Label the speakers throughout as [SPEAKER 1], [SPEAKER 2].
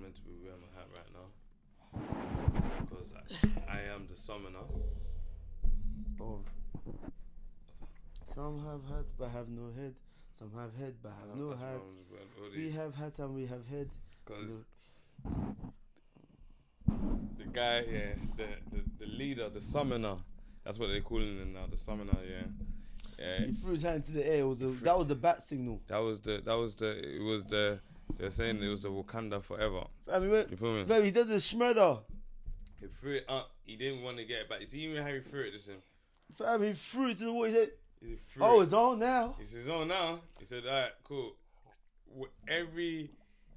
[SPEAKER 1] tend to be wearing my hat right now because I, I am the summoner.
[SPEAKER 2] Of some have hats but have no head. Some have head but have no hat. We have hats and we have head.
[SPEAKER 1] Because
[SPEAKER 2] No.
[SPEAKER 1] the guy, yeah, the, the, the leader, the summoner, that's what they're calling him now, the summoner, yeah. Yeah,
[SPEAKER 2] He threw his hand into the air. It was a, that was the bat signal.
[SPEAKER 1] that was the, that was the, it was the, they're saying it was the Wakanda forever.
[SPEAKER 2] I mean, when-
[SPEAKER 1] You feel me?
[SPEAKER 2] fam, he did the schmurder.
[SPEAKER 1] He threw it up. He didn't want to get it back. You see, even how he threw it, listen.
[SPEAKER 2] Fam, he threw it to the wall. He said,
[SPEAKER 1] He threw
[SPEAKER 2] "Oh,
[SPEAKER 1] it.
[SPEAKER 2] it's on now."
[SPEAKER 1] He says, "Oh, now." He said, "All right, cool. Wh- Every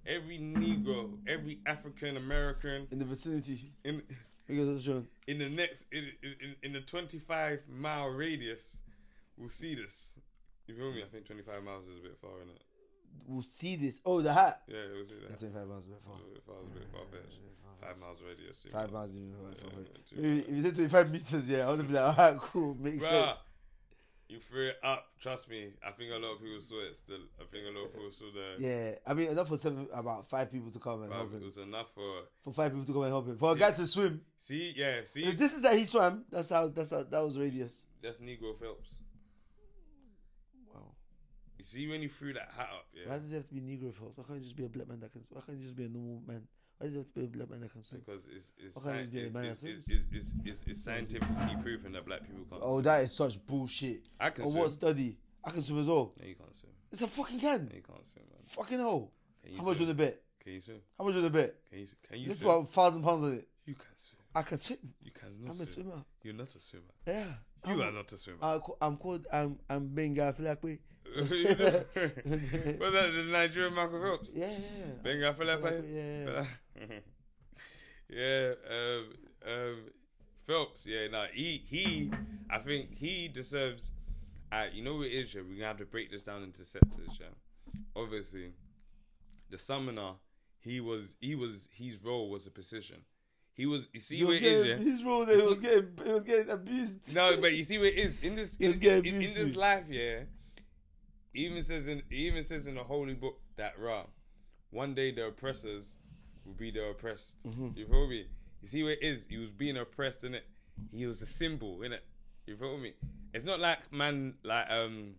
[SPEAKER 1] every Negro, every African American
[SPEAKER 2] In the vicinity,
[SPEAKER 1] in
[SPEAKER 2] because of the show.
[SPEAKER 1] in the next in, in in the twenty five mile radius will see this. You feel me? I think twenty five miles is a bit far, isn't it?
[SPEAKER 2] We'll see this. Oh, the hat.
[SPEAKER 1] Yeah, we'll see that. It's
[SPEAKER 2] 25 miles away far.
[SPEAKER 1] a bit far. It's a bit far fetched. Five miles radius. you
[SPEAKER 2] Five
[SPEAKER 1] know.
[SPEAKER 2] miles even away
[SPEAKER 1] Yeah,
[SPEAKER 2] from it.
[SPEAKER 1] too
[SPEAKER 2] Maybe
[SPEAKER 1] bad.
[SPEAKER 2] If you said 25 meters, yeah, I would have been like, alright, cool, makes
[SPEAKER 1] Bruh.
[SPEAKER 2] sense.
[SPEAKER 1] You threw it up. Trust me. I think a lot of people saw it. Still, I think a lot of people saw the.
[SPEAKER 2] Yeah, I mean, enough for seven, about five people to come and
[SPEAKER 1] Bruv,
[SPEAKER 2] help
[SPEAKER 1] it
[SPEAKER 2] him.
[SPEAKER 1] was enough for.
[SPEAKER 2] For five people to come and help him. For a
[SPEAKER 1] See-
[SPEAKER 2] guy to swim.
[SPEAKER 1] See, yeah, see,
[SPEAKER 2] If this is that he swam, that's how, that's how, that was radius.
[SPEAKER 1] that's Negro Phelps.
[SPEAKER 2] Wow.
[SPEAKER 1] You see when he threw that hat up,
[SPEAKER 2] Why
[SPEAKER 1] yeah,
[SPEAKER 2] does it have to be Negro folks? Why can't it just be a black man that can swim? Why can't it just be a normal man? Why does it have to be a black man that can swim?
[SPEAKER 1] because it's it's,
[SPEAKER 2] What kind
[SPEAKER 1] sci-
[SPEAKER 2] of beer,
[SPEAKER 1] it's,
[SPEAKER 2] man,
[SPEAKER 1] it's,
[SPEAKER 2] I
[SPEAKER 1] it's,
[SPEAKER 2] think?
[SPEAKER 1] it's, it's, it's, it's scientifically proven that black people can't.
[SPEAKER 2] Oh,
[SPEAKER 1] swim.
[SPEAKER 2] that oh, is such bullshit.
[SPEAKER 1] I can
[SPEAKER 2] On
[SPEAKER 1] swim.
[SPEAKER 2] what study? I can swim as well.
[SPEAKER 1] No, you can't swim.
[SPEAKER 2] It's a fucking can.
[SPEAKER 1] No, you can't swim, man.
[SPEAKER 2] Fucking hell.
[SPEAKER 1] Can you
[SPEAKER 2] How much you
[SPEAKER 1] swim?
[SPEAKER 2] want to bet?
[SPEAKER 1] Can you swim?
[SPEAKER 2] How much you want to bet?
[SPEAKER 1] Can you? s- Can you
[SPEAKER 2] Let's
[SPEAKER 1] swim?
[SPEAKER 2] put a thousand pounds on it.
[SPEAKER 1] You can swim.
[SPEAKER 2] I can swim.
[SPEAKER 1] You cannot
[SPEAKER 2] I'm
[SPEAKER 1] swim.
[SPEAKER 2] a swimmer.
[SPEAKER 1] You're not a swimmer.
[SPEAKER 2] Yeah.
[SPEAKER 1] You are
[SPEAKER 2] I'm,
[SPEAKER 1] not a swimmer.
[SPEAKER 2] I co- I'm called. I'm. I'm Benga Filakwe.
[SPEAKER 1] You know? What's that? The Nigerian Michael Phelps.
[SPEAKER 2] Yeah. yeah.
[SPEAKER 1] Benga
[SPEAKER 2] Filakwe,
[SPEAKER 1] Felipe.
[SPEAKER 2] Yeah. yeah.
[SPEAKER 1] Fela- yeah, um, um, Phelps. Yeah, no, he he. I think he deserves. Uh, you know what it is, yeah? We're gonna have to break this down into sectors, yeah. Obviously, the summoner. He was. He was. His role was a position. He was. You see
[SPEAKER 2] He
[SPEAKER 1] what
[SPEAKER 2] was
[SPEAKER 1] it is,
[SPEAKER 2] getting,
[SPEAKER 1] yeah.
[SPEAKER 2] his role that he was getting. He was getting abused.
[SPEAKER 1] No, but you see what it is in this in,
[SPEAKER 2] It's getting
[SPEAKER 1] in, in
[SPEAKER 2] beauty.
[SPEAKER 1] this life, yeah. it Even says in it even says in the holy book that rah, one day the oppressors will be the oppressed.
[SPEAKER 2] Mm-hmm.
[SPEAKER 1] You feel me? You see what it is? He was being oppressed in it. He was the symbol in it. You feel me? It's not like man like um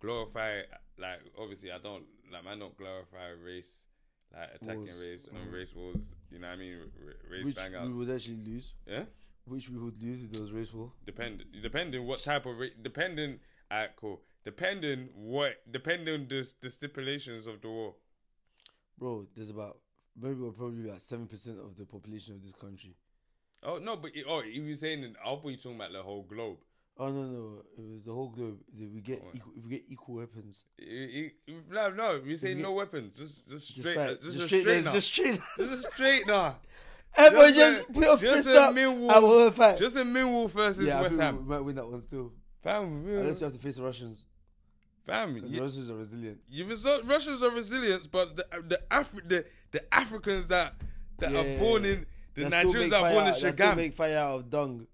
[SPEAKER 1] glorify like obviously I don't like man don't glorify race like attacking
[SPEAKER 2] Wars. Mm-hmm.
[SPEAKER 1] race and race wars. You know what I mean? R- r- race
[SPEAKER 2] Which we
[SPEAKER 1] bangouts.
[SPEAKER 2] would actually lose.
[SPEAKER 1] yeah.
[SPEAKER 2] Which we would lose if there was race war.
[SPEAKER 1] Depend depending what type of ra- depending alright cool depending what depending the the stipulations of the war.
[SPEAKER 2] Bro, there's about maybe we're probably about seven percent of the population of this country.
[SPEAKER 1] Oh no, but it- oh you were saying that- I thought you were talking about the whole globe.
[SPEAKER 2] Oh no no! If it was the whole globe, if we get
[SPEAKER 1] Oh, yeah.
[SPEAKER 2] equal, if we get equal weapons,
[SPEAKER 1] It- it- No, no, you were saying
[SPEAKER 2] you-
[SPEAKER 1] no weapons, just just
[SPEAKER 2] just
[SPEAKER 1] straight, uh,
[SPEAKER 2] fight,
[SPEAKER 1] just,
[SPEAKER 2] just
[SPEAKER 1] a
[SPEAKER 2] straight,
[SPEAKER 1] straight,
[SPEAKER 2] legs,
[SPEAKER 1] nah.
[SPEAKER 2] just
[SPEAKER 1] just
[SPEAKER 2] straight.
[SPEAKER 1] a straight nah.
[SPEAKER 2] Everyone
[SPEAKER 1] Just
[SPEAKER 2] just,
[SPEAKER 1] a-
[SPEAKER 2] put your
[SPEAKER 1] just
[SPEAKER 2] fists
[SPEAKER 1] a
[SPEAKER 2] up.
[SPEAKER 1] mean
[SPEAKER 2] I
[SPEAKER 1] wall.
[SPEAKER 2] will fight.
[SPEAKER 1] Just a Millwall versus
[SPEAKER 2] yeah, I
[SPEAKER 1] West
[SPEAKER 2] think we
[SPEAKER 1] Ham.
[SPEAKER 2] might win that one still.
[SPEAKER 1] Fam, we-
[SPEAKER 2] Unless you have to face the Russians.
[SPEAKER 1] fam,
[SPEAKER 2] Because
[SPEAKER 1] you,
[SPEAKER 2] the Russians are resilient.
[SPEAKER 1] you result, Russians are resilient, but the the Afri- the, the Africans that that are
[SPEAKER 2] Yeah.
[SPEAKER 1] born in the
[SPEAKER 2] They still
[SPEAKER 1] Nigerians
[SPEAKER 2] make
[SPEAKER 1] that are born
[SPEAKER 2] fire-
[SPEAKER 1] in
[SPEAKER 2] they still
[SPEAKER 1] Shagam,
[SPEAKER 2] make fire out of dung.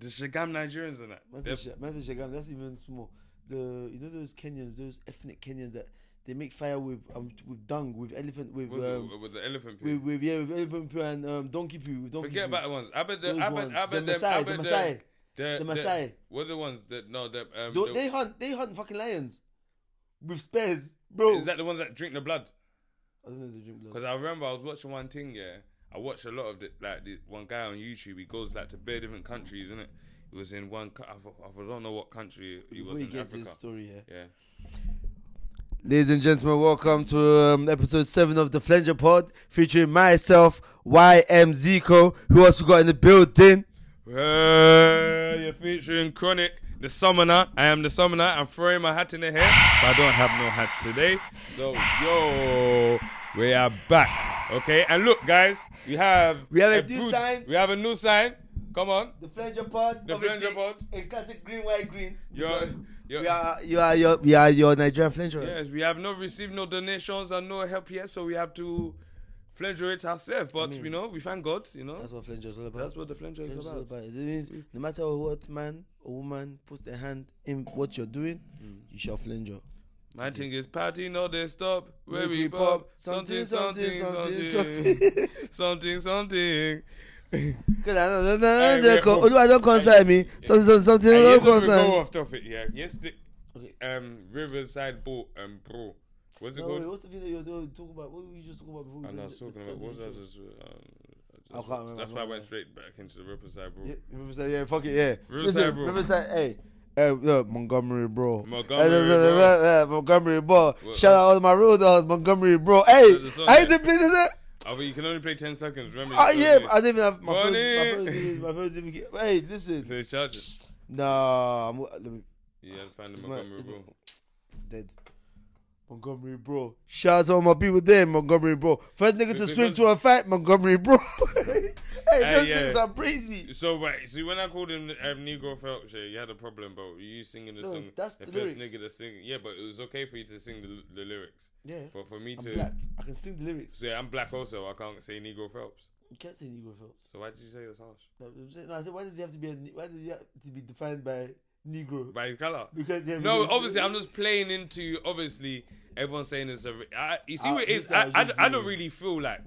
[SPEAKER 1] the Shagam Nigerians and that.
[SPEAKER 2] Man
[SPEAKER 1] They're
[SPEAKER 2] said Sha- man said Shagam, that's even small. The you know those Kenyans, those ethnic Kenyans that they make fire with um with dung, with elephant, with
[SPEAKER 1] Was
[SPEAKER 2] um,
[SPEAKER 1] it was the elephant poo?
[SPEAKER 2] with, with yeah, with elephant poo and um, donkey poo. With donkey
[SPEAKER 1] Forget
[SPEAKER 2] poo.
[SPEAKER 1] about the ones. I bet the
[SPEAKER 2] Those
[SPEAKER 1] I bet
[SPEAKER 2] ones.
[SPEAKER 1] I bet
[SPEAKER 2] the
[SPEAKER 1] them. I
[SPEAKER 2] Maasai,
[SPEAKER 1] bet
[SPEAKER 2] the
[SPEAKER 1] them-
[SPEAKER 2] Maasai.
[SPEAKER 1] The
[SPEAKER 2] the Maasai.
[SPEAKER 1] What the ones that no the um.
[SPEAKER 2] Don't-
[SPEAKER 1] the-
[SPEAKER 2] They hunt, they hunt fucking lions with spears, bro.
[SPEAKER 1] is that the ones that drink the blood?
[SPEAKER 2] I don't know if they drink blood.
[SPEAKER 1] Because I remember I was watching one thing. Yeah, I watched a lot of the, like the, one guy on YouTube. He goes like to bare different countries, isn't it? He was in one. co- I, fo- I don't know what country he
[SPEAKER 2] Before
[SPEAKER 1] was
[SPEAKER 2] you
[SPEAKER 1] in
[SPEAKER 2] get to
[SPEAKER 1] Africa.
[SPEAKER 2] this story here.
[SPEAKER 1] Yeah.
[SPEAKER 2] Ladies and gentlemen, welcome to um, episode 7 of the Flanger Pod featuring myself, YM Zico. Who else we got in the building?
[SPEAKER 1] Hey, you're featuring Chronic, the summoner. I am the summoner. I'm throwing my hat in the air, but I don't have no hat today. So, yo, we are back. Okay, and look, guys, we have
[SPEAKER 2] We have a new sign.
[SPEAKER 1] We have a new sign. Come on,
[SPEAKER 2] The Flanger Pod.
[SPEAKER 1] The
[SPEAKER 2] obviously,
[SPEAKER 1] Flanger Pod.
[SPEAKER 2] In classic green, white, green.
[SPEAKER 1] yo, yo.
[SPEAKER 2] We are, you are your, we are your Nigerian Flangerers.
[SPEAKER 1] Yes, we have not received no donations and no help yet, so we have to flanger it ourselves. But you know, we thank God. You know,
[SPEAKER 2] That's what Flanger is all about.
[SPEAKER 1] that's what the flanger is
[SPEAKER 2] Flanger
[SPEAKER 1] about.
[SPEAKER 2] It means no
[SPEAKER 1] Mm.
[SPEAKER 2] matter what man or woman puts their hand in what you're doing, you shall flanger.
[SPEAKER 1] My thing is party, no they stop. Where we pop, something, something, something, something, something.
[SPEAKER 2] Cause I don't- don't- don't-
[SPEAKER 1] we're
[SPEAKER 2] don't co-
[SPEAKER 1] home.
[SPEAKER 2] Oluwa, don't concern me. Something, something, something,
[SPEAKER 1] Hey,
[SPEAKER 2] don't
[SPEAKER 1] yes, we
[SPEAKER 2] concern.
[SPEAKER 1] go off topic. Yeah, yesterday,
[SPEAKER 2] Okay.
[SPEAKER 1] um, Riverside bought um, bro. What's it
[SPEAKER 2] No, wait,
[SPEAKER 1] called?
[SPEAKER 2] what's the thing that you were doing- talking about? What were you just talking about before? we
[SPEAKER 1] And I
[SPEAKER 2] did
[SPEAKER 1] was
[SPEAKER 2] the-
[SPEAKER 1] talking
[SPEAKER 2] the-
[SPEAKER 1] about what was I
[SPEAKER 2] the-
[SPEAKER 1] just? Um,
[SPEAKER 2] I can't remember,
[SPEAKER 1] That's
[SPEAKER 2] I'm
[SPEAKER 1] why I
[SPEAKER 2] not
[SPEAKER 1] went
[SPEAKER 2] there.
[SPEAKER 1] straight back into the Riverside bro.
[SPEAKER 2] Yeah, Riverside, yeah, fuck it, yeah.
[SPEAKER 1] Riverside,
[SPEAKER 2] Listen,
[SPEAKER 1] bro.
[SPEAKER 2] Riverside, hey. Uh, look, Montgomery, bro.
[SPEAKER 1] Montgomery,
[SPEAKER 2] Eh, eh, eh, eh, eh, Montgomery, bro.
[SPEAKER 1] What-
[SPEAKER 2] Shout out all my road dogs, Montgomery, bro. Hey,
[SPEAKER 1] the song,
[SPEAKER 2] I
[SPEAKER 1] yeah.
[SPEAKER 2] ain't the play that.
[SPEAKER 1] Oh, but you can only play ten seconds. Remember?
[SPEAKER 2] Oh,
[SPEAKER 1] you
[SPEAKER 2] yeah,
[SPEAKER 1] told me.
[SPEAKER 2] I didn't even have my phone. My
[SPEAKER 1] Money.
[SPEAKER 2] phone, didn't- my phone didn't even- Hey, listen.
[SPEAKER 1] So it's charges.
[SPEAKER 2] Nah, I'm let me,
[SPEAKER 1] You had to find the
[SPEAKER 2] it's my-
[SPEAKER 1] Montgomery
[SPEAKER 2] it's my-
[SPEAKER 1] bro.
[SPEAKER 2] dead. Montgomery, bro. Shout out to all my people there, Montgomery, bro. First nigga to
[SPEAKER 1] Because-
[SPEAKER 2] swim to a fight, Montgomery, bro. hey, those
[SPEAKER 1] yeah.
[SPEAKER 2] niggas are crazy.
[SPEAKER 1] So right, see when I called him um, Negro Felcher, you had a problem, bro. You singing the
[SPEAKER 2] No,
[SPEAKER 1] song.
[SPEAKER 2] that's
[SPEAKER 1] the,
[SPEAKER 2] the
[SPEAKER 1] first
[SPEAKER 2] lyrics.
[SPEAKER 1] nigga to sing. Yeah, but it was okay for you to sing the, the lyrics.
[SPEAKER 2] Yeah,
[SPEAKER 1] But for me
[SPEAKER 2] I'm
[SPEAKER 1] to,
[SPEAKER 2] black. I can sing the lyrics.
[SPEAKER 1] so yeah, I'm black also. I can't say Negro Phelps.
[SPEAKER 2] You can't say Negro Phelps.
[SPEAKER 1] So why did you say it's harsh?
[SPEAKER 2] No, I'm saying- no, I said, why does he have to be a, ne- why does he have to be defined by Negro?
[SPEAKER 1] By his color.
[SPEAKER 2] Because yeah,
[SPEAKER 1] No,
[SPEAKER 2] because-
[SPEAKER 1] obviously, I'm just playing into obviously everyone saying it's a. I, you see
[SPEAKER 2] Uh,
[SPEAKER 1] what it is.
[SPEAKER 2] this guy
[SPEAKER 1] I,
[SPEAKER 2] was
[SPEAKER 1] I,
[SPEAKER 2] just
[SPEAKER 1] I don't
[SPEAKER 2] doing-
[SPEAKER 1] really feel like.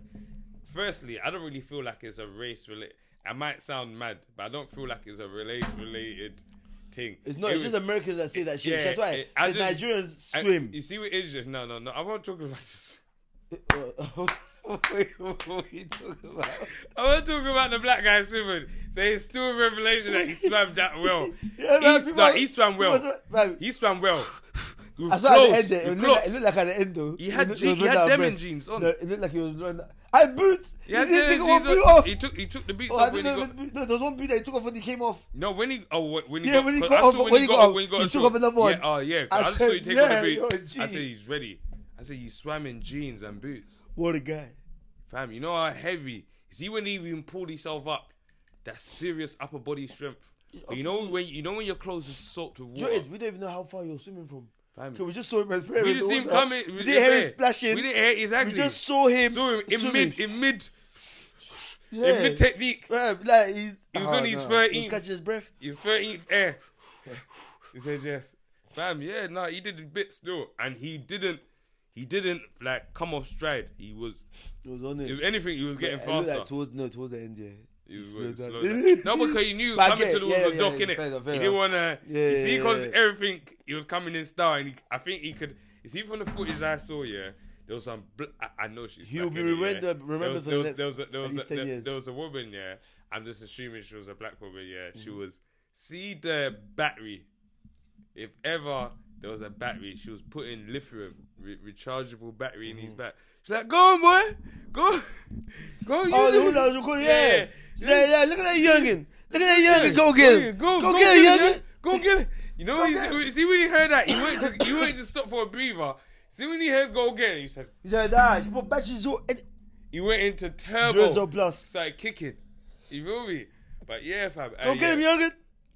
[SPEAKER 1] Firstly, I don't really feel like it's a race related. I might sound mad, but I don't feel like it's a race related thing.
[SPEAKER 2] It's not.
[SPEAKER 1] It
[SPEAKER 2] it's
[SPEAKER 1] was-
[SPEAKER 2] just Americans that say that shit.
[SPEAKER 1] yeah,
[SPEAKER 2] That's why.
[SPEAKER 1] it- I
[SPEAKER 2] 'Cause
[SPEAKER 1] just-
[SPEAKER 2] Nigerians
[SPEAKER 1] I-
[SPEAKER 2] swim.
[SPEAKER 1] you see what it is? Just, no, no, no. I'm not talking about this.
[SPEAKER 2] Oh, Wait, what are you talking about?
[SPEAKER 1] I want to talk about the black guy swimming. So it's still a revelation that he swam that well.
[SPEAKER 2] Yeah, man,
[SPEAKER 1] he,
[SPEAKER 2] people-
[SPEAKER 1] no, he swam well.
[SPEAKER 2] people swam- man.
[SPEAKER 1] he swam well. He was
[SPEAKER 2] I saw at the
[SPEAKER 1] close.
[SPEAKER 2] end there. It,
[SPEAKER 1] He
[SPEAKER 2] looked
[SPEAKER 1] clocked.
[SPEAKER 2] like, it looked like at the end though.
[SPEAKER 1] He had
[SPEAKER 2] looked-
[SPEAKER 1] je-
[SPEAKER 2] was
[SPEAKER 1] he had
[SPEAKER 2] running out of
[SPEAKER 1] denim
[SPEAKER 2] breath.
[SPEAKER 1] jeans on.
[SPEAKER 2] No, it looked like he was running. I had boots.
[SPEAKER 1] He had
[SPEAKER 2] didn't take
[SPEAKER 1] denim
[SPEAKER 2] one
[SPEAKER 1] jeans
[SPEAKER 2] boot
[SPEAKER 1] on.
[SPEAKER 2] off.
[SPEAKER 1] He took he took the beats
[SPEAKER 2] Oh, I
[SPEAKER 1] off when he
[SPEAKER 2] didn't know
[SPEAKER 1] got
[SPEAKER 2] if it- no, there was one boot that he took off when he came off.
[SPEAKER 1] no when he oh wh- when he
[SPEAKER 2] Yeah,
[SPEAKER 1] got,
[SPEAKER 2] when he
[SPEAKER 1] 'cause
[SPEAKER 2] got
[SPEAKER 1] I
[SPEAKER 2] off-
[SPEAKER 1] saw
[SPEAKER 2] when he got
[SPEAKER 1] off- when he got
[SPEAKER 2] he
[SPEAKER 1] off,
[SPEAKER 2] took off another one.
[SPEAKER 1] Yeah, oh yeah. 'cause
[SPEAKER 2] I
[SPEAKER 1] I, just
[SPEAKER 2] said,
[SPEAKER 1] saw he take off
[SPEAKER 2] yeah,
[SPEAKER 1] the boots.
[SPEAKER 2] yo,
[SPEAKER 1] I
[SPEAKER 2] G.
[SPEAKER 1] said he's ready. I said he swam in jeans and boots.
[SPEAKER 2] What a guy.
[SPEAKER 1] Fam, you know how heavy. See when he even pulled himself up, that's serious upper body strength. But you know when you know when your clothes are soaked with
[SPEAKER 2] Do you know
[SPEAKER 1] water.
[SPEAKER 2] what it is? We don't even know how far you're swimming from.
[SPEAKER 1] Fam.
[SPEAKER 2] Because we just saw him as parents.
[SPEAKER 1] We just see him coming.
[SPEAKER 2] We didn't hear him splashing.
[SPEAKER 1] We didn't hear exactly.
[SPEAKER 2] We just saw him.
[SPEAKER 1] saw him in
[SPEAKER 2] swimming.
[SPEAKER 1] mid, in mid,
[SPEAKER 2] yeah.
[SPEAKER 1] in mid technique.
[SPEAKER 2] Yeah, like he's, oh,
[SPEAKER 1] He was on his
[SPEAKER 2] He
[SPEAKER 1] 13.
[SPEAKER 2] was catching his breath.
[SPEAKER 1] In thirteenth air. He said yes. Fam, yeah, no, he did a bit still, and he didn't. He didn't like come off stride. He was,
[SPEAKER 2] He was on it.
[SPEAKER 1] if anything, he was getting
[SPEAKER 2] It looked
[SPEAKER 1] faster.
[SPEAKER 2] Like towards, no, towards the end, yeah.
[SPEAKER 1] He was
[SPEAKER 2] slowed
[SPEAKER 1] slow
[SPEAKER 2] down.
[SPEAKER 1] down. no, because he knew he was
[SPEAKER 2] But I
[SPEAKER 1] coming
[SPEAKER 2] get-
[SPEAKER 1] to towards
[SPEAKER 2] yeah,
[SPEAKER 1] the
[SPEAKER 2] yeah,
[SPEAKER 1] dock,
[SPEAKER 2] yeah,
[SPEAKER 1] innit?
[SPEAKER 2] fair enough, fair
[SPEAKER 1] He didn't
[SPEAKER 2] enough.
[SPEAKER 1] want to.
[SPEAKER 2] Yeah,
[SPEAKER 1] you see,
[SPEAKER 2] yeah,
[SPEAKER 1] because
[SPEAKER 2] yeah.
[SPEAKER 1] everything, he was coming in style, and he, I think he could. You see, from the footage I saw, yeah, there was some. Bl- I, I know she's.
[SPEAKER 2] He'll
[SPEAKER 1] black,
[SPEAKER 2] be
[SPEAKER 1] innit,
[SPEAKER 2] remembered-
[SPEAKER 1] yeah.
[SPEAKER 2] remembered
[SPEAKER 1] There was-
[SPEAKER 2] for the
[SPEAKER 1] there was- There was a-
[SPEAKER 2] next
[SPEAKER 1] there
[SPEAKER 2] at
[SPEAKER 1] was a-
[SPEAKER 2] least 10
[SPEAKER 1] there-
[SPEAKER 2] years.
[SPEAKER 1] there was a woman, yeah. I'm just assuming she was a black woman, yeah. She
[SPEAKER 2] Mm-hmm.
[SPEAKER 1] was. See the battery. If ever there was a battery, she was putting lithium, re- rechargeable battery in
[SPEAKER 2] Mm-hmm.
[SPEAKER 1] his back. She's like, go on, boy, go, on. go. on,
[SPEAKER 2] Oh,
[SPEAKER 1] use
[SPEAKER 2] the
[SPEAKER 1] it."
[SPEAKER 2] one that was recording, yeah. Yeah, yeah, look at that youngin. Look at that youngin. Go
[SPEAKER 1] Go
[SPEAKER 2] get him.
[SPEAKER 1] get- Go, go
[SPEAKER 2] get
[SPEAKER 1] get
[SPEAKER 2] him,
[SPEAKER 1] it, Go get it. You know, he's, see when he heard that, he went to, he went to stop for a breather. See when he heard go get it, he said,
[SPEAKER 2] youngin. Yeah, nah, she put batteries on and
[SPEAKER 1] he went into turbo.
[SPEAKER 2] drizzle blast.
[SPEAKER 1] Started kicking. You feel me? But yeah, fam. uh,
[SPEAKER 2] Go get him,
[SPEAKER 1] yeah,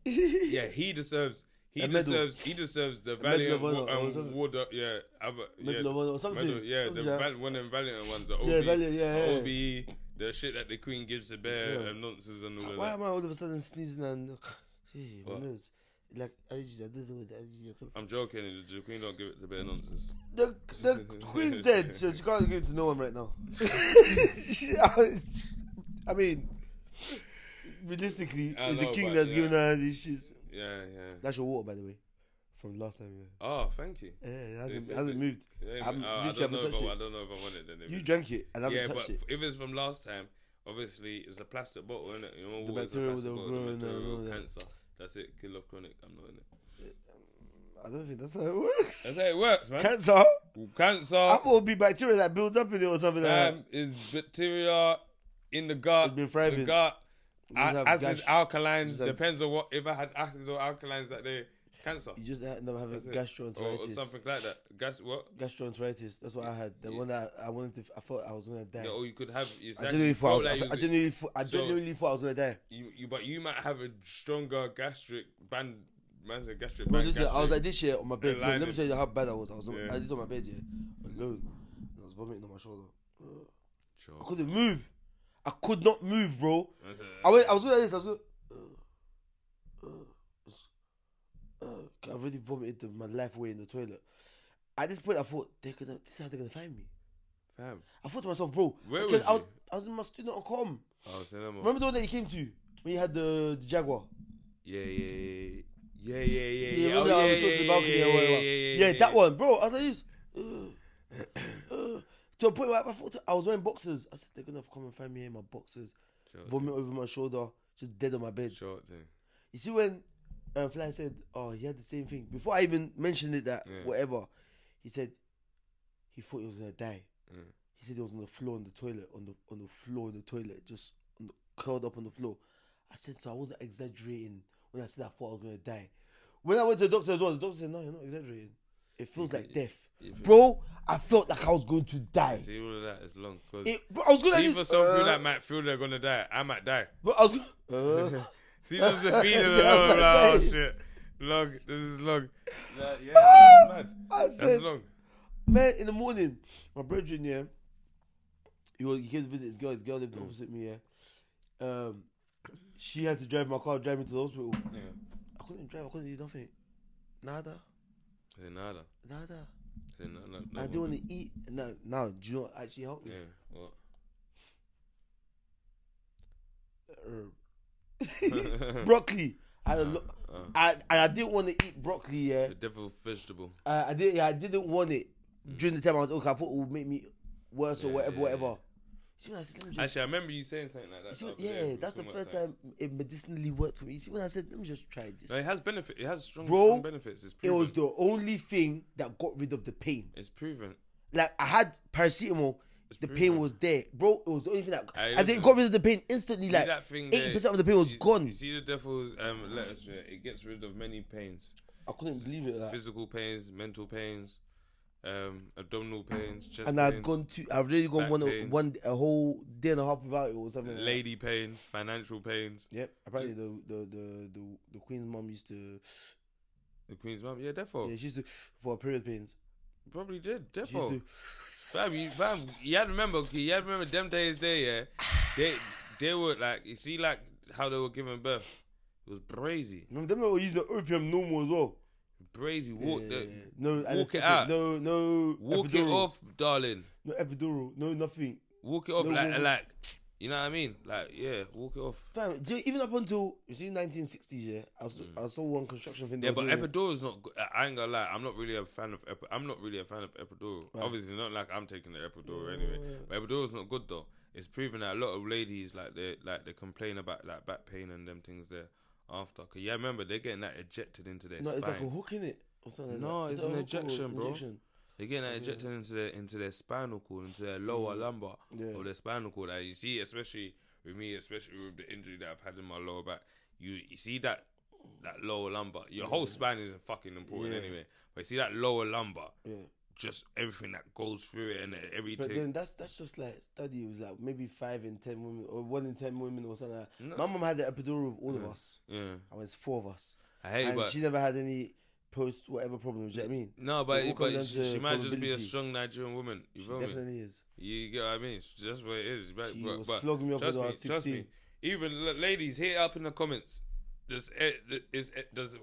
[SPEAKER 2] youngin.
[SPEAKER 1] yeah, he deserves. He
[SPEAKER 2] A medal.
[SPEAKER 1] deserves. He deserves the
[SPEAKER 2] medal
[SPEAKER 1] valiant
[SPEAKER 2] of honor
[SPEAKER 1] wa-
[SPEAKER 2] or
[SPEAKER 1] um,
[SPEAKER 2] something.
[SPEAKER 1] water. Yeah, other, yeah,
[SPEAKER 2] Medal of honor or something,
[SPEAKER 1] medal, yeah,
[SPEAKER 2] something,
[SPEAKER 1] the
[SPEAKER 2] yeah.
[SPEAKER 1] val- one of the valiant ones. The OB,
[SPEAKER 2] Yeah, valiant, yeah,
[SPEAKER 1] the
[SPEAKER 2] yeah.
[SPEAKER 1] OBE, the shit that the Queen gives the bear
[SPEAKER 2] Yeah.
[SPEAKER 1] and nonsense and all of
[SPEAKER 2] Why
[SPEAKER 1] that.
[SPEAKER 2] am I all of a sudden sneezing and hey, my
[SPEAKER 1] What?
[SPEAKER 2] nose? Like allergies, I don't know what allergies are coming
[SPEAKER 1] I'm joking. The Queen don't give it the bear nonsense.
[SPEAKER 2] The the queen's dead, so she can't give it to no one right now. I mean, realistically,
[SPEAKER 1] I
[SPEAKER 2] it's the
[SPEAKER 1] know,
[SPEAKER 2] king
[SPEAKER 1] but
[SPEAKER 2] that's
[SPEAKER 1] yeah.
[SPEAKER 2] giving her these shits.
[SPEAKER 1] Yeah, yeah.
[SPEAKER 2] That's your water, by the way, from last time. Yeah,
[SPEAKER 1] Oh, thank you.
[SPEAKER 2] yeah it hasn't,
[SPEAKER 1] They
[SPEAKER 2] it
[SPEAKER 1] said
[SPEAKER 2] hasn't
[SPEAKER 1] it.
[SPEAKER 2] moved.
[SPEAKER 1] Yeah,
[SPEAKER 2] I'm-
[SPEAKER 1] but, uh, I
[SPEAKER 2] literally
[SPEAKER 1] don't
[SPEAKER 2] haven't
[SPEAKER 1] know if
[SPEAKER 2] touched
[SPEAKER 1] I- I
[SPEAKER 2] it.
[SPEAKER 1] don't know if I want it then. if
[SPEAKER 2] You
[SPEAKER 1] it-
[SPEAKER 2] drank it and I haven't
[SPEAKER 1] yeah, but
[SPEAKER 2] touched it.
[SPEAKER 1] if it's from last time, obviously it's a plastic bottle, is You know, water's
[SPEAKER 2] The
[SPEAKER 1] a
[SPEAKER 2] bacteria
[SPEAKER 1] plastic
[SPEAKER 2] will
[SPEAKER 1] bottle, the
[SPEAKER 2] grow and, uh,
[SPEAKER 1] bacteria will
[SPEAKER 2] all that.
[SPEAKER 1] cancer. That's it. Kill off chronic. I'm not in it.
[SPEAKER 2] I don't think that's how it works.
[SPEAKER 1] That's how it works, man.
[SPEAKER 2] Cancer?
[SPEAKER 1] cancer
[SPEAKER 2] I thought it would be bacteria that builds up in it or something like that.
[SPEAKER 1] um, is bacteria in the gut.
[SPEAKER 2] It's been thriving.
[SPEAKER 1] The gut.
[SPEAKER 2] just
[SPEAKER 1] a-
[SPEAKER 2] have
[SPEAKER 1] Acids,
[SPEAKER 2] gash-
[SPEAKER 1] alkalines.
[SPEAKER 2] just have-
[SPEAKER 1] Depends on what. If I had acids or alkalines that day, cancer.
[SPEAKER 2] You just end up having
[SPEAKER 1] That's it.
[SPEAKER 2] gastroenteritis.
[SPEAKER 1] Or, or something like that. Gas. What?
[SPEAKER 2] Gastroenteritis. That's what I had. The
[SPEAKER 1] Yeah.
[SPEAKER 2] one that I wanted to. I thought I was gonna die.
[SPEAKER 1] Yeah, or you could have. Exactly,
[SPEAKER 2] I genuinely thought I, was,
[SPEAKER 1] Felt like you
[SPEAKER 2] I, I
[SPEAKER 1] was-
[SPEAKER 2] genuinely thought I
[SPEAKER 1] So-
[SPEAKER 2] genuinely thought I was gonna die.
[SPEAKER 1] You, you, but you might have a stronger gastric band. Man's a gastric
[SPEAKER 2] Bro,
[SPEAKER 1] band.
[SPEAKER 2] listen, I was like
[SPEAKER 1] gastric.
[SPEAKER 2] this year on my bed.
[SPEAKER 1] Yeah,
[SPEAKER 2] Bro, let me
[SPEAKER 1] lining.
[SPEAKER 2] tell you how bad I was. I was on,
[SPEAKER 1] Yeah.
[SPEAKER 2] I was just on my bed, yeah, alone. And I was vomiting on my shoulder. Ugh.
[SPEAKER 1] Sure.
[SPEAKER 2] I couldn't move. I could not move, bro.
[SPEAKER 1] That's it.
[SPEAKER 2] I went. I was going like this. I was going. Uh, uh, it's- uh, I've already vomited the- my life away in the toilet. At this point, I thought they're gonna. This is how they're gonna find me.
[SPEAKER 1] Fam.
[SPEAKER 2] I thought to myself, bro,
[SPEAKER 1] Where
[SPEAKER 2] because
[SPEAKER 1] was
[SPEAKER 2] I was
[SPEAKER 1] you?
[SPEAKER 2] I was in my student com.
[SPEAKER 1] Oh, cinema.
[SPEAKER 2] Remember the one that you came to when you had the, the Jaguar?
[SPEAKER 1] Yeah, yeah, yeah, yeah, yeah, yeah, yeah.
[SPEAKER 2] remember
[SPEAKER 1] Oh,
[SPEAKER 2] that
[SPEAKER 1] yeah,
[SPEAKER 2] one we saw
[SPEAKER 1] yeah,
[SPEAKER 2] the balcony
[SPEAKER 1] yeah,
[SPEAKER 2] or whatever?
[SPEAKER 1] yeah, yeah,
[SPEAKER 2] Yeah,
[SPEAKER 1] yeah,
[SPEAKER 2] that
[SPEAKER 1] yeah.
[SPEAKER 2] one, bro. I was like this. uh, uh, to a point where I thought to- I was wearing boxers. I said they're gonna come and find me in my boxers,
[SPEAKER 1] Sure.
[SPEAKER 2] vomit over my shoulder, just dead on my bed.
[SPEAKER 1] Short thing.
[SPEAKER 2] You see when um, Fly said, "Oh, he had the same thing." Before I even mentioned it, that
[SPEAKER 1] Yeah.
[SPEAKER 2] whatever, he said he thought he was gonna die.
[SPEAKER 1] Yeah.
[SPEAKER 2] He said he was on the floor on the toilet, on the on the floor in the toilet, just on the, curled up on the floor. I said, so I wasn't exaggerating when I said I thought I was gonna die. When I went to the doctor as well, the doctor said, "No, you're not exaggerating. It feels like death,
[SPEAKER 1] it-
[SPEAKER 2] bro. I felt like I was going to die.
[SPEAKER 1] See, all of that is long. Cause
[SPEAKER 2] It, bro, I was gonna
[SPEAKER 1] see, for some people
[SPEAKER 2] uh,
[SPEAKER 1] that might feel they're gonna die, I might die.
[SPEAKER 2] bro, I was. Uh,
[SPEAKER 1] Uh-huh. See, this is a feeling of
[SPEAKER 2] Yeah, I
[SPEAKER 1] oh
[SPEAKER 2] might die.
[SPEAKER 1] shit. Long. This is long. Like, yeah, that's mad.
[SPEAKER 2] I
[SPEAKER 1] That's
[SPEAKER 2] said,
[SPEAKER 1] long.
[SPEAKER 2] man, in the morning, my brethren, yeah, he, was, he came to visit his girl. His girl lived opposite me, yeah. Um, she had to drive my car, drive me to the hospital.
[SPEAKER 1] Yeah.
[SPEAKER 2] I couldn't drive. I couldn't do nothing. Nada,
[SPEAKER 1] Say nada.
[SPEAKER 2] nada.
[SPEAKER 1] Say no, no, no
[SPEAKER 2] I
[SPEAKER 1] one.
[SPEAKER 2] do want to eat. Now, now, do you know what actually helped me?
[SPEAKER 1] Yeah. What?
[SPEAKER 2] Herb. Er, broccoli. I had a lo-
[SPEAKER 1] Uh, uh,
[SPEAKER 2] I, and I didn't want to eat broccoli. Yeah,
[SPEAKER 1] the devil vegetable.
[SPEAKER 2] I, I did. Yeah, I didn't want it during the time I was okay. I thought it would make me worse or
[SPEAKER 1] Mm. Yeah,
[SPEAKER 2] whatever,
[SPEAKER 1] yeah,
[SPEAKER 2] whatever. See when I said, let me just
[SPEAKER 1] Actually, I remember you saying something like that.
[SPEAKER 2] You see,
[SPEAKER 1] the
[SPEAKER 2] what-
[SPEAKER 1] other day.
[SPEAKER 2] yeah,
[SPEAKER 1] We were
[SPEAKER 2] that's the
[SPEAKER 1] talking about
[SPEAKER 2] first
[SPEAKER 1] something.
[SPEAKER 2] time it medicinally worked for me. You see, when I said, let me just try this,
[SPEAKER 1] No, it has benefit. It has strong,
[SPEAKER 2] Bro,
[SPEAKER 1] strong benefits. It's
[SPEAKER 2] it
[SPEAKER 1] proven.
[SPEAKER 2] was the only thing that got rid of the pain.
[SPEAKER 1] It's proven.
[SPEAKER 2] Like, I had paracetamol, the pain
[SPEAKER 1] proven.
[SPEAKER 2] was there. Bro, it was the only thing that.
[SPEAKER 1] Aye,
[SPEAKER 2] as it
[SPEAKER 1] listen.
[SPEAKER 2] got rid of the pain instantly,
[SPEAKER 1] See
[SPEAKER 2] like,
[SPEAKER 1] that thing
[SPEAKER 2] 80%
[SPEAKER 1] there,
[SPEAKER 2] of the pain was
[SPEAKER 1] you-
[SPEAKER 2] gone.
[SPEAKER 1] You see the devil's um, letters, yeah? It gets rid of many pains
[SPEAKER 2] I couldn't believe it. Like.
[SPEAKER 1] physical pains, mental pains, um, abdominal pains, chest
[SPEAKER 2] And I'd
[SPEAKER 1] pains,
[SPEAKER 2] gone to, I've really gone
[SPEAKER 1] back
[SPEAKER 2] one,
[SPEAKER 1] pains.
[SPEAKER 2] one, a whole day and a half without it or something. Like
[SPEAKER 1] lady pains, financial pains.
[SPEAKER 2] that. Yep. Apparently, the the, the the the queen's mom used to,
[SPEAKER 1] The Queen's mum, yeah, therefore.
[SPEAKER 2] yeah, she used to for period pains.
[SPEAKER 1] Probably did,
[SPEAKER 2] She used
[SPEAKER 1] therefore.
[SPEAKER 2] to,
[SPEAKER 1] Fam, you, fam, you had to remember, okay, you had to remember them days there, yeah. They they were like, you see, like how they were giving birth. It was brazy,
[SPEAKER 2] remember them that used the opium normal as well.
[SPEAKER 1] brazy. Walk,
[SPEAKER 2] Yeah,
[SPEAKER 1] the,
[SPEAKER 2] yeah, yeah. no
[SPEAKER 1] walk
[SPEAKER 2] anesthetic,
[SPEAKER 1] it out,
[SPEAKER 2] No, no.
[SPEAKER 1] walk
[SPEAKER 2] epidural,
[SPEAKER 1] it off, darling.
[SPEAKER 2] No epidural. No nothing.
[SPEAKER 1] Walk it off,
[SPEAKER 2] No,
[SPEAKER 1] like,
[SPEAKER 2] no, no.
[SPEAKER 1] like, you know what I mean? Like, yeah, walk it off.
[SPEAKER 2] Fam, do you- even up until you see 1960s, yeah, I, was, I saw one construction thing. they
[SPEAKER 1] Mm. Yeah,
[SPEAKER 2] were
[SPEAKER 1] but
[SPEAKER 2] doing.
[SPEAKER 1] epidural's not. Good. I- I ain't gonna lie. I'm not really a fan of. Epi- I'm not really a fan of epidural. Obviously, not like I'm taking the epidural anyway. But epidural's not good though. It's proven that a lot of ladies like they like they complain about like back pain and them things there after. Cause yeah, remember they're getting that ejected into their
[SPEAKER 2] no,
[SPEAKER 1] spine.
[SPEAKER 2] it's like a hook in it or something. like
[SPEAKER 1] No,
[SPEAKER 2] that.
[SPEAKER 1] it's
[SPEAKER 2] that
[SPEAKER 1] an
[SPEAKER 2] a hook or
[SPEAKER 1] injection, bro.
[SPEAKER 2] injection?
[SPEAKER 1] They're getting that ejected into their into their spinal cord, into their lower lumbar
[SPEAKER 2] Mm. Yeah.
[SPEAKER 1] or their spinal cord. And you see, especially with me, especially with the injury that I've had in my lower back, you you see that that lower lumbar. Your whole spine isn't fucking important
[SPEAKER 2] Mm. Yeah.
[SPEAKER 1] anyway. But you see that lower lumbar,
[SPEAKER 2] Yeah,
[SPEAKER 1] just everything that goes through it and everything.
[SPEAKER 2] but then that's that's just like study. It was like maybe five in ten women or one in ten women or something. Like that. My mom had the epidural with all of us.
[SPEAKER 1] yeah,
[SPEAKER 2] I was four of us,
[SPEAKER 1] I hate it,
[SPEAKER 2] and
[SPEAKER 1] Mm. but
[SPEAKER 2] she never had any post whatever problems. Do you know what I mean?
[SPEAKER 1] no,
[SPEAKER 2] So
[SPEAKER 1] but,
[SPEAKER 2] it all comes
[SPEAKER 1] but
[SPEAKER 2] down
[SPEAKER 1] she,
[SPEAKER 2] to
[SPEAKER 1] she might just be a
[SPEAKER 2] probability.
[SPEAKER 1] strong Nigerian woman. You
[SPEAKER 2] She
[SPEAKER 1] feel me?
[SPEAKER 2] definitely is.
[SPEAKER 1] You get what I mean? It's just what it is. But,
[SPEAKER 2] She
[SPEAKER 1] but,
[SPEAKER 2] was
[SPEAKER 1] but
[SPEAKER 2] flogging me up
[SPEAKER 1] trust
[SPEAKER 2] when I
[SPEAKER 1] me,
[SPEAKER 2] was
[SPEAKER 1] trust
[SPEAKER 2] 16.
[SPEAKER 1] me. Even l- ladies, hit up in the comments. Does it, is it, does it,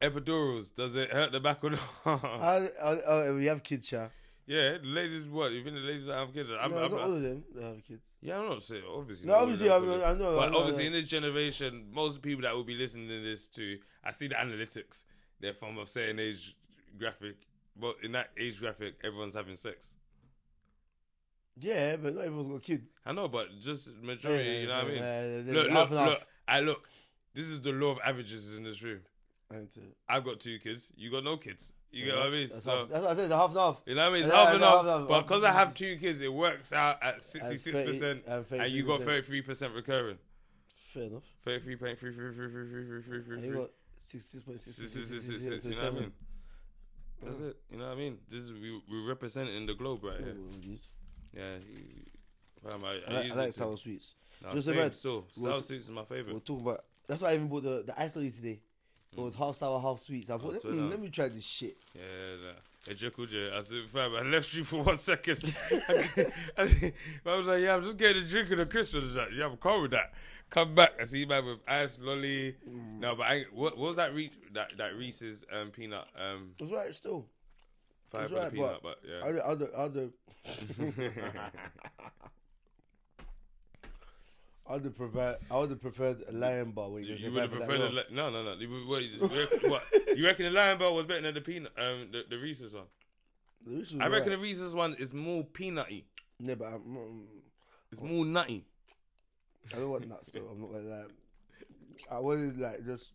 [SPEAKER 1] epidurals? Does it hurt the back or not?
[SPEAKER 2] I, I, I, we have kids, yeah.
[SPEAKER 1] yeah, the ladies. What even the ladies that have kids? I'm,
[SPEAKER 2] No,
[SPEAKER 1] I'm,
[SPEAKER 2] it's not all of them that have kids.
[SPEAKER 1] yeah, I'm not saying obviously.
[SPEAKER 2] No,
[SPEAKER 1] not all
[SPEAKER 2] obviously,
[SPEAKER 1] of
[SPEAKER 2] I
[SPEAKER 1] them,
[SPEAKER 2] mean, I know, I
[SPEAKER 1] But
[SPEAKER 2] know, I
[SPEAKER 1] obviously,
[SPEAKER 2] know.
[SPEAKER 1] in this generation, most people that will be listening to this too, I see the analytics. They're from a certain age graphic, but in that age graphic, everyone's having sex.
[SPEAKER 2] Yeah, but not everyone's got kids.
[SPEAKER 1] I know, but just majority, you know what I mean?
[SPEAKER 2] mean?
[SPEAKER 1] look, look, look. I look. This is the law of averages in this room. I've got two kids. You got no kids. You get what I mean?
[SPEAKER 2] That's,
[SPEAKER 1] So
[SPEAKER 2] half, that's what I said, the half and half.
[SPEAKER 1] you know what I mean? It's
[SPEAKER 2] Yeah,
[SPEAKER 1] half and
[SPEAKER 2] yeah,
[SPEAKER 1] half.
[SPEAKER 2] half and half,
[SPEAKER 1] But
[SPEAKER 2] half
[SPEAKER 1] because
[SPEAKER 2] and
[SPEAKER 1] I
[SPEAKER 2] half.
[SPEAKER 1] have two kids, it works out at sixty-six percent,
[SPEAKER 2] As 30
[SPEAKER 1] and you got
[SPEAKER 2] 33%.
[SPEAKER 1] thirty-three percent recurring.
[SPEAKER 2] Fair enough.
[SPEAKER 1] Thirty-three point three three three three three three three
[SPEAKER 2] And
[SPEAKER 1] three
[SPEAKER 2] you
[SPEAKER 1] three.
[SPEAKER 2] got six- six point six six
[SPEAKER 1] Six,
[SPEAKER 2] six
[SPEAKER 1] six,
[SPEAKER 2] six
[SPEAKER 1] six, six, six.
[SPEAKER 2] six
[SPEAKER 1] You
[SPEAKER 2] six
[SPEAKER 1] know what I
[SPEAKER 2] seven.
[SPEAKER 1] mean? That's it. You know what I mean? This is we we're representing the globe right here.
[SPEAKER 2] Oh, geez.
[SPEAKER 1] Yeah. you- Fam, I, I,
[SPEAKER 2] I like, I
[SPEAKER 1] use
[SPEAKER 2] like
[SPEAKER 1] it to-
[SPEAKER 2] sour sweets.
[SPEAKER 1] Nah,
[SPEAKER 2] Just
[SPEAKER 1] same
[SPEAKER 2] about-
[SPEAKER 1] still.
[SPEAKER 2] we'll
[SPEAKER 1] Sour
[SPEAKER 2] t-
[SPEAKER 1] suits is my
[SPEAKER 2] We're
[SPEAKER 1] favorite.
[SPEAKER 2] talking about. That's why I even bought the, the ice lolly today.
[SPEAKER 1] Hmm.
[SPEAKER 2] It was half sour, half sweet. So I thought,
[SPEAKER 1] swear
[SPEAKER 2] "Hmm,
[SPEAKER 1] now.
[SPEAKER 2] let me try this shit.
[SPEAKER 1] Yeah, nah. Hey, Jekyll J, I said, fam, I left you for one second. I, I, was like, yeah, I'm just getting a drink and a crisp. and that. You have a car with that. Come back. I see you man with ice, lolly. No, but I, what, what was that, Re- that that Reese's um, peanut? Um,
[SPEAKER 2] It was right still.
[SPEAKER 1] five
[SPEAKER 2] It's
[SPEAKER 1] for the
[SPEAKER 2] right,
[SPEAKER 1] peanut,
[SPEAKER 2] but-
[SPEAKER 1] but,
[SPEAKER 2] I
[SPEAKER 1] yeah.
[SPEAKER 2] don't, I don't, I don't, I would have preferred, I would have preferred a lion bar. Where you,
[SPEAKER 1] You would have preferred a
[SPEAKER 2] lion.
[SPEAKER 1] li- no, no, no. You- What, you, just- what, you reckon the lion bar was better than the peanut, um, the, the Reese's one? I reckon the Reese's one is more peanutty.
[SPEAKER 2] Yeah, but I'm, mm,
[SPEAKER 1] It's more nutty.
[SPEAKER 2] I don't want nuts though. I'm not like that. I wanted like just,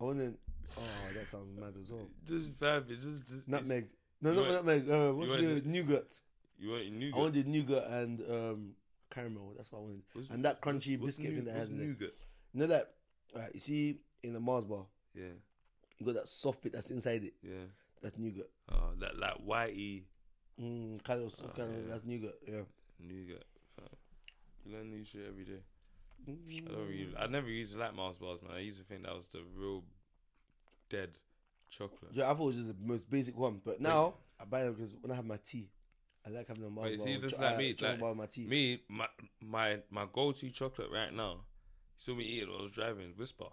[SPEAKER 2] I wanted. Oh, that sounds mad as well.
[SPEAKER 1] Just fam, it's just, just it's-
[SPEAKER 2] Nutmeg. No,
[SPEAKER 1] you
[SPEAKER 2] not
[SPEAKER 1] want-
[SPEAKER 2] nutmeg. Uh, what's
[SPEAKER 1] you
[SPEAKER 2] the
[SPEAKER 1] want
[SPEAKER 2] nougat?
[SPEAKER 1] You want nougat?
[SPEAKER 2] I wanted nougat and um, caramel. That's what I wanted.
[SPEAKER 1] What's-
[SPEAKER 2] and that crunchy
[SPEAKER 1] what's
[SPEAKER 2] biscuit
[SPEAKER 1] nou-
[SPEAKER 2] thing that
[SPEAKER 1] what's
[SPEAKER 2] has in it.
[SPEAKER 1] nougat?
[SPEAKER 2] You know that? Alright, you see in the Mars bar,
[SPEAKER 1] Yeah,
[SPEAKER 2] you got that soft bit that's inside it.
[SPEAKER 1] yeah.
[SPEAKER 2] That's nougat.
[SPEAKER 1] Oh, that like whitey
[SPEAKER 2] Mm, kind of soft, kind of,
[SPEAKER 1] Oh, yeah.
[SPEAKER 2] That's nougat. Yeah.
[SPEAKER 1] nougat. Fam. You learn new shit every day. I don't really. I never used to like Mars bars, man. I used to think that was the real dead chocolate.
[SPEAKER 2] Yeah, I thought it was just the most basic one, but now I buy them because when I have my tea, I like having a Mars
[SPEAKER 1] Wait,
[SPEAKER 2] bar.
[SPEAKER 1] see,
[SPEAKER 2] with
[SPEAKER 1] this
[SPEAKER 2] cho-
[SPEAKER 1] is like
[SPEAKER 2] uh,
[SPEAKER 1] me,
[SPEAKER 2] chocolate
[SPEAKER 1] like
[SPEAKER 2] bar with my tea.
[SPEAKER 1] Me, my my my go-to chocolate right now. You saw me eat it while I was driving. Whisper.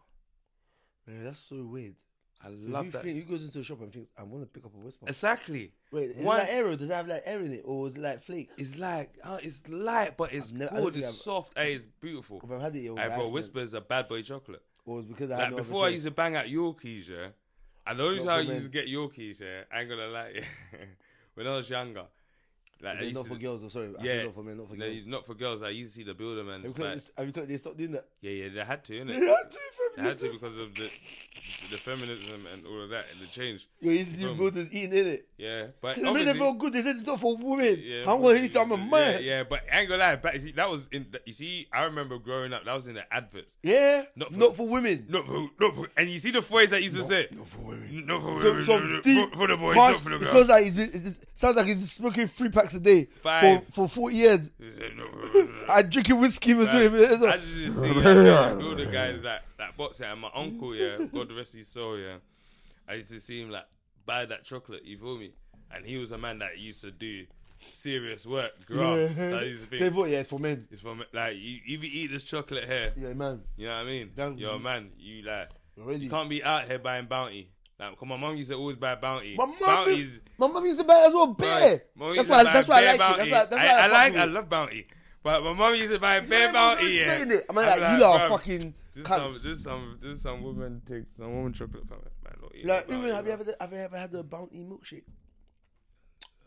[SPEAKER 2] Man, that's so weird.
[SPEAKER 1] I
[SPEAKER 2] Love
[SPEAKER 1] love
[SPEAKER 2] you
[SPEAKER 1] that.
[SPEAKER 2] Think, who goes into a shop and thinks I want to pick up a whisper?
[SPEAKER 1] Exactly.
[SPEAKER 2] Wait, is
[SPEAKER 1] one-
[SPEAKER 2] it like aero? Does it have like air in it, or is it like flake?
[SPEAKER 1] It's like uh, it's light, but it's
[SPEAKER 2] I've never- I don't
[SPEAKER 1] good.
[SPEAKER 2] think
[SPEAKER 1] It's
[SPEAKER 2] I've-
[SPEAKER 1] soft. Hey, it's beautiful.
[SPEAKER 2] If I've had it, it was
[SPEAKER 1] Hey,
[SPEAKER 2] by
[SPEAKER 1] bro,
[SPEAKER 2] accident,
[SPEAKER 1] Whisper is a bad boy chocolate.
[SPEAKER 2] or it's because I had
[SPEAKER 1] Like
[SPEAKER 2] no other
[SPEAKER 1] before, I
[SPEAKER 2] choice.
[SPEAKER 1] used to bang out Yorkies, yeah. And the only
[SPEAKER 2] Not
[SPEAKER 1] reason I
[SPEAKER 2] for
[SPEAKER 1] used to
[SPEAKER 2] men.
[SPEAKER 1] get Yorkies, yeah, I ain't gonna lie, yeah. when I was younger, like
[SPEAKER 2] Is
[SPEAKER 1] I
[SPEAKER 2] it
[SPEAKER 1] used
[SPEAKER 2] not
[SPEAKER 1] to-
[SPEAKER 2] for girls. Oh, sorry, I
[SPEAKER 1] Yeah.
[SPEAKER 2] said not for men, not for
[SPEAKER 1] no,
[SPEAKER 2] girls.
[SPEAKER 1] it's not for girls. I used to see the builder man.
[SPEAKER 2] Have you
[SPEAKER 1] Like,
[SPEAKER 2] clocked this- have you clocked they stopped doing that?
[SPEAKER 1] yeah, yeah, they had to,
[SPEAKER 2] They
[SPEAKER 1] innit?
[SPEAKER 2] had to,
[SPEAKER 1] They had
[SPEAKER 2] fam.
[SPEAKER 1] to
[SPEAKER 2] listen.
[SPEAKER 1] because of the the feminism and all of that and the change.
[SPEAKER 2] Yo, these new
[SPEAKER 1] Boom.
[SPEAKER 2] builders eating in it.
[SPEAKER 1] Yeah, but
[SPEAKER 2] They made them
[SPEAKER 1] obviously-
[SPEAKER 2] feel good. They said it's not for women.
[SPEAKER 1] Yeah,
[SPEAKER 2] I'm
[SPEAKER 1] but-
[SPEAKER 2] gonna hit. I'm a
[SPEAKER 1] yeah,
[SPEAKER 2] man. Yeah.
[SPEAKER 1] Yeah, but I ain't gonna lie. But you see, that was in. You see, I remember growing up. That was in the adverts. Not
[SPEAKER 2] Not
[SPEAKER 1] for-
[SPEAKER 2] for, women.
[SPEAKER 1] No, for, no, for, and you see the phrase that used to say.
[SPEAKER 2] Not for women.
[SPEAKER 1] No, for,
[SPEAKER 2] Some,
[SPEAKER 1] for-
[SPEAKER 2] some
[SPEAKER 1] for-
[SPEAKER 2] deep
[SPEAKER 1] for the boys,
[SPEAKER 2] harsh-
[SPEAKER 1] not for the
[SPEAKER 2] it
[SPEAKER 1] girls.
[SPEAKER 2] sounds like he's, been, it's, it's- sounds like he's smoking three packs a day
[SPEAKER 1] Five.
[SPEAKER 2] for for 40 years.
[SPEAKER 1] He said, "No, no, no, no."
[SPEAKER 2] I drinking whiskey as well.
[SPEAKER 1] I just didn't see like, the builder guys that that box it, and my uncle, yeah, God rest his soul, yeah. I used to see him like buy that chocolate, you feel me? And he was a man that used to do serious work, grow up. So I used to
[SPEAKER 2] They
[SPEAKER 1] think
[SPEAKER 2] vote, yeah, it's for men.
[SPEAKER 1] it's from like you, if you eat this chocolate here,
[SPEAKER 2] Yeah, man.
[SPEAKER 1] you know what I mean?
[SPEAKER 2] That-
[SPEAKER 1] Yo, man, you like
[SPEAKER 2] Already.
[SPEAKER 1] you can't be out here buying bounty. Like, 'cause my mum used to always buy bounty.
[SPEAKER 2] My mum,
[SPEAKER 1] Bounties.
[SPEAKER 2] my mum used to buy it as well beer.
[SPEAKER 1] Mum used
[SPEAKER 2] that's
[SPEAKER 1] to
[SPEAKER 2] why.
[SPEAKER 1] buy
[SPEAKER 2] That's why I
[SPEAKER 1] bare
[SPEAKER 2] like it. That's why. That's
[SPEAKER 1] Bounty.
[SPEAKER 2] why
[SPEAKER 1] I, I
[SPEAKER 2] fuck
[SPEAKER 1] like.
[SPEAKER 2] with
[SPEAKER 1] I
[SPEAKER 2] it.
[SPEAKER 1] love bounty, but my mum used to buy
[SPEAKER 2] Yeah,
[SPEAKER 1] bare
[SPEAKER 2] man, I'm
[SPEAKER 1] bounty. Yeah,
[SPEAKER 2] respecting it. I mean,
[SPEAKER 1] I'm
[SPEAKER 2] like, you lot are
[SPEAKER 1] bruv,
[SPEAKER 2] fucking
[SPEAKER 1] This some,
[SPEAKER 2] cunts.
[SPEAKER 1] this some, this some woman takes some woman chocolate from it. Man, not eating
[SPEAKER 2] Like,
[SPEAKER 1] bounty,
[SPEAKER 2] even have you
[SPEAKER 1] bruv.
[SPEAKER 2] ever have you ever had a bounty milkshake?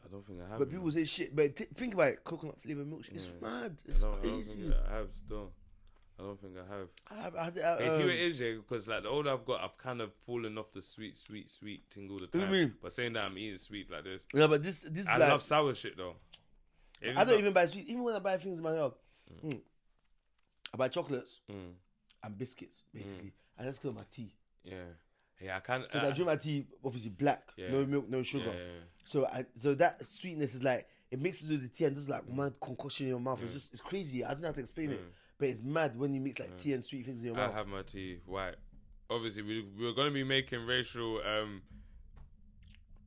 [SPEAKER 1] I don't think I have.
[SPEAKER 2] But
[SPEAKER 1] it.
[SPEAKER 2] people say shit. But th- think about it, coconut flavored milkshake. It's mad.
[SPEAKER 1] Mm. I
[SPEAKER 2] It's
[SPEAKER 1] don't, I don't
[SPEAKER 2] crazy.
[SPEAKER 1] think I have still. I don't think I have.
[SPEAKER 2] I have. I had it at,
[SPEAKER 1] Hey, see
[SPEAKER 2] um,
[SPEAKER 1] what it is, yeah? Because like the older I've got, I've kind of fallen off the sweet, sweet, sweet thing all the
[SPEAKER 2] do you
[SPEAKER 1] time.
[SPEAKER 2] mean?
[SPEAKER 1] But saying that I'm eating sweet like this,
[SPEAKER 2] Yeah, but this this is
[SPEAKER 1] I
[SPEAKER 2] like
[SPEAKER 1] love sour shit though. If
[SPEAKER 2] I
[SPEAKER 1] it's
[SPEAKER 2] don't
[SPEAKER 1] not-
[SPEAKER 2] even buy sweet. Even when I buy things in my job, mm, I buy chocolates
[SPEAKER 1] Mm,
[SPEAKER 2] and biscuits basically, and that's because of my tea.
[SPEAKER 1] yeah, yeah, I can't.
[SPEAKER 2] Because I drink my tea obviously black,
[SPEAKER 1] Ah. Yeah.
[SPEAKER 2] no milk, no
[SPEAKER 1] yeah,
[SPEAKER 2] sugar.
[SPEAKER 1] yeah.
[SPEAKER 2] So I so that sweetness is like it mixes with the tea and there's
[SPEAKER 1] Mm.
[SPEAKER 2] like mad concoction in your mouth. It's just it's crazy. I don't know how to explain it, but it's mad when you mix
[SPEAKER 1] Mm.
[SPEAKER 2] like tea and sweet things in your
[SPEAKER 1] I
[SPEAKER 2] mouth.
[SPEAKER 1] have my tea white. Obviously, we, we're going to be making racial um,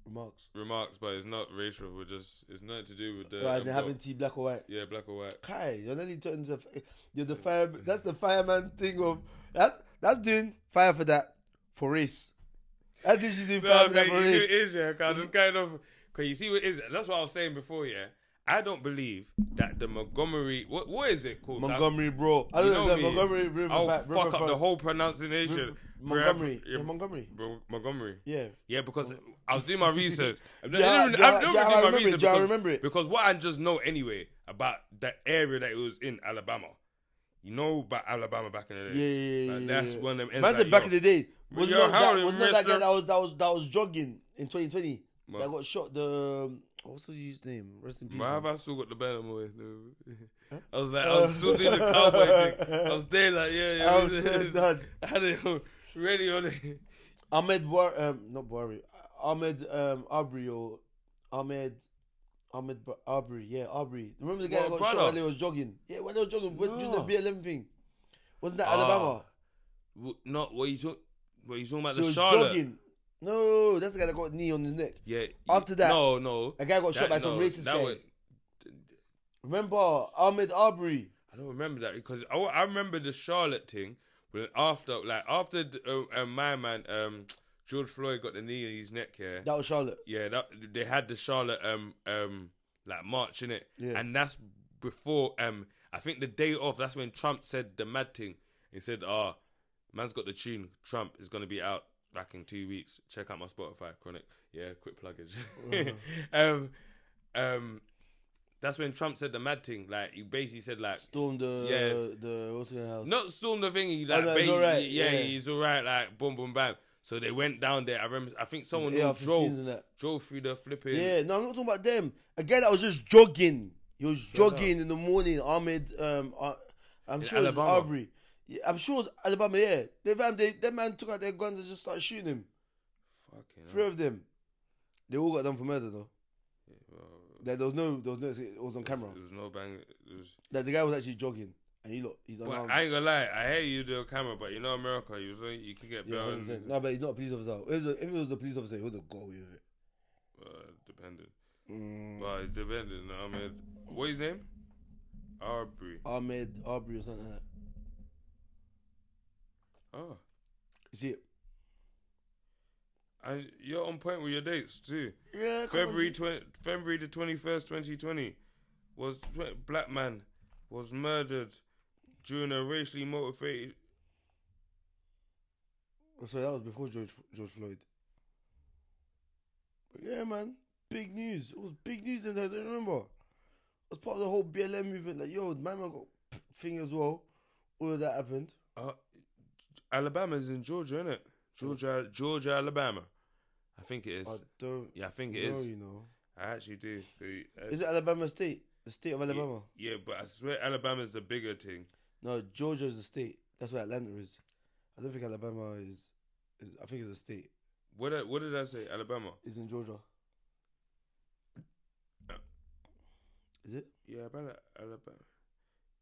[SPEAKER 2] Remarks.
[SPEAKER 1] remarks, but it's not racial. We're just it's nothing to do with the.
[SPEAKER 2] Right, as in
[SPEAKER 1] um,
[SPEAKER 2] having
[SPEAKER 1] what-
[SPEAKER 2] tea black or white.
[SPEAKER 1] yeah, black or white.
[SPEAKER 2] Kai, you're nearly turning to fi- you're the fire. That's the fireman thing of that's that's doing fire for that for race. That's literally doing fire
[SPEAKER 1] No,
[SPEAKER 2] for
[SPEAKER 1] mate,
[SPEAKER 2] that
[SPEAKER 1] you
[SPEAKER 2] for
[SPEAKER 1] know it
[SPEAKER 2] race.
[SPEAKER 1] is, yeah. Cause it's kind of because you see what it is. That's what I was saying before, yeah. I don't believe that the Montgomery. What what is it called?
[SPEAKER 2] Montgomery, bro.
[SPEAKER 1] That-
[SPEAKER 2] I don't
[SPEAKER 1] you
[SPEAKER 2] know,
[SPEAKER 1] know
[SPEAKER 2] that
[SPEAKER 1] me.
[SPEAKER 2] Montgomery River.
[SPEAKER 1] I'll
[SPEAKER 2] Fa-
[SPEAKER 1] fuck
[SPEAKER 2] River
[SPEAKER 1] up
[SPEAKER 2] Front-
[SPEAKER 1] the whole pronunciation.
[SPEAKER 2] Montgomery.
[SPEAKER 1] Yeah,
[SPEAKER 2] Yeah, Montgomery.
[SPEAKER 1] Bro- Montgomery.
[SPEAKER 2] Yeah.
[SPEAKER 1] Yeah, because I was doing my research. I'm
[SPEAKER 2] Do you-
[SPEAKER 1] not- I
[SPEAKER 2] do you-
[SPEAKER 1] don't
[SPEAKER 2] do
[SPEAKER 1] really
[SPEAKER 2] you-
[SPEAKER 1] do
[SPEAKER 2] I
[SPEAKER 1] my
[SPEAKER 2] remember it,
[SPEAKER 1] research
[SPEAKER 2] do you
[SPEAKER 1] because-
[SPEAKER 2] remember it?
[SPEAKER 1] because what I just know anyway about that area that it was in Alabama. You know about Alabama back in the day.
[SPEAKER 2] Yeah, yeah, yeah.
[SPEAKER 1] Like,
[SPEAKER 2] yeah,
[SPEAKER 1] that's
[SPEAKER 2] yeah.
[SPEAKER 1] one of them.
[SPEAKER 2] Man
[SPEAKER 1] ends
[SPEAKER 2] said
[SPEAKER 1] like,
[SPEAKER 2] back
[SPEAKER 1] yo,
[SPEAKER 2] in the day. Was
[SPEAKER 1] yo,
[SPEAKER 2] not
[SPEAKER 1] how
[SPEAKER 2] that,
[SPEAKER 1] did
[SPEAKER 2] was
[SPEAKER 1] we
[SPEAKER 2] not that
[SPEAKER 1] mess
[SPEAKER 2] guy
[SPEAKER 1] up?
[SPEAKER 2] that was that was that was jogging in 2020
[SPEAKER 1] What?
[SPEAKER 2] that got shot? The what's his name? Rest in peace.
[SPEAKER 1] Why
[SPEAKER 2] man.
[SPEAKER 1] have I still got the banner away? I was like, I was still doing the cowboy thing. I was there, like, yeah, yeah.
[SPEAKER 2] I was so Oh, done.
[SPEAKER 1] I had it on- ready on it.
[SPEAKER 2] Ahmed War, um, not Buhari, Ahmed um, Aubrey or Ahmed Ahmed Bu- Aubrey, yeah, Aubrey. Remember the guy
[SPEAKER 1] What,
[SPEAKER 2] that got shot
[SPEAKER 1] brother?
[SPEAKER 2] while he was jogging? Yeah, while they were jogging, when- during the
[SPEAKER 1] No.
[SPEAKER 2] BLM thing. Wasn't that
[SPEAKER 1] Ah.
[SPEAKER 2] Alabama?
[SPEAKER 1] W- Not what you talk. But he's talking about
[SPEAKER 2] He
[SPEAKER 1] the
[SPEAKER 2] was
[SPEAKER 1] Charlotte.
[SPEAKER 2] jogging. No, that's the guy that got a knee on his neck.
[SPEAKER 1] Yeah.
[SPEAKER 2] After that,
[SPEAKER 1] No, no.
[SPEAKER 2] A guy got shot by some racist
[SPEAKER 1] that
[SPEAKER 2] guys.
[SPEAKER 1] was-
[SPEAKER 2] Remember Ahmed Arbery?
[SPEAKER 1] I don't remember that because I, I remember the Charlotte thing. But after, like after the, uh, uh, my man um, George Floyd got the knee in his neck, yeah,
[SPEAKER 2] That was Charlotte.
[SPEAKER 1] yeah, that they had the Charlotte um um like march in it,
[SPEAKER 2] Yeah.
[SPEAKER 1] and that's before um I think the day off. That's when Trump said the mad thing. He said, "Ah, man's got the tune. Trump is gonna be out back in two weeks. Check out my Spotify chronic. Yeah, quick pluggage. um, um, that's when Trump said the mad thing. Like he basically said like."
[SPEAKER 2] Stormed the
[SPEAKER 1] Yes.
[SPEAKER 2] the what's the house?
[SPEAKER 1] Not storm the thingy,
[SPEAKER 2] Oh,
[SPEAKER 1] like,
[SPEAKER 2] no,
[SPEAKER 1] ba-
[SPEAKER 2] he's alright,
[SPEAKER 1] yeah,
[SPEAKER 2] yeah.
[SPEAKER 1] he's all right. Like, boom, boom, bam. So they went down there. I remember. I think someone
[SPEAKER 2] AR-15s
[SPEAKER 1] who drove
[SPEAKER 2] and that.
[SPEAKER 1] drove through the flipping.
[SPEAKER 2] Yeah, no, I'm not talking about them. A guy that was just jogging. He was jogging in the morning. Ahmed, um, uh, I'm
[SPEAKER 1] In
[SPEAKER 2] sure it was
[SPEAKER 1] Alabama.
[SPEAKER 2] Arbery. Yeah, I'm sure it was Alabama. Yeah, they, fam, they, that man took out their guns and just started shooting him.
[SPEAKER 1] Fucking
[SPEAKER 2] Three
[SPEAKER 1] hell.
[SPEAKER 2] of them. They all got done for murder though. There, there was no, there was no. It was on camera.
[SPEAKER 1] It was no bang. It was,
[SPEAKER 2] That the guy was actually jogging, and he look, he's
[SPEAKER 1] but
[SPEAKER 2] unarmed.
[SPEAKER 1] I ain't gonna lie. I hear you do a camera, but you know America, you was only- you can get
[SPEAKER 2] Yeah,
[SPEAKER 1] bail.
[SPEAKER 2] 100%. no, but he's not a police officer. If it was a, if it was a police officer, he would have got away with it.
[SPEAKER 1] Uh, dependent.
[SPEAKER 2] Mm.
[SPEAKER 1] Well, it dependent. I mean, what his name? Arbery.
[SPEAKER 2] Ahmed Arbery or something like that.
[SPEAKER 1] Oh,
[SPEAKER 2] You see it?
[SPEAKER 1] and you're on point with your dates too.
[SPEAKER 2] Yeah, come on,
[SPEAKER 1] February
[SPEAKER 2] G.
[SPEAKER 1] twenty, February the twenty first, twenty twenty, was black man was murdered during a racially motivated.
[SPEAKER 2] Oh, sorry, that was before George George Floyd. But yeah, man, big news. It was big news, and I don't remember. It was part of the whole BLM movement. Like, yo, my man got p- thing as well. All of that happened.
[SPEAKER 1] Uh, Alabama's in Georgia, innit? Georgia, Georgia, Alabama. I think it is.
[SPEAKER 2] I don't
[SPEAKER 1] yeah, I think it
[SPEAKER 2] know,
[SPEAKER 1] is.
[SPEAKER 2] you know.
[SPEAKER 1] I actually do. The- uh,
[SPEAKER 2] Is it Alabama State? The state of Alabama?
[SPEAKER 1] Yeah, but I swear Alabama's the bigger thing.
[SPEAKER 2] No, Georgia is a state. That's where Atlanta is. I don't think Alabama is. is I think it's a state.
[SPEAKER 1] What did, what did I say? Alabama.
[SPEAKER 2] It's in Georgia. Is it?
[SPEAKER 1] Yeah, Alabama, Alabama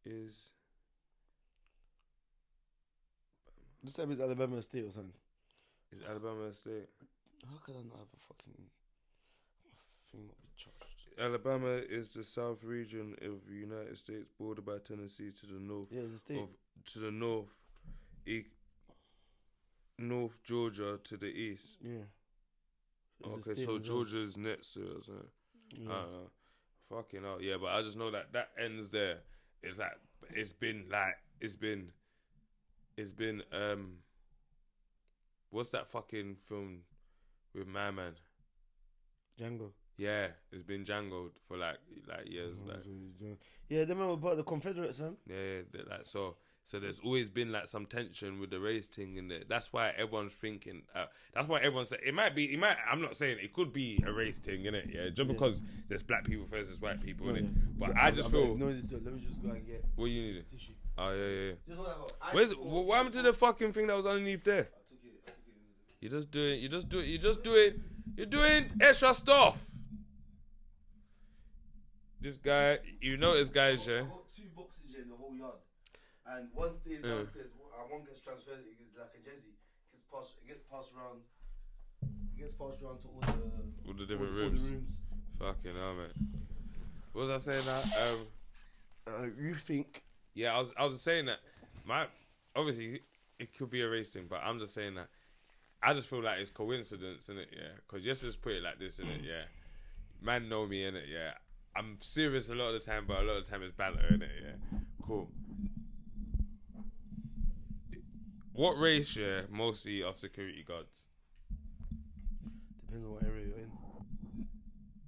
[SPEAKER 1] is.
[SPEAKER 2] Just type it's Alabama a state or something.
[SPEAKER 1] Is Alabama a state?
[SPEAKER 2] How could I not have a fucking thing not be charged?
[SPEAKER 1] Alabama is the south region of the United States, bordered by Tennessee to the north.
[SPEAKER 2] Yeah, it's a state.
[SPEAKER 1] of to the north, e- North Georgia to the east.
[SPEAKER 2] yeah. It's a
[SPEAKER 1] okay,
[SPEAKER 2] state
[SPEAKER 1] so
[SPEAKER 2] as well.
[SPEAKER 1] Georgia is next to us. Huh?
[SPEAKER 2] Yeah.
[SPEAKER 1] I don't know. Fucking hell, yeah. But I just know that that ends there. It's like it's been like it's been it's been um. What's that fucking film with my man?
[SPEAKER 2] Django.
[SPEAKER 1] Yeah, it's been jangled for like like years.
[SPEAKER 2] Mm-hmm.
[SPEAKER 1] Like
[SPEAKER 2] Yeah, they remember about the Confederates, man.
[SPEAKER 1] Yeah, yeah, they- like so.
[SPEAKER 2] Mm.
[SPEAKER 1] So there's always been like some tension with the race thing in there. That's why everyone's thinking. Uh, that's why everyone's saying it might be. It might. I'm not saying it could be a race thing in it. Yeah, just because there's black people versus white people in
[SPEAKER 2] yeah.
[SPEAKER 1] it. But I just feel.
[SPEAKER 2] No, this. Let me just go and get
[SPEAKER 1] What you needed?
[SPEAKER 2] tissue.
[SPEAKER 1] Oh yeah, yeah. yeah.
[SPEAKER 2] Just hold that up. I
[SPEAKER 1] Where's
[SPEAKER 2] just
[SPEAKER 1] wh-
[SPEAKER 2] thought-
[SPEAKER 1] what happened to the fucking thing that was underneath there?
[SPEAKER 2] I took it- I took it.
[SPEAKER 1] You just doing. You just do. You just doing. You're doing extra stuff. This guy, you know this guy, yeah.
[SPEAKER 2] I've got two boxes here in the whole yard, and one stays
[SPEAKER 1] Yeah.
[SPEAKER 2] downstairs. w- And one gets transferred. It is like a jersey. It gets passed. It gets passed around. It gets passed around to all the
[SPEAKER 1] All the different
[SPEAKER 2] all,
[SPEAKER 1] rooms.
[SPEAKER 2] All the rooms.
[SPEAKER 1] Fucking hell, man. What was I saying? That um.
[SPEAKER 2] Uh, you think?
[SPEAKER 1] Yeah, I was I was saying that my obviously it could be a race thing, but I'm just saying that I just feel like it's coincidence in it, yeah. Because just just put it like this in it, yeah. Man know me in it, yeah. I'm serious a lot of the time, but a lot of the time it's banter in it, yeah. Cool. What race, yeah, mostly are security guards?
[SPEAKER 2] Depends on what area you're in.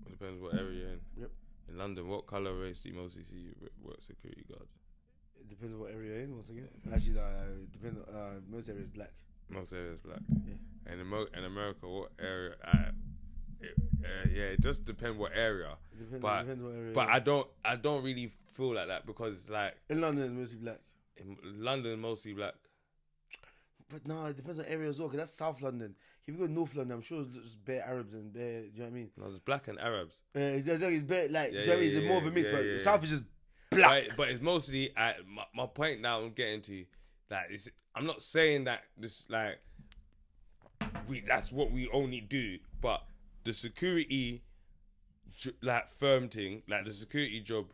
[SPEAKER 1] It depends what area you're in.
[SPEAKER 2] Yep.
[SPEAKER 1] In London, what colour race do you mostly see you what security guard?
[SPEAKER 2] It depends on what area you're in. Once again, actually, no, uh, depend. On, uh, most area is black.
[SPEAKER 1] Most areas black.
[SPEAKER 2] Yeah.
[SPEAKER 1] And in, Mo- in America, what area? I, it, uh, yeah, it just depends what area.
[SPEAKER 2] It depends.
[SPEAKER 1] But-
[SPEAKER 2] it depends what area.
[SPEAKER 1] But
[SPEAKER 2] you're
[SPEAKER 1] I don't, I don't really feel like that because like
[SPEAKER 2] in. in London, it's mostly black.
[SPEAKER 1] in London, mostly black.
[SPEAKER 2] But no, it depends on area as well. Cause that's South London. If you go to North London, I'm sure it's just bare Arabs and bare. Do you know what I mean?
[SPEAKER 1] No, it's black and Arabs.
[SPEAKER 2] Uh, it's, it's, it's better, like,
[SPEAKER 1] Yeah,
[SPEAKER 2] do you know what I mean?
[SPEAKER 1] yeah,
[SPEAKER 2] It's
[SPEAKER 1] yeah,
[SPEAKER 2] more of a mix,
[SPEAKER 1] yeah,
[SPEAKER 2] but
[SPEAKER 1] yeah, yeah.
[SPEAKER 2] South is just black.
[SPEAKER 1] But, but it's mostly I, my, my point now I'm getting to that is I'm not saying that this like we that's what we only do. But the security, j- like firm thing, like the security job,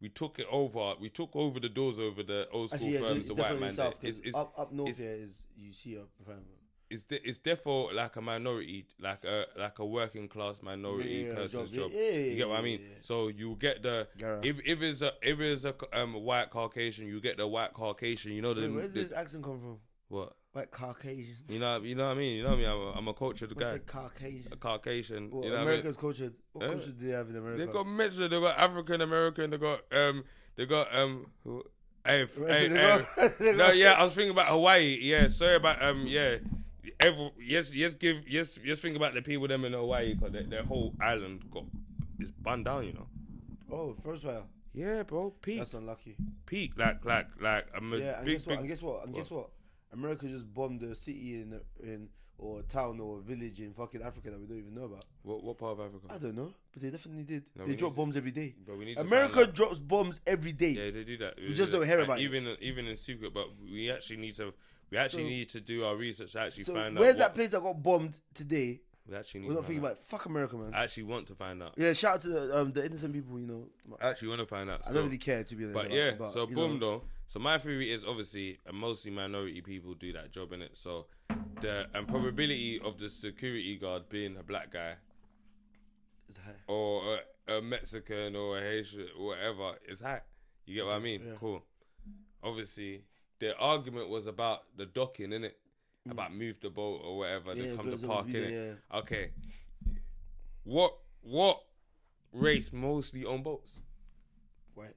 [SPEAKER 1] we took it over. We took over the doors over the old school
[SPEAKER 2] Actually, yeah,
[SPEAKER 1] firms.
[SPEAKER 2] it's
[SPEAKER 1] the white
[SPEAKER 2] definitely
[SPEAKER 1] man,
[SPEAKER 2] south
[SPEAKER 1] it's,
[SPEAKER 2] because
[SPEAKER 1] it's,
[SPEAKER 2] up, up north
[SPEAKER 1] it's-
[SPEAKER 2] here is you see a prime.
[SPEAKER 1] it's de- it's therefore like a minority, like a like a working class minority
[SPEAKER 2] Yeah, yeah, yeah,
[SPEAKER 1] person's job.
[SPEAKER 2] job. Yeah, yeah,
[SPEAKER 1] you get what I
[SPEAKER 2] yeah,
[SPEAKER 1] mean?
[SPEAKER 2] yeah, yeah.
[SPEAKER 1] So you get the
[SPEAKER 2] Yeah.
[SPEAKER 1] if if it's a if it's a um a white Caucasian, you get the white Caucasian. You know the,
[SPEAKER 2] Wait, where does
[SPEAKER 1] the-
[SPEAKER 2] this accent come from?
[SPEAKER 1] what
[SPEAKER 2] Like Caucasian.
[SPEAKER 1] you know you know what I mean. You know what I mean. I'm a, I'm a cultured
[SPEAKER 2] What's
[SPEAKER 1] guy,
[SPEAKER 2] it Caucasian?
[SPEAKER 1] a Caucasian.
[SPEAKER 2] Well,
[SPEAKER 1] you know
[SPEAKER 2] America's culture. What
[SPEAKER 1] Eh?
[SPEAKER 2] culture do they have in
[SPEAKER 1] what I mean?
[SPEAKER 2] America?
[SPEAKER 1] They got mixture. They got African American. They got um they got um. who- Hey, f-
[SPEAKER 2] Right, so
[SPEAKER 1] hey,
[SPEAKER 2] they
[SPEAKER 1] hey.
[SPEAKER 2] got- they
[SPEAKER 1] no,
[SPEAKER 2] got-
[SPEAKER 1] yeah, I was thinking about Hawaii. Yeah, sorry about um, yeah. Every, yes, yes, give yes, yes. Think about the people them in Hawaii because their, their whole island got is burned down. You know.
[SPEAKER 2] Oh, first of all,
[SPEAKER 1] Yeah, bro. Peak,
[SPEAKER 2] that's unlucky.
[SPEAKER 1] peak. Like, like, like. I'm a
[SPEAKER 2] Yeah, and
[SPEAKER 1] big,
[SPEAKER 2] guess what?
[SPEAKER 1] big.
[SPEAKER 2] And guess what? And guess what? America just bombed a city in in or a town or a village in fucking Africa that we don't even know about.
[SPEAKER 1] What, what part of
[SPEAKER 2] I
[SPEAKER 1] Africa?
[SPEAKER 2] don't know, but they definitely did.
[SPEAKER 1] we
[SPEAKER 2] they
[SPEAKER 1] need
[SPEAKER 2] drop
[SPEAKER 1] to-
[SPEAKER 2] bombs every day.
[SPEAKER 1] But we need to
[SPEAKER 2] America
[SPEAKER 1] find out.
[SPEAKER 2] drops bombs every day.
[SPEAKER 1] Yeah, they do that. We
[SPEAKER 2] just don't hear about it.
[SPEAKER 1] even even in secret. But we actually need to. We actually
[SPEAKER 2] So-
[SPEAKER 1] need to do our research. To actually
[SPEAKER 2] so
[SPEAKER 1] find out.
[SPEAKER 2] where's
[SPEAKER 1] what-
[SPEAKER 2] that place that got bombed today?
[SPEAKER 1] We actually need.
[SPEAKER 2] We're
[SPEAKER 1] to find
[SPEAKER 2] not thinking
[SPEAKER 1] out.
[SPEAKER 2] about it. fuck America, man.
[SPEAKER 1] I actually want to find out.
[SPEAKER 2] yeah, shout out to the, um, the innocent people. You know,
[SPEAKER 1] I actually want to find out.
[SPEAKER 2] I
[SPEAKER 1] still.
[SPEAKER 2] don't really care to be honest.
[SPEAKER 1] But
[SPEAKER 2] about
[SPEAKER 1] yeah,
[SPEAKER 2] it, but,
[SPEAKER 1] so
[SPEAKER 2] you
[SPEAKER 1] boom
[SPEAKER 2] know,
[SPEAKER 1] though. So my theory is obviously uh, mostly minority people do that job in it. So the and probability of the security guard being a black guy
[SPEAKER 2] it's high.
[SPEAKER 1] or a, a Mexican or a Haitian or whatever is high. You get what I mean?
[SPEAKER 2] Yeah.
[SPEAKER 1] Cool. Obviously, their argument was about the docking in it, about move the boat or whatever.
[SPEAKER 2] Mm. Yeah,
[SPEAKER 1] they come
[SPEAKER 2] but
[SPEAKER 1] to
[SPEAKER 2] it's
[SPEAKER 1] park in
[SPEAKER 2] obviously-
[SPEAKER 1] it.
[SPEAKER 2] yeah,
[SPEAKER 1] Okay. What what race mostly on boats?
[SPEAKER 2] White.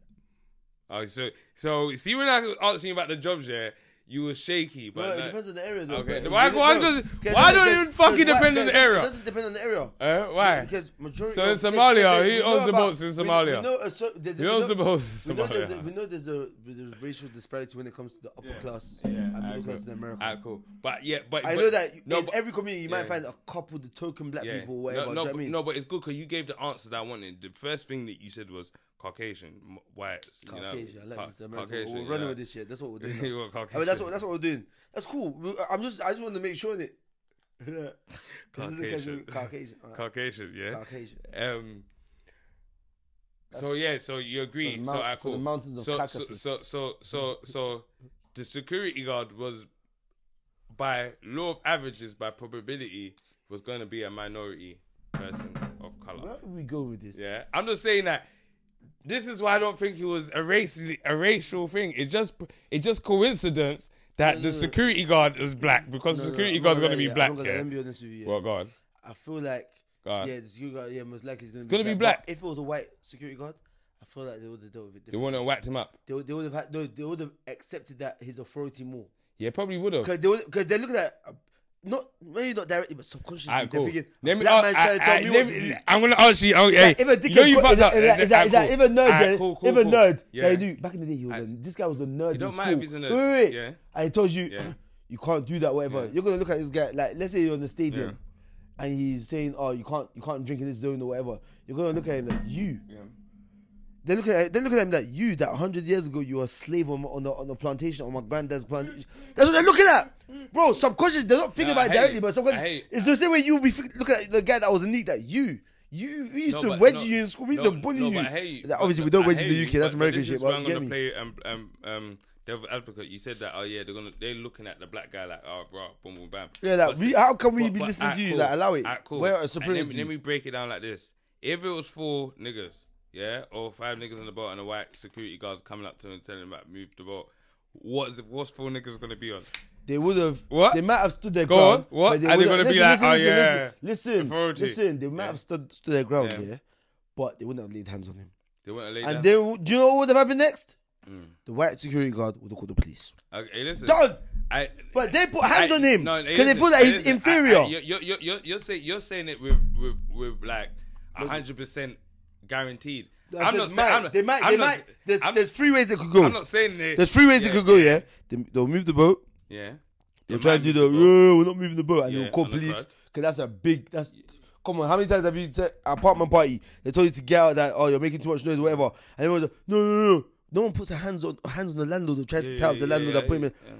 [SPEAKER 1] Oh, so so see when I was asking you about the jobs there, you were shaky,
[SPEAKER 2] Well,
[SPEAKER 1] but
[SPEAKER 2] it
[SPEAKER 1] like-
[SPEAKER 2] depends on the area, though.
[SPEAKER 1] Okay,
[SPEAKER 2] but-
[SPEAKER 1] why-
[SPEAKER 2] but-
[SPEAKER 1] why
[SPEAKER 2] no,
[SPEAKER 1] does-
[SPEAKER 2] 'cause-
[SPEAKER 1] why don't
[SPEAKER 2] because-
[SPEAKER 1] it fucking
[SPEAKER 2] because
[SPEAKER 1] depend on
[SPEAKER 2] why-
[SPEAKER 1] the area?
[SPEAKER 2] It doesn't depend on the area.
[SPEAKER 1] Eh, why?
[SPEAKER 2] Because majority.
[SPEAKER 1] So in
[SPEAKER 2] of- because-
[SPEAKER 1] Somalia,
[SPEAKER 2] because
[SPEAKER 1] who
[SPEAKER 2] we know
[SPEAKER 1] owns the
[SPEAKER 2] about-
[SPEAKER 1] boats in
[SPEAKER 2] we-
[SPEAKER 1] Somalia?
[SPEAKER 2] We know, a cer- the- the-
[SPEAKER 1] Who
[SPEAKER 2] we
[SPEAKER 1] owns the
[SPEAKER 2] know-
[SPEAKER 1] boats
[SPEAKER 2] We
[SPEAKER 1] in
[SPEAKER 2] know, there's a,
[SPEAKER 1] Somalia?
[SPEAKER 2] we know there's a there's racial disparity when it comes to the upper class
[SPEAKER 1] Yeah,
[SPEAKER 2] and
[SPEAKER 1] I
[SPEAKER 2] middle
[SPEAKER 1] agree.
[SPEAKER 2] class in America.
[SPEAKER 1] Alright, cool. But yeah, but
[SPEAKER 2] I
[SPEAKER 1] but-
[SPEAKER 2] know that you-
[SPEAKER 1] no,
[SPEAKER 2] in
[SPEAKER 1] but,
[SPEAKER 2] every community you
[SPEAKER 1] yeah.
[SPEAKER 2] might find a couple the token black
[SPEAKER 1] yeah.
[SPEAKER 2] people, or whatever.
[SPEAKER 1] No,
[SPEAKER 2] do
[SPEAKER 1] no, but-
[SPEAKER 2] you know what I mean?
[SPEAKER 1] no, but it's good because you gave the answer that I wanted. The first thing that you said was Caucasian, m- white, you know,
[SPEAKER 2] Caucasian, I like
[SPEAKER 1] Ca-
[SPEAKER 2] this America.
[SPEAKER 1] Caucasian,
[SPEAKER 2] we're running
[SPEAKER 1] yeah.
[SPEAKER 2] with this shit. That's what we're doing. now.
[SPEAKER 1] You were Caucasian.
[SPEAKER 2] I mean, that's what that's what we're doing. That's cool. We, uh, I'm just I just want to make sure that. Yeah. This is a
[SPEAKER 1] Caucasian.
[SPEAKER 2] casual- Caucasian. alright.
[SPEAKER 1] Caucasian, yeah.
[SPEAKER 2] Caucasian.
[SPEAKER 1] Um. So yeah, so you agree?
[SPEAKER 2] From the
[SPEAKER 1] so
[SPEAKER 2] mount-
[SPEAKER 1] I
[SPEAKER 2] from
[SPEAKER 1] cool.
[SPEAKER 2] the mountains of
[SPEAKER 1] so,
[SPEAKER 2] Caucasus.
[SPEAKER 1] So so so so so the security guard was by law of averages by probability was going to be a minority person of color.
[SPEAKER 2] Where we go with this?
[SPEAKER 1] Yeah, I'm just saying that. This is why I don't think it was a race a racial thing. It just it just coincidence that the
[SPEAKER 2] no, no.
[SPEAKER 1] security guard is black because the
[SPEAKER 2] No, no,
[SPEAKER 1] security
[SPEAKER 2] I'm not
[SPEAKER 1] guard's going to be
[SPEAKER 2] lie, yeah,
[SPEAKER 1] black.
[SPEAKER 2] I'm not gonna-
[SPEAKER 1] Yeah.
[SPEAKER 2] Let me be honest with you. yeah.
[SPEAKER 1] Well, God,
[SPEAKER 2] I feel like
[SPEAKER 1] Go on.
[SPEAKER 2] yeah, the security guard yeah most likely is gonna be
[SPEAKER 1] Gonna be black.
[SPEAKER 2] But If it was a white security guard, I feel like they would have dealt with it
[SPEAKER 1] they
[SPEAKER 2] differently.
[SPEAKER 1] wouldn't have whacked him up.
[SPEAKER 2] They, would- they would have had, they, would- they would have accepted that his authority more
[SPEAKER 1] Yeah, probably would have.
[SPEAKER 2] because they would because they're looking at uh, not maybe not directly but subconsciously
[SPEAKER 1] Alright, cool.
[SPEAKER 2] they're thinking
[SPEAKER 1] Let me,
[SPEAKER 2] black
[SPEAKER 1] oh,
[SPEAKER 2] man's
[SPEAKER 1] I,
[SPEAKER 2] trying to tell
[SPEAKER 1] I,
[SPEAKER 2] me
[SPEAKER 1] let
[SPEAKER 2] what to
[SPEAKER 1] me-
[SPEAKER 2] do.
[SPEAKER 1] I'm gonna ask you. Oh, hey,
[SPEAKER 2] Like, if a dickhead,
[SPEAKER 1] you know you
[SPEAKER 2] put-
[SPEAKER 1] fucked
[SPEAKER 2] is that-
[SPEAKER 1] up.
[SPEAKER 2] is that- is that- is
[SPEAKER 1] Alright,
[SPEAKER 2] that-
[SPEAKER 1] cool.
[SPEAKER 2] if a nerd,
[SPEAKER 1] Alright,
[SPEAKER 2] yeah,
[SPEAKER 1] cool, cool,
[SPEAKER 2] if a
[SPEAKER 1] cool.
[SPEAKER 2] nerd,
[SPEAKER 1] Yeah.
[SPEAKER 2] they knew back in the day he was. a, this guy was a nerd. It
[SPEAKER 1] don't
[SPEAKER 2] in
[SPEAKER 1] matter if
[SPEAKER 2] school.
[SPEAKER 1] he's a nerd.
[SPEAKER 2] Wait, wait, wait.
[SPEAKER 1] Yeah.
[SPEAKER 2] And he tells you,
[SPEAKER 1] Yeah.
[SPEAKER 2] you can't do that. Whatever.
[SPEAKER 1] Yeah.
[SPEAKER 2] You're gonna look at this guy. Like, let's say you're on the stadium,
[SPEAKER 1] Yeah.
[SPEAKER 2] and he's saying, "Oh, you can't, you can't drink in this zone or whatever." You're gonna look at him like you. They're looking at they're looking at him like you that hundred years ago you were a slave on on the, on the plantation on my granddad's plantation. That's what they're looking at, bro. Subconscious, they're not thinking
[SPEAKER 1] Nah, I
[SPEAKER 2] about it
[SPEAKER 1] hate
[SPEAKER 2] directly,
[SPEAKER 1] it.
[SPEAKER 2] but
[SPEAKER 1] I hate
[SPEAKER 2] subconscious.
[SPEAKER 1] it.
[SPEAKER 2] It's the same way you be think- looking at the guy that was a neat that you. You we used
[SPEAKER 1] No,
[SPEAKER 2] to
[SPEAKER 1] but-
[SPEAKER 2] wedge
[SPEAKER 1] no,
[SPEAKER 2] you in school. We used
[SPEAKER 1] no,
[SPEAKER 2] to bully
[SPEAKER 1] no,
[SPEAKER 2] you.
[SPEAKER 1] but I hear you.
[SPEAKER 2] Like, obviously,
[SPEAKER 1] But
[SPEAKER 2] we don't
[SPEAKER 1] I
[SPEAKER 2] wedge in
[SPEAKER 1] hear
[SPEAKER 2] the
[SPEAKER 1] you,
[SPEAKER 2] UK. That's
[SPEAKER 1] but
[SPEAKER 2] American
[SPEAKER 1] this
[SPEAKER 2] shit.
[SPEAKER 1] is where
[SPEAKER 2] But
[SPEAKER 1] I'm
[SPEAKER 2] get
[SPEAKER 1] gonna
[SPEAKER 2] me.
[SPEAKER 1] play um, um, um, devil advocate. You said that. Oh yeah, they're gonna they're looking at the black guy like oh rah, boom boom bam.
[SPEAKER 2] Yeah, like,
[SPEAKER 1] But
[SPEAKER 2] we-
[SPEAKER 1] see-
[SPEAKER 2] how can we be
[SPEAKER 1] but
[SPEAKER 2] listening to
[SPEAKER 1] alright,
[SPEAKER 2] you? Like, allow it.
[SPEAKER 1] Alright,
[SPEAKER 2] We're a
[SPEAKER 1] And Let me,
[SPEAKER 2] supremacy.
[SPEAKER 1] let me break it down like this. If it was four niggas, yeah, or five niggas on the boat, and a white security guard's coming up to him and telling him like move the boat. What's what's four niggas gonna be on?
[SPEAKER 2] They would have.
[SPEAKER 1] What?
[SPEAKER 2] They might have stood their
[SPEAKER 1] Go on,
[SPEAKER 2] ground.
[SPEAKER 1] what?
[SPEAKER 2] but
[SPEAKER 1] And they're
[SPEAKER 2] would've-
[SPEAKER 1] gonna be
[SPEAKER 2] listen,
[SPEAKER 1] like,
[SPEAKER 2] listen,
[SPEAKER 1] "Oh,
[SPEAKER 2] listen,
[SPEAKER 1] yeah,
[SPEAKER 2] listen, listen,
[SPEAKER 1] authority."
[SPEAKER 2] listen. They might
[SPEAKER 1] Yeah.
[SPEAKER 2] have stood stood their ground,
[SPEAKER 1] Yeah.
[SPEAKER 2] yeah, but they wouldn't have laid hands on him.
[SPEAKER 1] They Mm. want to lay
[SPEAKER 2] And
[SPEAKER 1] down.
[SPEAKER 2] they, w- do you know what would have happened next? The white security guard would have called the police.
[SPEAKER 1] okay, listen.
[SPEAKER 2] Done.
[SPEAKER 1] I,
[SPEAKER 2] But they put hands
[SPEAKER 1] I-
[SPEAKER 2] on him
[SPEAKER 1] no, hey,
[SPEAKER 2] because they
[SPEAKER 1] listen,
[SPEAKER 2] feel that
[SPEAKER 1] hey,
[SPEAKER 2] he's
[SPEAKER 1] listen, I-
[SPEAKER 2] inferior.
[SPEAKER 1] I- you're, you're, you're, you're, say, you're saying it with with with like hundred percent guaranteed.
[SPEAKER 2] I
[SPEAKER 1] I'm
[SPEAKER 2] said,
[SPEAKER 1] not saying
[SPEAKER 2] might-
[SPEAKER 1] I'm not-
[SPEAKER 2] they might.
[SPEAKER 1] I'm
[SPEAKER 2] they
[SPEAKER 1] not-
[SPEAKER 2] might. There's,
[SPEAKER 1] I'm-
[SPEAKER 2] there's three ways they could go.
[SPEAKER 1] I'm not saying it.
[SPEAKER 2] there's three ways
[SPEAKER 1] yeah,
[SPEAKER 2] they could go. Yeah, They, they'll move the boat.
[SPEAKER 1] Yeah.
[SPEAKER 2] They'll
[SPEAKER 1] They
[SPEAKER 2] try
[SPEAKER 1] might
[SPEAKER 2] to do the.
[SPEAKER 1] move the boat.
[SPEAKER 2] "Oh, We're not moving the boat, and
[SPEAKER 1] Yeah,
[SPEAKER 2] they'll call
[SPEAKER 1] on the
[SPEAKER 2] police
[SPEAKER 1] crowd.
[SPEAKER 2] because that's a big. That's come on. How many times have you said apartment party? They told you to get out. That oh, you're making too much noise, or whatever. And everyone's like, no, no, no, no. No one puts their hands on hands on the landlord who tries to tell the landlord
[SPEAKER 1] yeah,
[SPEAKER 2] appointment.
[SPEAKER 1] yeah,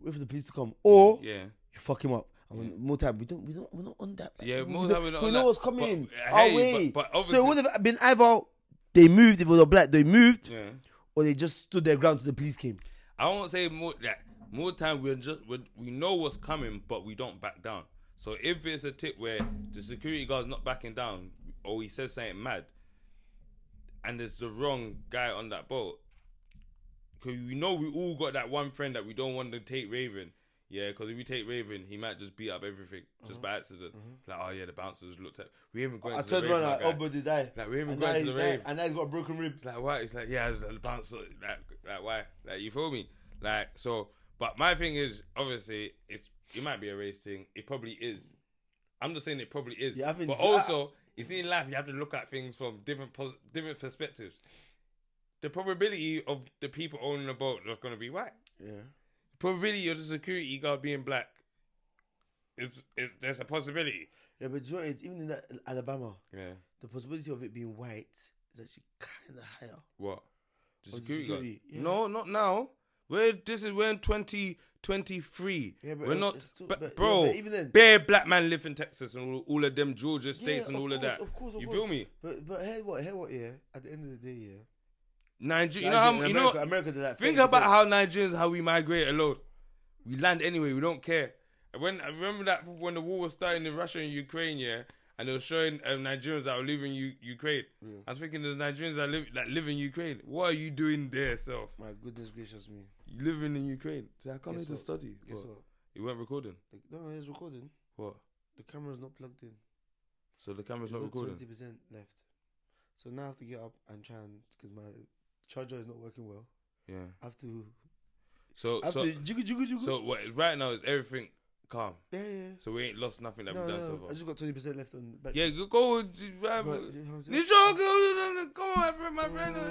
[SPEAKER 2] Wait for the police to come, or
[SPEAKER 1] Yeah.
[SPEAKER 2] you fuck him up. And I mean, more time. We don't. We don't. We're not on that. like,
[SPEAKER 1] Yeah,
[SPEAKER 2] we
[SPEAKER 1] more
[SPEAKER 2] don't-
[SPEAKER 1] time we're not
[SPEAKER 2] We
[SPEAKER 1] on
[SPEAKER 2] know
[SPEAKER 1] that.
[SPEAKER 2] what's coming
[SPEAKER 1] But, uh,
[SPEAKER 2] our
[SPEAKER 1] hey,
[SPEAKER 2] way.
[SPEAKER 1] but- but
[SPEAKER 2] so it
[SPEAKER 1] obviously-
[SPEAKER 2] would have been either they moved if it was a black, they moved,
[SPEAKER 1] Yeah.
[SPEAKER 2] or they just stood their ground till the police came.
[SPEAKER 1] I won't say more that more time we're just we we know what's coming, but we don't back down. So if it's a tip where the security guard's not backing down or he says something mad, and it's the wrong guy on that boat, because we know we all got that one friend that we don't want to take Raven. Yeah, because if we take Raven, he might just beat up everything just by accident. Like, oh yeah, the bouncers looked at. We haven't gone.
[SPEAKER 2] Mm-hmm. I
[SPEAKER 1] to the
[SPEAKER 2] turned
[SPEAKER 1] rave,
[SPEAKER 2] around
[SPEAKER 1] my
[SPEAKER 2] and I
[SPEAKER 1] guy.
[SPEAKER 2] elbowed his eye.
[SPEAKER 1] Like, we haven't
[SPEAKER 2] and
[SPEAKER 1] gone to
[SPEAKER 2] now
[SPEAKER 1] the
[SPEAKER 2] he's there,
[SPEAKER 1] rave.
[SPEAKER 2] And now he's got a broken rib.
[SPEAKER 1] It's like why? It's like yeah, the bouncer. Like like why? Like you feel me? Like so. But my thing is obviously it's it might be a race thing. It probably is. I'm just saying it probably is.
[SPEAKER 2] Yeah, I think-
[SPEAKER 1] but also, you see in life you have to look at things from different pos- different perspectives. The probability of the people owning the boat that's going to be white.
[SPEAKER 2] Yeah.
[SPEAKER 1] Probability of the security guard being black. Is is there's a possibility?
[SPEAKER 2] Yeah, but do you know, what, it's even in that, Alabama,
[SPEAKER 1] Yeah.
[SPEAKER 2] the possibility of it being white is actually kind of higher.
[SPEAKER 1] What? The
[SPEAKER 2] Of Oh, the
[SPEAKER 1] security guard?
[SPEAKER 2] security, yeah.
[SPEAKER 1] No, not now. We're this is we're in twenty twenty three.
[SPEAKER 2] Yeah, but
[SPEAKER 1] we're
[SPEAKER 2] it-
[SPEAKER 1] not,
[SPEAKER 2] it's still-
[SPEAKER 1] but,
[SPEAKER 2] but- yeah,
[SPEAKER 1] bro.
[SPEAKER 2] but even then-
[SPEAKER 1] bare black man live in Texas and all, all of them Georgia states and all
[SPEAKER 2] course,
[SPEAKER 1] of that.
[SPEAKER 2] Of course, of
[SPEAKER 1] you
[SPEAKER 2] course.
[SPEAKER 1] feel me?
[SPEAKER 2] But but hear what hear what yeah. At the end of the day, yeah.
[SPEAKER 1] Nigeria, you know how
[SPEAKER 2] Actually, in
[SPEAKER 1] you know.
[SPEAKER 2] America, America did that.
[SPEAKER 1] Think
[SPEAKER 2] 30%.
[SPEAKER 1] about how Nigerians how we migrate a lot. We land anyway. We don't care. And When I remember that when the war was starting in Russia and Ukraine, yeah, and they were showing um, Nigerians that were leaving U- Ukraine. I was thinking, there's Nigerians that live that live in Ukraine. What are you doing there, self?
[SPEAKER 2] My goodness gracious me!
[SPEAKER 1] You living in Ukraine. So I come
[SPEAKER 2] Guess
[SPEAKER 1] here to
[SPEAKER 2] what?
[SPEAKER 1] study.
[SPEAKER 2] Guess
[SPEAKER 1] What?
[SPEAKER 2] what?
[SPEAKER 1] It weren't recording.
[SPEAKER 2] The, no, it's recording.
[SPEAKER 1] What?
[SPEAKER 2] The camera's not plugged in.
[SPEAKER 1] So the camera's not recording.
[SPEAKER 2] Twenty percent left. So now I have to get up and try and because my charger is not working well.
[SPEAKER 1] Yeah.
[SPEAKER 2] I have to.
[SPEAKER 1] So
[SPEAKER 2] I have
[SPEAKER 1] so
[SPEAKER 2] to jiggle jiggle jiggle.
[SPEAKER 1] so what, right now is everything calm.
[SPEAKER 2] yeah, yeah. yeah.
[SPEAKER 1] So we ain't lost nothing that
[SPEAKER 2] No,
[SPEAKER 1] we've
[SPEAKER 2] no,
[SPEAKER 1] done so
[SPEAKER 2] no.
[SPEAKER 1] far.
[SPEAKER 2] I just got twenty percent left on. Back
[SPEAKER 1] Yeah, go go. with-
[SPEAKER 2] Bro,
[SPEAKER 1] Right.
[SPEAKER 2] do you know how much-
[SPEAKER 1] This show, go- come on, my friend, my friend. Come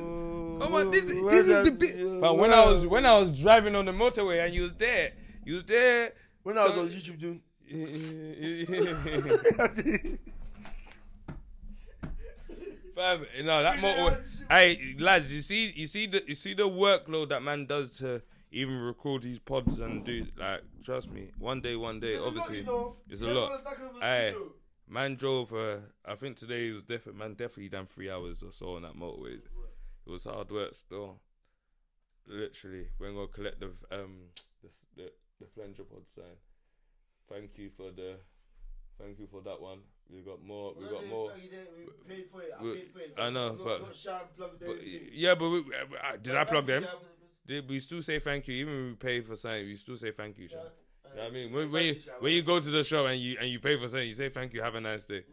[SPEAKER 1] on, Oh, this,
[SPEAKER 2] Where's
[SPEAKER 1] this is the
[SPEAKER 2] Oh, that-
[SPEAKER 1] bit. But when I was when I was driving on the motorway and you was there, you was there.
[SPEAKER 2] when I was on YouTube doing.
[SPEAKER 1] Fam, no, that motorway. Hey, lads, you see, you see the, you see the workload that man does to even record these pods and do like. Trust me, one day, one day, obviously, it's a lot. Hey, man drove. Uh, I think today he was definitely man definitely done three hours or so on that motorway. It was hard work still. Literally, we're gonna collect the um the the, the flanger pod sign. Thank you for the, thank you for that one. We got more. We got more.
[SPEAKER 2] We paid for it. I
[SPEAKER 1] we-
[SPEAKER 2] paid for it.
[SPEAKER 1] I know,
[SPEAKER 2] Not-
[SPEAKER 1] but-
[SPEAKER 2] not shine, plug the
[SPEAKER 1] But,
[SPEAKER 2] anything.
[SPEAKER 1] yeah, but we, uh, did I plug them?
[SPEAKER 2] Yeah,
[SPEAKER 1] Did we still say thank you? Even if we pay for something, we still say thank you, Sha. You know what I mean, when, when you
[SPEAKER 2] Thank you, Sha.
[SPEAKER 1] when you go to the show and you and you pay for something, you say thank you, have a nice day.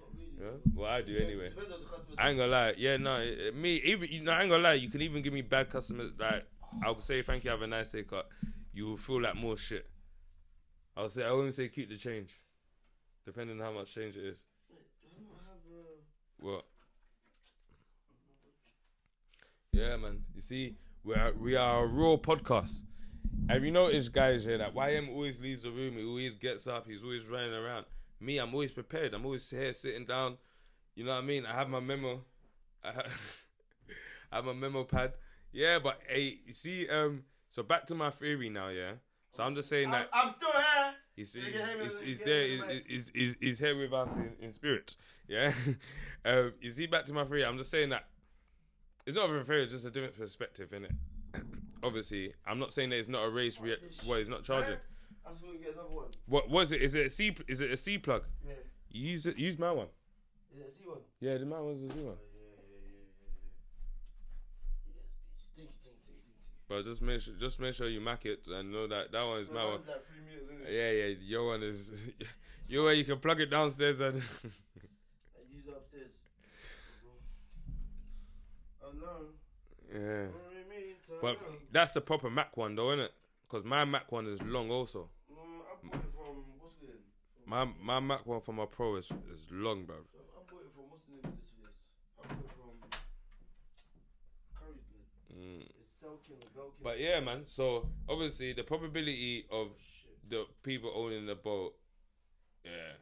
[SPEAKER 1] Yeah? Well, I do anyway.
[SPEAKER 2] Depends on the customer.
[SPEAKER 1] I ain't gonna lie. Yeah, no, it- it- me even you know, I ain't gonna lie. You can even give me bad customers. Like I'll say thank you, have a nice day, cut. You will feel like more shit. I'll say I won't say keep the change, depending on how much change it is.
[SPEAKER 2] I don't have, uh,
[SPEAKER 1] What? Yeah, man. You see, we are we are a raw podcast. Have you noticed, guys, here that YM always leaves the room. He always gets up. He's always running around. Me, I'm always prepared. I'm always here, sitting down. You know what I mean? I have my memo. I have, I have my memo pad. Yeah, but hey, you see, um, so back to my theory now, yeah. So I'm just saying that
[SPEAKER 2] I'm, I'm still here.
[SPEAKER 1] He's,
[SPEAKER 2] You can hear me,
[SPEAKER 1] he's,
[SPEAKER 2] you
[SPEAKER 1] he's
[SPEAKER 2] can
[SPEAKER 1] there.
[SPEAKER 2] hear
[SPEAKER 1] He's,
[SPEAKER 2] me, mate.
[SPEAKER 1] he's, he's, he's here with us in, in spirit. Yeah. um, you see, back to my theory. I'm just saying that it's not a theory. It's just a different perspective, innit? Obviously, I'm not saying that it's not a race. Rea- well, it's not charging.
[SPEAKER 2] Eh? I'm still gonna get another one.
[SPEAKER 1] What was it? Is it a C? Is it a C plug?
[SPEAKER 2] Yeah.
[SPEAKER 1] Use it. Use my one.
[SPEAKER 2] Is it a C one? Oh,
[SPEAKER 1] Yeah, the my one's a Z one.
[SPEAKER 2] Yeah, yeah, yeah, yeah, yeah. Yes, bitch. Tink, tink, tink, tink, tink.
[SPEAKER 1] But just make sure, just make sure you mark it and know that that one is my
[SPEAKER 2] That
[SPEAKER 1] one.
[SPEAKER 2] was like three minutes, innit?
[SPEAKER 1] Yeah, yeah. Your one is. your way you can plug it downstairs and.
[SPEAKER 2] I use it upstairs. Alone.
[SPEAKER 1] yeah.
[SPEAKER 2] What do you mean? to
[SPEAKER 1] But
[SPEAKER 2] alone?
[SPEAKER 1] that's the proper Mac one though, isn't it? Because my Mac one is long also.
[SPEAKER 2] Mm, I bought it from what's the name?
[SPEAKER 1] My my Mac one for my Pro is is long, bro.
[SPEAKER 2] I bought it from what's the name of this place? I bought it from Curry's Blood.
[SPEAKER 1] Mm.
[SPEAKER 2] It's Selkin or Belkin.
[SPEAKER 1] But yeah, man. So obviously the probability of
[SPEAKER 2] Oh, Shit.
[SPEAKER 1] the people owning the boat, yeah,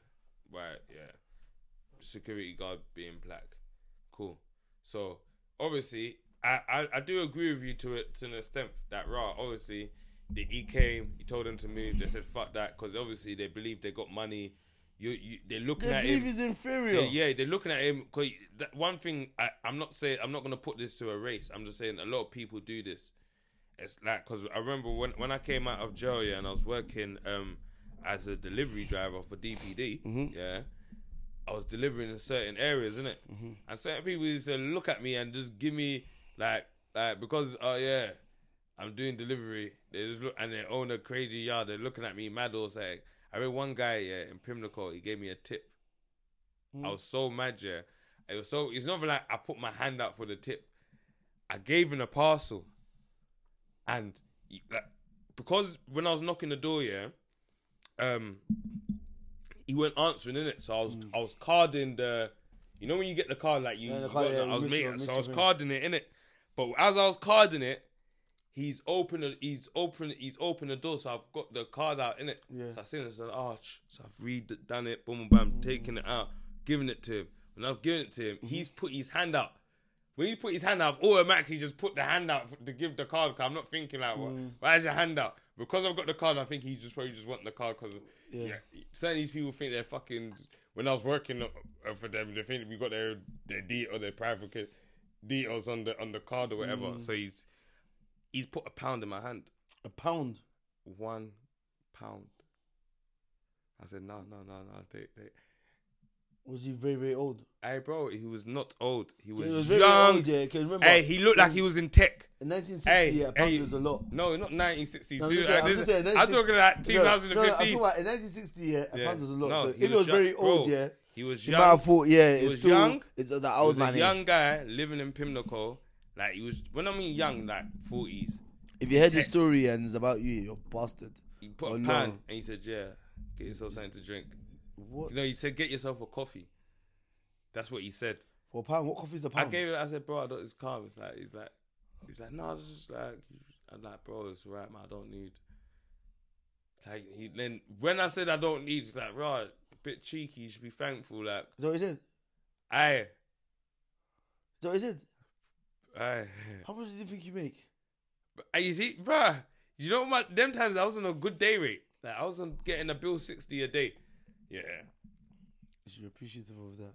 [SPEAKER 1] right, yeah, security guard being black, cool. So obviously I I, I do agree with you to it to an extent that raw. Obviously The E came. He told them to move. They said fuck that because obviously they believe they got money. You, you they're looking
[SPEAKER 2] They
[SPEAKER 1] at him.
[SPEAKER 2] believe he's inferior.
[SPEAKER 1] They- yeah, they're looking at him. Cause he- that one thing I, I'm not saying I'm not gonna put this to a race. I'm just saying a lot of people do this. It's like because I remember when when I came out of jail, yeah, and I was working um as a delivery driver for DPD, yeah. I was delivering in certain areas, innit? Mm-hmm. And certain people used to look at me and just give me like like because oh yeah, I'm doing delivery. They just look and they own a crazy yard. They're looking at me mad or something. I read one guy yeah in Pimlico. He gave me a tip. I was so mad, yeah. It was so. It's not like I put my hand out for the tip. I gave him a parcel, and he- like, because when I was knocking the door, yeah, um, he weren't answering in it. So I was I was carding the, you know, when you get the card, like you,
[SPEAKER 2] Mm. Yeah, the
[SPEAKER 1] you
[SPEAKER 2] card,
[SPEAKER 1] got
[SPEAKER 2] yeah,
[SPEAKER 1] the-
[SPEAKER 2] you
[SPEAKER 1] I was
[SPEAKER 2] miss
[SPEAKER 1] making,
[SPEAKER 2] your-
[SPEAKER 1] so
[SPEAKER 2] miss
[SPEAKER 1] I was
[SPEAKER 2] your thing.
[SPEAKER 1] carding it in it. But as I was carding it, he's opened he's opened he's opened the door so I've got the card out in it.
[SPEAKER 2] Yeah.
[SPEAKER 1] So I seen it and said, Oh sh-. so I've read it, done it, boom bam, taking it out, giving it to him. When I've given it to him,
[SPEAKER 2] Mm-hmm.
[SPEAKER 1] he's put his hand out. When he put his hand out, I've automatically just put the hand out f- to give the card 'cause I'm not thinking like what why is your hand out? Because I've got the card, I think he just probably just want the card because yeah. certain these people think they're fucking. When I was working uh, for them, they think we got their their D or their private kid- details on the on the card or whatever. So he's he's put a pound in my hand.
[SPEAKER 2] A pound.
[SPEAKER 1] One pound. I said, no, no, no, no. Take, take.
[SPEAKER 2] Was he very, very old?
[SPEAKER 1] Hey, bro, he was not old. He was,
[SPEAKER 2] He was very
[SPEAKER 1] young.
[SPEAKER 2] old, yeah. Because remember,
[SPEAKER 1] Hey, he looked like he was in tech.
[SPEAKER 2] in 1960,
[SPEAKER 1] Hey,
[SPEAKER 2] yeah, a pound
[SPEAKER 1] hey.
[SPEAKER 2] was a lot.
[SPEAKER 1] No, not 1960s.
[SPEAKER 2] No,
[SPEAKER 1] dude.
[SPEAKER 2] listen,
[SPEAKER 1] Like,
[SPEAKER 2] I'm
[SPEAKER 1] this-
[SPEAKER 2] just saying,
[SPEAKER 1] I'm,
[SPEAKER 2] 1960
[SPEAKER 1] talking about
[SPEAKER 2] No, no, no, I'm
[SPEAKER 1] 2015.
[SPEAKER 2] talking about in 1960, yeah, a pound was a lot. so
[SPEAKER 1] he
[SPEAKER 2] if it was
[SPEAKER 1] young-
[SPEAKER 2] very old,
[SPEAKER 1] bro,
[SPEAKER 2] yeah.
[SPEAKER 1] He was
[SPEAKER 2] He
[SPEAKER 1] young.
[SPEAKER 2] might have thought, yeah,
[SPEAKER 1] He
[SPEAKER 2] it's
[SPEAKER 1] was
[SPEAKER 2] still,
[SPEAKER 1] young.
[SPEAKER 2] it's the
[SPEAKER 1] He
[SPEAKER 2] old
[SPEAKER 1] was
[SPEAKER 2] man.
[SPEAKER 1] a
[SPEAKER 2] is.
[SPEAKER 1] young guy living in Pimlico. Like he was when I mean young, like forties.
[SPEAKER 2] If you heard the story and it's about you, you're bastard.
[SPEAKER 1] He put
[SPEAKER 2] Oh,
[SPEAKER 1] a
[SPEAKER 2] no.
[SPEAKER 1] pound and he said, "Yeah, get yourself something to drink."
[SPEAKER 2] What?
[SPEAKER 1] You know, he said, "Get yourself a coffee." That's what he said.
[SPEAKER 2] For a pound, what coffee's a
[SPEAKER 1] I
[SPEAKER 2] pound?
[SPEAKER 1] gave him. I said, "Bro, I don't, it's calm." It's like he's like, he's like, "No, it's just like," I'm like, "Bro, it's alright, man. I don't need." Like he then when I said I don't need, he's like, "Bro, a bit cheeky. You should be thankful." Like,
[SPEAKER 2] Is that what he said? Is
[SPEAKER 1] aye,
[SPEAKER 2] that what he said?
[SPEAKER 1] aye.
[SPEAKER 2] How much do you think you make?
[SPEAKER 1] And you see, bruh, you know what? Them times I was on a good day rate. Like I was on getting a bill sixty a day. Yeah.
[SPEAKER 2] You should be appreciative of that.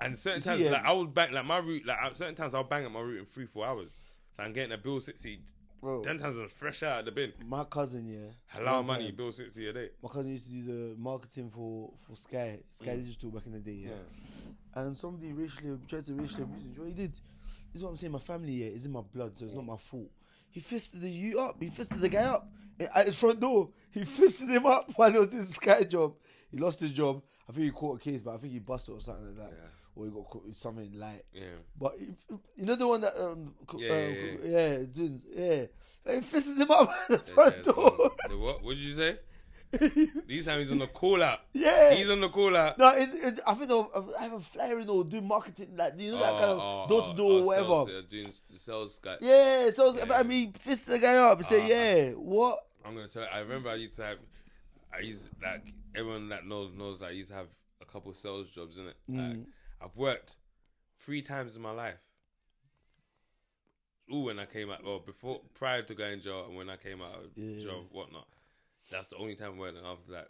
[SPEAKER 1] And certain
[SPEAKER 2] You see,
[SPEAKER 1] times,
[SPEAKER 2] yeah.
[SPEAKER 1] like I would bang, like my route, like at certain times I'll bang at my route in three, four hours. So I'm getting a bill sixty.
[SPEAKER 2] Bro,
[SPEAKER 1] Ten times I was fresh out of the bin.
[SPEAKER 2] my cousin, yeah.
[SPEAKER 1] Halal
[SPEAKER 2] one
[SPEAKER 1] money,
[SPEAKER 2] time-
[SPEAKER 1] bill sixty a day.
[SPEAKER 2] My cousin used to do the marketing for, for Sky, Sky
[SPEAKER 1] Mm.
[SPEAKER 2] Digital back in the day, yeah. And somebody racially tried to racially abuse him. Do you know what he did? This is what I'm saying. My family, yeah, is in my blood, so it's not my fault. He fisted the you up. He fisted the guy up at his front door. He fisted him up while he was doing his Sky job. He lost his job. I think he caught a case, but I think he busted or something like that,
[SPEAKER 1] Yeah.
[SPEAKER 2] or he got caught with something light.
[SPEAKER 1] Yeah.
[SPEAKER 2] But if, you know the one that um co-
[SPEAKER 1] Yeah,
[SPEAKER 2] um,
[SPEAKER 1] yeah,
[SPEAKER 2] co- yeah, dudes, yeah. Like, he fisted him up at the
[SPEAKER 1] Yeah,
[SPEAKER 2] front
[SPEAKER 1] yeah,
[SPEAKER 2] door.
[SPEAKER 1] So what? What did you say? These times he's on the call out.
[SPEAKER 2] yeah.
[SPEAKER 1] He's on the call out.
[SPEAKER 2] No, it's, it's, I think they'll I have a flyer or do marketing like you know that kind
[SPEAKER 1] Oh,
[SPEAKER 2] of door to door or whatever.
[SPEAKER 1] Sales, yeah, doing s- sales guy.
[SPEAKER 2] Yeah, so if I mean fist the guy up and say,
[SPEAKER 1] Uh,
[SPEAKER 2] yeah, what?
[SPEAKER 1] I'm gonna tell. I remember I used to have. I used like everyone that knows knows that I used to have a couple sales jobs in it. Like, I've worked three times in my life. Ooh, when I came out, well, before prior to going jail and when I came out of
[SPEAKER 2] Yeah.
[SPEAKER 1] jail, whatnot. That's the only time I worked, and after that,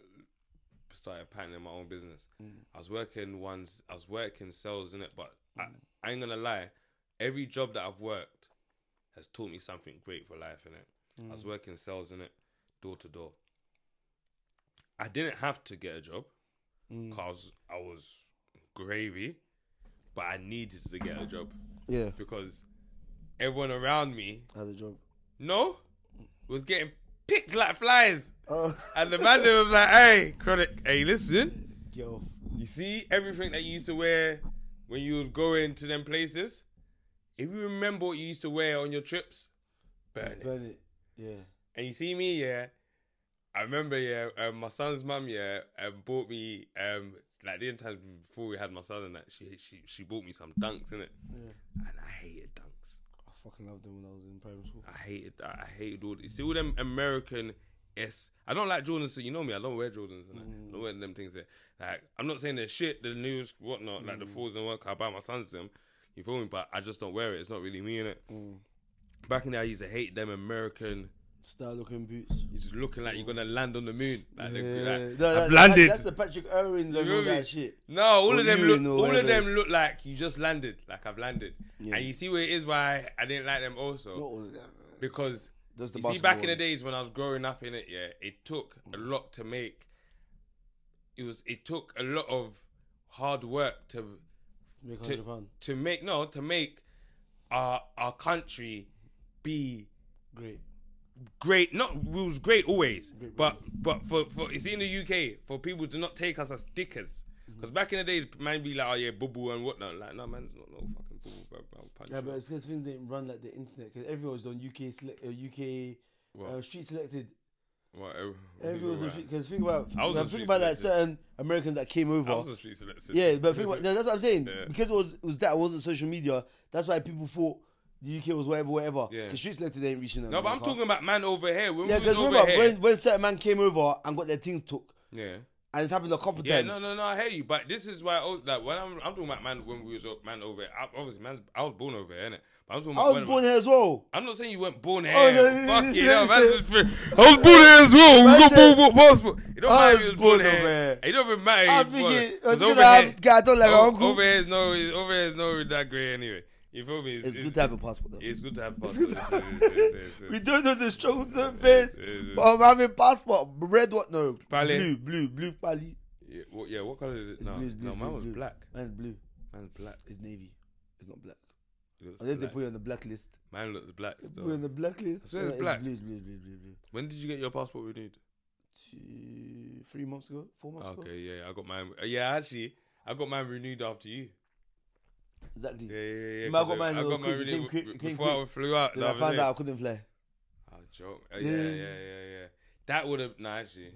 [SPEAKER 1] started patenting my own business. I was working once. I was working sales in it, but I, I ain't gonna lie. Every job that I've worked has taught me something great for life in it. I was working sales in it, door to door. I didn't have to get a job because I was gravy, but I needed to get a job
[SPEAKER 2] Yeah,
[SPEAKER 1] because everyone around me,
[SPEAKER 2] had a job.
[SPEAKER 1] no, was getting picked like flies.
[SPEAKER 2] Uh,
[SPEAKER 1] And the man there was like, hey, chronic, hey, listen.
[SPEAKER 2] get off.
[SPEAKER 1] You see everything that you used to wear when you was going to them places. If you remember what you used to wear on your trips, burn it.
[SPEAKER 2] Burn it. Yeah.
[SPEAKER 1] And you see me, yeah. I remember, yeah. Um, my son's mum, yeah, um, bought me um like the times before we had my son and that. She she she bought me some dunks in it,
[SPEAKER 2] Yeah.
[SPEAKER 1] and I hated dunks.
[SPEAKER 2] I fucking loved them when I was in primary school.
[SPEAKER 1] I hated that. I hated all. You see all them American. S. I don't like Jordans. So you know me. I don't wear Jordans. And I don't wear them things. That, like I'm not saying they're shit. The news, whatnot. Like the fours and work. I buy my sons them. You feel me? But I just don't wear it. It's not really me in it. Back in the day, I used to hate them American
[SPEAKER 2] Style looking boots.
[SPEAKER 1] You're just looking like you're gonna land on the moon. Like,
[SPEAKER 2] Yeah.
[SPEAKER 1] they're like,
[SPEAKER 2] No,
[SPEAKER 1] I've
[SPEAKER 2] that-
[SPEAKER 1] landed.
[SPEAKER 2] That's the Patrick Irwins and
[SPEAKER 1] You
[SPEAKER 2] all
[SPEAKER 1] know me?
[SPEAKER 2] that shit.
[SPEAKER 1] No, all
[SPEAKER 2] Or
[SPEAKER 1] of them
[SPEAKER 2] you
[SPEAKER 1] look.
[SPEAKER 2] know,
[SPEAKER 1] all
[SPEAKER 2] whatever
[SPEAKER 1] of them
[SPEAKER 2] it is.
[SPEAKER 1] look like you just landed. Like I've landed,
[SPEAKER 2] Yeah.
[SPEAKER 1] and you see where it is why I didn't like them also
[SPEAKER 2] Not all of them.
[SPEAKER 1] because
[SPEAKER 2] There's the
[SPEAKER 1] you see back in the
[SPEAKER 2] basketball Mm.
[SPEAKER 1] days when I was growing up in it, yeah, it took a lot to make. It was it took a lot of hard work to
[SPEAKER 2] ones. Make
[SPEAKER 1] to-
[SPEAKER 2] 100 pound.
[SPEAKER 1] to make no to make our our country be
[SPEAKER 2] Great.
[SPEAKER 1] great. Not we was great always,
[SPEAKER 2] Great,
[SPEAKER 1] but but for for you see in the UK for people to not take us as dickers.
[SPEAKER 2] Mm-hmm.
[SPEAKER 1] Because back in the days, man be like, oh yeah, boo boo and whatnot. Like, no, man's not no fucking boo boo, bro. I'll punch
[SPEAKER 2] Yeah,
[SPEAKER 1] you.
[SPEAKER 2] but it's because things didn't run like the internet. Because everyone's on UK select, uh, UK
[SPEAKER 1] What?
[SPEAKER 2] uh, street selected.
[SPEAKER 1] What, ev-
[SPEAKER 2] Everyone's on
[SPEAKER 1] alright.
[SPEAKER 2] street. Because think about,
[SPEAKER 1] I was
[SPEAKER 2] now
[SPEAKER 1] on
[SPEAKER 2] think
[SPEAKER 1] street
[SPEAKER 2] about like
[SPEAKER 1] selected.
[SPEAKER 2] certain Americans that came over.
[SPEAKER 1] I was on street selected.
[SPEAKER 2] yeah, but think about, no, that's what I'm saying.
[SPEAKER 1] Yeah.
[SPEAKER 2] Because it was it was that it wasn't social media. That's why people thought the UK was whatever, whatever.
[SPEAKER 1] Yeah.
[SPEAKER 2] Because street selected ain't reaching them.
[SPEAKER 1] No, but I'm talking about man over here. When
[SPEAKER 2] Yeah,
[SPEAKER 1] we was
[SPEAKER 2] because
[SPEAKER 1] over
[SPEAKER 2] remember
[SPEAKER 1] here,
[SPEAKER 2] when, when certain man came over and got their things took,
[SPEAKER 1] yeah.
[SPEAKER 2] and it's happened a couple
[SPEAKER 1] Yeah,
[SPEAKER 2] times.
[SPEAKER 1] no, no, no. I hear you, but this is why. I was, like when I'm, I'm talking about man when we was o- man over. Here. I, obviously, man's, I was born over here, innit? But I'm talking about
[SPEAKER 2] I
[SPEAKER 1] when-
[SPEAKER 2] was born here as well.
[SPEAKER 1] I'm not saying you weren't born here.
[SPEAKER 2] no, Oh, no, no,
[SPEAKER 1] Fuck
[SPEAKER 2] no,
[SPEAKER 1] it,
[SPEAKER 2] no,
[SPEAKER 1] no,
[SPEAKER 2] no.
[SPEAKER 1] man's just been- I was born here as well.
[SPEAKER 2] Man
[SPEAKER 1] We got
[SPEAKER 2] said-
[SPEAKER 1] born, born, passport. It don't
[SPEAKER 2] I
[SPEAKER 1] matter if
[SPEAKER 2] was
[SPEAKER 1] you was born
[SPEAKER 2] born over
[SPEAKER 1] here.
[SPEAKER 2] here.
[SPEAKER 1] It doesn't matter.
[SPEAKER 2] I'm
[SPEAKER 1] if you was born-
[SPEAKER 2] thinking, I was
[SPEAKER 1] 'cause
[SPEAKER 2] gonna
[SPEAKER 1] over
[SPEAKER 2] have
[SPEAKER 1] here-
[SPEAKER 2] God, don't like my
[SPEAKER 1] o-
[SPEAKER 2] uncle.
[SPEAKER 1] Over here is no, over here is no that grey anyway. You feel me?
[SPEAKER 2] it's, good to have a passport though.
[SPEAKER 1] It's good to have passport.
[SPEAKER 2] good
[SPEAKER 1] Yes,
[SPEAKER 2] to-
[SPEAKER 1] yes, yes, yes, yes.
[SPEAKER 2] we don't know the struggles to
[SPEAKER 1] Yes,
[SPEAKER 2] face.
[SPEAKER 1] yes, yes.
[SPEAKER 2] But I'm having passport. Red what no?
[SPEAKER 1] Pali.
[SPEAKER 2] Blue, blue, blue pali.
[SPEAKER 1] Yeah, what, yeah, what color is it?
[SPEAKER 2] It's
[SPEAKER 1] no,
[SPEAKER 2] blue, it's blue,
[SPEAKER 1] no,
[SPEAKER 2] it's
[SPEAKER 1] mine
[SPEAKER 2] blue,
[SPEAKER 1] was
[SPEAKER 2] blue.
[SPEAKER 1] black.
[SPEAKER 2] Mine's blue.
[SPEAKER 1] Mine's black.
[SPEAKER 2] It's navy. It's not black.
[SPEAKER 1] It looks
[SPEAKER 2] Unless
[SPEAKER 1] black.
[SPEAKER 2] they put you on the blacklist.
[SPEAKER 1] Mine looks black
[SPEAKER 2] Put you on
[SPEAKER 1] still.
[SPEAKER 2] the blacklist.
[SPEAKER 1] I swear it's
[SPEAKER 2] No,
[SPEAKER 1] black.
[SPEAKER 2] blue, it's blue, it's blue, blue, blue.
[SPEAKER 1] When did you get your passport renewed?
[SPEAKER 2] Two, three months ago, four months ago.
[SPEAKER 1] Okay, yeah, I got mine. uh, Yeah, actually, I got mine renewed after you.
[SPEAKER 2] Exactly.
[SPEAKER 1] Yeah, yeah, yeah.
[SPEAKER 2] Man, I
[SPEAKER 1] 'cause
[SPEAKER 2] got mine,
[SPEAKER 1] I
[SPEAKER 2] uh,
[SPEAKER 1] got mine
[SPEAKER 2] quick, it
[SPEAKER 1] renewed
[SPEAKER 2] came quick,
[SPEAKER 1] b-
[SPEAKER 2] it came
[SPEAKER 1] before I flew out.
[SPEAKER 2] Then
[SPEAKER 1] the
[SPEAKER 2] I
[SPEAKER 1] other
[SPEAKER 2] found
[SPEAKER 1] day.
[SPEAKER 2] out I couldn't fly.
[SPEAKER 1] I joke. Uh, yeah, yeah,
[SPEAKER 2] Yeah.
[SPEAKER 1] yeah, yeah, yeah. That would have. No, actually.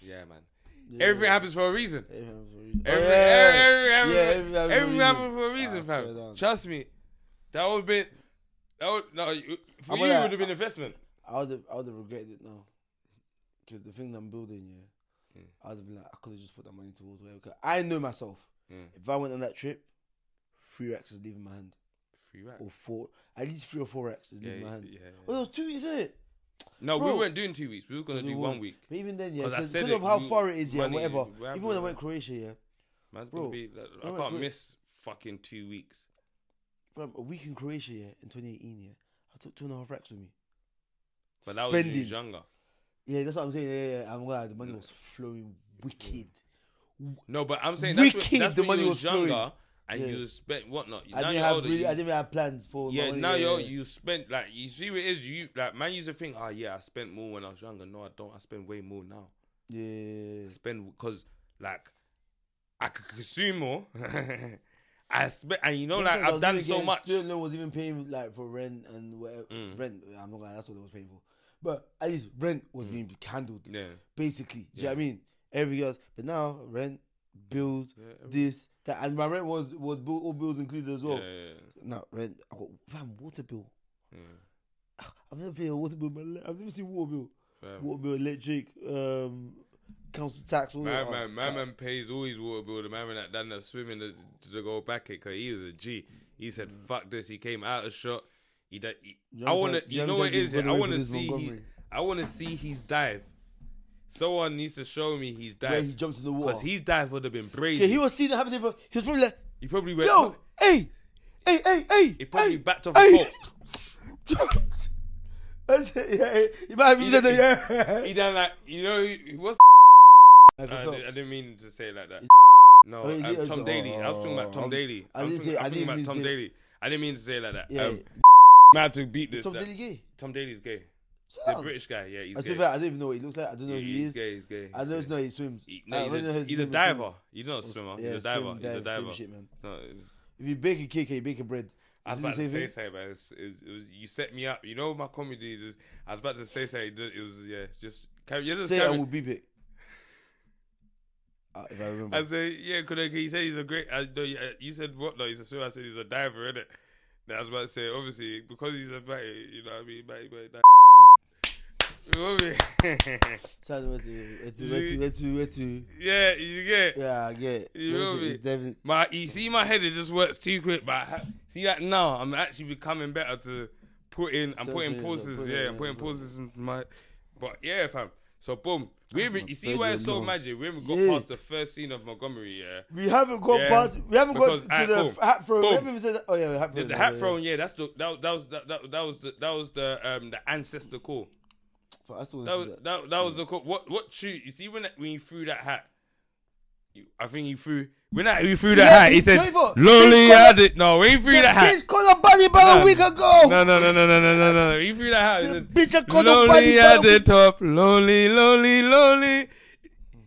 [SPEAKER 1] Yeah, man.
[SPEAKER 2] Yeah.
[SPEAKER 1] Everything happens for a reason.
[SPEAKER 2] Everything happens for a reason. Oh,
[SPEAKER 1] Every,
[SPEAKER 2] yeah, yeah, yeah.
[SPEAKER 1] every, every,
[SPEAKER 2] Yeah,
[SPEAKER 1] every,
[SPEAKER 2] everything happens
[SPEAKER 1] everything
[SPEAKER 2] for a reason.
[SPEAKER 1] happens for a reason,
[SPEAKER 2] I swear
[SPEAKER 1] fam.
[SPEAKER 2] down.
[SPEAKER 1] Trust me. That would have been. That would, no, you- for
[SPEAKER 2] I'm
[SPEAKER 1] you,
[SPEAKER 2] gonna-
[SPEAKER 1] it would have been investment.
[SPEAKER 2] I would have, I would have regretted it now, because the thing I'm building, yeah,
[SPEAKER 1] Mm.
[SPEAKER 2] I would have been like, I could have just put that money towards whatever. 'Cause I know myself.
[SPEAKER 1] Mm.
[SPEAKER 2] If I went on that trip, three racks is leaving my hand,
[SPEAKER 1] Free ride.
[SPEAKER 2] or four, at least three or four racks is
[SPEAKER 1] Yeah,
[SPEAKER 2] leaving my
[SPEAKER 1] yeah,
[SPEAKER 2] hand.
[SPEAKER 1] yeah,
[SPEAKER 2] Well,
[SPEAKER 1] yeah.
[SPEAKER 2] Oh, it was two, isn't it?
[SPEAKER 1] No, we
[SPEAKER 2] Bro.
[SPEAKER 1] weren't doing two weeks. We were going to
[SPEAKER 2] We
[SPEAKER 1] do
[SPEAKER 2] were.
[SPEAKER 1] one week.
[SPEAKER 2] But even then, yeah,
[SPEAKER 1] 'Cause I
[SPEAKER 2] because
[SPEAKER 1] said
[SPEAKER 2] because of
[SPEAKER 1] it,
[SPEAKER 2] how
[SPEAKER 1] we-
[SPEAKER 2] far it is, yeah,
[SPEAKER 1] money,
[SPEAKER 2] whatever.
[SPEAKER 1] we have
[SPEAKER 2] Even when I
[SPEAKER 1] to-
[SPEAKER 2] went Croatia, yeah,
[SPEAKER 1] Man's
[SPEAKER 2] Bro,
[SPEAKER 1] gonna be. Like, I
[SPEAKER 2] I'm
[SPEAKER 1] can't
[SPEAKER 2] agree-
[SPEAKER 1] miss fucking two weeks.
[SPEAKER 2] from a week in Croatia, yeah, in 2018, yeah, I took two and a half racks with me.
[SPEAKER 1] But that was
[SPEAKER 2] Spending.
[SPEAKER 1] you younger.
[SPEAKER 2] Yeah, that's what I'm saying. Yeah, yeah, yeah. I'm glad the money was flowing wicked.
[SPEAKER 1] No, but I'm saying that's
[SPEAKER 2] Wicked,
[SPEAKER 1] when, that's
[SPEAKER 2] the
[SPEAKER 1] when
[SPEAKER 2] money
[SPEAKER 1] you
[SPEAKER 2] was
[SPEAKER 1] was younger
[SPEAKER 2] flowing.
[SPEAKER 1] and
[SPEAKER 2] Yeah.
[SPEAKER 1] you spent whatnot.
[SPEAKER 2] I
[SPEAKER 1] now
[SPEAKER 2] didn't
[SPEAKER 1] you're
[SPEAKER 2] have
[SPEAKER 1] older.
[SPEAKER 2] really,
[SPEAKER 1] you,
[SPEAKER 2] I didn't really have plans for. my
[SPEAKER 1] yeah,
[SPEAKER 2] money,
[SPEAKER 1] now you're
[SPEAKER 2] yeah.
[SPEAKER 1] you spent like you see what it is. You like man used to think, oh yeah, I spent more when I was younger. No, I don't. I spend way more now.
[SPEAKER 2] Yeah.
[SPEAKER 1] I spend because like I could consume more. I spent and you know like
[SPEAKER 2] Sometimes I
[SPEAKER 1] I've
[SPEAKER 2] was
[SPEAKER 1] done
[SPEAKER 2] even
[SPEAKER 1] so
[SPEAKER 2] getting-
[SPEAKER 1] much.
[SPEAKER 2] Student loan was even paying like for rent and whatever.
[SPEAKER 1] Mm.
[SPEAKER 2] Rent, I'm not gonna. That's what it was paying for. But at least rent
[SPEAKER 1] Mm.
[SPEAKER 2] was being handled.
[SPEAKER 1] Yeah,
[SPEAKER 2] Basically, do you know
[SPEAKER 1] Yeah.
[SPEAKER 2] what I mean? Everything else, but now rent, bills,
[SPEAKER 1] Yeah, every-
[SPEAKER 2] this, that, and my rent was was bill, all bills included as
[SPEAKER 1] yeah,
[SPEAKER 2] well.
[SPEAKER 1] yeah,
[SPEAKER 2] No rent. I got fam, water bill.
[SPEAKER 1] yeah.
[SPEAKER 2] I've never paid a water bill. in My life. I've never seen water bill.
[SPEAKER 1] Fair.
[SPEAKER 2] Water bill, electric, um, council tax. All
[SPEAKER 1] My
[SPEAKER 2] that.
[SPEAKER 1] man, my man pays always water bill. The man that done that swimming to, to go back it because he was a G. He said,
[SPEAKER 2] Mm.
[SPEAKER 1] "Fuck this." He came out of shot. He, da- he
[SPEAKER 2] Jam
[SPEAKER 1] I want to.
[SPEAKER 2] said-
[SPEAKER 1] You
[SPEAKER 2] Jam
[SPEAKER 1] know what it
[SPEAKER 2] said
[SPEAKER 1] is.
[SPEAKER 2] he was
[SPEAKER 1] yeah? I
[SPEAKER 2] waiting
[SPEAKER 1] want
[SPEAKER 2] for
[SPEAKER 1] to
[SPEAKER 2] this
[SPEAKER 1] see. He,
[SPEAKER 2] Montgomery.
[SPEAKER 1] I want to see his dive. Someone needs to show me his
[SPEAKER 2] Where
[SPEAKER 1] dive
[SPEAKER 2] he jumped in the
[SPEAKER 1] because
[SPEAKER 2] water.
[SPEAKER 1] his dive would have been crazy.
[SPEAKER 2] Yeah, he was seeing it happening. For, he was probably like,
[SPEAKER 1] He probably went.
[SPEAKER 2] "Yo, hey, hey, hey, hey."
[SPEAKER 1] he probably
[SPEAKER 2] hey,
[SPEAKER 1] backed off
[SPEAKER 2] hey."
[SPEAKER 1] the boat.
[SPEAKER 2] Jumped. I said, yeah, yeah, he might have
[SPEAKER 1] He-
[SPEAKER 2] even said,
[SPEAKER 1] he-
[SPEAKER 2] yeah.
[SPEAKER 1] He done like you know he, he was. No,
[SPEAKER 2] Michael
[SPEAKER 1] I,
[SPEAKER 2] Phelps.
[SPEAKER 1] did, I didn't mean to say it like that. No,
[SPEAKER 2] Oh, is
[SPEAKER 1] um,
[SPEAKER 2] it-
[SPEAKER 1] Tom
[SPEAKER 2] oh,
[SPEAKER 1] Daly. I was talking about Tom
[SPEAKER 2] um,
[SPEAKER 1] Daly.
[SPEAKER 2] I
[SPEAKER 1] I was
[SPEAKER 2] didn't
[SPEAKER 1] talking,
[SPEAKER 2] say-
[SPEAKER 1] I
[SPEAKER 2] I
[SPEAKER 1] was talking
[SPEAKER 2] didn't
[SPEAKER 1] about
[SPEAKER 2] mean
[SPEAKER 1] Tom
[SPEAKER 2] say-
[SPEAKER 1] Daily. I didn't mean to say it like that.
[SPEAKER 2] Yeah,
[SPEAKER 1] um, Man, I have to beat this.
[SPEAKER 2] Tom
[SPEAKER 1] that-
[SPEAKER 2] Daly gay.
[SPEAKER 1] Tom Daly's gay.
[SPEAKER 2] Sit
[SPEAKER 1] The
[SPEAKER 2] down.
[SPEAKER 1] British guy, yeah, he's
[SPEAKER 2] I
[SPEAKER 1] gay.
[SPEAKER 2] said, I don't even know what he looks like. I don't know
[SPEAKER 1] Yeah,
[SPEAKER 2] who he
[SPEAKER 1] he's
[SPEAKER 2] is.
[SPEAKER 1] gay. He's gay.
[SPEAKER 2] I know it's not he swims.
[SPEAKER 1] He-
[SPEAKER 2] I
[SPEAKER 1] no, he's
[SPEAKER 2] don't know
[SPEAKER 1] a,
[SPEAKER 2] his
[SPEAKER 1] he's a
[SPEAKER 2] name is swim.
[SPEAKER 1] diver. He's not a swimmer.
[SPEAKER 2] Yeah,
[SPEAKER 1] he's a
[SPEAKER 2] swim,
[SPEAKER 1] diver. He's a
[SPEAKER 2] dive, same
[SPEAKER 1] diver.
[SPEAKER 2] shit, man.
[SPEAKER 1] It's not-
[SPEAKER 2] If you bake a cake, you bake a bread.
[SPEAKER 1] I was
[SPEAKER 2] Is it
[SPEAKER 1] about
[SPEAKER 2] the
[SPEAKER 1] to
[SPEAKER 2] same
[SPEAKER 1] say
[SPEAKER 2] thing?
[SPEAKER 1] something, but it's, it's, it was, you set me up. You know my comedy. Just, I was about to say something. It was yeah, just carry. You just
[SPEAKER 2] Say it
[SPEAKER 1] carry.
[SPEAKER 2] and we'll beep it. Uh, if I remember.
[SPEAKER 1] I said, yeah, because he said he's a great. I, no, you, uh, you said what? No, he's a swimmer. I said he's a diver, innit? Then I was about to say, obviously, because he's a mate, you know what I mean? Mate, mate, that. You know what I mean?
[SPEAKER 2] Tell them where to, where to,
[SPEAKER 1] You-
[SPEAKER 2] where to, where to, where to.
[SPEAKER 1] yeah, you get.
[SPEAKER 2] Yeah, I get. it.
[SPEAKER 1] You
[SPEAKER 2] What is
[SPEAKER 1] know
[SPEAKER 2] it?
[SPEAKER 1] me.
[SPEAKER 2] It's Devin.
[SPEAKER 1] My, you see, my head, it just works too quick. But I ha- see that now, I'm actually becoming better to putting I'm
[SPEAKER 2] Social
[SPEAKER 1] putting
[SPEAKER 2] media,
[SPEAKER 1] poses,
[SPEAKER 2] put it
[SPEAKER 1] yeah,
[SPEAKER 2] in,
[SPEAKER 1] I'm putting
[SPEAKER 2] yeah.
[SPEAKER 1] poses in my but yeah fam. So boom. We haven't, you see
[SPEAKER 2] bloody
[SPEAKER 1] why it's so
[SPEAKER 2] hell.
[SPEAKER 1] magic. We haven't got
[SPEAKER 2] Yeah.
[SPEAKER 1] past the first scene of Montgomery, yeah.
[SPEAKER 2] We haven't gone
[SPEAKER 1] Yeah,
[SPEAKER 2] past. We haven't gone
[SPEAKER 1] because,
[SPEAKER 2] to
[SPEAKER 1] alright,
[SPEAKER 2] the
[SPEAKER 1] boom,
[SPEAKER 2] hat throw.
[SPEAKER 1] boom.
[SPEAKER 2] We haven't even said that. Oh yeah, the hat throw.
[SPEAKER 1] The, the hat thrown, yeah, that's the that, that was that, that, that was the that was the um the ancestor call.
[SPEAKER 2] I still
[SPEAKER 1] That
[SPEAKER 2] wanna
[SPEAKER 1] was
[SPEAKER 2] see that.
[SPEAKER 1] that, that was the call. What what true you see when that- when he threw that hat, you, I think he threw when that he threw that
[SPEAKER 2] Yeah,
[SPEAKER 1] hat, he
[SPEAKER 2] he
[SPEAKER 1] said
[SPEAKER 2] gave up.
[SPEAKER 1] Lonely
[SPEAKER 2] He's got
[SPEAKER 1] had it. No, when he threw
[SPEAKER 2] The
[SPEAKER 1] that hat.
[SPEAKER 2] Bitch called a bunny about
[SPEAKER 1] Nah.
[SPEAKER 2] a week ago.
[SPEAKER 1] No, no, no, no, no, no, no, no, no. He threw that hat. He
[SPEAKER 2] The
[SPEAKER 1] said,
[SPEAKER 2] bitch I called a bunny
[SPEAKER 1] Lonely
[SPEAKER 2] about a
[SPEAKER 1] at
[SPEAKER 2] week
[SPEAKER 1] the top, lonely, lonely, lonely.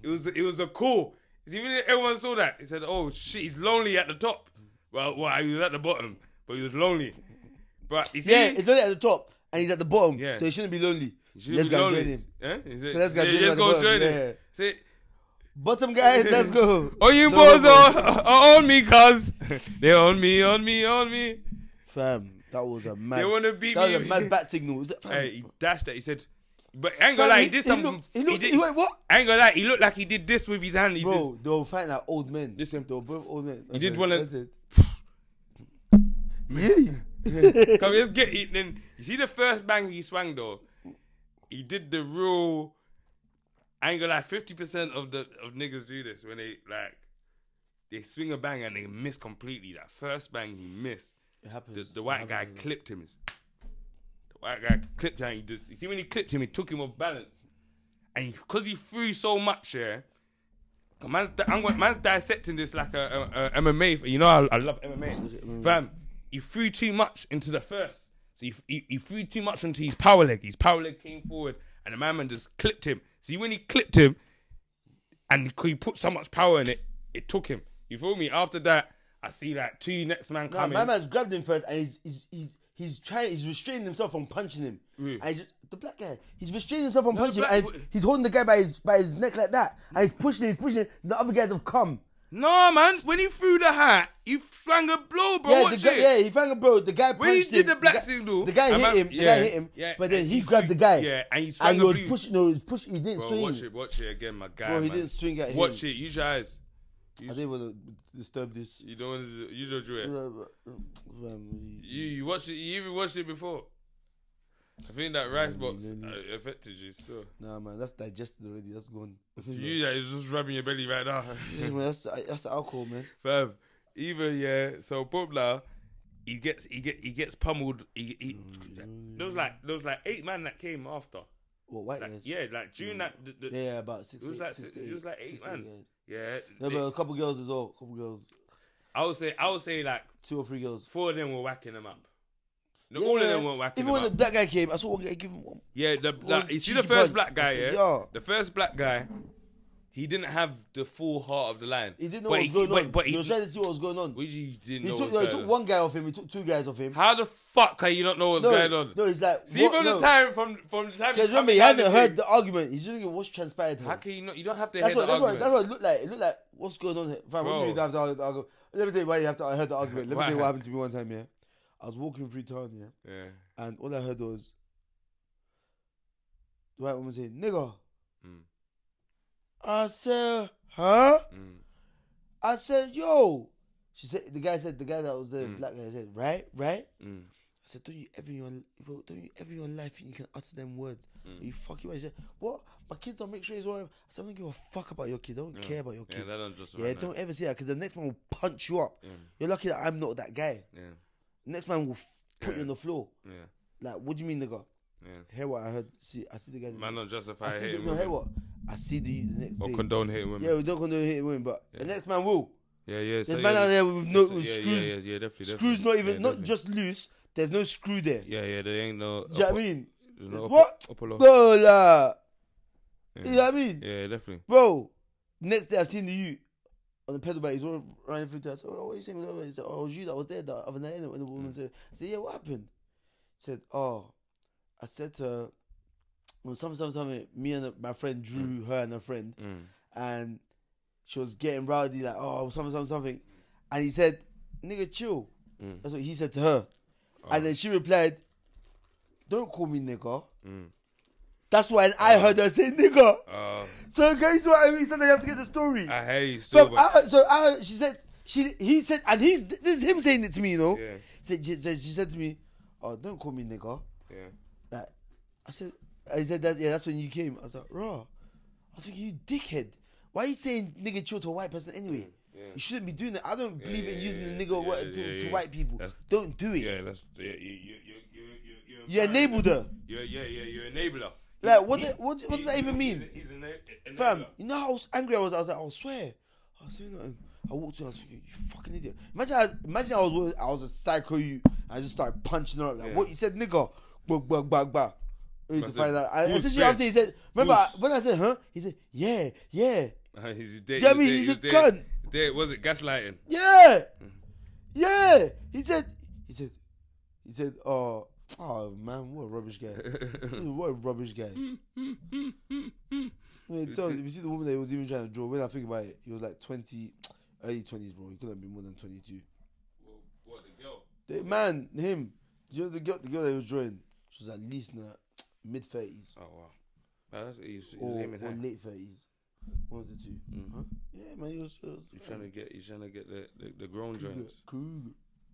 [SPEAKER 1] It was it was a call. Even if everyone saw that. He said, "Oh shit, he's lonely at the top." Well, well, he was at the bottom, but he was lonely. But you see,
[SPEAKER 2] Yeah, it's lonely at the top and he's at the bottom.
[SPEAKER 1] Yeah.
[SPEAKER 2] So he shouldn't be lonely.
[SPEAKER 1] should
[SPEAKER 2] let's
[SPEAKER 1] be
[SPEAKER 2] go
[SPEAKER 1] lonely.
[SPEAKER 2] join him.
[SPEAKER 1] Eh? He said,
[SPEAKER 2] So let's go
[SPEAKER 1] yeah,
[SPEAKER 2] join him
[SPEAKER 1] just
[SPEAKER 2] at the
[SPEAKER 1] go
[SPEAKER 2] bottom,
[SPEAKER 1] join
[SPEAKER 2] yeah.
[SPEAKER 1] him. Say,
[SPEAKER 2] Bottom guys, let's go.
[SPEAKER 1] "Oh, you
[SPEAKER 2] No,
[SPEAKER 1] boys
[SPEAKER 2] no,
[SPEAKER 1] are,
[SPEAKER 2] no.
[SPEAKER 1] are on me, cuz they on me, on me, on me."
[SPEAKER 2] Fam, that was a mad.
[SPEAKER 1] They wanna beat
[SPEAKER 2] that
[SPEAKER 1] me.
[SPEAKER 2] was a mad bat signal. Was that, fam,
[SPEAKER 1] Hey, he dashed that. He said, "But I ain't
[SPEAKER 2] fam,
[SPEAKER 1] gonna lie, he did
[SPEAKER 2] looked-
[SPEAKER 1] something.
[SPEAKER 2] He looked.
[SPEAKER 1] did-
[SPEAKER 2] He went what?
[SPEAKER 1] I ain't gonna lie, he looked like he did this with his hand. He just,
[SPEAKER 2] Bro, they were fighting like old men.
[SPEAKER 1] Listen.
[SPEAKER 2] they were both old men.
[SPEAKER 1] did wanna-
[SPEAKER 2] Yeah.
[SPEAKER 1] Come, let's get it. Then you see the first bang he swung though. He did the real. I ain't gonna lie. Fifty percent of the of niggas do this when they like they swing a bang and they miss completely. That first bang he missed.
[SPEAKER 2] It
[SPEAKER 1] The,
[SPEAKER 2] happens.
[SPEAKER 1] the white
[SPEAKER 2] It
[SPEAKER 1] guy
[SPEAKER 2] happens.
[SPEAKER 1] clipped him. The white guy clipped him. And he just, you see when he clipped him, he took him off balance, and because he threw so much, yeah. 'cause Man's, di- I'm, going- man's dissecting this like a, a, a MMA. You know, I, I love
[SPEAKER 2] look at
[SPEAKER 1] MMA.
[SPEAKER 2] MMA.
[SPEAKER 1] Fam, he threw too much into the first. So he, he, he threw too much into his power leg. His power leg came forward, and the man man just clipped him. See, when he clipped him, and he put so much power in it, it took him. You feel me? After that, I see like two next man
[SPEAKER 2] Nah,
[SPEAKER 1] coming.
[SPEAKER 2] my man's grabbed him first, and he's he's he's, he's trying he's restraining himself from punching him.
[SPEAKER 1] Who?
[SPEAKER 2] And he's just, the black guy, he's restraining himself from punching
[SPEAKER 1] black-
[SPEAKER 2] him, and he's, he's holding the guy by his by his neck like that, and he's pushing, he's pushing. The other guys have come.
[SPEAKER 1] No, man. When he threw the hat, he swung a blow, bro.
[SPEAKER 2] Yeah, the
[SPEAKER 1] Watch
[SPEAKER 2] guy,
[SPEAKER 1] it.
[SPEAKER 2] yeah, he found a bro. The guy punched
[SPEAKER 1] When he
[SPEAKER 2] him,
[SPEAKER 1] did the black
[SPEAKER 2] guy-
[SPEAKER 1] signal,
[SPEAKER 2] The guy
[SPEAKER 1] and
[SPEAKER 2] hit
[SPEAKER 1] man-
[SPEAKER 2] him. The
[SPEAKER 1] yeah,
[SPEAKER 2] guy hit him.
[SPEAKER 1] yeah,
[SPEAKER 2] but then
[SPEAKER 1] and
[SPEAKER 2] he
[SPEAKER 1] he
[SPEAKER 2] grabbed the
[SPEAKER 1] threw-
[SPEAKER 2] guy.
[SPEAKER 1] yeah, and he swung
[SPEAKER 2] and he
[SPEAKER 1] a
[SPEAKER 2] was
[SPEAKER 1] blue.
[SPEAKER 2] pushing. No, he was pushing. He didn't
[SPEAKER 1] Bro,
[SPEAKER 2] swing.
[SPEAKER 1] watch it, watch it again, my guy.
[SPEAKER 2] Bro, he
[SPEAKER 1] man.
[SPEAKER 2] didn't swing at him.
[SPEAKER 1] Watch it. Use your eyes.
[SPEAKER 2] I didn't want to disturb this.
[SPEAKER 1] You don't want to use your drill.
[SPEAKER 2] Um,
[SPEAKER 1] You, you watched it. You even watched it before. I think that rice box
[SPEAKER 2] no, no.
[SPEAKER 1] uh, affected you still.
[SPEAKER 2] Nah, man, that's digested already. That's gone.
[SPEAKER 1] You that is just rubbing your belly right now,
[SPEAKER 2] Yeah, man, that's that's the alcohol, man.
[SPEAKER 1] fam. Even yeah. So Bobla, he gets he get he gets pummeled. He, he
[SPEAKER 2] Mm.
[SPEAKER 1] there was like there was like eight man that came after.
[SPEAKER 2] What white
[SPEAKER 1] Like,
[SPEAKER 2] guys?
[SPEAKER 1] yeah, like June that the, the,
[SPEAKER 2] Mm. Yeah, yeah, about six.
[SPEAKER 1] It was
[SPEAKER 2] eight,
[SPEAKER 1] like
[SPEAKER 2] six
[SPEAKER 1] six-
[SPEAKER 2] to
[SPEAKER 1] it was like eight
[SPEAKER 2] six to
[SPEAKER 1] man.
[SPEAKER 2] guys.
[SPEAKER 1] yeah.
[SPEAKER 2] No,
[SPEAKER 1] they-
[SPEAKER 2] but a couple girls as well. couple girls,
[SPEAKER 1] I would say I would say like
[SPEAKER 2] two or three girls.
[SPEAKER 1] four of them were whacking them up. No,
[SPEAKER 2] Yeah,
[SPEAKER 1] all of
[SPEAKER 2] yeah.
[SPEAKER 1] them weren't whacking
[SPEAKER 2] Even
[SPEAKER 1] them
[SPEAKER 2] when the
[SPEAKER 1] up.
[SPEAKER 2] black guy came, I saw one guy give him one.
[SPEAKER 1] yeah, the, like, you see the
[SPEAKER 2] cheeky
[SPEAKER 1] first
[SPEAKER 2] punch.
[SPEAKER 1] black guy,
[SPEAKER 2] I said,
[SPEAKER 1] yeah?
[SPEAKER 2] "Yo."
[SPEAKER 1] the first black guy, he didn't have the full heart of the lion.
[SPEAKER 2] He didn't know
[SPEAKER 1] but
[SPEAKER 2] what was
[SPEAKER 1] he,
[SPEAKER 2] going
[SPEAKER 1] but,
[SPEAKER 2] on.
[SPEAKER 1] But
[SPEAKER 2] he,
[SPEAKER 1] he,
[SPEAKER 2] was trying to see what was going on.
[SPEAKER 1] we just didn't
[SPEAKER 2] he
[SPEAKER 1] know.
[SPEAKER 2] took,
[SPEAKER 1] what's
[SPEAKER 2] no, he
[SPEAKER 1] going
[SPEAKER 2] took
[SPEAKER 1] on.
[SPEAKER 2] one guy off him. He took two guys off him.
[SPEAKER 1] How the fuck can you not know what's
[SPEAKER 2] no,
[SPEAKER 1] going on?
[SPEAKER 2] no, he's like
[SPEAKER 1] see
[SPEAKER 2] what?
[SPEAKER 1] from
[SPEAKER 2] no.
[SPEAKER 1] the time from from the time.
[SPEAKER 2] Because
[SPEAKER 1] he's
[SPEAKER 2] remember,
[SPEAKER 1] coming down
[SPEAKER 2] he hasn't
[SPEAKER 1] the
[SPEAKER 2] heard
[SPEAKER 1] thing,
[SPEAKER 2] the argument. He's just thinking what's transpired. Here.
[SPEAKER 1] How can you not? You don't have to
[SPEAKER 2] That's
[SPEAKER 1] hear
[SPEAKER 2] what,
[SPEAKER 1] the
[SPEAKER 2] that's what
[SPEAKER 1] argument.
[SPEAKER 2] that's what it looked like. It looked like what's going on here. Fam, what
[SPEAKER 1] Bro.
[SPEAKER 2] do you mean you have to hear the argument? Let me tell you why you have to I heard the argument. Let me
[SPEAKER 1] Why?
[SPEAKER 2] tell you what happened to me one time, yeah. I was walking through town, yeah,
[SPEAKER 1] yeah.
[SPEAKER 2] and all I heard was the white woman saying, nigga.
[SPEAKER 1] Mm.
[SPEAKER 2] I said, huh?
[SPEAKER 1] Mm.
[SPEAKER 2] I said, yo. She said the guy said the guy that was the
[SPEAKER 1] Mm.
[SPEAKER 2] black guy said, right, right?
[SPEAKER 1] Mm.
[SPEAKER 2] I said, don't you ever in your bro, don't you ever in your life think you can utter them words?
[SPEAKER 1] Mm.
[SPEAKER 2] Are you fucking right? She said, what? My kids are mixed race. what?" I said, I don't give a fuck about your kids. I don't care about your
[SPEAKER 1] Yeah,
[SPEAKER 2] kids.
[SPEAKER 1] that don't just.
[SPEAKER 2] Yeah, don't ever say that because the next man will punch you up.
[SPEAKER 1] Yeah,
[SPEAKER 2] You're lucky that I'm not that guy.
[SPEAKER 1] yeah,
[SPEAKER 2] Next man will f- put you on the floor.
[SPEAKER 1] yeah.
[SPEAKER 2] Like, what do you mean, nigga?
[SPEAKER 1] yeah.
[SPEAKER 2] Hear what I heard? See, I see the guy.
[SPEAKER 1] Man, don't
[SPEAKER 2] I
[SPEAKER 1] justify
[SPEAKER 2] see the,
[SPEAKER 1] hating
[SPEAKER 2] no, hear
[SPEAKER 1] women
[SPEAKER 2] what? I see the, the next
[SPEAKER 1] or
[SPEAKER 2] day.
[SPEAKER 1] condone hating women.
[SPEAKER 2] yeah, we don't condone hitting women, but the next man will.
[SPEAKER 1] Yeah, yeah.
[SPEAKER 2] There's
[SPEAKER 1] so,
[SPEAKER 2] man
[SPEAKER 1] yeah,
[SPEAKER 2] out there with no
[SPEAKER 1] so-
[SPEAKER 2] with
[SPEAKER 1] yeah,
[SPEAKER 2] screws.
[SPEAKER 1] Yeah, yeah, yeah, definitely.
[SPEAKER 2] Screws
[SPEAKER 1] definitely.
[SPEAKER 2] not even
[SPEAKER 1] Yeah,
[SPEAKER 2] not
[SPEAKER 1] definitely.
[SPEAKER 2] just loose. There's no screw there.
[SPEAKER 1] Yeah, yeah. There ain't no.
[SPEAKER 2] Do you know
[SPEAKER 1] upper-
[SPEAKER 2] what I mean?
[SPEAKER 1] there's no upper-
[SPEAKER 2] What?
[SPEAKER 1] upper law.
[SPEAKER 2] Bro, la.
[SPEAKER 1] Yeah.
[SPEAKER 2] You know what I mean?
[SPEAKER 1] Yeah, definitely.
[SPEAKER 2] Bro, next day I've seen the you on the pedal bike. He's all running through. there. I said, oh, what are you saying? He said, oh, it was you that was there the other night. innit?" And the
[SPEAKER 1] Mm.
[SPEAKER 2] woman said, I said, yeah, what happened? He said, oh, I said to her, well, something, something, something. Me and my friend drew her and her friend,
[SPEAKER 1] Mm.
[SPEAKER 2] and she was getting rowdy, like, oh, something, something, something. And he said, nigga, chill.
[SPEAKER 1] Mm. Oh.
[SPEAKER 2] That's what he said to her. And then she replied, don't call me nigga.
[SPEAKER 1] Mm.
[SPEAKER 2] That's why
[SPEAKER 1] Oh.
[SPEAKER 2] I heard her say nigga.
[SPEAKER 1] Uh,
[SPEAKER 2] So, okay, so I mean, so you have to get the story.
[SPEAKER 1] I hate you still,
[SPEAKER 2] So
[SPEAKER 1] but
[SPEAKER 2] I, heard- so I, heard- she said, she, he said, and he's, this is him saying it to me, you know.
[SPEAKER 1] Yeah.
[SPEAKER 2] Said, she, said- she said to me, oh, don't call me nigger.
[SPEAKER 1] Yeah.
[SPEAKER 2] Like, I said, I said that yeah, that's when you came. I was like, raw. I was like, you dickhead. Why are you saying nigga chill to a white person anyway?
[SPEAKER 1] Yeah.
[SPEAKER 2] You shouldn't be doing that. I don't believe in
[SPEAKER 1] yeah,
[SPEAKER 2] using
[SPEAKER 1] yeah,
[SPEAKER 2] the nigga
[SPEAKER 1] yeah,
[SPEAKER 2] word
[SPEAKER 1] yeah,
[SPEAKER 2] to,
[SPEAKER 1] yeah,
[SPEAKER 2] to
[SPEAKER 1] yeah.
[SPEAKER 2] white people.
[SPEAKER 1] That's-
[SPEAKER 2] don't do it.
[SPEAKER 1] Yeah, that's yeah, you you you you you you
[SPEAKER 2] You enabled her.
[SPEAKER 1] Yeah, yeah, yeah, you're enabler.
[SPEAKER 2] Like, what, the, what, what does that
[SPEAKER 1] He's-
[SPEAKER 2] even
[SPEAKER 1] he's-
[SPEAKER 2] mean?
[SPEAKER 1] He's an enabler.
[SPEAKER 2] Fam, you know how angry I was? I was like, I'll swear. I was saying nothing. I walked in, I was thinking, you fucking idiot. Imagine I, imagine I was one- I was a psycho you. I just started punching her up. Like,
[SPEAKER 1] Yeah.
[SPEAKER 2] what? You said, nigga. Bug, bug, bug, bug. Only to
[SPEAKER 1] That's
[SPEAKER 2] find
[SPEAKER 1] it.
[SPEAKER 2] out. I,
[SPEAKER 1] Who's
[SPEAKER 2] essentially, after he
[SPEAKER 1] best?
[SPEAKER 2] said, remember
[SPEAKER 1] Who's-
[SPEAKER 2] when I said, huh? He said, yeah, yeah,
[SPEAKER 1] He's dead.
[SPEAKER 2] Jamie, he's a cunt.
[SPEAKER 1] There was it gaslighting.
[SPEAKER 2] yeah,
[SPEAKER 1] Mm-hmm.
[SPEAKER 2] yeah. He said, he said, he said, oh, oh man, what a rubbish guy. what a rubbish guy. When it tells- if you see the woman that he was even trying to draw, when I think about it, he was like 20, early 20s, bro. He couldn't be more than 22.
[SPEAKER 1] What the girl?
[SPEAKER 2] The man, him, you know, the girl, the girl that he was drawing, she was at least in her mid 30s
[SPEAKER 1] Oh wow. Man, that's, he's, he's
[SPEAKER 2] or,
[SPEAKER 1] aiming
[SPEAKER 2] or
[SPEAKER 1] high.
[SPEAKER 2] late 30s. One of the two. Huh? Yeah, man, he was. He was
[SPEAKER 1] He's trying to get. He's trying to get the the, the grown
[SPEAKER 2] Cougar,
[SPEAKER 1] joints.
[SPEAKER 2] cougar.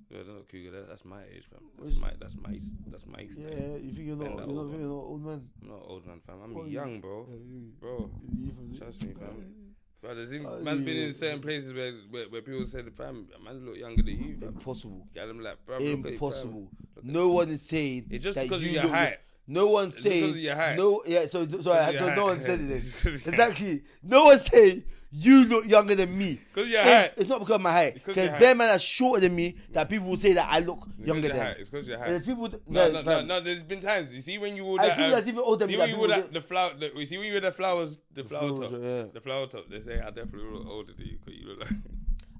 [SPEAKER 1] Yeah, that's not Cougar. That, that's my age, fam.
[SPEAKER 2] Where's-
[SPEAKER 1] That's my. That's my. That's my. age.
[SPEAKER 2] Yeah, you think you're
[SPEAKER 1] Bend that
[SPEAKER 2] not, you're not,
[SPEAKER 1] over.
[SPEAKER 2] you're not old man?
[SPEAKER 1] I'm not an old man, fam.
[SPEAKER 2] Oh,
[SPEAKER 1] I'm
[SPEAKER 2] yeah.
[SPEAKER 1] young, bro.
[SPEAKER 2] Yeah, you-
[SPEAKER 1] Bro,
[SPEAKER 2] you from the-
[SPEAKER 1] trust me, fam. Bro, there's even,
[SPEAKER 2] Oh,
[SPEAKER 1] man's been
[SPEAKER 2] yeah.
[SPEAKER 1] in certain places where, where, where people said, fam, man look younger than you, fam.
[SPEAKER 2] Impossible.
[SPEAKER 1] Get them like, bro,
[SPEAKER 2] Impossible. No one is saying
[SPEAKER 1] It's just
[SPEAKER 2] that
[SPEAKER 1] because of
[SPEAKER 2] you
[SPEAKER 1] your
[SPEAKER 2] look-
[SPEAKER 1] height.
[SPEAKER 2] No one's
[SPEAKER 1] It's because
[SPEAKER 2] saying
[SPEAKER 1] of your height.
[SPEAKER 2] no. Yeah, so sorry,
[SPEAKER 1] of
[SPEAKER 2] so
[SPEAKER 1] your
[SPEAKER 2] no
[SPEAKER 1] height.
[SPEAKER 2] one said it.
[SPEAKER 1] It's 'cause of your
[SPEAKER 2] exactly. No one's saying you look younger than me.
[SPEAKER 1] 'Cause of your
[SPEAKER 2] And
[SPEAKER 1] height.
[SPEAKER 2] It's not because of my height.
[SPEAKER 1] Because of
[SPEAKER 2] Because
[SPEAKER 1] your
[SPEAKER 2] bare man are shorter than me that people will say that I look younger
[SPEAKER 1] your
[SPEAKER 2] than.
[SPEAKER 1] height. It's because your
[SPEAKER 2] And
[SPEAKER 1] height.
[SPEAKER 2] there's people. That,
[SPEAKER 1] No,
[SPEAKER 2] no,
[SPEAKER 1] no, no,
[SPEAKER 2] fam.
[SPEAKER 1] no, there's been times. You see when you wore
[SPEAKER 2] I
[SPEAKER 1] that. um,
[SPEAKER 2] feel that's even older
[SPEAKER 1] See
[SPEAKER 2] than
[SPEAKER 1] when
[SPEAKER 2] that
[SPEAKER 1] you wore
[SPEAKER 2] people
[SPEAKER 1] that, the flower. The, you see when you wear the flowers, the, flower
[SPEAKER 2] flowers,
[SPEAKER 1] top,
[SPEAKER 2] yeah.
[SPEAKER 1] the flower top. They say I definitely look older than you because you look like.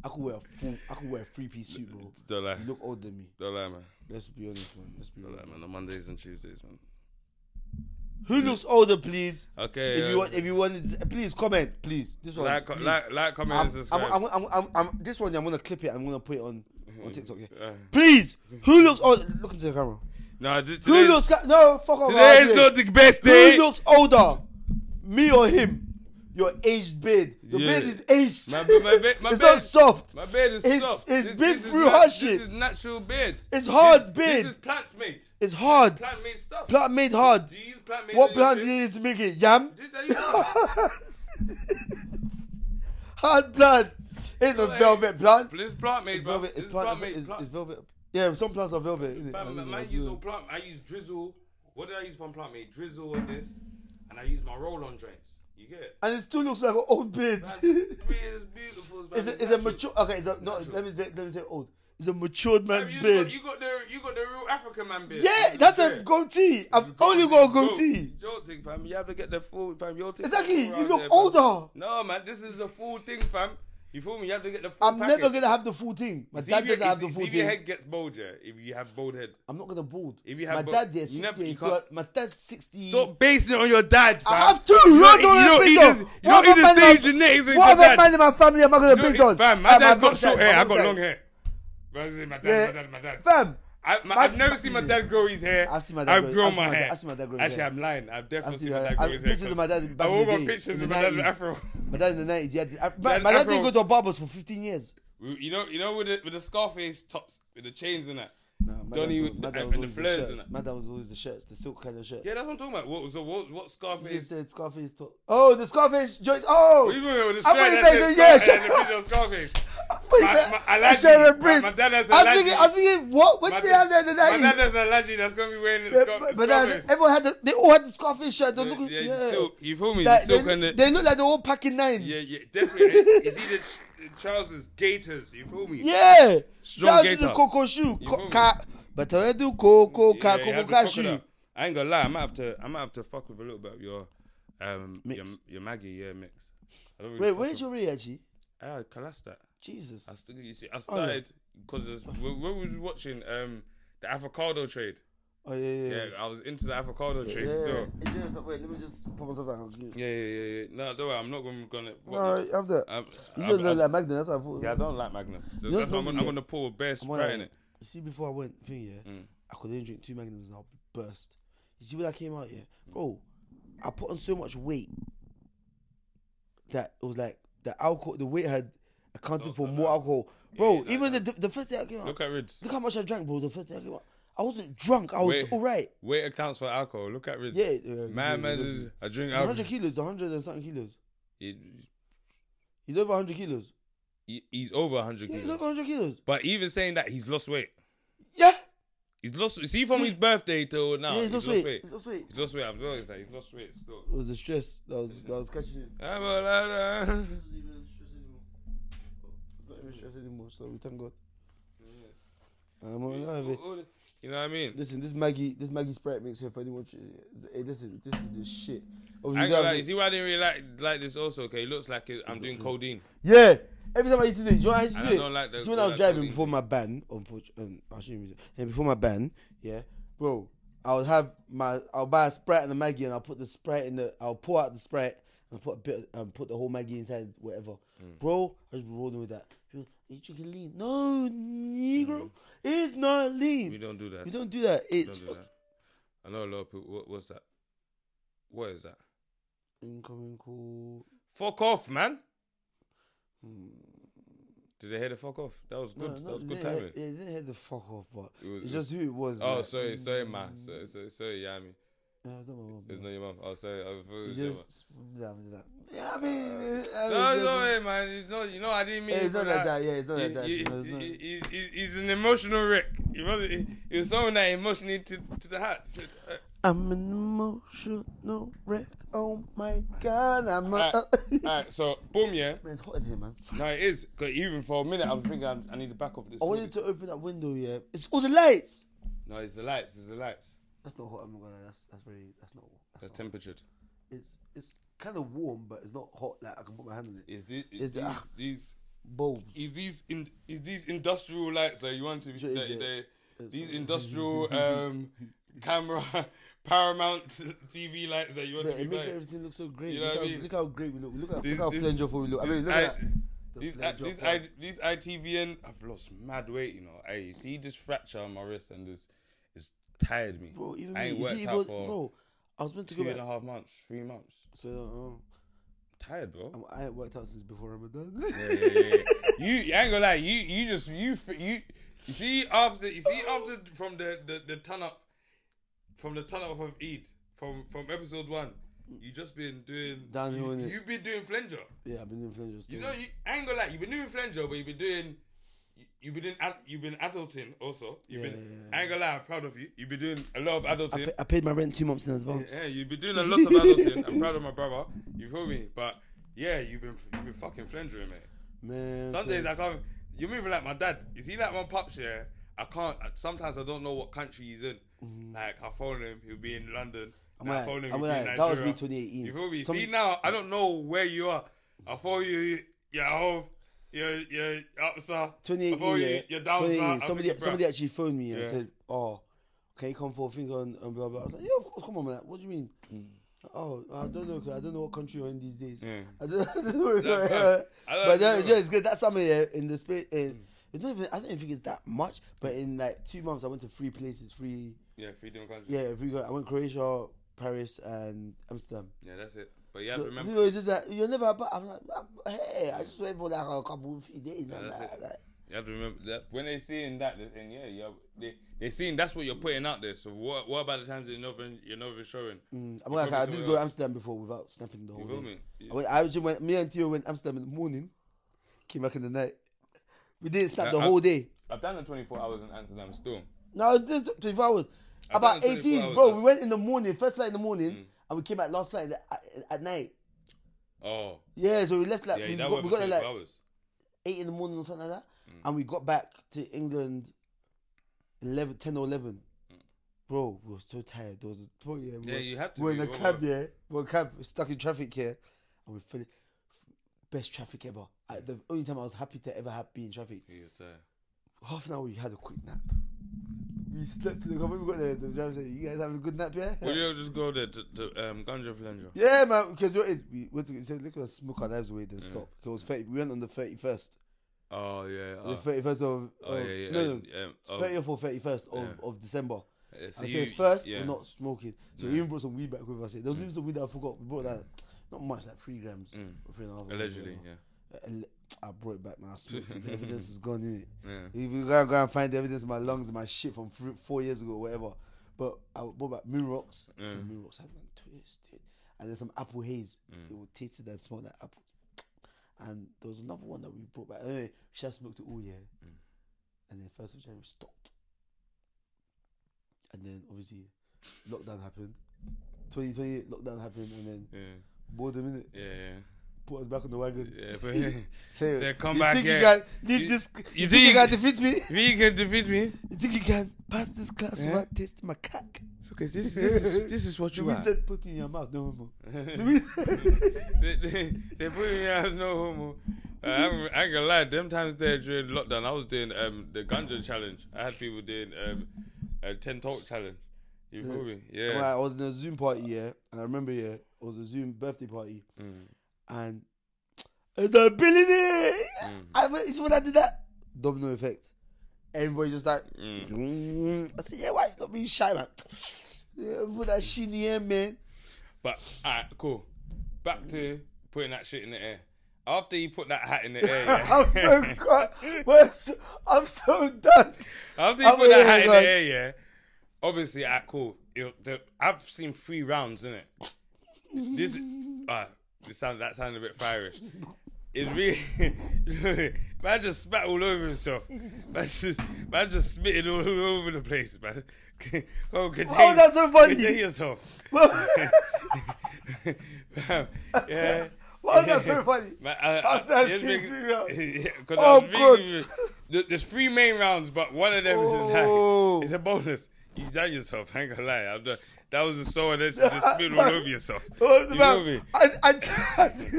[SPEAKER 2] I could wear a full. I could wear a three piece suit, bro.
[SPEAKER 1] Don't lie,
[SPEAKER 2] You look older than me.
[SPEAKER 1] don't lie, man.
[SPEAKER 2] Let's be honest, man. Let's be
[SPEAKER 1] Don't
[SPEAKER 2] honest.
[SPEAKER 1] lie, man. On Mondays and Tuesdays, man.
[SPEAKER 2] Who looks older, please?
[SPEAKER 1] Okay.
[SPEAKER 2] If
[SPEAKER 1] uh,
[SPEAKER 2] you want, if you want, it, please comment, please. This one,
[SPEAKER 1] like, co-
[SPEAKER 2] please.
[SPEAKER 1] like, like, comment,
[SPEAKER 2] I'm,
[SPEAKER 1] and subscribe.
[SPEAKER 2] I'm, I'm, I'm, I'm, I'm, this one, I'm gonna clip it. I'm gonna put it on on TikTok. Yeah.
[SPEAKER 1] Uh,
[SPEAKER 2] Please, who looks old? Look into the camera.
[SPEAKER 1] no, th-
[SPEAKER 2] Who
[SPEAKER 1] today's-
[SPEAKER 2] looks? ca- No, fuck off.
[SPEAKER 1] Today
[SPEAKER 2] I'll
[SPEAKER 1] is
[SPEAKER 2] do
[SPEAKER 1] not
[SPEAKER 2] it.
[SPEAKER 1] the best day.
[SPEAKER 2] Who looks older, me or him? Your aged beard. Your
[SPEAKER 1] Yeah.
[SPEAKER 2] beard is aged.
[SPEAKER 1] My- my ba- my
[SPEAKER 2] it's
[SPEAKER 1] beard-
[SPEAKER 2] not soft.
[SPEAKER 1] My beard is
[SPEAKER 2] It's-
[SPEAKER 1] soft.
[SPEAKER 2] it's been
[SPEAKER 1] is
[SPEAKER 2] through
[SPEAKER 1] nat-
[SPEAKER 2] hard shit.
[SPEAKER 1] This is natural beard.
[SPEAKER 2] It's hard
[SPEAKER 1] this,
[SPEAKER 2] beard.
[SPEAKER 1] This is plant made.
[SPEAKER 2] It's hard.
[SPEAKER 1] Plant made stuff.
[SPEAKER 2] Plant made hard.
[SPEAKER 1] Do you use plant made?
[SPEAKER 2] What
[SPEAKER 1] in your
[SPEAKER 2] plant
[SPEAKER 1] shit?
[SPEAKER 2] do you need to make it? Yam.
[SPEAKER 1] This are you-
[SPEAKER 2] Hard plant. Ain't no
[SPEAKER 1] Like-
[SPEAKER 2] velvet plant.
[SPEAKER 1] This plant made.
[SPEAKER 2] It's velvet. It's plant.
[SPEAKER 1] made.
[SPEAKER 2] It's,
[SPEAKER 1] plant-
[SPEAKER 2] it's velvet. Yeah, some plants are velvet. Isn't it? I
[SPEAKER 1] Fam,
[SPEAKER 2] don't
[SPEAKER 1] man,
[SPEAKER 2] know, I
[SPEAKER 1] man
[SPEAKER 2] do
[SPEAKER 1] use
[SPEAKER 2] know.
[SPEAKER 1] all plant. I use drizzle. What did I use from plant made? Drizzle on this, and I use my roll on joints. You get it?
[SPEAKER 2] and it still looks like an old beard.
[SPEAKER 1] Man, this
[SPEAKER 2] it's
[SPEAKER 1] beard is beautiful. man.
[SPEAKER 2] a, it's a
[SPEAKER 1] natural.
[SPEAKER 2] mature. Okay, it's a, no.
[SPEAKER 1] Natural.
[SPEAKER 2] Let me say, let me say old. It's a matured
[SPEAKER 1] Fam,
[SPEAKER 2] man's
[SPEAKER 1] You
[SPEAKER 2] beard.
[SPEAKER 1] got, you got the you got the real African man beard.
[SPEAKER 2] yeah,
[SPEAKER 1] This is
[SPEAKER 2] that's a
[SPEAKER 1] beard.
[SPEAKER 2] goatee. I've
[SPEAKER 1] You've
[SPEAKER 2] only got a goatee.
[SPEAKER 1] Jolting, fam. You have to get the full, fam. You're taking
[SPEAKER 2] Exactly.
[SPEAKER 1] the full
[SPEAKER 2] You
[SPEAKER 1] round
[SPEAKER 2] look
[SPEAKER 1] there, fam.
[SPEAKER 2] older.
[SPEAKER 1] No, man. This is a full thing, fam. You feel me? You have to get the full
[SPEAKER 2] I'm
[SPEAKER 1] package.
[SPEAKER 2] never gonna have the full thing. My
[SPEAKER 1] See if
[SPEAKER 2] dad
[SPEAKER 1] your-
[SPEAKER 2] doesn't have
[SPEAKER 1] see-
[SPEAKER 2] the full
[SPEAKER 1] see if your
[SPEAKER 2] thing.
[SPEAKER 1] head gets bald, yeah. If you have bald head.
[SPEAKER 2] I'm not gonna bald.
[SPEAKER 1] If you have
[SPEAKER 2] my
[SPEAKER 1] bo-
[SPEAKER 2] dad, yeah,
[SPEAKER 1] you
[SPEAKER 2] 60.
[SPEAKER 1] never- you
[SPEAKER 2] is still,
[SPEAKER 1] can't-
[SPEAKER 2] my dad's 60.
[SPEAKER 1] Stop basing it on your dad, fam.
[SPEAKER 2] I have to.
[SPEAKER 1] You don't,
[SPEAKER 2] What do I
[SPEAKER 1] you don't
[SPEAKER 2] base
[SPEAKER 1] eat
[SPEAKER 2] on?
[SPEAKER 1] this. You don't
[SPEAKER 2] What
[SPEAKER 1] eat
[SPEAKER 2] other
[SPEAKER 1] the
[SPEAKER 2] man
[SPEAKER 1] same
[SPEAKER 2] am-
[SPEAKER 1] genetics as
[SPEAKER 2] What
[SPEAKER 1] your
[SPEAKER 2] other
[SPEAKER 1] dad.
[SPEAKER 2] man in my family am I
[SPEAKER 1] You
[SPEAKER 2] gonna
[SPEAKER 1] don't
[SPEAKER 2] base
[SPEAKER 1] eat-
[SPEAKER 2] on?
[SPEAKER 1] Fam, my
[SPEAKER 2] Uh,
[SPEAKER 1] dad's got
[SPEAKER 2] mum's
[SPEAKER 1] short
[SPEAKER 2] side,
[SPEAKER 1] hair. I
[SPEAKER 2] mum's
[SPEAKER 1] got
[SPEAKER 2] side.
[SPEAKER 1] long hair. Bro, this is my dad, my
[SPEAKER 2] Yeah.
[SPEAKER 1] dad, my dad.
[SPEAKER 2] Fam,
[SPEAKER 1] I, my,
[SPEAKER 2] My-
[SPEAKER 1] I've never seen my dad grow his hair.
[SPEAKER 2] I've seen my dad
[SPEAKER 1] I've
[SPEAKER 2] grow-
[SPEAKER 1] grown
[SPEAKER 2] I've seen
[SPEAKER 1] my
[SPEAKER 2] my
[SPEAKER 1] hair.
[SPEAKER 2] dad- I've seen my dad grow his
[SPEAKER 1] Actually,
[SPEAKER 2] hair.
[SPEAKER 1] I'm lying. I've definitely seen
[SPEAKER 2] I've seen
[SPEAKER 1] my
[SPEAKER 2] my-
[SPEAKER 1] dad
[SPEAKER 2] I've
[SPEAKER 1] grow his hair.
[SPEAKER 2] pictures of my dad back
[SPEAKER 1] I've
[SPEAKER 2] in
[SPEAKER 1] all
[SPEAKER 2] the
[SPEAKER 1] got
[SPEAKER 2] day,
[SPEAKER 1] pictures
[SPEAKER 2] in
[SPEAKER 1] of
[SPEAKER 2] the
[SPEAKER 1] my dad's
[SPEAKER 2] 90s.
[SPEAKER 1] afro.
[SPEAKER 2] my dad in the 90s, he had, I, my,
[SPEAKER 1] had
[SPEAKER 2] my dad didn't
[SPEAKER 1] afro.
[SPEAKER 2] go to a barber's for 15 years.
[SPEAKER 1] We- You know, you know, with the, with the Scarface tops, with the chains and that.
[SPEAKER 2] Nah, my
[SPEAKER 1] Donnie
[SPEAKER 2] dad's
[SPEAKER 1] with
[SPEAKER 2] al- my
[SPEAKER 1] the-
[SPEAKER 2] dad
[SPEAKER 1] and
[SPEAKER 2] was
[SPEAKER 1] the
[SPEAKER 2] always the
[SPEAKER 1] flares and
[SPEAKER 2] shirts.
[SPEAKER 1] that.
[SPEAKER 2] My dad was always the shirts, the silk kind of shirts.
[SPEAKER 1] Yeah, that's what I'm talking about. What, so what, what
[SPEAKER 2] He
[SPEAKER 1] Scarface?
[SPEAKER 2] said Scarface talk. Oh, the Scarface joints. Oh,
[SPEAKER 1] Even with the
[SPEAKER 2] I thought
[SPEAKER 1] shirt that
[SPEAKER 2] you meant the
[SPEAKER 1] says
[SPEAKER 2] yeah,
[SPEAKER 1] Scar-
[SPEAKER 2] sure.
[SPEAKER 1] and the picture of Scarface.
[SPEAKER 2] I thought you
[SPEAKER 1] My-
[SPEAKER 2] meant
[SPEAKER 1] my- I
[SPEAKER 2] a
[SPEAKER 1] like
[SPEAKER 2] shirt
[SPEAKER 1] you.
[SPEAKER 2] and
[SPEAKER 1] My-
[SPEAKER 2] print.
[SPEAKER 1] my dad has a
[SPEAKER 2] I was
[SPEAKER 1] like you.
[SPEAKER 2] thinking, I was thinking, what? What
[SPEAKER 1] My
[SPEAKER 2] did they
[SPEAKER 1] dad-
[SPEAKER 2] have there in the
[SPEAKER 1] My
[SPEAKER 2] 90s?
[SPEAKER 1] dad has a legend that's gonna be wearing the
[SPEAKER 2] Yeah,
[SPEAKER 1] Scar-
[SPEAKER 2] but, but then
[SPEAKER 1] Scarface.
[SPEAKER 2] everyone had the, they all had the Scarface shirt. They
[SPEAKER 1] Yeah,
[SPEAKER 2] look, yeah,
[SPEAKER 1] yeah, silk. You feel me?
[SPEAKER 2] Like,
[SPEAKER 1] The
[SPEAKER 2] they,
[SPEAKER 1] silk and the-
[SPEAKER 2] they look like they're all packing nines.
[SPEAKER 1] Yeah, yeah, definitely. eh? you see the, ch- the trousers, gaiters, you feel me?
[SPEAKER 2] Yeah.
[SPEAKER 1] Strong
[SPEAKER 2] Down to the
[SPEAKER 1] gator.
[SPEAKER 2] cocoa shoe. Co-
[SPEAKER 1] feel me?
[SPEAKER 2] ca- but I do cocoa
[SPEAKER 1] Yeah,
[SPEAKER 2] ca-
[SPEAKER 1] you
[SPEAKER 2] cocoa
[SPEAKER 1] have to
[SPEAKER 2] ca
[SPEAKER 1] fuck with
[SPEAKER 2] shoe.
[SPEAKER 1] that. I ain't gonna lie, I might have to I might have to fuck with a little bit of your um
[SPEAKER 2] Mix.
[SPEAKER 1] Your, your Maggie, yeah, mix. I don't really
[SPEAKER 2] Wait,
[SPEAKER 1] fuck
[SPEAKER 2] where's
[SPEAKER 1] with-
[SPEAKER 2] your ring actually?
[SPEAKER 1] Ah, Kalasta.
[SPEAKER 2] Jesus.
[SPEAKER 1] I still you see I
[SPEAKER 2] Oh, yeah.
[SPEAKER 1] started because when when we was watching um the avocado trade.
[SPEAKER 2] Oh yeah, yeah.
[SPEAKER 1] Yeah, I was into the avocado
[SPEAKER 2] yeah.
[SPEAKER 1] trade still.
[SPEAKER 2] Hey, James, Wait, let me just put myself down.
[SPEAKER 1] Yeah, yeah, yeah, yeah. No, don't worry, I'm not gonna gonna
[SPEAKER 2] No, have that.
[SPEAKER 1] I'm,
[SPEAKER 2] You
[SPEAKER 1] I'm,
[SPEAKER 2] don't look
[SPEAKER 1] I'm,
[SPEAKER 2] like Magna. That's what I thought.
[SPEAKER 1] yeah, I don't like Magnum. So
[SPEAKER 2] You
[SPEAKER 1] that's why
[SPEAKER 2] don't
[SPEAKER 1] I'm gonna,
[SPEAKER 2] know-
[SPEAKER 1] I'm gonna pour a bear
[SPEAKER 2] I'm on eh?
[SPEAKER 1] spray in
[SPEAKER 2] it.
[SPEAKER 1] it.
[SPEAKER 2] You see, before I went thing, yeah,
[SPEAKER 1] Mm.
[SPEAKER 2] I could only drink two magnums and I'll burst. You see, when I came out, yeah, bro, I put on so much weight that it was like the alcohol, the weight had accounted
[SPEAKER 1] Don't
[SPEAKER 2] for
[SPEAKER 1] like
[SPEAKER 2] more
[SPEAKER 1] Oh, that.
[SPEAKER 2] alcohol, bro.
[SPEAKER 1] like
[SPEAKER 2] even the the first day I came out,
[SPEAKER 1] Look at Rids.
[SPEAKER 2] look how much I drank, bro. The first day I came out, I I wasn't drunk. I was
[SPEAKER 1] Wait.
[SPEAKER 2] all right.
[SPEAKER 1] Weight accounts for alcohol. Look at Ridge.
[SPEAKER 2] Yeah. yeah
[SPEAKER 1] My man
[SPEAKER 2] it's
[SPEAKER 1] is I drink alcohol.
[SPEAKER 2] 100 kilos, 100 and something kilos.
[SPEAKER 1] He-
[SPEAKER 2] He's over 100 kilos.
[SPEAKER 1] he- he's over 100
[SPEAKER 2] Yeah,
[SPEAKER 1] kilos.
[SPEAKER 2] he's over 100 kilos.
[SPEAKER 1] But even saying that, he's lost weight.
[SPEAKER 2] Yeah.
[SPEAKER 1] He's lost. See, from his birthday till now,
[SPEAKER 2] yeah,
[SPEAKER 1] Oh, he's, lost weight.
[SPEAKER 2] He's lost weight.
[SPEAKER 1] He's lost weight. I've noticed that. He's lost weight still.
[SPEAKER 2] It was the stress that was that was catching him.
[SPEAKER 1] I'm all out of-
[SPEAKER 2] It's not even stress anymore. It's not even stress anymore. So we thank God. Um, I don't have it.
[SPEAKER 1] You know what I mean?
[SPEAKER 2] Listen, this Maggie, this Maggie Sprite mix here for anyone. Hey, listen, this is the shit.
[SPEAKER 1] I
[SPEAKER 2] Obviously,
[SPEAKER 1] ain't
[SPEAKER 2] you
[SPEAKER 1] gonna
[SPEAKER 2] don't
[SPEAKER 1] lie,
[SPEAKER 2] have
[SPEAKER 1] you
[SPEAKER 2] it-
[SPEAKER 1] see why I didn't really like, like this also, okay? It looks like it, I'm doing codeine.
[SPEAKER 2] yeah. Every time I used to do it, do you know what I used to
[SPEAKER 1] And
[SPEAKER 2] do?
[SPEAKER 1] I
[SPEAKER 2] it?
[SPEAKER 1] don't like the-
[SPEAKER 2] See, when I was
[SPEAKER 1] like
[SPEAKER 2] driving
[SPEAKER 1] codeine.
[SPEAKER 2] before my ban, unfortunately, um, I shouldn't use it. And before my ban, yeah, bro, I would have my, I'll buy a Sprite and a Maggie, and I'll put the Sprite in the, I'll pour out the Sprite and put a bit, um, put the whole Maggie inside, whatever.
[SPEAKER 1] Mm.
[SPEAKER 2] Bro, I was rolling with that. People, Are you drinking lean? No, Negro, it's not
[SPEAKER 1] Mm. We
[SPEAKER 2] lean.
[SPEAKER 1] don't do that.
[SPEAKER 2] We don't do that.
[SPEAKER 1] We
[SPEAKER 2] It's
[SPEAKER 1] don't do that. I know a lot of people. What, what's that? What is that?
[SPEAKER 2] incoming call.
[SPEAKER 1] Fuck off, man. Did they hear the fuck off? That was
[SPEAKER 2] Mm. No,
[SPEAKER 1] good. that
[SPEAKER 2] no,
[SPEAKER 1] was
[SPEAKER 2] it
[SPEAKER 1] good
[SPEAKER 2] didn't
[SPEAKER 1] timing.
[SPEAKER 2] hit- It didn't hit the fuck off, but
[SPEAKER 1] It was-
[SPEAKER 2] it's just who it was.
[SPEAKER 1] oh,
[SPEAKER 2] like,
[SPEAKER 1] sorry, sorry, ma.
[SPEAKER 2] mm,
[SPEAKER 1] Sorry, sorry, sorry Yami.
[SPEAKER 2] yeah, it's not my mum,
[SPEAKER 1] It's
[SPEAKER 2] yeah.
[SPEAKER 1] not your mum. Oh, sorry. I thought it
[SPEAKER 2] You
[SPEAKER 1] was your mum.
[SPEAKER 2] just- yeah, it's like- yeah, I mean, it- I mean,
[SPEAKER 1] No,
[SPEAKER 2] it's
[SPEAKER 1] no,
[SPEAKER 2] just-
[SPEAKER 1] hey, man. It's not, you know, I didn't mean
[SPEAKER 2] yeah,
[SPEAKER 1] it
[SPEAKER 2] it's
[SPEAKER 1] for
[SPEAKER 2] not like that. Yeah, it's not like that.
[SPEAKER 1] He-
[SPEAKER 2] you know, it's
[SPEAKER 1] he-
[SPEAKER 2] not-
[SPEAKER 1] he- he's- he's, he's an emotional wreck. He was, he, he was someone that emotionally to, to the heart. So, uh,
[SPEAKER 2] I'm an emotional wreck. Oh my god, I'm a.
[SPEAKER 1] Alright, Alright, so boom, yeah.
[SPEAKER 2] man, it's hot in here, man. Fuck.
[SPEAKER 1] No, it is. 'Cause even for a minute, I was thinking I, I need to back off this.
[SPEAKER 2] I
[SPEAKER 1] movie.
[SPEAKER 2] wanted to open that window. Yeah, it's all the lights.
[SPEAKER 1] No, it's the lights. It's the lights.
[SPEAKER 2] That's not hot. I'm not gonna. lie, That's that's very. That's not. That's
[SPEAKER 1] That's
[SPEAKER 2] not,
[SPEAKER 1] temperatured.
[SPEAKER 2] it's it's kind of warm, but it's not hot. Like I can put my hand on it.
[SPEAKER 1] Is this?
[SPEAKER 2] Is
[SPEAKER 1] Is
[SPEAKER 2] it-
[SPEAKER 1] these?
[SPEAKER 2] ah.
[SPEAKER 1] these
[SPEAKER 2] Bulbs.
[SPEAKER 1] is these in, is these industrial lights like you want to be?
[SPEAKER 2] Sure, is
[SPEAKER 1] They,
[SPEAKER 2] it?
[SPEAKER 1] they,
[SPEAKER 2] It's-
[SPEAKER 1] these industrial um, camera Paramount TV lights that you want
[SPEAKER 2] Bro,
[SPEAKER 1] to
[SPEAKER 2] it
[SPEAKER 1] be.
[SPEAKER 2] makes
[SPEAKER 1] buying.
[SPEAKER 2] everything look so great.
[SPEAKER 1] You know
[SPEAKER 2] look,
[SPEAKER 1] what I
[SPEAKER 2] how,
[SPEAKER 1] mean?
[SPEAKER 2] look how great we look. Look how,
[SPEAKER 1] This-
[SPEAKER 2] look how
[SPEAKER 1] this-
[SPEAKER 2] flange we look. I mean,
[SPEAKER 1] this
[SPEAKER 2] look
[SPEAKER 1] I-
[SPEAKER 2] at that. The
[SPEAKER 1] These, I,
[SPEAKER 2] flange
[SPEAKER 1] these,
[SPEAKER 2] up,
[SPEAKER 1] I, these ITVN, I've lost mad weight, you know. Hey, you see this fracture on my wrist and this, it's tired me.
[SPEAKER 2] bro. Even
[SPEAKER 1] I ain't
[SPEAKER 2] me, you see,
[SPEAKER 1] worked
[SPEAKER 2] even
[SPEAKER 1] out for
[SPEAKER 2] bro, I was meant to
[SPEAKER 1] two
[SPEAKER 2] go
[SPEAKER 1] and a
[SPEAKER 2] back.
[SPEAKER 1] half months, three months.
[SPEAKER 2] So
[SPEAKER 1] tired, bro.
[SPEAKER 2] um, I ain't worked out since before Ramadan.
[SPEAKER 1] Yeah, yeah, yeah. you, I ain't gonna lie, you, you just, you, f- you, you see after, you see after from the, the, the turn up, from the turn up of Eid, from, from episode one, you just been doing,
[SPEAKER 2] Downhill,
[SPEAKER 1] you,
[SPEAKER 2] innit?
[SPEAKER 1] you been doing flanger.
[SPEAKER 2] yeah, I've been doing flange still.
[SPEAKER 1] You know, you, I ain't gonna lie, you've been doing flanger, but you've been doing, you- you've been doing, ad- you've been adulting also. You've been,
[SPEAKER 2] Yeah, yeah,
[SPEAKER 1] I ain't gonna lie, I'm proud of you. You've been doing a lot of adulting.
[SPEAKER 2] I, pa- I paid my rent two months in advance.
[SPEAKER 1] Yeah, you've been doing a lot of adulting. I'm proud of my brother. You feel me? But yeah, you've been you've been fucking flendering, mate.
[SPEAKER 2] Man,
[SPEAKER 1] Some days I
[SPEAKER 2] please.
[SPEAKER 1] can't. You're moving like my dad. Is he like my pops? Yeah, I can't. Sometimes I don't know what country he's in. Like I phone him, he'll be in London.
[SPEAKER 2] Mm-hmm. I'm
[SPEAKER 1] Now I
[SPEAKER 2] like-
[SPEAKER 1] phone him,
[SPEAKER 2] I'm
[SPEAKER 1] he'll be
[SPEAKER 2] like,
[SPEAKER 1] in
[SPEAKER 2] that was me
[SPEAKER 1] Nigeria.
[SPEAKER 2] 2018.
[SPEAKER 1] You feel me?
[SPEAKER 2] Some-
[SPEAKER 1] See now, I don't know where you are. I phone you. You're at home. You're you're up, sir. I
[SPEAKER 2] 2018,
[SPEAKER 1] phone
[SPEAKER 2] yeah.
[SPEAKER 1] you, You're down, sir.
[SPEAKER 2] 2018,
[SPEAKER 1] I'm
[SPEAKER 2] Somebody,
[SPEAKER 1] thinking, bruh.
[SPEAKER 2] somebody actually phoned me and
[SPEAKER 1] Yeah.
[SPEAKER 2] said, "Oh, can you come for a thing on and blah blah?" I was like, "Yeah, of course, come on, man. What do you mean?" Oh, I don't know. 'cause I don't know what country you're in these days.
[SPEAKER 1] Hmm. Yeah.
[SPEAKER 2] I don't, I don't know.
[SPEAKER 1] Like, bruh, I don't Hmm.
[SPEAKER 2] but that,
[SPEAKER 1] know.
[SPEAKER 2] yeah, it's good. That summer yeah, in the space, in, it's not even. I don't even think it's that much. But in like two months, I went to three places. Three,
[SPEAKER 1] Yeah, freedom country. Yeah.
[SPEAKER 2] yeah, three, I went Croatia, Paris, and Amsterdam.
[SPEAKER 1] that's it. But you have
[SPEAKER 2] So
[SPEAKER 1] to remember.
[SPEAKER 2] people are just like you'll never. but I'm like, I'm- hey, I just went for like a couple of few days. I'm
[SPEAKER 1] that's
[SPEAKER 2] like,
[SPEAKER 1] it.
[SPEAKER 2] like,
[SPEAKER 1] You have to remember that when they're seeing that, they're saying, yeah, yeah, they they seeing that's what you're putting out there. So what what about the times you're not even- you're not even showing?
[SPEAKER 2] Mm, I'm like, I
[SPEAKER 1] probably
[SPEAKER 2] did
[SPEAKER 1] saw
[SPEAKER 2] go
[SPEAKER 1] it.
[SPEAKER 2] to Amsterdam before without snapping the whole
[SPEAKER 1] You feel
[SPEAKER 2] thing.
[SPEAKER 1] me?
[SPEAKER 2] I, went, I actually went, me and Tio went Amsterdam in the morning, came back in the night. We didn't snap
[SPEAKER 1] Yeah,
[SPEAKER 2] the
[SPEAKER 1] I-
[SPEAKER 2] whole day.
[SPEAKER 1] I've done the 24 hours in Amsterdam still.
[SPEAKER 2] No, it was just 24 hours.
[SPEAKER 1] I've
[SPEAKER 2] About
[SPEAKER 1] done it 24
[SPEAKER 2] 18,
[SPEAKER 1] hours, Mm.
[SPEAKER 2] bro.
[SPEAKER 1] that's-
[SPEAKER 2] We went in the morning, first flight in the morning, and we came back last flight in the- at, at night.
[SPEAKER 1] Oh,
[SPEAKER 2] Yeah, so we left like,
[SPEAKER 1] yeah,
[SPEAKER 2] we,
[SPEAKER 1] that
[SPEAKER 2] got,
[SPEAKER 1] was
[SPEAKER 2] we got there
[SPEAKER 1] 24
[SPEAKER 2] like
[SPEAKER 1] hours.
[SPEAKER 2] 8 in the morning or something like that,
[SPEAKER 1] Mm.
[SPEAKER 2] and we got back to England 11, 10 or 11. Bro, we were so tired. There was a, bro, yeah, we
[SPEAKER 1] Mm. Yeah,
[SPEAKER 2] were-
[SPEAKER 1] you have to
[SPEAKER 2] We're
[SPEAKER 1] be,
[SPEAKER 2] in a
[SPEAKER 1] bro,
[SPEAKER 2] cab,
[SPEAKER 1] bro.
[SPEAKER 2] yeah. We're in a cab, stuck in traffic here, and we feel best traffic ever. I, the only time I was happy to ever have been in traffic.
[SPEAKER 1] He was tired.
[SPEAKER 2] Half an hour, we had a quick nap. We slept in the car. When we got there, the driver said, "You guys having a good nap, yeah?"
[SPEAKER 1] Would you just go there to, to um, Ganja Flanger?
[SPEAKER 2] Yeah, man. Because what is we went to he said, "Look at us smoke our lives away, then stop." 'Cause it was 30, we went on the thirty first,
[SPEAKER 1] Oh, yeah.
[SPEAKER 2] the
[SPEAKER 1] Oh,
[SPEAKER 2] thirty first of,
[SPEAKER 1] oh,
[SPEAKER 2] of-
[SPEAKER 1] yeah, yeah.
[SPEAKER 2] no,
[SPEAKER 1] um,
[SPEAKER 2] no,
[SPEAKER 1] um, oh,
[SPEAKER 2] thirtieth or thirty first of,
[SPEAKER 1] Yeah.
[SPEAKER 2] of December.
[SPEAKER 1] yeah, so
[SPEAKER 2] I
[SPEAKER 1] you-
[SPEAKER 2] said first,
[SPEAKER 1] yeah. Mm.
[SPEAKER 2] we're not smoking. So we even brought some weed back with us. There was even some weed that I forgot. We brought that, not much, like three grams, or three and a half. grams,
[SPEAKER 1] Allegedly,
[SPEAKER 2] whatever.
[SPEAKER 1] yeah.
[SPEAKER 2] Uh, alle- I brought it back, man. I smoked it. The evidence is gone, innit?
[SPEAKER 1] Yeah.
[SPEAKER 2] If you gotta go and find the evidence in my lungs, in my shit from three, four years ago, whatever. But I bought back Moon Rocks.
[SPEAKER 1] Yeah.
[SPEAKER 2] Moon Rocks had man twisted. And there's some apple haze. It would taste it and smell like apple. And there was another one that we brought back. Anyway, she had smoked it all year.
[SPEAKER 1] Mm.
[SPEAKER 2] And then first of January stopped. And then obviously lockdown happened. 2020 lockdown happened and then
[SPEAKER 1] Yeah.
[SPEAKER 2] boredom in it
[SPEAKER 1] mm. Yeah. Yeah.
[SPEAKER 2] put us back on the wagon.
[SPEAKER 1] Yeah, but hey,
[SPEAKER 2] Say,
[SPEAKER 1] Say, come
[SPEAKER 2] you
[SPEAKER 1] back
[SPEAKER 2] think
[SPEAKER 1] here.
[SPEAKER 2] you can lead
[SPEAKER 1] You-
[SPEAKER 2] this?
[SPEAKER 1] you
[SPEAKER 2] You, think,
[SPEAKER 1] think-
[SPEAKER 2] you can defeat me?
[SPEAKER 1] if you can defeat me,
[SPEAKER 2] You think you can pass this class
[SPEAKER 1] Yeah.
[SPEAKER 2] without tasting my cack?
[SPEAKER 1] okay, this, this is this is what
[SPEAKER 2] The
[SPEAKER 1] you
[SPEAKER 2] wind
[SPEAKER 1] are.
[SPEAKER 2] said, "Put me in your mouth, no homo." The
[SPEAKER 1] they,
[SPEAKER 2] wind said-
[SPEAKER 1] they, they put me out no homo. Uh, I'm, I ain't gonna lie. Them times there during lockdown, I was doing um the ganja challenge. I had people doing um a ten talk challenge. You feel me?
[SPEAKER 2] I'm like,
[SPEAKER 1] Yeah.
[SPEAKER 2] I was in a Zoom party, yeah, and I remember, yeah, it was a Zoom birthday party,
[SPEAKER 1] Mm.
[SPEAKER 2] and it's the billionaire.
[SPEAKER 1] Mm.
[SPEAKER 2] I it's when I did that domino effect. Everybody just like,
[SPEAKER 1] Mm.
[SPEAKER 2] I said, "Yeah, why you not being shy, man?" Yeah, put that shit in the air, man.
[SPEAKER 1] But alright, cool. Back to putting that shit in the air. After you put that hat in the air, yeah.
[SPEAKER 2] I'm so cut. I'm so, I'm so done.
[SPEAKER 1] After you
[SPEAKER 2] I'm
[SPEAKER 1] put that
[SPEAKER 2] really
[SPEAKER 1] hat in the
[SPEAKER 2] going-
[SPEAKER 1] air, Oh, yeah. Obviously, at cool. You- the- I've seen three rounds in it. This, uh, this sound that sounded a bit fiery. It's really man just spat all over himself. Man just man just spitting all over the place, man. Oh, contain,
[SPEAKER 2] How is that so funny?
[SPEAKER 1] Contain yourself. yeah.
[SPEAKER 2] Why is that so funny?
[SPEAKER 1] Man, I,
[SPEAKER 2] How's that
[SPEAKER 1] yes,
[SPEAKER 2] three
[SPEAKER 1] uh, big-
[SPEAKER 2] rounds?
[SPEAKER 1] Yeah, 'cause
[SPEAKER 2] Oh,
[SPEAKER 1] I was
[SPEAKER 2] God.
[SPEAKER 1] thinking- th- There's three main rounds, but one of them is just
[SPEAKER 2] Oh.
[SPEAKER 1] like it's a bonus. You done yourself. I ain't gonna lie. I'm just, that was just so unnecessary. Just spit all over yourself.
[SPEAKER 2] Oh,
[SPEAKER 1] You
[SPEAKER 2] man,
[SPEAKER 1] feel me?
[SPEAKER 2] I, I tried.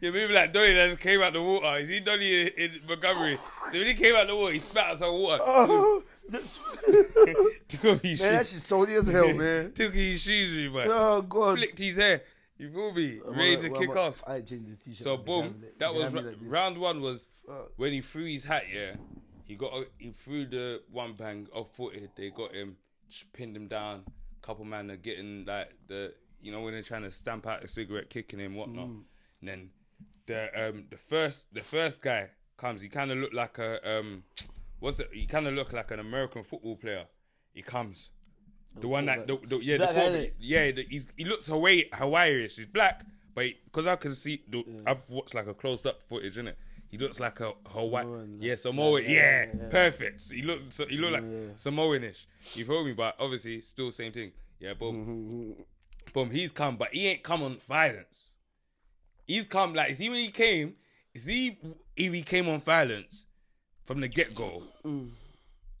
[SPEAKER 1] You're moving like Donny that just came out the water. Is he Donny in, in Montgomery? So when he came out the water, he spat out some water.
[SPEAKER 2] Oh. man,
[SPEAKER 1] Took off his
[SPEAKER 2] that
[SPEAKER 1] shoes.
[SPEAKER 2] shit's salty as hell, man.
[SPEAKER 1] Took his shoes, you man.
[SPEAKER 2] Oh god.
[SPEAKER 1] Flicked his hair. You feel me?
[SPEAKER 2] I'm
[SPEAKER 1] Ready
[SPEAKER 2] alright,
[SPEAKER 1] to
[SPEAKER 2] well,
[SPEAKER 1] kick
[SPEAKER 2] I'm-
[SPEAKER 1] off.
[SPEAKER 2] I changed this t-shirt.
[SPEAKER 1] So
[SPEAKER 2] They
[SPEAKER 1] boom,
[SPEAKER 2] hand me like-
[SPEAKER 1] that
[SPEAKER 2] they
[SPEAKER 1] was
[SPEAKER 2] hand me
[SPEAKER 1] ra-
[SPEAKER 2] like this.
[SPEAKER 1] round one was
[SPEAKER 2] Fuck.
[SPEAKER 1] when he threw his hat. Yeah, he got a- he threw the one bang off footed. They got him, just pinned him down. Couple man are getting like the you know when they're trying to stamp out a cigarette, kicking him whatnot.
[SPEAKER 2] Mm.
[SPEAKER 1] And then the um the first the first guy comes. He kind of looked like a um what's the he kind of looked like an American football player. He comes. The one that, the,
[SPEAKER 2] quarterback.
[SPEAKER 1] the, yeah, the
[SPEAKER 2] Black guy,
[SPEAKER 1] quarterback-
[SPEAKER 2] innit?
[SPEAKER 1] yeah, the, he's, he looks Hawaii, Hawaiian-ish. He's black, but because I can see, the,
[SPEAKER 2] Mm.
[SPEAKER 1] I've watched like a closed-up footage in it. He looks like a Hawaii,
[SPEAKER 2] Samoan, like-
[SPEAKER 1] yeah, Samoan,
[SPEAKER 2] yeah,
[SPEAKER 1] yeah,
[SPEAKER 2] yeah, yeah.
[SPEAKER 1] perfect. So he looked, so he looked like
[SPEAKER 2] Samoan, yeah.
[SPEAKER 1] Samoanish. You feel me? But obviously, still same thing. Yeah, boom, boom. He's come, but he ain't come on violence. He's come like see when he came. See if he came on violence from the get go.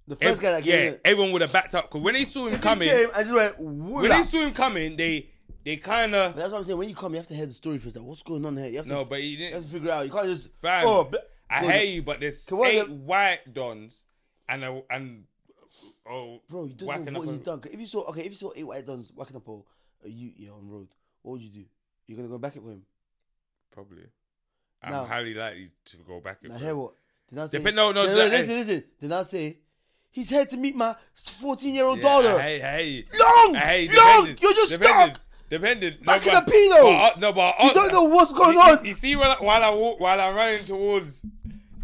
[SPEAKER 2] The first guy that came.
[SPEAKER 1] yeah,
[SPEAKER 2] in,
[SPEAKER 1] everyone would have backed up because when they saw him coming,
[SPEAKER 2] came and just went. Wula.
[SPEAKER 1] when they saw him coming, they they kind of
[SPEAKER 2] That's what I'm saying. When you come, you have to hear the story first. Like, what's going on here? You have to
[SPEAKER 1] no, but he
[SPEAKER 2] You have
[SPEAKER 1] didn't.
[SPEAKER 2] to figure out. You can't just.
[SPEAKER 1] Fam,
[SPEAKER 2] oh, bl-
[SPEAKER 1] I
[SPEAKER 2] Well,
[SPEAKER 1] hear you, but there's
[SPEAKER 2] Can one
[SPEAKER 1] eight
[SPEAKER 2] of them-
[SPEAKER 1] white dons and a, and oh,
[SPEAKER 2] bro, you don't
[SPEAKER 1] whacking
[SPEAKER 2] know
[SPEAKER 1] up
[SPEAKER 2] what
[SPEAKER 1] a-
[SPEAKER 2] he's done. 'Cause If you saw, okay, if you saw eight white dons whacking up a, a you yeah, on the road, what would you do? You're gonna go back it with him.
[SPEAKER 1] Probably, I'm
[SPEAKER 2] Now-
[SPEAKER 1] highly likely to go back.
[SPEAKER 2] Now hear what? Did I say?
[SPEAKER 1] Depend- no, no,
[SPEAKER 2] no,
[SPEAKER 1] that-
[SPEAKER 2] listen, listen. Did I say? He's here to meet my 14 year old daughter.
[SPEAKER 1] Hey, hey,
[SPEAKER 2] Long,
[SPEAKER 1] hey,
[SPEAKER 2] long. You're just stuck.
[SPEAKER 1] Dependent.
[SPEAKER 2] Back in
[SPEAKER 1] but-
[SPEAKER 2] the pillow.
[SPEAKER 1] but, uh, no, but uh,
[SPEAKER 2] You don't know what's going
[SPEAKER 1] you, you-
[SPEAKER 2] on.
[SPEAKER 1] You see, while, I- while I walk, while I'm running towards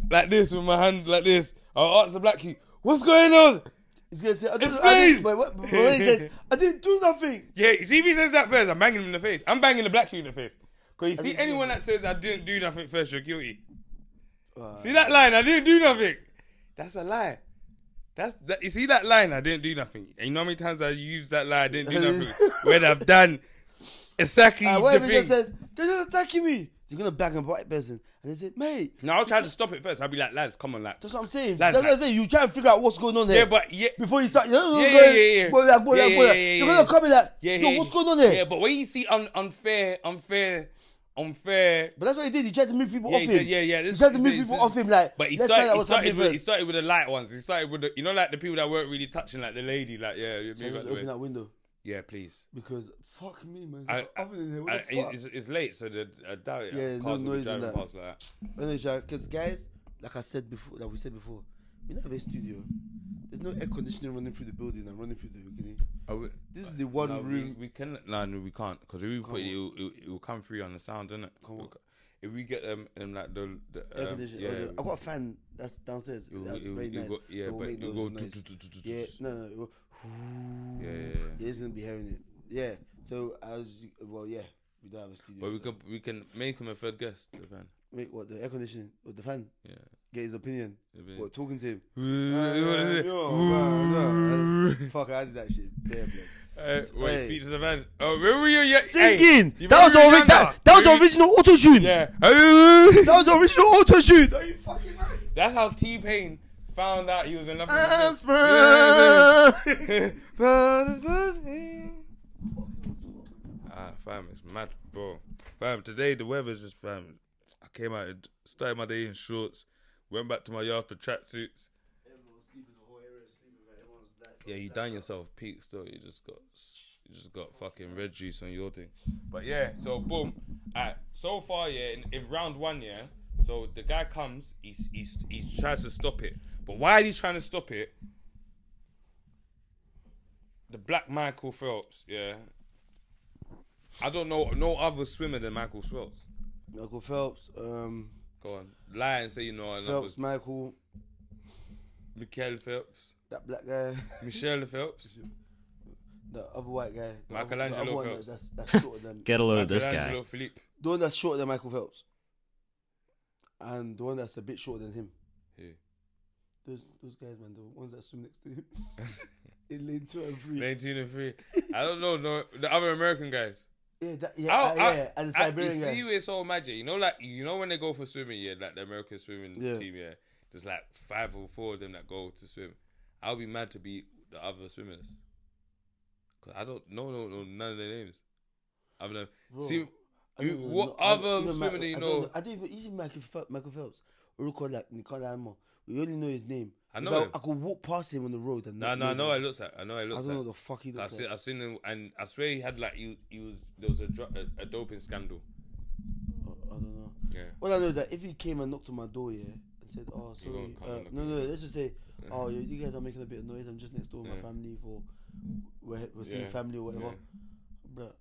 [SPEAKER 1] like this with my hand like this, I'll ask the black kid, "What's going on?"
[SPEAKER 2] He's gonna say, I didn't, I
[SPEAKER 1] Explain.
[SPEAKER 2] didn't, but, what- but when he says, I didn't do nothing.
[SPEAKER 1] Yeah, you see if he says that first, I'm banging him in the face. I'm banging the black kid in the face. Because you see,
[SPEAKER 2] didn't do
[SPEAKER 1] anyone that says I didn't do nothing first, you're guilty.
[SPEAKER 2] Uh,
[SPEAKER 1] See that line, I didn't do nothing. That's a lie. That's that, you see that line, I didn't do nothing. And you know how many times I use that lie, I didn't do nothing when I've done exactly
[SPEAKER 2] Uh, what
[SPEAKER 1] the
[SPEAKER 2] if he
[SPEAKER 1] thing.
[SPEAKER 2] just says, they're just attacking me? You're gonna back a white person and they say, mate,
[SPEAKER 1] now I'll try to stop it first. I'll be like, lads, come on, like.
[SPEAKER 2] that's what I'm
[SPEAKER 1] Lads,
[SPEAKER 2] saying. that's what I'm
[SPEAKER 1] lads.
[SPEAKER 2] saying. You try and figure out what's going on there.
[SPEAKER 1] Yeah, but yeah.
[SPEAKER 2] before you start. You know,
[SPEAKER 1] Yeah,
[SPEAKER 2] go
[SPEAKER 1] yeah,
[SPEAKER 2] in,
[SPEAKER 1] yeah, yeah.
[SPEAKER 2] Go like, go
[SPEAKER 1] Yeah, yeah,
[SPEAKER 2] like, go like.
[SPEAKER 1] yeah, yeah,
[SPEAKER 2] You're gonna
[SPEAKER 1] yeah.
[SPEAKER 2] come in like,
[SPEAKER 1] Yeah,
[SPEAKER 2] yo,
[SPEAKER 1] yeah,
[SPEAKER 2] what's
[SPEAKER 1] yeah.
[SPEAKER 2] going on there?
[SPEAKER 1] Yeah, but when you see un- unfair, unfair, unfair,
[SPEAKER 2] But that's what he did. He tried to move people
[SPEAKER 1] Yeah,
[SPEAKER 2] off
[SPEAKER 1] he
[SPEAKER 2] him.
[SPEAKER 1] said, yeah, yeah.
[SPEAKER 2] He
[SPEAKER 1] this-
[SPEAKER 2] tried to
[SPEAKER 1] he
[SPEAKER 2] move
[SPEAKER 1] said- he
[SPEAKER 2] people
[SPEAKER 1] said-
[SPEAKER 2] off him. Like,
[SPEAKER 1] But he
[SPEAKER 2] let's
[SPEAKER 1] started,
[SPEAKER 2] find out
[SPEAKER 1] he,
[SPEAKER 2] what's happening
[SPEAKER 1] started with, he
[SPEAKER 2] first.
[SPEAKER 1] started with the light ones. He started with the, you know, like the people that weren't really touching, like the lady, like yeah, you
[SPEAKER 2] Let's
[SPEAKER 1] move out
[SPEAKER 2] just
[SPEAKER 1] the way.
[SPEAKER 2] open that window
[SPEAKER 1] Yeah, please.
[SPEAKER 2] because fuck me, man. It's
[SPEAKER 1] I-
[SPEAKER 2] not open in here.
[SPEAKER 1] I,
[SPEAKER 2] What the fuck?
[SPEAKER 1] it's, it's late, so the, I doubt it.
[SPEAKER 2] Yeah,
[SPEAKER 1] cars
[SPEAKER 2] no
[SPEAKER 1] will be
[SPEAKER 2] noise in
[SPEAKER 1] driving
[SPEAKER 2] that.
[SPEAKER 1] past like that.
[SPEAKER 2] because guys, like I said before, like we said before, we don't have a studio. There's no air conditioning running through the building and running through the beginning.
[SPEAKER 1] Are we-
[SPEAKER 2] This is the one
[SPEAKER 1] no,
[SPEAKER 2] room.
[SPEAKER 1] we, we can. No, no, we can't because we put it, it, it will come through on the sound, doesn't it?
[SPEAKER 2] Come on.
[SPEAKER 1] if we get them um, like the, the
[SPEAKER 2] Air
[SPEAKER 1] um,
[SPEAKER 2] conditioning.
[SPEAKER 1] yeah,
[SPEAKER 2] oh, yeah. I got a fan that's downstairs.
[SPEAKER 1] It will-
[SPEAKER 2] that's
[SPEAKER 1] it will-
[SPEAKER 2] very
[SPEAKER 1] it
[SPEAKER 2] nice.
[SPEAKER 1] will- yeah,
[SPEAKER 2] It will
[SPEAKER 1] but
[SPEAKER 2] make
[SPEAKER 1] it will
[SPEAKER 2] those
[SPEAKER 1] go
[SPEAKER 2] noise.
[SPEAKER 1] tu- tu- tu- tu- tu-
[SPEAKER 2] Yeah,
[SPEAKER 1] tu-
[SPEAKER 2] no, no. It will,
[SPEAKER 1] yeah, yeah, yeah.
[SPEAKER 2] yeah, he's gonna be hearing it. Yeah. So as you- well, yeah, we don't have a studio.
[SPEAKER 1] But we
[SPEAKER 2] so-
[SPEAKER 1] can we can make him a third guest, the fan.
[SPEAKER 2] make what the air conditioning or the fan
[SPEAKER 1] Yeah.
[SPEAKER 2] get his opinion.
[SPEAKER 1] it'd be-
[SPEAKER 2] What talking to him?
[SPEAKER 1] Uh,
[SPEAKER 2] yo, man, no, Fuck, I did that shit. Bare blood.
[SPEAKER 1] Uh, wait,
[SPEAKER 2] Hey.
[SPEAKER 1] speak to the man. Oh, remember you? Yeah,
[SPEAKER 2] Singing.
[SPEAKER 1] Hey, you
[SPEAKER 2] that was the
[SPEAKER 1] remember
[SPEAKER 2] ori- that, that was the
[SPEAKER 1] Uganda?
[SPEAKER 2] original auto tune.
[SPEAKER 1] Yeah.
[SPEAKER 2] That was the original auto tune. Are you fucking mad?
[SPEAKER 1] That's how T Pain found out he was in love with
[SPEAKER 2] I'm
[SPEAKER 1] the
[SPEAKER 2] smiling.
[SPEAKER 1] bitch.
[SPEAKER 2] But it's busy.
[SPEAKER 1] Ah, fam, it's mad, bro. Fam, today the weather's just fam. I came out, and started my day in shorts, went back to my yard for tracksuits. Yeah, you done yourself, Pete. Still, you just got, you just got fucking red juice on your thing. But yeah, so boom. Alright, so far, yeah, in, in round one, yeah. So the guy comes, he's he's he tries to stop it, but while he's trying to stop it, the black Michael Phelps, yeah. I don't know no other swimmer than Michael Phelps.
[SPEAKER 2] Michael Phelps, um,
[SPEAKER 1] Go on, lie and say you know another.
[SPEAKER 2] Phelps, Michael,
[SPEAKER 1] Michael Phelps,
[SPEAKER 2] that black guy,
[SPEAKER 1] Michelle Phelps,
[SPEAKER 2] the other white guy, the other- the
[SPEAKER 1] Michelangelo
[SPEAKER 2] other one
[SPEAKER 1] Phelps.
[SPEAKER 2] That's, that's shorter than
[SPEAKER 3] Get a load of Oh, this guy.
[SPEAKER 1] Michelangelo Philippe.
[SPEAKER 2] the one that's shorter than Michael Phelps, and the one that's a bit shorter than him.
[SPEAKER 1] Who?
[SPEAKER 2] Those those guys, man, the ones that swim next to him in lane two and three.
[SPEAKER 1] 19 and 3. I don't know no, the other American guys.
[SPEAKER 2] Yeah, that, yeah, uh,
[SPEAKER 1] Oh, I-
[SPEAKER 2] yeah, and the
[SPEAKER 1] I-
[SPEAKER 2] Siberian
[SPEAKER 1] you
[SPEAKER 2] guy.
[SPEAKER 1] see, where it's all magic. You know, like you know when they go for swimming, yeah, like the American swimming
[SPEAKER 2] Yeah.
[SPEAKER 1] team, yeah. There's like five or four of them that go to swim. I'll be mad to be the other swimmers. Cause I don't know no no none of their names. I'm like,
[SPEAKER 2] Bro,
[SPEAKER 1] see,
[SPEAKER 2] I don't
[SPEAKER 1] you-
[SPEAKER 2] even
[SPEAKER 1] what
[SPEAKER 2] know- I don't
[SPEAKER 1] other
[SPEAKER 2] even
[SPEAKER 1] swimmer
[SPEAKER 2] Ma-
[SPEAKER 1] do you
[SPEAKER 2] I don't
[SPEAKER 1] know?
[SPEAKER 2] I don't even. You see Michael, Phe- Michael Phelps. We call like Nicola Amo. We only know his name.
[SPEAKER 1] I
[SPEAKER 2] If
[SPEAKER 1] know
[SPEAKER 2] I,
[SPEAKER 1] him.
[SPEAKER 2] I could walk past him on the road and
[SPEAKER 1] no,
[SPEAKER 2] not
[SPEAKER 1] no, I
[SPEAKER 2] know
[SPEAKER 1] know I
[SPEAKER 2] him.
[SPEAKER 1] looks like. I know I
[SPEAKER 2] I
[SPEAKER 1] looks
[SPEAKER 2] don't
[SPEAKER 1] like.
[SPEAKER 2] know the fuck he
[SPEAKER 1] I've
[SPEAKER 2] looks
[SPEAKER 1] seen,
[SPEAKER 2] like.
[SPEAKER 1] I've seen him, and I swear he had like he, he was there was a, dro- a, a doping scandal.
[SPEAKER 2] Oh, I don't know.
[SPEAKER 1] Yeah,
[SPEAKER 2] All I know is that if he came and knocked on my door, yeah, and said, "Oh, sorry,
[SPEAKER 1] won't come
[SPEAKER 2] uh,
[SPEAKER 1] and knock
[SPEAKER 2] no,
[SPEAKER 1] on
[SPEAKER 2] no, let's just say, oh, you, you guys are making a bit of noise. I'm just next door with
[SPEAKER 1] Yeah.
[SPEAKER 2] my family for we're, we're seeing
[SPEAKER 1] Yeah.
[SPEAKER 2] family or whatever."
[SPEAKER 1] Yeah.
[SPEAKER 2] But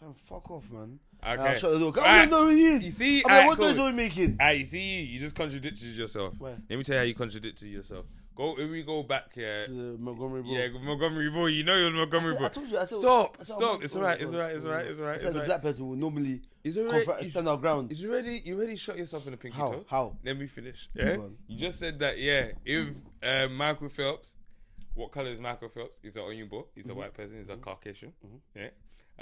[SPEAKER 2] fam, fuck off, man. And I'll
[SPEAKER 1] Okay.
[SPEAKER 2] shut the door. 'cause I
[SPEAKER 1] Alright.
[SPEAKER 2] don't know who he is.
[SPEAKER 1] You see,
[SPEAKER 2] I'm like,
[SPEAKER 1] alright,
[SPEAKER 2] what noise
[SPEAKER 1] cool.
[SPEAKER 2] are we making?
[SPEAKER 1] Ah, you see, you just contradicted yourself.
[SPEAKER 2] Where?
[SPEAKER 1] Let me tell you how you contradicted yourself. Go if we go back here.
[SPEAKER 2] to the Montgomery Road.
[SPEAKER 1] Yeah, Montgomery Boy. You know you're Montgomery
[SPEAKER 2] I,
[SPEAKER 1] Boy.
[SPEAKER 2] said, I told you. I said,
[SPEAKER 1] Stop,
[SPEAKER 2] I said,
[SPEAKER 1] stop.
[SPEAKER 2] I'm-
[SPEAKER 1] It's
[SPEAKER 2] oh,
[SPEAKER 1] alright, it's
[SPEAKER 2] oh,
[SPEAKER 1] alright, it's
[SPEAKER 2] oh.
[SPEAKER 1] alright, it's
[SPEAKER 2] I
[SPEAKER 1] alright,
[SPEAKER 2] said
[SPEAKER 1] it's
[SPEAKER 2] the
[SPEAKER 1] alright.
[SPEAKER 2] black person will normally
[SPEAKER 1] It's alright,
[SPEAKER 2] confront and
[SPEAKER 1] you-
[SPEAKER 2] stand our ground.
[SPEAKER 1] Is you already you already shot yourself in the pinky
[SPEAKER 2] How?
[SPEAKER 1] toe?
[SPEAKER 2] How?
[SPEAKER 1] Let me finish. Yeah.
[SPEAKER 2] on.
[SPEAKER 1] You just said that. Yeah. If uh, Michael Phelps, what color is Michael Phelps? He's an Onyubo. He's
[SPEAKER 2] Mm-hmm.
[SPEAKER 1] a white person. He's a Caucasian. Yeah.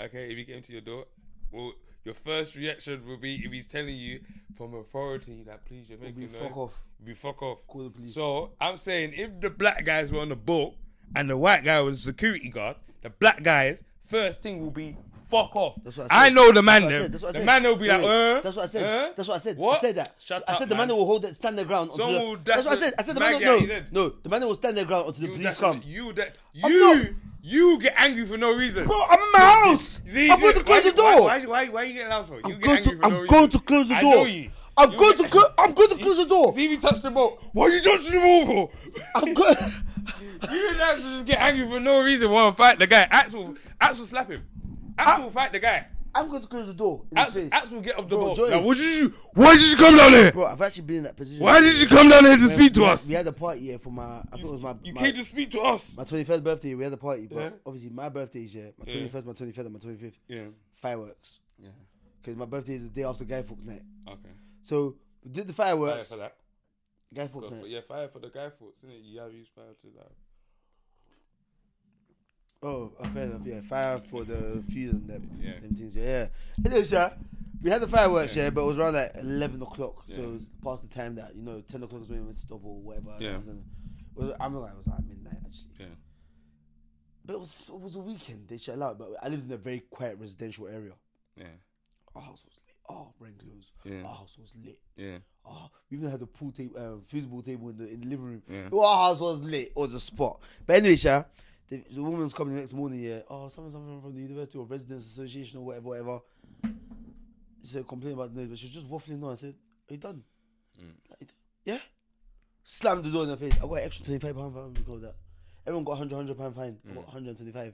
[SPEAKER 1] Okay. If he came to your door, well, your first reaction would be if he's telling you from authority that please you're making
[SPEAKER 2] be
[SPEAKER 1] noise.
[SPEAKER 2] fuck off.
[SPEAKER 1] Be fuck off.
[SPEAKER 2] Call the police.
[SPEAKER 1] So I'm saying if the black guys were on the boat and the white guy was a security guard, the black guys first thing will be fuck off.
[SPEAKER 2] That's what I
[SPEAKER 1] I,
[SPEAKER 2] said.
[SPEAKER 1] know the man.
[SPEAKER 2] That's what
[SPEAKER 1] them.
[SPEAKER 2] I said. That's what I
[SPEAKER 1] the
[SPEAKER 2] said.
[SPEAKER 1] man will be like,
[SPEAKER 2] Wait,
[SPEAKER 1] uh,
[SPEAKER 2] That's what I said.
[SPEAKER 1] uh,
[SPEAKER 2] That's what I said.
[SPEAKER 1] What?
[SPEAKER 2] I said that.
[SPEAKER 1] Shut
[SPEAKER 2] I said
[SPEAKER 1] up,
[SPEAKER 2] the man
[SPEAKER 1] man.
[SPEAKER 2] that will hold that stand their ground. Until
[SPEAKER 1] Someone will
[SPEAKER 2] the,
[SPEAKER 1] dash
[SPEAKER 2] that's what I
[SPEAKER 1] the
[SPEAKER 2] said. I said the man
[SPEAKER 1] mag
[SPEAKER 2] that
[SPEAKER 1] at
[SPEAKER 2] no,
[SPEAKER 1] his head.
[SPEAKER 2] no, the man that will stand their ground until the
[SPEAKER 1] You
[SPEAKER 2] police
[SPEAKER 1] definitely-
[SPEAKER 2] come.
[SPEAKER 1] You that
[SPEAKER 2] I'm
[SPEAKER 1] you you get angry for no reason.
[SPEAKER 2] Bro, I'm a mouse.
[SPEAKER 1] You see,
[SPEAKER 2] I'm going to
[SPEAKER 1] why-
[SPEAKER 2] close the
[SPEAKER 1] Why,
[SPEAKER 2] door.
[SPEAKER 1] why, why, why you getting loud for? You
[SPEAKER 2] I'm
[SPEAKER 1] get
[SPEAKER 2] going
[SPEAKER 1] angry for
[SPEAKER 2] to.
[SPEAKER 1] no
[SPEAKER 2] I'm
[SPEAKER 1] reason.
[SPEAKER 2] going to close the
[SPEAKER 1] I
[SPEAKER 2] door.
[SPEAKER 1] know you.
[SPEAKER 2] I'm
[SPEAKER 1] You
[SPEAKER 2] going
[SPEAKER 1] get-
[SPEAKER 2] to. clo- I'm going to close the door.
[SPEAKER 1] See if you touch the ball. Why you touching the ball for?
[SPEAKER 2] I'm going.
[SPEAKER 1] You guys just get angry for no reason. Want to fight the guy? Axel, Axel slap him.
[SPEAKER 2] Ah.
[SPEAKER 1] Axel fight the guy.
[SPEAKER 2] I'm going to close the door in his
[SPEAKER 1] Axel,
[SPEAKER 2] face.
[SPEAKER 1] Axel get off the
[SPEAKER 2] Bro,
[SPEAKER 1] ball.
[SPEAKER 2] Joyce-
[SPEAKER 1] Now, what did you? Why did you come down here?
[SPEAKER 2] Bro, I've actually been in that position.
[SPEAKER 1] Why did you come down here to speak to
[SPEAKER 2] we had-
[SPEAKER 1] us?
[SPEAKER 2] we had a party here for my. I think it was my.
[SPEAKER 1] You
[SPEAKER 2] my-
[SPEAKER 1] came to speak to us.
[SPEAKER 2] My 21st birthday, we had a party, but
[SPEAKER 1] Yeah.
[SPEAKER 2] obviously my birthday is yeah. My 21st, my 23rd, and my 25th.
[SPEAKER 1] Yeah.
[SPEAKER 2] Fireworks.
[SPEAKER 1] Yeah.
[SPEAKER 2] Because my birthday is the day after Guy Fawkes night.
[SPEAKER 1] Okay.
[SPEAKER 2] So, we did the
[SPEAKER 1] Fire
[SPEAKER 2] fireworks,
[SPEAKER 1] for that.
[SPEAKER 2] Guy Fawkes
[SPEAKER 1] But
[SPEAKER 2] night.
[SPEAKER 1] yeah, fire for the guy for isn't it? You have used fire to that.
[SPEAKER 2] Oh, uh, fair enough, yeah. Fire for the fuse and them,
[SPEAKER 1] Yeah.
[SPEAKER 2] them things, yeah. yeah. Anyways, yeah, we had the fireworks, yeah, but it was around like 11 o'clock. So,
[SPEAKER 1] Yeah.
[SPEAKER 2] it was past the time that, you know, 10 o'clock is when we went to stop or whatever.
[SPEAKER 1] Yeah.
[SPEAKER 2] I don't know. It was, I'm like, it was like midnight, actually.
[SPEAKER 1] Yeah.
[SPEAKER 2] But it was, it was a weekend, they shut out. But I lived in a very quiet residential area.
[SPEAKER 1] Yeah.
[SPEAKER 2] Our house was lit. Oh, rain clothes.
[SPEAKER 1] Yeah.
[SPEAKER 2] Our house was lit.
[SPEAKER 1] Yeah.
[SPEAKER 2] Oh, we even had a pool table, um, foosball table in the, in the living room.
[SPEAKER 1] Yeah.
[SPEAKER 2] Well, Our house was lit. It was a spot. But anyway, Sha, the, the woman's coming the next morning. Yeah, oh, someone, someone from the university or residents association or whatever, whatever. She said complaining about the noise, but she was just waffling on. I said, "Are you done?" Like, yeah. Slammed the door in her face. I got an extra twenty five pound fine because of that. Everyone got a hundred hundred pound fine. I got one hundred and twenty five.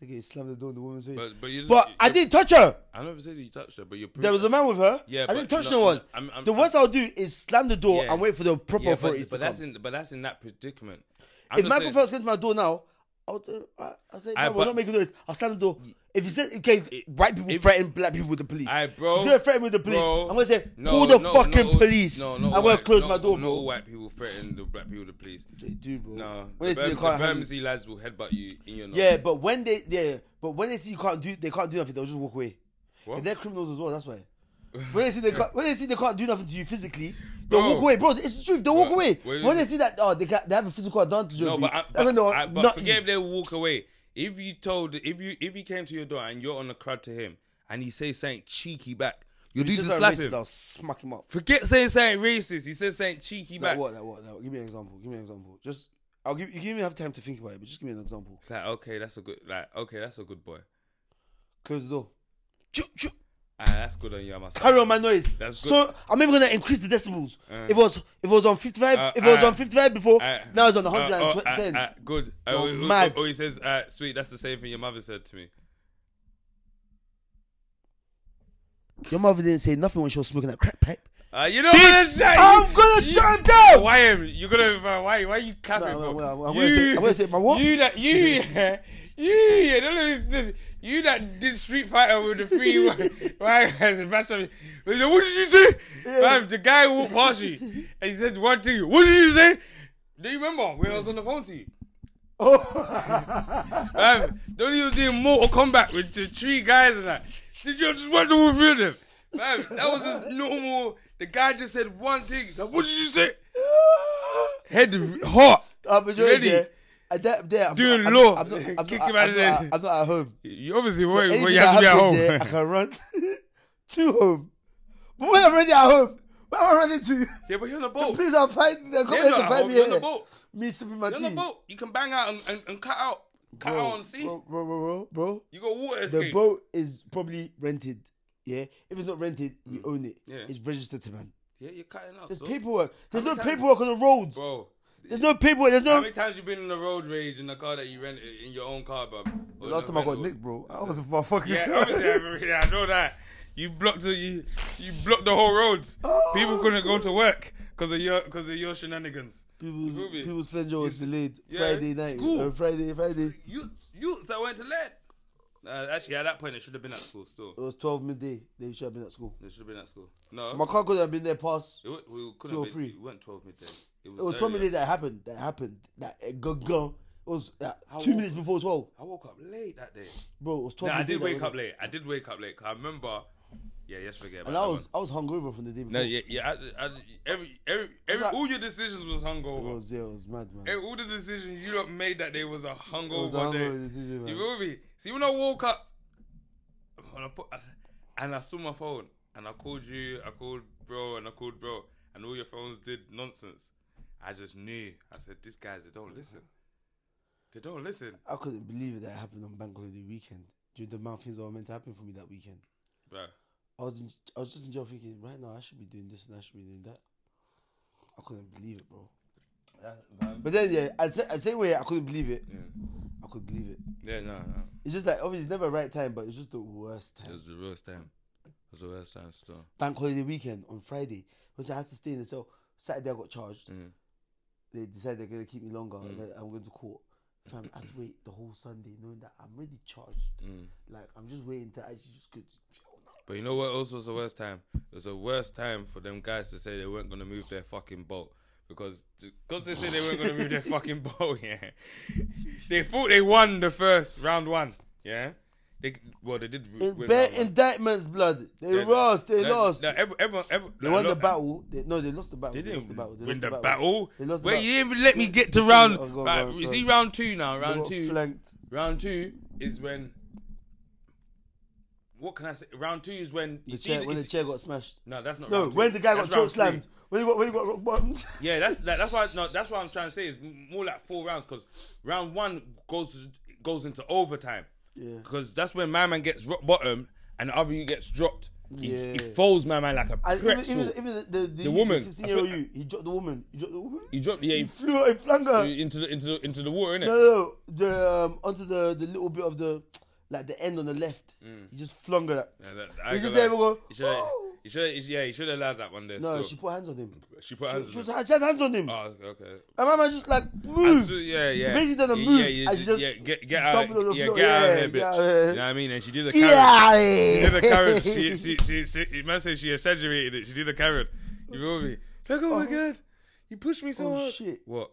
[SPEAKER 2] Like he slammed the door in the woman's face. But,
[SPEAKER 1] But but you.
[SPEAKER 2] I didn't touch her.
[SPEAKER 1] I never said you touched her, but you're.
[SPEAKER 2] There was a man with her.
[SPEAKER 1] Yeah,
[SPEAKER 2] I
[SPEAKER 1] but
[SPEAKER 2] didn't touch
[SPEAKER 1] no,
[SPEAKER 2] no, one.
[SPEAKER 1] no, I'm- I'm-
[SPEAKER 2] the worst I'll do is slam the door
[SPEAKER 1] Yeah.
[SPEAKER 2] and wait for the proper
[SPEAKER 1] yeah, but,
[SPEAKER 2] authorities
[SPEAKER 1] but
[SPEAKER 2] to
[SPEAKER 1] that's
[SPEAKER 2] come.
[SPEAKER 1] in but that's in that predicament. I'm
[SPEAKER 2] If
[SPEAKER 1] just
[SPEAKER 2] Michael
[SPEAKER 1] saying-
[SPEAKER 2] Phelps came to my door now, I'll, uh, I- I'll say,
[SPEAKER 1] Aye,
[SPEAKER 2] "Man, we're
[SPEAKER 1] but-
[SPEAKER 2] not making noise. I'll slam the door. If he said, okay, white people threaten black people with the police.
[SPEAKER 1] Aye, bro.
[SPEAKER 2] If you're threatening with the police,
[SPEAKER 1] Bro.
[SPEAKER 2] I'm going to say,
[SPEAKER 1] No,
[SPEAKER 2] call the
[SPEAKER 1] no,
[SPEAKER 2] fucking
[SPEAKER 1] no,
[SPEAKER 2] police.
[SPEAKER 1] No, no,
[SPEAKER 2] I'm going
[SPEAKER 1] white-
[SPEAKER 2] to close
[SPEAKER 1] no,
[SPEAKER 2] my door,
[SPEAKER 1] No
[SPEAKER 2] bro.
[SPEAKER 1] white people threaten the black people, the police.
[SPEAKER 2] They do, bro.
[SPEAKER 1] No,
[SPEAKER 2] When they
[SPEAKER 1] the,
[SPEAKER 2] see you
[SPEAKER 1] Birm- the
[SPEAKER 2] can't handle-
[SPEAKER 1] Bermondsey lads will headbutt you in your nose.
[SPEAKER 2] Yeah, but when they yeah, but when they see you can't do they can't do nothing, they'll just walk away.
[SPEAKER 1] What?
[SPEAKER 2] And they're criminals as well, that's why. When they see they can't when they see they can't do nothing to you physically, they'll
[SPEAKER 1] Bro.
[SPEAKER 2] walk away. Bro, it's the truth, they'll walk
[SPEAKER 1] Bro,
[SPEAKER 2] away.
[SPEAKER 1] wait,
[SPEAKER 2] when
[SPEAKER 1] wait.
[SPEAKER 2] they see that oh they can, they have a physical advantage
[SPEAKER 1] no,
[SPEAKER 2] over
[SPEAKER 1] Oh, but,
[SPEAKER 2] you,
[SPEAKER 1] I,
[SPEAKER 2] that's when
[SPEAKER 1] but,
[SPEAKER 2] they'll
[SPEAKER 1] I, but
[SPEAKER 2] nut
[SPEAKER 1] forget
[SPEAKER 2] you.
[SPEAKER 1] if they walk away. If you told, if you if he came to your door and you're on the crowd to him and he says something cheeky back, you
[SPEAKER 2] If
[SPEAKER 1] need to
[SPEAKER 2] he says
[SPEAKER 1] slap
[SPEAKER 2] something racist,
[SPEAKER 1] him.
[SPEAKER 2] I'll smack him up.
[SPEAKER 1] Forget saying something racist. He says something cheeky
[SPEAKER 2] Like
[SPEAKER 1] back.
[SPEAKER 2] what, like what, like what? Give me an example. Give me an example. Just I'll give you give me have time to think about it, but just give me an example.
[SPEAKER 1] It's like okay, that's a good like okay, that's a good boy.
[SPEAKER 2] Close the door. Choo, choo.
[SPEAKER 1] Ah, that's good on you, I must say.
[SPEAKER 2] Carry on my noise.
[SPEAKER 1] That's good.
[SPEAKER 2] So I'm even gonna increase the decibels.
[SPEAKER 1] Uh.
[SPEAKER 2] if it was if it was on fifty five,
[SPEAKER 1] Uh,
[SPEAKER 2] if it was
[SPEAKER 1] uh,
[SPEAKER 2] on fifty five before,
[SPEAKER 1] Uh,
[SPEAKER 2] now it's on
[SPEAKER 1] uh,
[SPEAKER 2] one hundred
[SPEAKER 1] oh,
[SPEAKER 2] and
[SPEAKER 1] uh,
[SPEAKER 2] ten.
[SPEAKER 1] uh, good. Uh,
[SPEAKER 2] You're
[SPEAKER 1] oh, oh,
[SPEAKER 2] mad.
[SPEAKER 1] oh, he says, uh, "Sweet, that's the same thing your mother said to me."
[SPEAKER 2] Your mother didn't say nothing when she was smoking that crack pipe.
[SPEAKER 1] Uh, you know what
[SPEAKER 2] I'm gonna shut him down.
[SPEAKER 1] Why am you gonna? Uh, why? Why you capping?
[SPEAKER 2] No,
[SPEAKER 1] for?
[SPEAKER 2] I'm- I'm- I'm gonna say- I'm gonna say my what?
[SPEAKER 1] You that you yeah you yeah don't know, this- this- you that did Street Fighter with the free one. right? As a match of, what did you say? Right, the guy walked past you and he said one thing. What did you say? Do you remember when I was on the phone to you?
[SPEAKER 2] Oh.
[SPEAKER 1] Fam, don't even do Mortal Kombat with the three guys and that. Did you just want to reveal them? Fam, that was just normal. The guy just said one thing. Like, what did you say? Head hot.
[SPEAKER 2] I'm enjoying
[SPEAKER 1] Ready?
[SPEAKER 2] it. And that, there, I'm,
[SPEAKER 1] Do
[SPEAKER 2] I'm,
[SPEAKER 1] low.
[SPEAKER 2] I'm, not, I'm, not,
[SPEAKER 1] Kick
[SPEAKER 2] I'm,
[SPEAKER 1] him out of
[SPEAKER 2] not,
[SPEAKER 1] there.
[SPEAKER 2] I'm not at home.
[SPEAKER 1] You obviously
[SPEAKER 2] So
[SPEAKER 1] weren't, but
[SPEAKER 2] anything
[SPEAKER 1] you have to
[SPEAKER 2] that
[SPEAKER 1] be at
[SPEAKER 2] happens, yeah, I
[SPEAKER 1] home.
[SPEAKER 2] can run to home. But when I'm already at home, where am I running to?
[SPEAKER 1] Yeah, but you're on the boat.
[SPEAKER 2] Please, I'll find.
[SPEAKER 1] They're
[SPEAKER 2] They're coming
[SPEAKER 1] not
[SPEAKER 2] to
[SPEAKER 1] at
[SPEAKER 2] find
[SPEAKER 1] home,
[SPEAKER 2] me
[SPEAKER 1] You're on the
[SPEAKER 2] here.
[SPEAKER 1] boat.
[SPEAKER 2] Me sipping my
[SPEAKER 1] You're
[SPEAKER 2] tea.
[SPEAKER 1] on the boat. You can bang out and, and, and cut out. Cut out on sea.
[SPEAKER 2] Bro, bro, bro, bro, bro.
[SPEAKER 1] You got water
[SPEAKER 2] The
[SPEAKER 1] escape.
[SPEAKER 2] boat is probably rented. Yeah, if it's not rented, we own it.
[SPEAKER 1] Mm. Yeah.
[SPEAKER 2] It's registered to man.
[SPEAKER 1] yeah, you're cutting out.
[SPEAKER 2] There's
[SPEAKER 1] so.
[SPEAKER 2] paperwork. There's
[SPEAKER 1] How
[SPEAKER 2] no
[SPEAKER 1] many times-
[SPEAKER 2] paperwork on the roads.
[SPEAKER 1] Bro,
[SPEAKER 2] There's no paperwork. There's
[SPEAKER 1] how
[SPEAKER 2] no.
[SPEAKER 1] many times you been in the road rage in the car that you rented in your own car, bro? Or
[SPEAKER 2] Last
[SPEAKER 1] the
[SPEAKER 2] time I got
[SPEAKER 1] rental?
[SPEAKER 2] nicked, bro. I was a motherfucker.
[SPEAKER 1] Yeah, obviously, I, mean, yeah, I know that. You blocked the you, you blocked the whole roads.
[SPEAKER 2] Oh.
[SPEAKER 1] People couldn't go to work because of your because of your shenanigans. You feel
[SPEAKER 2] People's,
[SPEAKER 1] me?
[SPEAKER 2] people's Fenjo was delayed
[SPEAKER 1] yeah,
[SPEAKER 2] Friday night.
[SPEAKER 1] school.
[SPEAKER 2] Uh, Friday, Friday.
[SPEAKER 1] You you that went to lead. Nah, Uh, actually, at that point, they should have been at school. Still,
[SPEAKER 2] It was 12 midday. They should have been at school.
[SPEAKER 1] they should have been at school. No,
[SPEAKER 2] My car couldn't have been there past.
[SPEAKER 1] it, wa- we couldn't.
[SPEAKER 2] 203.
[SPEAKER 1] Be, it went twelve midday.
[SPEAKER 2] It was 12
[SPEAKER 1] earlier.
[SPEAKER 2] midday that happened. That happened. That it go go. It was uh,
[SPEAKER 1] How
[SPEAKER 2] two
[SPEAKER 1] old-
[SPEAKER 2] minutes before 12.
[SPEAKER 1] I woke up late that day.
[SPEAKER 2] Bro, it was 12
[SPEAKER 1] Nah, I
[SPEAKER 2] midday
[SPEAKER 1] did
[SPEAKER 2] that
[SPEAKER 1] wake
[SPEAKER 2] was-
[SPEAKER 1] up late. I did wake up late. 'cause I remember. Yeah, yes, forget about
[SPEAKER 2] And I
[SPEAKER 1] that
[SPEAKER 2] was,
[SPEAKER 1] one.
[SPEAKER 2] I was hungover from the day before.
[SPEAKER 1] No, yeah, yeah. I, I, every, every, every,
[SPEAKER 2] like-
[SPEAKER 1] all your decisions was
[SPEAKER 2] It
[SPEAKER 1] hungover.
[SPEAKER 2] was, yeah, it was mad, man.
[SPEAKER 1] Hey, all the decisions you lot made that day was a
[SPEAKER 2] it
[SPEAKER 1] hungover
[SPEAKER 2] was a hungover
[SPEAKER 1] day.
[SPEAKER 2] decision,
[SPEAKER 1] You feel
[SPEAKER 2] man.
[SPEAKER 1] me? See, when I woke up, when I put, and I saw my phone, and I called you, I called bro, and I called bro, and all your phones did nonsense. I just knew. I said, these guys, they don't listen. They don't listen.
[SPEAKER 2] I couldn't believe it that it happened on Bank Holiday weekend. During the amount of things that were meant to happen for me that weekend.
[SPEAKER 1] Bro,
[SPEAKER 2] I was, in, I was just in jail thinking, right now I should be doing this and I should be doing that. I couldn't believe it, bro. But then, yeah, I say, I say, way I couldn't believe it.
[SPEAKER 1] yeah,
[SPEAKER 2] I could believe it.
[SPEAKER 1] yeah, no, no.
[SPEAKER 2] It's just like obviously it's never a right time, but it's just the worst
[SPEAKER 1] It
[SPEAKER 2] time.
[SPEAKER 1] was the worst time. It was the worst time still.
[SPEAKER 2] Bank holiday weekend on Friday, because I had to stay in the cell. Saturday I got charged.
[SPEAKER 1] Mm.
[SPEAKER 2] They decided they're gonna keep me longer. and then I'm going to court. Fam, I had to wait the whole Sunday, knowing that I'm already charged.
[SPEAKER 1] Mm.
[SPEAKER 2] Like I'm just waiting to actually just go to jail now.
[SPEAKER 1] But you know what else was the worst time? It was the worst time for them guys to say they weren't gonna move their fucking boat. Because because they said they weren't gonna move their fucking boat, yeah. They thought they won the first round one, yeah. They well they did w-
[SPEAKER 2] In
[SPEAKER 1] win
[SPEAKER 2] bare
[SPEAKER 1] round one.
[SPEAKER 2] indictments, blood. They
[SPEAKER 1] Yeah,
[SPEAKER 2] lost. They
[SPEAKER 1] no,
[SPEAKER 2] lost.
[SPEAKER 1] No, every, everyone, every,
[SPEAKER 2] they won the battle. They, no, they lost the battle.
[SPEAKER 1] They didn't
[SPEAKER 2] lost the battle. They
[SPEAKER 1] win
[SPEAKER 2] lost
[SPEAKER 1] the
[SPEAKER 2] the
[SPEAKER 1] battle.
[SPEAKER 2] They lost the
[SPEAKER 1] Wait,
[SPEAKER 2] battle.
[SPEAKER 1] you didn't even let me get to
[SPEAKER 2] Listen,
[SPEAKER 1] round.
[SPEAKER 2] oh, go on,
[SPEAKER 1] right,
[SPEAKER 2] go on,
[SPEAKER 1] you
[SPEAKER 2] go
[SPEAKER 1] see
[SPEAKER 2] on.
[SPEAKER 1] round two now.
[SPEAKER 2] They
[SPEAKER 1] Round
[SPEAKER 2] got
[SPEAKER 1] two.
[SPEAKER 2] flanked.
[SPEAKER 1] Round two is when. What can I say? Round two is when you
[SPEAKER 2] The
[SPEAKER 1] see
[SPEAKER 2] chair,
[SPEAKER 1] the-
[SPEAKER 2] when
[SPEAKER 1] you
[SPEAKER 2] the
[SPEAKER 1] see-
[SPEAKER 2] chair got smashed.
[SPEAKER 1] No, that's not.
[SPEAKER 2] No,
[SPEAKER 1] round two.
[SPEAKER 2] when the guy
[SPEAKER 1] That's
[SPEAKER 2] got choke
[SPEAKER 1] round three.
[SPEAKER 2] slammed. When he got when he got rock bottomed.
[SPEAKER 1] Yeah, that's like, that's why no, that's what I'm trying to say is m- more like four rounds because round one goes goes into overtime
[SPEAKER 2] Yeah.
[SPEAKER 1] because that's when my man gets rock bottom and the other you gets dropped. He, he
[SPEAKER 2] Yeah.
[SPEAKER 1] folds my man like a
[SPEAKER 2] And
[SPEAKER 1] pretzel.
[SPEAKER 2] even, even, even the, the, the,
[SPEAKER 1] woman, I
[SPEAKER 2] 16 year old
[SPEAKER 1] feel-
[SPEAKER 2] you, he dropped the woman. He dropped the woman.
[SPEAKER 1] he dropped yeah
[SPEAKER 2] He
[SPEAKER 1] he
[SPEAKER 2] flew her, he flung her.
[SPEAKER 1] f- into the into the into the water, innit?
[SPEAKER 2] No, no, no. The, um, onto the, the little bit of the, like the end on the left. He just flung her. Like,
[SPEAKER 1] Mm. Yeah, that- I
[SPEAKER 2] He
[SPEAKER 1] ain't
[SPEAKER 2] just
[SPEAKER 1] gonna
[SPEAKER 2] there we
[SPEAKER 1] lie.
[SPEAKER 2] go,
[SPEAKER 1] He should have,
[SPEAKER 2] "Woo!"
[SPEAKER 1] he should have, yeah, he should have allowed that one there.
[SPEAKER 2] no,
[SPEAKER 1] still.
[SPEAKER 2] she put hands on him.
[SPEAKER 1] she put
[SPEAKER 2] She,
[SPEAKER 1] hands.
[SPEAKER 2] she,
[SPEAKER 1] on
[SPEAKER 2] was,
[SPEAKER 1] him.
[SPEAKER 2] she had hands on him.
[SPEAKER 1] Oh, okay.
[SPEAKER 2] and my man just like,
[SPEAKER 1] I
[SPEAKER 2] move.
[SPEAKER 1] saw- yeah, yeah.
[SPEAKER 2] basically done a
[SPEAKER 1] Yeah,
[SPEAKER 2] move,
[SPEAKER 1] Yeah, you
[SPEAKER 2] and
[SPEAKER 1] ju-
[SPEAKER 2] she just
[SPEAKER 1] yeah, get, get out,
[SPEAKER 2] jumped on the
[SPEAKER 1] yeah,
[SPEAKER 2] floor.
[SPEAKER 1] get out
[SPEAKER 2] Yeah,
[SPEAKER 1] of here,
[SPEAKER 2] get
[SPEAKER 1] bitch.
[SPEAKER 2] out of here.
[SPEAKER 1] You know what I mean? And she did a carrot.
[SPEAKER 2] yeah.
[SPEAKER 1] She did a carrot. She, she, she, she, she, man said she exaggerated it. She did a carrot. You feel me? She's like, oh, my god, you pushed me so
[SPEAKER 2] Oh,
[SPEAKER 1] hard.
[SPEAKER 2] shit.
[SPEAKER 1] What?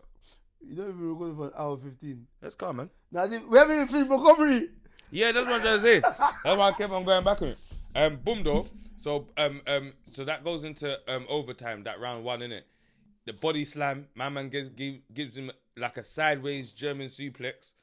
[SPEAKER 2] You don't even record for an hour 15.
[SPEAKER 1] That's calm, man.
[SPEAKER 2] Now, I didn't- we haven't even finished recovery.
[SPEAKER 1] Yeah, that's what I'm trying to say. That's why I kept on going back on it. Um, boom though. So um um so that goes into um overtime that round one innit? The body slam, my man gives give, gives him like a sideways German suplex.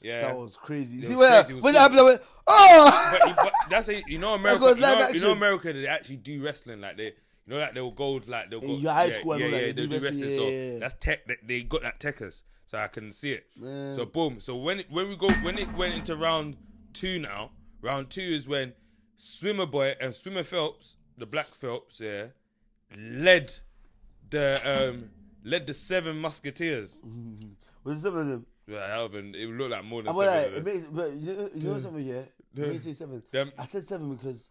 [SPEAKER 1] Yeah.
[SPEAKER 2] That was crazy. You
[SPEAKER 1] It
[SPEAKER 2] see,
[SPEAKER 1] was
[SPEAKER 2] when, I-
[SPEAKER 1] crazy, it was
[SPEAKER 2] when that happened,
[SPEAKER 1] crazy.
[SPEAKER 2] I went, oh!
[SPEAKER 1] but, but that's a, you know America.
[SPEAKER 2] goes
[SPEAKER 1] You
[SPEAKER 2] live
[SPEAKER 1] know, you know
[SPEAKER 2] action.
[SPEAKER 1] America. They actually do wrestling like they. You know, like they'll go like they'll go.
[SPEAKER 2] your high school and
[SPEAKER 1] yeah,
[SPEAKER 2] all that,
[SPEAKER 1] yeah,
[SPEAKER 2] they
[SPEAKER 1] they'll
[SPEAKER 2] do
[SPEAKER 1] do
[SPEAKER 2] wrestling,
[SPEAKER 1] wrestling.
[SPEAKER 2] yeah,
[SPEAKER 1] so
[SPEAKER 2] yeah, yeah.
[SPEAKER 1] that's tech. They, they got that techers, so I can see it.
[SPEAKER 2] Man.
[SPEAKER 1] So boom. So when it- when we go when it went into round two now, round two is when swimmer boy and swimmer Phelps, the black Phelps, yeah, led the um led the seven musketeers.
[SPEAKER 2] was it seven of them?
[SPEAKER 1] Well, hell, even- it looked like more than
[SPEAKER 2] I'm like,
[SPEAKER 1] seven.
[SPEAKER 2] it
[SPEAKER 1] of them.
[SPEAKER 2] makes, but you know, you know something, yeah? It makes it seven.
[SPEAKER 1] Them-
[SPEAKER 2] I said seven because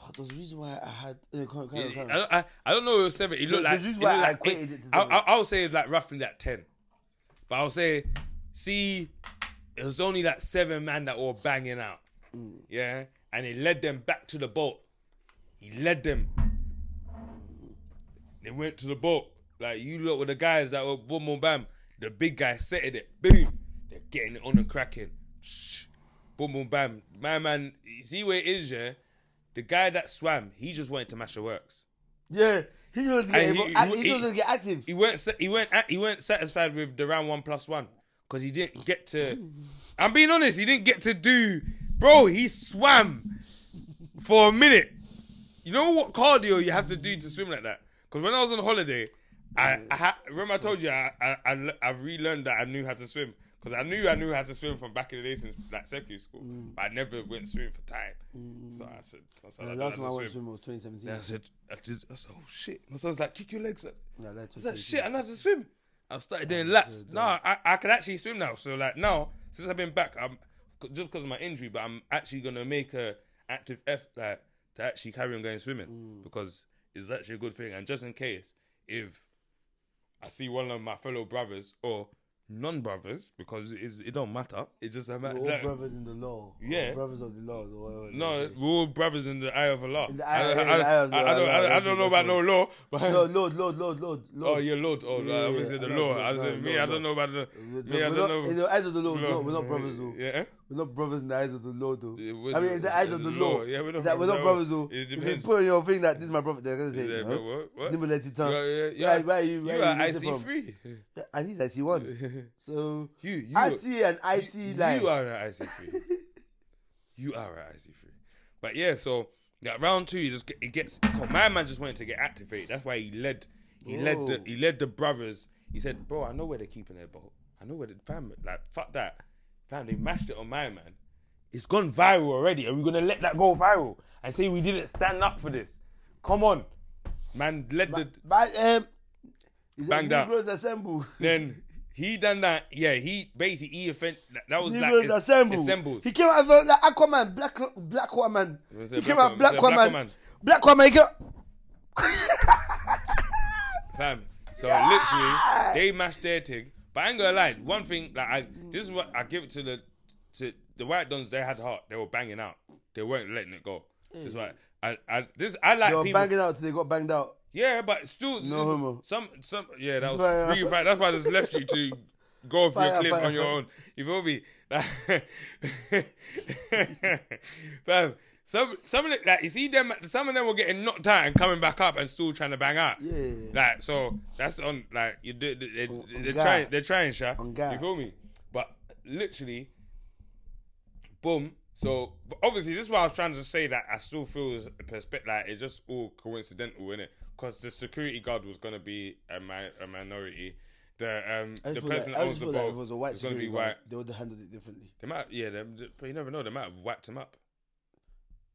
[SPEAKER 2] oh, there's a reason why I had. No, can't, can't,
[SPEAKER 1] I
[SPEAKER 2] can't.
[SPEAKER 1] don't, I, I don't know if it was seven. It looked like,
[SPEAKER 2] this is
[SPEAKER 1] it
[SPEAKER 2] why
[SPEAKER 1] looked
[SPEAKER 2] I
[SPEAKER 1] like
[SPEAKER 2] equated
[SPEAKER 1] eight.
[SPEAKER 2] it to
[SPEAKER 1] I,
[SPEAKER 2] seven.
[SPEAKER 1] I, I would say it's like roughly like ten, but I would say, see, it was only like seven man that were banging out, yeah, and he led them back to the boat. He led them. They went to the boat. Like you look with the guys that were boom, boom, bam. The big guy setting it. Boom. They're getting it on and cracking. Shh. Boom, boom, bam. My man, you see where it is, yeah. The guy that swam, he just wanted to mash the works.
[SPEAKER 2] Yeah, he was to get,
[SPEAKER 1] And he-
[SPEAKER 2] he, act-
[SPEAKER 1] he-
[SPEAKER 2] he, just wanted to get active.
[SPEAKER 1] He weren't. sa- He weren't. He weren't satisfied with the round one plus one because he didn't get to. I'm being honest. He didn't get to do. Bro, he swam for a minute. You know what cardio you have to do to swim like that? Because when I was on holiday, I, I ha- remember I told you I, I, I, le- I relearned that I knew how to swim because I knew I knew how to swim from back in the day since like secondary school,
[SPEAKER 2] Mm.
[SPEAKER 1] but I never went swimming for time. So I said, I said, I
[SPEAKER 2] The
[SPEAKER 1] don't
[SPEAKER 2] Mm. last time I
[SPEAKER 1] know how
[SPEAKER 2] went
[SPEAKER 1] to swim.
[SPEAKER 2] swimming was 2017.
[SPEAKER 1] I said, I, did, I said, oh shit! My son's like, kick your legs up.
[SPEAKER 2] No, like
[SPEAKER 1] I was like,
[SPEAKER 2] 2017.
[SPEAKER 1] shit, I know how to swim. I started doing laps. No, I, I can actually swim now. So like now, since I've been back, I'm c- just because of my injury, but I'm actually gonna make a active effort like, to actually carry on going swimming
[SPEAKER 2] Mm.
[SPEAKER 1] because it's actually a good thing. And just in case, if I see one of my fellow brothers or non-brothers, because it, is, it don't matter, it just a matter.
[SPEAKER 2] We're all
[SPEAKER 1] Like,
[SPEAKER 2] brothers in the law. We're all
[SPEAKER 1] Yeah.
[SPEAKER 2] Brothers of the law. Or whatever they
[SPEAKER 1] no,
[SPEAKER 2] say.
[SPEAKER 1] we're all brothers in the eye of Allah.
[SPEAKER 2] In the
[SPEAKER 1] I-
[SPEAKER 2] eye-
[SPEAKER 1] I-
[SPEAKER 2] in the
[SPEAKER 1] I-
[SPEAKER 2] eye of
[SPEAKER 1] I- I don't-
[SPEAKER 2] Allah,
[SPEAKER 1] I- I
[SPEAKER 2] that's
[SPEAKER 1] don't
[SPEAKER 2] it,
[SPEAKER 1] know about
[SPEAKER 2] that's
[SPEAKER 1] no law, but
[SPEAKER 2] No, Lord, Lord, Lord, Lord, Lord.
[SPEAKER 1] Oh, your Lord. Oh,
[SPEAKER 2] Yeah,
[SPEAKER 1] yeah, obviously the
[SPEAKER 2] yeah,
[SPEAKER 1] Lord.
[SPEAKER 2] no,
[SPEAKER 1] I
[SPEAKER 2] no,
[SPEAKER 1] said, me,
[SPEAKER 2] no,
[SPEAKER 1] I don't know about the.
[SPEAKER 2] We're
[SPEAKER 1] Me, I don't
[SPEAKER 2] we're not-
[SPEAKER 1] know.
[SPEAKER 2] In the eyes of the Lord, we're
[SPEAKER 1] Lord.
[SPEAKER 2] not, we're not brothers, though.
[SPEAKER 1] Yeah. eh?
[SPEAKER 2] We're not brothers in the eyes of the Lord, though.
[SPEAKER 1] Yeah,
[SPEAKER 2] I mean, in the eyes of the Lord.
[SPEAKER 1] Yeah, we're not
[SPEAKER 2] that we're not
[SPEAKER 1] brothers,
[SPEAKER 2] brothers, though.
[SPEAKER 1] though. It
[SPEAKER 2] If you
[SPEAKER 1] depends.
[SPEAKER 2] put on your thing that this is my prophet, they're gonna say,
[SPEAKER 1] Yeah,
[SPEAKER 2] no.
[SPEAKER 1] but what? What?
[SPEAKER 2] Nimble tongue.
[SPEAKER 1] Yeah, yeah, yeah.
[SPEAKER 2] Where, where you, where
[SPEAKER 1] You
[SPEAKER 2] you
[SPEAKER 1] are
[SPEAKER 2] get it from?
[SPEAKER 1] IC3.
[SPEAKER 2] Yeah, At least I see one. So
[SPEAKER 1] You, you.
[SPEAKER 2] I
[SPEAKER 1] are-
[SPEAKER 2] see an icy like.
[SPEAKER 1] You are an IC3. you are an IC3. But yeah, so that round two, he just get, it gets. My man just wanted to get activated. That's why he led. He led the.
[SPEAKER 2] Bro.
[SPEAKER 1] He led the brothers. He said, "Bro, I know where they're keeping their boat. I know where the fam. Like fuck that. Fam, they mashed it on my man. It's gone viral already. Are we gonna let that go viral and say we didn't stand up for this? Come on, man. Led the.
[SPEAKER 2] But um, is
[SPEAKER 1] Banged out.
[SPEAKER 2] Negroes assemble.
[SPEAKER 1] Then he done that. Yeah, he basically he offend. That, that was like
[SPEAKER 2] Negroes
[SPEAKER 1] it's-
[SPEAKER 2] assemble.
[SPEAKER 1] assembled.
[SPEAKER 2] He came out with, like Aquaman, black black woman.
[SPEAKER 1] was a
[SPEAKER 2] He
[SPEAKER 1] black
[SPEAKER 2] came out
[SPEAKER 1] woman.
[SPEAKER 2] black
[SPEAKER 1] It was a black
[SPEAKER 2] woman. Black woman. He came.
[SPEAKER 1] Fam. So literally, they mashed their thing. But I ain't gonna lie, one thing like I this is what I give it to the to the white dons. They had heart. They were banging out. They weren't letting it go. That's why I, I this I like
[SPEAKER 2] They were
[SPEAKER 1] people.
[SPEAKER 2] banging out till they got banged out.
[SPEAKER 1] Yeah, but still,
[SPEAKER 2] No homo.
[SPEAKER 1] Some some yeah, that
[SPEAKER 2] Fire.
[SPEAKER 1] was free fight. That's why I just left you to go for
[SPEAKER 2] Fire,
[SPEAKER 1] your clip
[SPEAKER 2] fire.
[SPEAKER 1] on your own. You feel me? Like- Fam, some some of the, like you see them some of them were getting knocked out and coming back up and still trying to bang out.
[SPEAKER 2] Yeah.
[SPEAKER 1] Like so that's on like you do they,
[SPEAKER 2] on
[SPEAKER 1] they're
[SPEAKER 2] God.
[SPEAKER 1] trying they're trying Sha.
[SPEAKER 2] On God.
[SPEAKER 1] You feel me? But literally boom. So but obviously, this is why I was trying to say that I still feel is a perspective. Like it's just all coincidental, innit? Because the security guard was gonna be a, mi- a minority. The um
[SPEAKER 2] I
[SPEAKER 1] the
[SPEAKER 2] just feel
[SPEAKER 1] person that
[SPEAKER 2] like,
[SPEAKER 1] owns
[SPEAKER 2] I just
[SPEAKER 1] the
[SPEAKER 2] feel like
[SPEAKER 1] boat
[SPEAKER 2] if it was a white
[SPEAKER 1] is gonna
[SPEAKER 2] security
[SPEAKER 1] be
[SPEAKER 2] guard,
[SPEAKER 1] white.
[SPEAKER 2] they would have handled it differently.
[SPEAKER 1] They might, yeah, they, they- but you never know. They might have whacked him up.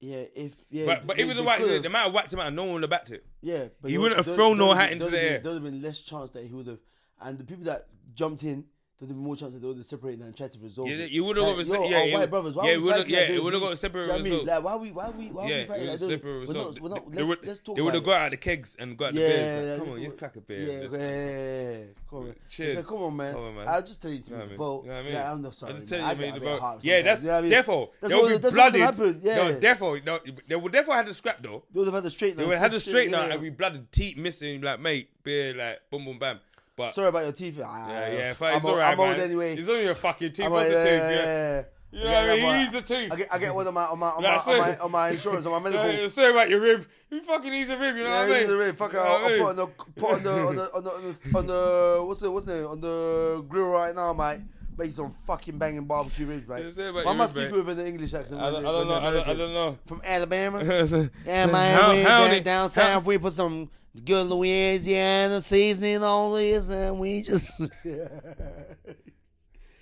[SPEAKER 2] Yeah, if yeah,
[SPEAKER 1] But but
[SPEAKER 2] they-
[SPEAKER 1] if it was
[SPEAKER 2] they
[SPEAKER 1] a white,
[SPEAKER 2] could've-
[SPEAKER 1] the man whacked him out, no one would have backed it.
[SPEAKER 2] Yeah, but
[SPEAKER 1] He
[SPEAKER 2] there-
[SPEAKER 1] wouldn't have
[SPEAKER 2] there-
[SPEAKER 1] thrown
[SPEAKER 2] there
[SPEAKER 1] no
[SPEAKER 2] would
[SPEAKER 1] hat
[SPEAKER 2] be-
[SPEAKER 1] into
[SPEAKER 2] there
[SPEAKER 1] the
[SPEAKER 2] would be-
[SPEAKER 1] air.
[SPEAKER 2] There would have been less chance that he would have, and the people that jumped in, there would have been more chance that they would have separated and tried to resolve.
[SPEAKER 1] Yeah,
[SPEAKER 2] it.
[SPEAKER 1] you would have got a se-
[SPEAKER 2] yo,
[SPEAKER 1] yeah,
[SPEAKER 2] our
[SPEAKER 1] yeah,
[SPEAKER 2] white brothers. Why
[SPEAKER 1] yeah,
[SPEAKER 2] are
[SPEAKER 1] it
[SPEAKER 2] we
[SPEAKER 1] would have-
[SPEAKER 2] fighting like
[SPEAKER 1] yeah, it
[SPEAKER 2] this?
[SPEAKER 1] would have
[SPEAKER 2] We-
[SPEAKER 1] got a separate
[SPEAKER 2] do you know what I mean?
[SPEAKER 1] result.
[SPEAKER 2] Like, why are we, why are we, why are
[SPEAKER 1] Yeah,
[SPEAKER 2] we fighting
[SPEAKER 1] it
[SPEAKER 2] like
[SPEAKER 1] was
[SPEAKER 2] this?
[SPEAKER 1] separate
[SPEAKER 2] We're
[SPEAKER 1] result.
[SPEAKER 2] not, we're not.
[SPEAKER 1] They
[SPEAKER 2] Let's,
[SPEAKER 1] would-
[SPEAKER 2] let's talk.
[SPEAKER 1] They would have
[SPEAKER 2] about it.
[SPEAKER 1] got out of the kegs and got the
[SPEAKER 2] Yeah,
[SPEAKER 1] beers.
[SPEAKER 2] yeah,
[SPEAKER 1] Like, come
[SPEAKER 2] this
[SPEAKER 1] on,
[SPEAKER 2] is
[SPEAKER 1] just
[SPEAKER 2] what-
[SPEAKER 1] crack a
[SPEAKER 2] Yeah,
[SPEAKER 1] beer. Let's-
[SPEAKER 2] yeah, yeah, come on.
[SPEAKER 1] Cheers.
[SPEAKER 2] It's like, come on, man.
[SPEAKER 1] Come on, man.
[SPEAKER 2] I'll just tell you to
[SPEAKER 1] You know what I
[SPEAKER 2] move the
[SPEAKER 1] mean?
[SPEAKER 2] boat.
[SPEAKER 1] You know what I mean?
[SPEAKER 2] Yeah, I'm not sorry.
[SPEAKER 1] I'm just
[SPEAKER 2] man.
[SPEAKER 1] telling
[SPEAKER 2] I
[SPEAKER 1] you,
[SPEAKER 2] get
[SPEAKER 1] made
[SPEAKER 2] a
[SPEAKER 1] the
[SPEAKER 2] bit
[SPEAKER 1] vote.
[SPEAKER 2] hard
[SPEAKER 1] Yeah,
[SPEAKER 2] sometimes,
[SPEAKER 1] that's
[SPEAKER 2] you know what I mean?
[SPEAKER 1] therefore
[SPEAKER 2] That's
[SPEAKER 1] they'll
[SPEAKER 2] what-
[SPEAKER 1] be
[SPEAKER 2] that's what
[SPEAKER 1] blooded.
[SPEAKER 2] would happen, yeah.
[SPEAKER 1] No, therefore, no, they would therefore had to scrap though.
[SPEAKER 2] They would have had the straight.
[SPEAKER 1] They would have had to straight now and we blooded teeth missing like mate, beer like boom boom bam. But
[SPEAKER 2] Sorry about your teeth. Ah,
[SPEAKER 1] yeah, yeah, but
[SPEAKER 2] I'm
[SPEAKER 1] it's
[SPEAKER 2] old-
[SPEAKER 1] alright,
[SPEAKER 2] I'm old
[SPEAKER 1] man.
[SPEAKER 2] anyway.
[SPEAKER 1] It's only a fucking teeth.
[SPEAKER 2] I'm
[SPEAKER 1] What's a
[SPEAKER 2] like,
[SPEAKER 1] tooth?
[SPEAKER 2] yeah, yeah,
[SPEAKER 1] Yeah.
[SPEAKER 2] yeah, yeah.
[SPEAKER 1] You know what I mean?
[SPEAKER 2] but
[SPEAKER 1] He's a tooth.
[SPEAKER 2] I get, I get one on my on my on,
[SPEAKER 1] Nah,
[SPEAKER 2] my, on, my,
[SPEAKER 1] sorry.
[SPEAKER 2] on my insurance on my medical.
[SPEAKER 1] Yeah, sorry about your rib. You fucking needs a rib. You know
[SPEAKER 2] Yeah,
[SPEAKER 1] what I mean?
[SPEAKER 2] either way, fuck it,
[SPEAKER 1] You know
[SPEAKER 2] I'll,
[SPEAKER 1] what I
[SPEAKER 2] I'll put on
[SPEAKER 1] mean?
[SPEAKER 2] the put on the on the on the, on the, on the what's the what's the name on the grill right now, mate. Make some fucking banging barbecue ribs, mate.
[SPEAKER 1] Yeah, say about your
[SPEAKER 2] Why am I
[SPEAKER 1] ribs,
[SPEAKER 2] speaking
[SPEAKER 1] mate.
[SPEAKER 2] with an English accent?
[SPEAKER 1] I don't,
[SPEAKER 2] when they-
[SPEAKER 1] I don't
[SPEAKER 2] when
[SPEAKER 1] know.
[SPEAKER 2] they're
[SPEAKER 1] I don't, I
[SPEAKER 2] American?
[SPEAKER 1] don't know.
[SPEAKER 2] From Alabama. Yeah,
[SPEAKER 1] yeah,
[SPEAKER 2] man, we went down south. We put some good Louisiana seasoning on this, and we just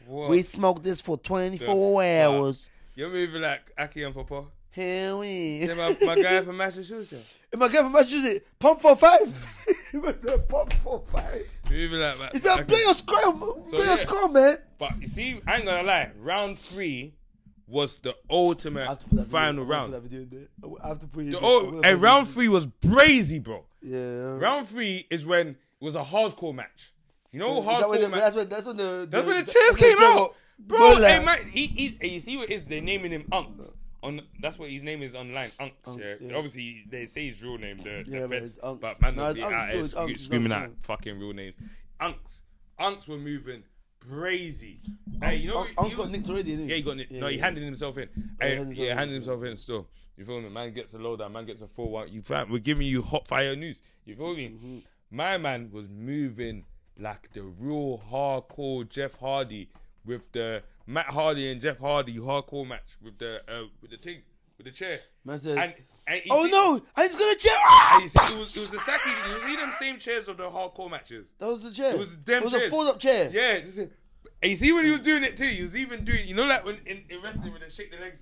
[SPEAKER 2] we smoked this for 24
[SPEAKER 1] The fuck?
[SPEAKER 2] hours.
[SPEAKER 1] You're moving like Aki and Papa.
[SPEAKER 2] Here we.
[SPEAKER 1] Say my, my guy from Massachusetts.
[SPEAKER 2] If my guy from Massachusetts, pump four five. he was a pump four five.
[SPEAKER 1] You're moving like that.
[SPEAKER 2] Is that play or scrum?
[SPEAKER 1] So,
[SPEAKER 2] play
[SPEAKER 1] yeah.
[SPEAKER 2] or scrum, man.
[SPEAKER 1] But you see, I ain't gonna lie. Round three was the ultimate final round.
[SPEAKER 2] I have to put
[SPEAKER 1] The old, and round three was brazy, bro.
[SPEAKER 2] Yeah.
[SPEAKER 1] Round three is when it was a hardcore match. You know,
[SPEAKER 2] Is that
[SPEAKER 1] hardcore
[SPEAKER 2] when the,
[SPEAKER 1] match.
[SPEAKER 2] that's when that's when the
[SPEAKER 1] That's when the chairs came out. Bro, hey, man, he, he, hey, you see what it is? They're naming him Unks. On, that's what his name is online, Unks.
[SPEAKER 2] Unks,
[SPEAKER 1] yeah.
[SPEAKER 2] yeah.
[SPEAKER 1] Obviously, they say his real name, the,
[SPEAKER 2] Yeah,
[SPEAKER 1] the
[SPEAKER 2] but
[SPEAKER 1] feds,
[SPEAKER 2] it's Unks.
[SPEAKER 1] but man,
[SPEAKER 2] No,
[SPEAKER 1] they'll
[SPEAKER 2] it's
[SPEAKER 1] be
[SPEAKER 2] Unks
[SPEAKER 1] out
[SPEAKER 2] still,
[SPEAKER 1] here
[SPEAKER 2] it's Unks,
[SPEAKER 1] sc-
[SPEAKER 2] it's
[SPEAKER 1] screaming
[SPEAKER 2] Unks,
[SPEAKER 1] out
[SPEAKER 2] yeah.
[SPEAKER 1] fucking real names. Unks. Unks were moving crazy. Hey, you know, he-
[SPEAKER 2] Unks Unks
[SPEAKER 1] he
[SPEAKER 2] Oh, got
[SPEAKER 1] was-
[SPEAKER 2] nicked already, didn't he?
[SPEAKER 1] Yeah, he got nicked. no, he
[SPEAKER 2] yeah.
[SPEAKER 1] handed himself in. Hey,
[SPEAKER 2] handed
[SPEAKER 1] yeah,
[SPEAKER 2] himself
[SPEAKER 1] handed
[SPEAKER 2] in,
[SPEAKER 1] himself in still. You feel me? Man gets a lowdown, man gets a 4 1. You fam, we're giving you hot fire news. You feel me?
[SPEAKER 2] Mm-hmm.
[SPEAKER 1] My man was moving like the real hardcore Jeff Hardy with the Matt Hardy and Jeff Hardy hardcore match with the uh, with the thing, with the chair.
[SPEAKER 2] Man said,
[SPEAKER 1] And, and you
[SPEAKER 2] "Oh
[SPEAKER 1] see-
[SPEAKER 2] no, I just got a chair."
[SPEAKER 1] And
[SPEAKER 2] Ah!
[SPEAKER 1] you see, it was, it was exactly, you see them same chairs of the hardcore matches.
[SPEAKER 2] That was the chair.
[SPEAKER 1] It was them
[SPEAKER 2] It was a
[SPEAKER 1] chairs.
[SPEAKER 2] fold-up chair.
[SPEAKER 1] Yeah, this is- and you see when he was doing it too, he was even doing, you know, like when in, in wrestling when they shake their legs.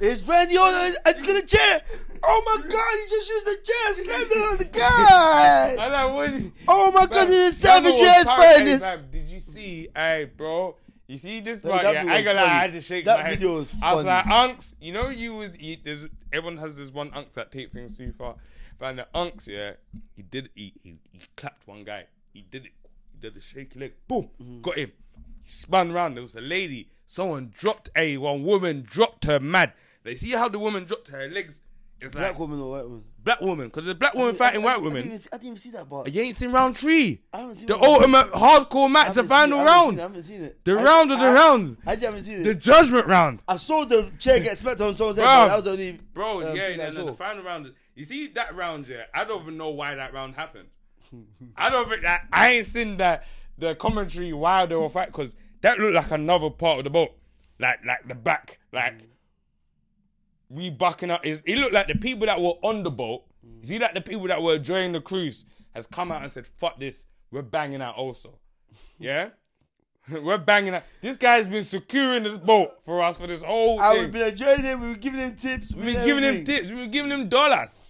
[SPEAKER 2] It's Randy Orton. I just got a chair. Oh my god, he just used the chair, slammed it on the guy.
[SPEAKER 1] And I was.
[SPEAKER 2] Oh my god,
[SPEAKER 1] Fam,
[SPEAKER 2] this is a
[SPEAKER 1] that man
[SPEAKER 2] savage
[SPEAKER 1] was
[SPEAKER 2] ass
[SPEAKER 1] tired. Hey,
[SPEAKER 2] fairness.
[SPEAKER 1] fam, did you see, hey, bro? You see this
[SPEAKER 2] Bro,
[SPEAKER 1] part?
[SPEAKER 2] that
[SPEAKER 1] Yeah,
[SPEAKER 2] video
[SPEAKER 1] I ain't gonna
[SPEAKER 2] was
[SPEAKER 1] lie, I
[SPEAKER 2] funny.
[SPEAKER 1] had to shake
[SPEAKER 2] That
[SPEAKER 1] my head.
[SPEAKER 2] video was
[SPEAKER 1] I was
[SPEAKER 2] funny.
[SPEAKER 1] like, Unks, you know, you was you, there's everyone has this one Unks that take things too far. Found the Unks, yeah, he did he, he he clapped one guy, he did it, he did a shaky leg, boom,
[SPEAKER 2] Mm-hmm.
[SPEAKER 1] got him. He spun round. There was a lady, someone dropped a one woman dropped her mad. They see how the woman dropped her legs. It's like
[SPEAKER 2] Black
[SPEAKER 1] black,
[SPEAKER 2] woman or white woman?
[SPEAKER 1] woman, because there's a black woman fighting
[SPEAKER 2] I- I-
[SPEAKER 1] white
[SPEAKER 2] I
[SPEAKER 1] women.
[SPEAKER 2] didn't even see- I didn't even see that part.
[SPEAKER 1] You ain't seen round three.
[SPEAKER 2] I haven't seen
[SPEAKER 1] The
[SPEAKER 2] round three.
[SPEAKER 1] ultimate hardcore match, the
[SPEAKER 2] haven't seen-
[SPEAKER 1] final
[SPEAKER 2] I haven't
[SPEAKER 1] round,
[SPEAKER 2] seen it, I haven't seen it.
[SPEAKER 1] the
[SPEAKER 2] I-
[SPEAKER 1] round of the
[SPEAKER 2] I-
[SPEAKER 1] rounds,
[SPEAKER 2] I just haven't seen
[SPEAKER 1] the
[SPEAKER 2] it.
[SPEAKER 1] judgment round.
[SPEAKER 2] I saw the chair get smacked on someone's head.
[SPEAKER 1] Bruh.
[SPEAKER 2] but That was the only
[SPEAKER 1] Bro,
[SPEAKER 2] um,
[SPEAKER 1] yeah,
[SPEAKER 2] thing
[SPEAKER 1] no,
[SPEAKER 2] I
[SPEAKER 1] no, the
[SPEAKER 2] saw.
[SPEAKER 1] final round. You see that round, yeah? I don't even know why that round happened. I don't think that I ain't seen that the commentary while they were fighting because that looked like another part of the boat, like like the back, like we bucking up. It, it looked like the people that were on the boat,
[SPEAKER 2] Mm.
[SPEAKER 1] you see, like the people that were enjoying the cruise, has come out and said, "Fuck this, we're banging out also." Yeah. We're banging out. This guy's been securing this boat for us for this whole
[SPEAKER 2] I
[SPEAKER 1] thing.
[SPEAKER 2] would be enjoying it. We were giving them tips.
[SPEAKER 1] We've been giving him tips. We've been giving him dollars.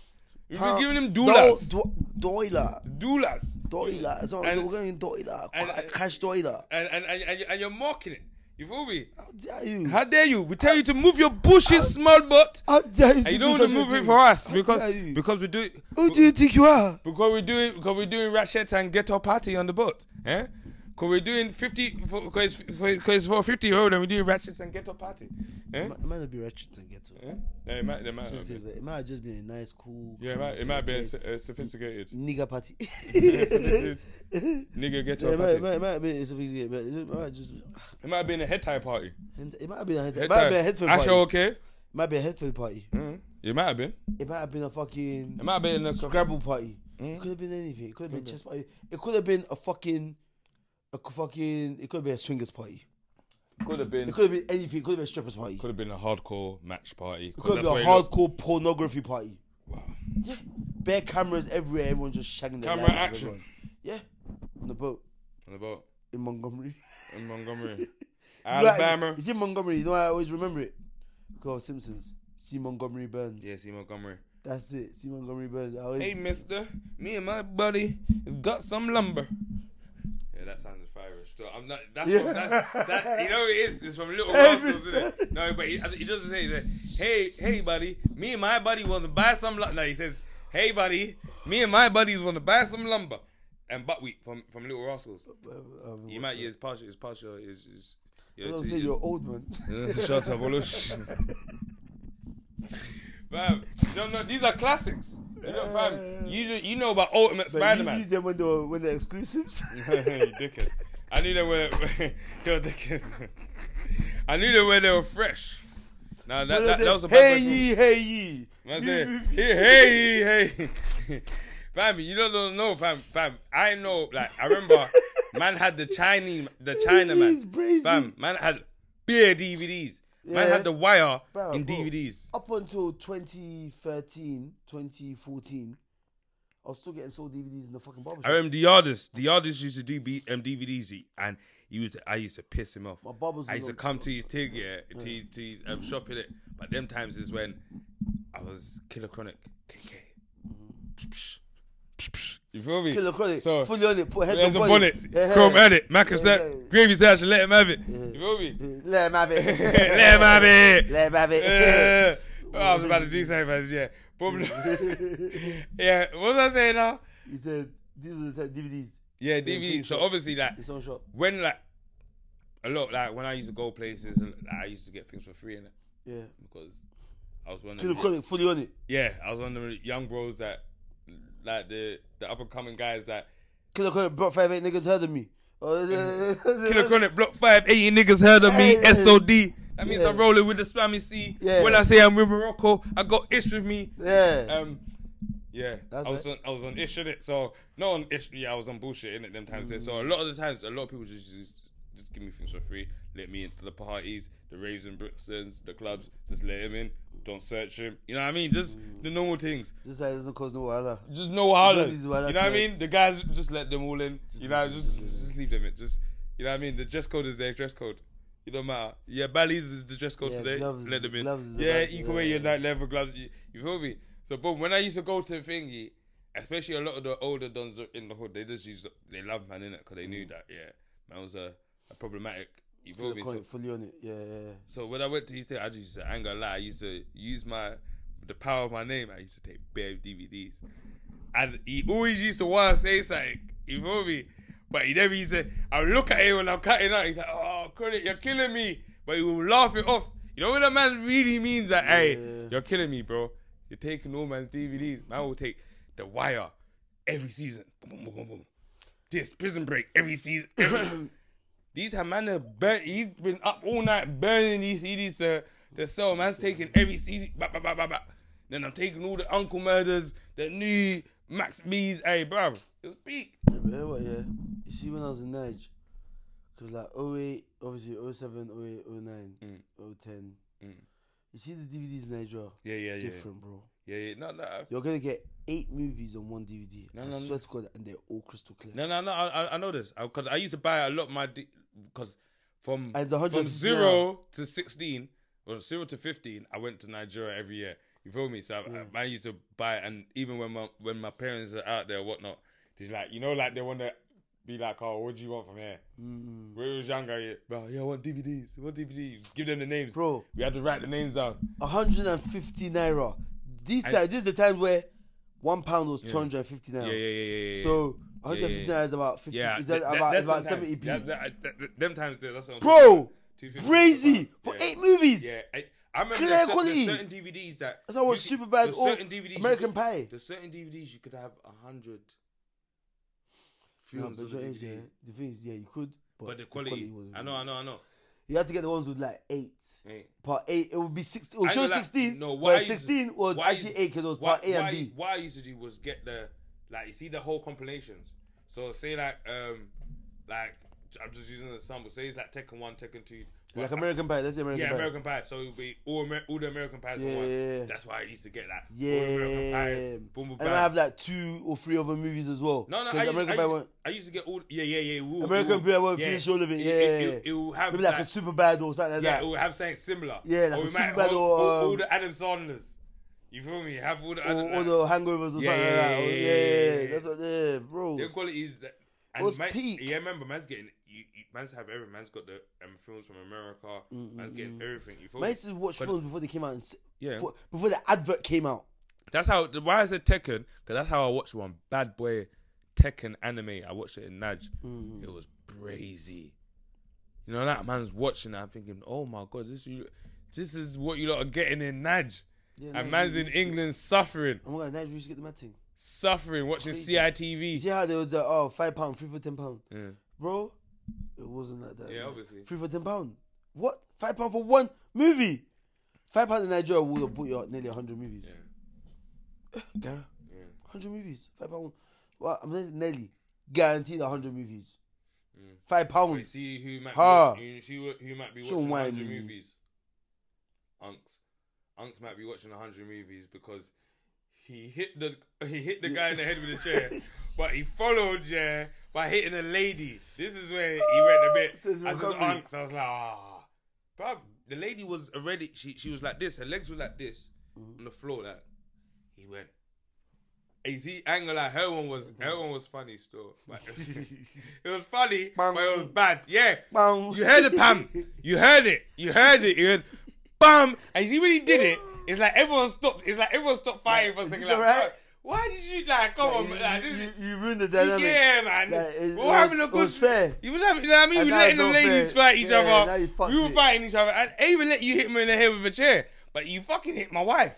[SPEAKER 1] We've been giving him doulas.
[SPEAKER 2] Doila.
[SPEAKER 1] doulas.
[SPEAKER 2] Doila. So
[SPEAKER 1] And-
[SPEAKER 2] we're going doila.
[SPEAKER 1] and-
[SPEAKER 2] Cash doila.
[SPEAKER 1] And, and, and, and, you- and you're mocking it. You feel me?
[SPEAKER 2] How dare you?
[SPEAKER 1] How dare you? We tell you to move your bushes, small butt.
[SPEAKER 2] How dare you?
[SPEAKER 1] And you
[SPEAKER 2] do
[SPEAKER 1] don't
[SPEAKER 2] such
[SPEAKER 1] want
[SPEAKER 2] a
[SPEAKER 1] to move it
[SPEAKER 2] thing?
[SPEAKER 1] for us
[SPEAKER 2] How
[SPEAKER 1] because
[SPEAKER 2] dare you?
[SPEAKER 1] because we do it
[SPEAKER 2] Who do you think you are?
[SPEAKER 1] because we do it because we're doing ratchet and ghetto party on the boat, eh? Because we're doing fifty for- because for- because it's for fifty year old and we're doing ratchet and ghetto party, eh?
[SPEAKER 2] It might not be ratchet and ghetto.
[SPEAKER 1] Eh? No, it might, it might
[SPEAKER 2] Just
[SPEAKER 1] not be.
[SPEAKER 2] 'cause It might have just been a nice, cool.
[SPEAKER 1] Yeah, it might, it might be a, so- a sophisticated
[SPEAKER 2] Nigga party.
[SPEAKER 1] sophisticated nigga ghetto
[SPEAKER 2] Yeah, it, might,
[SPEAKER 1] party.
[SPEAKER 2] it, might, it might have been it's a big- but it might have just
[SPEAKER 1] It might have been a head tie party.
[SPEAKER 2] it might have been a head, it
[SPEAKER 1] Head
[SPEAKER 2] might have
[SPEAKER 1] tie.
[SPEAKER 2] been a headphone
[SPEAKER 1] Asha
[SPEAKER 2] party.
[SPEAKER 1] okay?
[SPEAKER 2] It might be a headphone party.
[SPEAKER 1] Mm. It might have been.
[SPEAKER 2] It might have been a fucking
[SPEAKER 1] It might have been a
[SPEAKER 2] Scrabble party.
[SPEAKER 1] Hmm?
[SPEAKER 2] It could have been anything. It could have been chess party. It could have been a fucking a c- fucking it could have been a swingers party.
[SPEAKER 1] could have been
[SPEAKER 2] It could have been anything. It could have been a strippers party.
[SPEAKER 1] could have been a hardcore match party.
[SPEAKER 2] it could have been a hardcore pornography party. Yeah. Bare cameras everywhere, everyone just shagging their
[SPEAKER 1] Camera
[SPEAKER 2] life out of
[SPEAKER 1] action.
[SPEAKER 2] everyone. Yeah. On the boat
[SPEAKER 1] on the boat
[SPEAKER 2] in Montgomery.
[SPEAKER 1] in Montgomery,
[SPEAKER 2] You know,
[SPEAKER 1] Alabama.
[SPEAKER 2] You see Montgomery, you know I always remember it? Because of Simpsons. C. Montgomery Burns.
[SPEAKER 1] Yeah, see Montgomery.
[SPEAKER 2] That's it. C. Montgomery Burns. I always,
[SPEAKER 1] Hey, mister, me and my buddy has got some lumber. Yeah, that sounded fiery. So I'm not. That's,
[SPEAKER 2] Yeah.
[SPEAKER 1] that's that. You know what it is. It's from Little
[SPEAKER 2] Hey,
[SPEAKER 1] Rascals, isn't it?
[SPEAKER 2] mister.
[SPEAKER 1] No, but he, he doesn't say that. Hey, hey, buddy, me and my buddy want to buy some lumber. No, he says, hey, buddy, me and my buddies want to buy some lumber and buckwheat from from Little Rascals.
[SPEAKER 2] Um,
[SPEAKER 1] You might. It's partial. It's partial. It's. it's yeah,
[SPEAKER 2] I'm
[SPEAKER 1] two
[SPEAKER 2] saying
[SPEAKER 1] years.
[SPEAKER 2] you're old man.
[SPEAKER 1] Shut up, Olush. Fam, no, no, these are classics. You know, fam, you you know about Ultimate
[SPEAKER 2] But
[SPEAKER 1] Spider
[SPEAKER 2] You need
[SPEAKER 1] Man.
[SPEAKER 2] them when they're when they're exclusives.
[SPEAKER 1] you dickhead. I knew they were. You're a dickhead. I knew they were. They were fresh. Now that,
[SPEAKER 2] When
[SPEAKER 1] that,
[SPEAKER 2] they
[SPEAKER 1] that was a
[SPEAKER 2] say,
[SPEAKER 1] bad
[SPEAKER 2] hey
[SPEAKER 1] bad move.
[SPEAKER 2] ye, hey ye.
[SPEAKER 1] Man
[SPEAKER 2] New
[SPEAKER 1] said,
[SPEAKER 2] movie.
[SPEAKER 1] hey, hey, hey. fam, you don't, don't know, fam, fam. I know, like, I remember, man had the Chinese, the China
[SPEAKER 2] He's
[SPEAKER 1] man.
[SPEAKER 2] brazy.
[SPEAKER 1] Fam, man had beer DVDs. Man
[SPEAKER 2] Yeah.
[SPEAKER 1] had the wire
[SPEAKER 2] Bro,
[SPEAKER 1] in
[SPEAKER 2] bro.
[SPEAKER 1] DVDs.
[SPEAKER 2] Up until 2013, 2014, I was still getting sold DVDs in the fucking
[SPEAKER 1] I
[SPEAKER 2] barbershop.
[SPEAKER 1] remember the artist. The artist used to do B- um, DVDs, he- and he used to, I used to piss him off.
[SPEAKER 2] My bubbles
[SPEAKER 1] I
[SPEAKER 2] was
[SPEAKER 1] used to
[SPEAKER 2] on-
[SPEAKER 1] come to his tig, yeah, to his, to his um, shop in it. But them times is when I was Killer Chronic, KK. You feel me?
[SPEAKER 2] Killer Chronic,
[SPEAKER 1] So-
[SPEAKER 2] fully on it, put heads
[SPEAKER 1] There's
[SPEAKER 2] on
[SPEAKER 1] a bullet.
[SPEAKER 2] Yeah.
[SPEAKER 1] Chrome edit. Mac and
[SPEAKER 2] Yeah.
[SPEAKER 1] sack. Gravy sash. Let him have it. You feel me?
[SPEAKER 2] Let him have it.
[SPEAKER 1] Let him have it.
[SPEAKER 2] Let him have it.
[SPEAKER 1] Yeah. Oh, I was about to do something, but yeah. Boom. Uh. yeah. What was I saying now?
[SPEAKER 2] He said, these are the type DVDs.
[SPEAKER 1] Yeah, DVD. So obviously, like
[SPEAKER 2] It's on shop.
[SPEAKER 1] when like a lot like when I used to go places, and like, I used to get things for free in it
[SPEAKER 2] Yeah.
[SPEAKER 1] because I was one of
[SPEAKER 2] Killer
[SPEAKER 1] the,
[SPEAKER 2] Chronic, fully on it.
[SPEAKER 1] yeah I was one of the young bros that like the the up and coming guys that
[SPEAKER 2] Killer Chronic brought five eight niggas heard of me. Oh, yeah.
[SPEAKER 1] Mm. Killer Chronic Block 5, 80 niggas heard of me,
[SPEAKER 2] Hey, hey.
[SPEAKER 1] SOD. That means
[SPEAKER 2] Yeah.
[SPEAKER 1] I'm rolling with the Swami C.
[SPEAKER 2] Yeah.
[SPEAKER 1] When I say I'm with Morocco, I got ish with me.
[SPEAKER 2] Yeah.
[SPEAKER 1] Um, yeah,
[SPEAKER 2] That's
[SPEAKER 1] I was on I was on ish in it, so no on ish. Yeah, I was on bullshit in it them times there. So a lot of the times, a lot of people just just, just give me things for free. Let me into the parties, the raves and Brixtons, the clubs. Just let him in. Don't search him. You know what I mean? Just the normal things.
[SPEAKER 2] Just like it doesn't cause no wahala.
[SPEAKER 1] Just no hollers. You
[SPEAKER 2] these
[SPEAKER 1] know what I
[SPEAKER 2] wild-ass
[SPEAKER 1] mean?
[SPEAKER 2] nerds.
[SPEAKER 1] The guys just let them all in. you know, just just, leave them in. Just you know what I mean? The dress code is their dress code. It don't matter. Yeah, Bally's is the dress code
[SPEAKER 2] Yeah,
[SPEAKER 1] today.
[SPEAKER 2] gloves-
[SPEAKER 1] let them in.
[SPEAKER 2] gloves is the
[SPEAKER 1] yeah,
[SPEAKER 2] bad-
[SPEAKER 1] you can wear your
[SPEAKER 2] yeah.
[SPEAKER 1] night leather gloves. You, you feel me? So, but when I used to go to thingy, especially a lot of the older dons in the hood, they just used to, they love man in it because they
[SPEAKER 2] Mm.
[SPEAKER 1] knew that yeah, man was a, a problematic. You feel
[SPEAKER 2] Killer
[SPEAKER 1] me? So
[SPEAKER 2] Chronic, fully on it. Yeah, yeah, yeah.
[SPEAKER 1] so when I went to East End, I just used to, I ain't gonna lie, I used to use my, the power of my name, I used to take bare DVDs. And he always used to want to say something, you feel me? But he never used to, I would look at him when I'm cutting out, he's like, oh, credit, you're killing me. But he will laugh it off. You know when a man really means that, hey,
[SPEAKER 2] Yeah.
[SPEAKER 1] you're killing me, bro. You're taking all man's DVDs. Man will take The Wire every season. Boom, boom, boom, boom, boom. This, Prison Break every season. every- these have man have burnt. He's been up all night burning these CDs to, to sell. Man's taking every CD. Bah, bah, bah, bah, bah. Then I'm taking all the Uncle Murders, the new Max B's. Hey, bruv, it was peak.
[SPEAKER 2] Yeah, but you know what, yeah. You see, when I was in Nige, because like 08, obviously 07, 08, 09, 010.
[SPEAKER 1] Mm.
[SPEAKER 2] You see the DVDs in Nigeria?
[SPEAKER 1] Yeah, yeah, yeah.
[SPEAKER 2] Different, bro.
[SPEAKER 1] Yeah, yeah. No, no.
[SPEAKER 2] You're going to get eight movies on one DVD.
[SPEAKER 1] No,
[SPEAKER 2] I
[SPEAKER 1] no, no.
[SPEAKER 2] swear to God, and they're all crystal clear.
[SPEAKER 1] No, no, no. I, I- I know this. Because I, used to buy a lot of my. Because from,
[SPEAKER 2] And it's 100
[SPEAKER 1] from
[SPEAKER 2] now.
[SPEAKER 1] zero to 16, or zero to 15, I went to Nigeria every year. You feel me? So I,
[SPEAKER 2] Mm.
[SPEAKER 1] I, I used to buy, and even when my when my parents are out there, or whatnot, they like, you know, like they want to be like, oh, what do you want from here?
[SPEAKER 2] Mm.
[SPEAKER 1] When we was younger, yeah, bro, yeah, I want DVDs. I want DVDs. Give them the names.
[SPEAKER 2] Bro.
[SPEAKER 1] We had to write the names down.
[SPEAKER 2] 150 naira. These ti- this is the time where one pound was 250 naira.
[SPEAKER 1] Yeah, yeah, yeah, yeah. yeah.
[SPEAKER 2] So 150
[SPEAKER 1] Yeah, yeah,
[SPEAKER 2] naira is about 50.
[SPEAKER 1] yeah,
[SPEAKER 2] is
[SPEAKER 1] th-
[SPEAKER 2] that
[SPEAKER 1] th-
[SPEAKER 2] about,
[SPEAKER 1] that's
[SPEAKER 2] is about
[SPEAKER 1] them times.
[SPEAKER 2] 70p?
[SPEAKER 1] That- that- that- that- them times, there, that's what I'm talking
[SPEAKER 2] Bro,
[SPEAKER 1] about. 250
[SPEAKER 2] crazy
[SPEAKER 1] pounds.
[SPEAKER 2] for
[SPEAKER 1] Yeah.
[SPEAKER 2] eight movies.
[SPEAKER 1] Yeah, I, I remember
[SPEAKER 2] Clear
[SPEAKER 1] there's cer-
[SPEAKER 2] quality.
[SPEAKER 1] there's certain DVDs that.
[SPEAKER 2] That's how I watch
[SPEAKER 1] you could-
[SPEAKER 2] Superbad
[SPEAKER 1] there's
[SPEAKER 2] or
[SPEAKER 1] certain DVDs you
[SPEAKER 2] American
[SPEAKER 1] could-
[SPEAKER 2] Pie.
[SPEAKER 1] There's certain DVDs you could have a hundred
[SPEAKER 2] No,
[SPEAKER 1] films
[SPEAKER 2] but
[SPEAKER 1] on the
[SPEAKER 2] your age,
[SPEAKER 1] DVD,
[SPEAKER 2] yeah, the thing is, yeah, you could, but,
[SPEAKER 1] but the quality.
[SPEAKER 2] wasn't
[SPEAKER 1] I know,
[SPEAKER 2] good.
[SPEAKER 1] I know, I know.
[SPEAKER 2] You had to get the ones with like eight.
[SPEAKER 1] Hey.
[SPEAKER 2] Part eight, it would be six. It would
[SPEAKER 1] I
[SPEAKER 2] show
[SPEAKER 1] know, like,
[SPEAKER 2] sixteen.
[SPEAKER 1] no,
[SPEAKER 2] No,
[SPEAKER 1] why
[SPEAKER 2] why?
[SPEAKER 1] is-
[SPEAKER 2] Sixteen was
[SPEAKER 1] why
[SPEAKER 2] actually
[SPEAKER 1] is-
[SPEAKER 2] eight because it was
[SPEAKER 1] why-
[SPEAKER 2] part A and
[SPEAKER 1] why-
[SPEAKER 2] B.
[SPEAKER 1] What I used to do was get the like you see the whole compilations. So say like um like I'm just using an example. Say it's like Tekken One, Tekken Two. but
[SPEAKER 2] Like American Pie. Let's say American
[SPEAKER 1] yeah,
[SPEAKER 2] Pie.
[SPEAKER 1] American Pie. So it would be all Amer- all the American pies in
[SPEAKER 2] Yeah,
[SPEAKER 1] one.
[SPEAKER 2] yeah, yeah.
[SPEAKER 1] That's why I used to get that.
[SPEAKER 2] yeah.
[SPEAKER 1] all American pies. Boom, boom,
[SPEAKER 2] and
[SPEAKER 1] bam.
[SPEAKER 2] I have like two or three other movies as well.
[SPEAKER 1] no, no,
[SPEAKER 2] 'Cause
[SPEAKER 1] I used,
[SPEAKER 2] American
[SPEAKER 1] I,
[SPEAKER 2] Pie
[SPEAKER 1] used,
[SPEAKER 2] won't.
[SPEAKER 1] I used to get all. Yeah, yeah, yeah. We'll,
[SPEAKER 2] American
[SPEAKER 1] we'll,
[SPEAKER 2] Pie won't finish all of it,
[SPEAKER 1] It,
[SPEAKER 2] yeah,
[SPEAKER 1] it,
[SPEAKER 2] yeah.
[SPEAKER 1] it, it will have
[SPEAKER 2] Maybe like
[SPEAKER 1] that-
[SPEAKER 2] a super bad or something like
[SPEAKER 1] yeah,
[SPEAKER 2] that.
[SPEAKER 1] it will have something similar.
[SPEAKER 2] Yeah, like
[SPEAKER 1] Or
[SPEAKER 2] a
[SPEAKER 1] we might-
[SPEAKER 2] Superbad
[SPEAKER 1] all,
[SPEAKER 2] or,
[SPEAKER 1] all, all
[SPEAKER 2] um,
[SPEAKER 1] the Adam Sandler's. You feel me? Have all the
[SPEAKER 2] or,
[SPEAKER 1] Adam,
[SPEAKER 2] or
[SPEAKER 1] like,
[SPEAKER 2] the hangovers or
[SPEAKER 1] Yeah,
[SPEAKER 2] something
[SPEAKER 1] yeah,
[SPEAKER 2] like that.
[SPEAKER 1] yeah,
[SPEAKER 2] Oh,
[SPEAKER 1] yeah,
[SPEAKER 2] Yeah,
[SPEAKER 1] yeah,
[SPEAKER 2] yeah,
[SPEAKER 1] yeah.
[SPEAKER 2] that's what, yeah, bro.
[SPEAKER 1] Their quality is that.
[SPEAKER 2] It was
[SPEAKER 1] man,
[SPEAKER 2] peak.
[SPEAKER 1] Yeah, remember, man's getting you, you, man's have every man's got the um, films from America.
[SPEAKER 2] Mm,
[SPEAKER 1] man's getting everything. You feel
[SPEAKER 2] Man,
[SPEAKER 1] me?
[SPEAKER 2] I used to watch
[SPEAKER 1] But-
[SPEAKER 2] films before they came out. And, s-
[SPEAKER 1] Yeah.
[SPEAKER 2] for- before the advert came out.
[SPEAKER 1] That's how. the- Why I said Tekken? Because that's how I watched one Bad Boy Tekken anime. I watched it in Naj. It was crazy. You know that man's watching. that, I'm thinking, oh my god, this you, this is what you lot are getting in Naj.
[SPEAKER 2] Yeah,
[SPEAKER 1] and
[SPEAKER 2] Naj
[SPEAKER 1] man's
[SPEAKER 2] used
[SPEAKER 1] in England suffering,
[SPEAKER 2] Oh my god, Nigel used to get the mad thing.
[SPEAKER 1] suffering, watching
[SPEAKER 2] Crazy. You
[SPEAKER 1] CITV.
[SPEAKER 2] see how there was a oh five pound, three for ten pound,
[SPEAKER 1] Yeah.
[SPEAKER 2] bro? It wasn't like that.
[SPEAKER 1] Yeah,
[SPEAKER 2] man.
[SPEAKER 1] obviously.
[SPEAKER 2] Three for ten pound. What? Five pound for one movie? Five pound in Nigeria would have bought you out nearly hundred movies. Yeah.
[SPEAKER 1] Yeah.
[SPEAKER 2] hundred movies. Five pound. Well, I'm saying nearly guaranteed hundred movies. Five
[SPEAKER 1] Mm. Wait,
[SPEAKER 2] pounds.
[SPEAKER 1] see who might
[SPEAKER 2] Ha.
[SPEAKER 1] be, you see who, who might be
[SPEAKER 2] Show
[SPEAKER 1] watching
[SPEAKER 2] why,
[SPEAKER 1] 100
[SPEAKER 2] really.
[SPEAKER 1] movies. Unks, Unks might be watching 100 movies because he hit the he hit the guy in the head with a chair, but he followed yeah by hitting a lady. This is where he went a bit.
[SPEAKER 2] So it's
[SPEAKER 1] I was
[SPEAKER 2] recovery.
[SPEAKER 1] Unks, I was like, ah, bruv, the lady was already. She she was like this. Her legs were like this
[SPEAKER 2] Mm-hmm.
[SPEAKER 1] on the floor. Like he went. Is he angle like her one was her
[SPEAKER 2] Mm-hmm.
[SPEAKER 1] one was funny still, but it was funny, but it was bad. Yeah,
[SPEAKER 2] Bam.
[SPEAKER 1] you heard it, Pam. You heard it. You heard it. You heard, bam. And you see when he did it, it's like everyone stopped. It's like everyone stopped fighting for a
[SPEAKER 2] Is
[SPEAKER 1] second.
[SPEAKER 2] this
[SPEAKER 1] Like,
[SPEAKER 2] alright?
[SPEAKER 1] why did you like come on?
[SPEAKER 2] you,
[SPEAKER 1] man, like,
[SPEAKER 2] you,
[SPEAKER 1] this is-
[SPEAKER 2] you, you ruined the dynamic.
[SPEAKER 1] yeah, man.
[SPEAKER 2] Like, it-
[SPEAKER 1] we
[SPEAKER 2] it
[SPEAKER 1] were
[SPEAKER 2] was-
[SPEAKER 1] having a
[SPEAKER 2] it
[SPEAKER 1] good.
[SPEAKER 2] was fair.
[SPEAKER 1] You was having. You know what I mean?
[SPEAKER 2] And
[SPEAKER 1] We were
[SPEAKER 2] now
[SPEAKER 1] letting
[SPEAKER 2] it's
[SPEAKER 1] the
[SPEAKER 2] not
[SPEAKER 1] ladies
[SPEAKER 2] fair.
[SPEAKER 1] fight each
[SPEAKER 2] Yeah, now you
[SPEAKER 1] other.
[SPEAKER 2] fucked
[SPEAKER 1] We were
[SPEAKER 2] it.
[SPEAKER 1] fighting each other. And I even let you hit me in the head with a chair, but you fucking hit my wife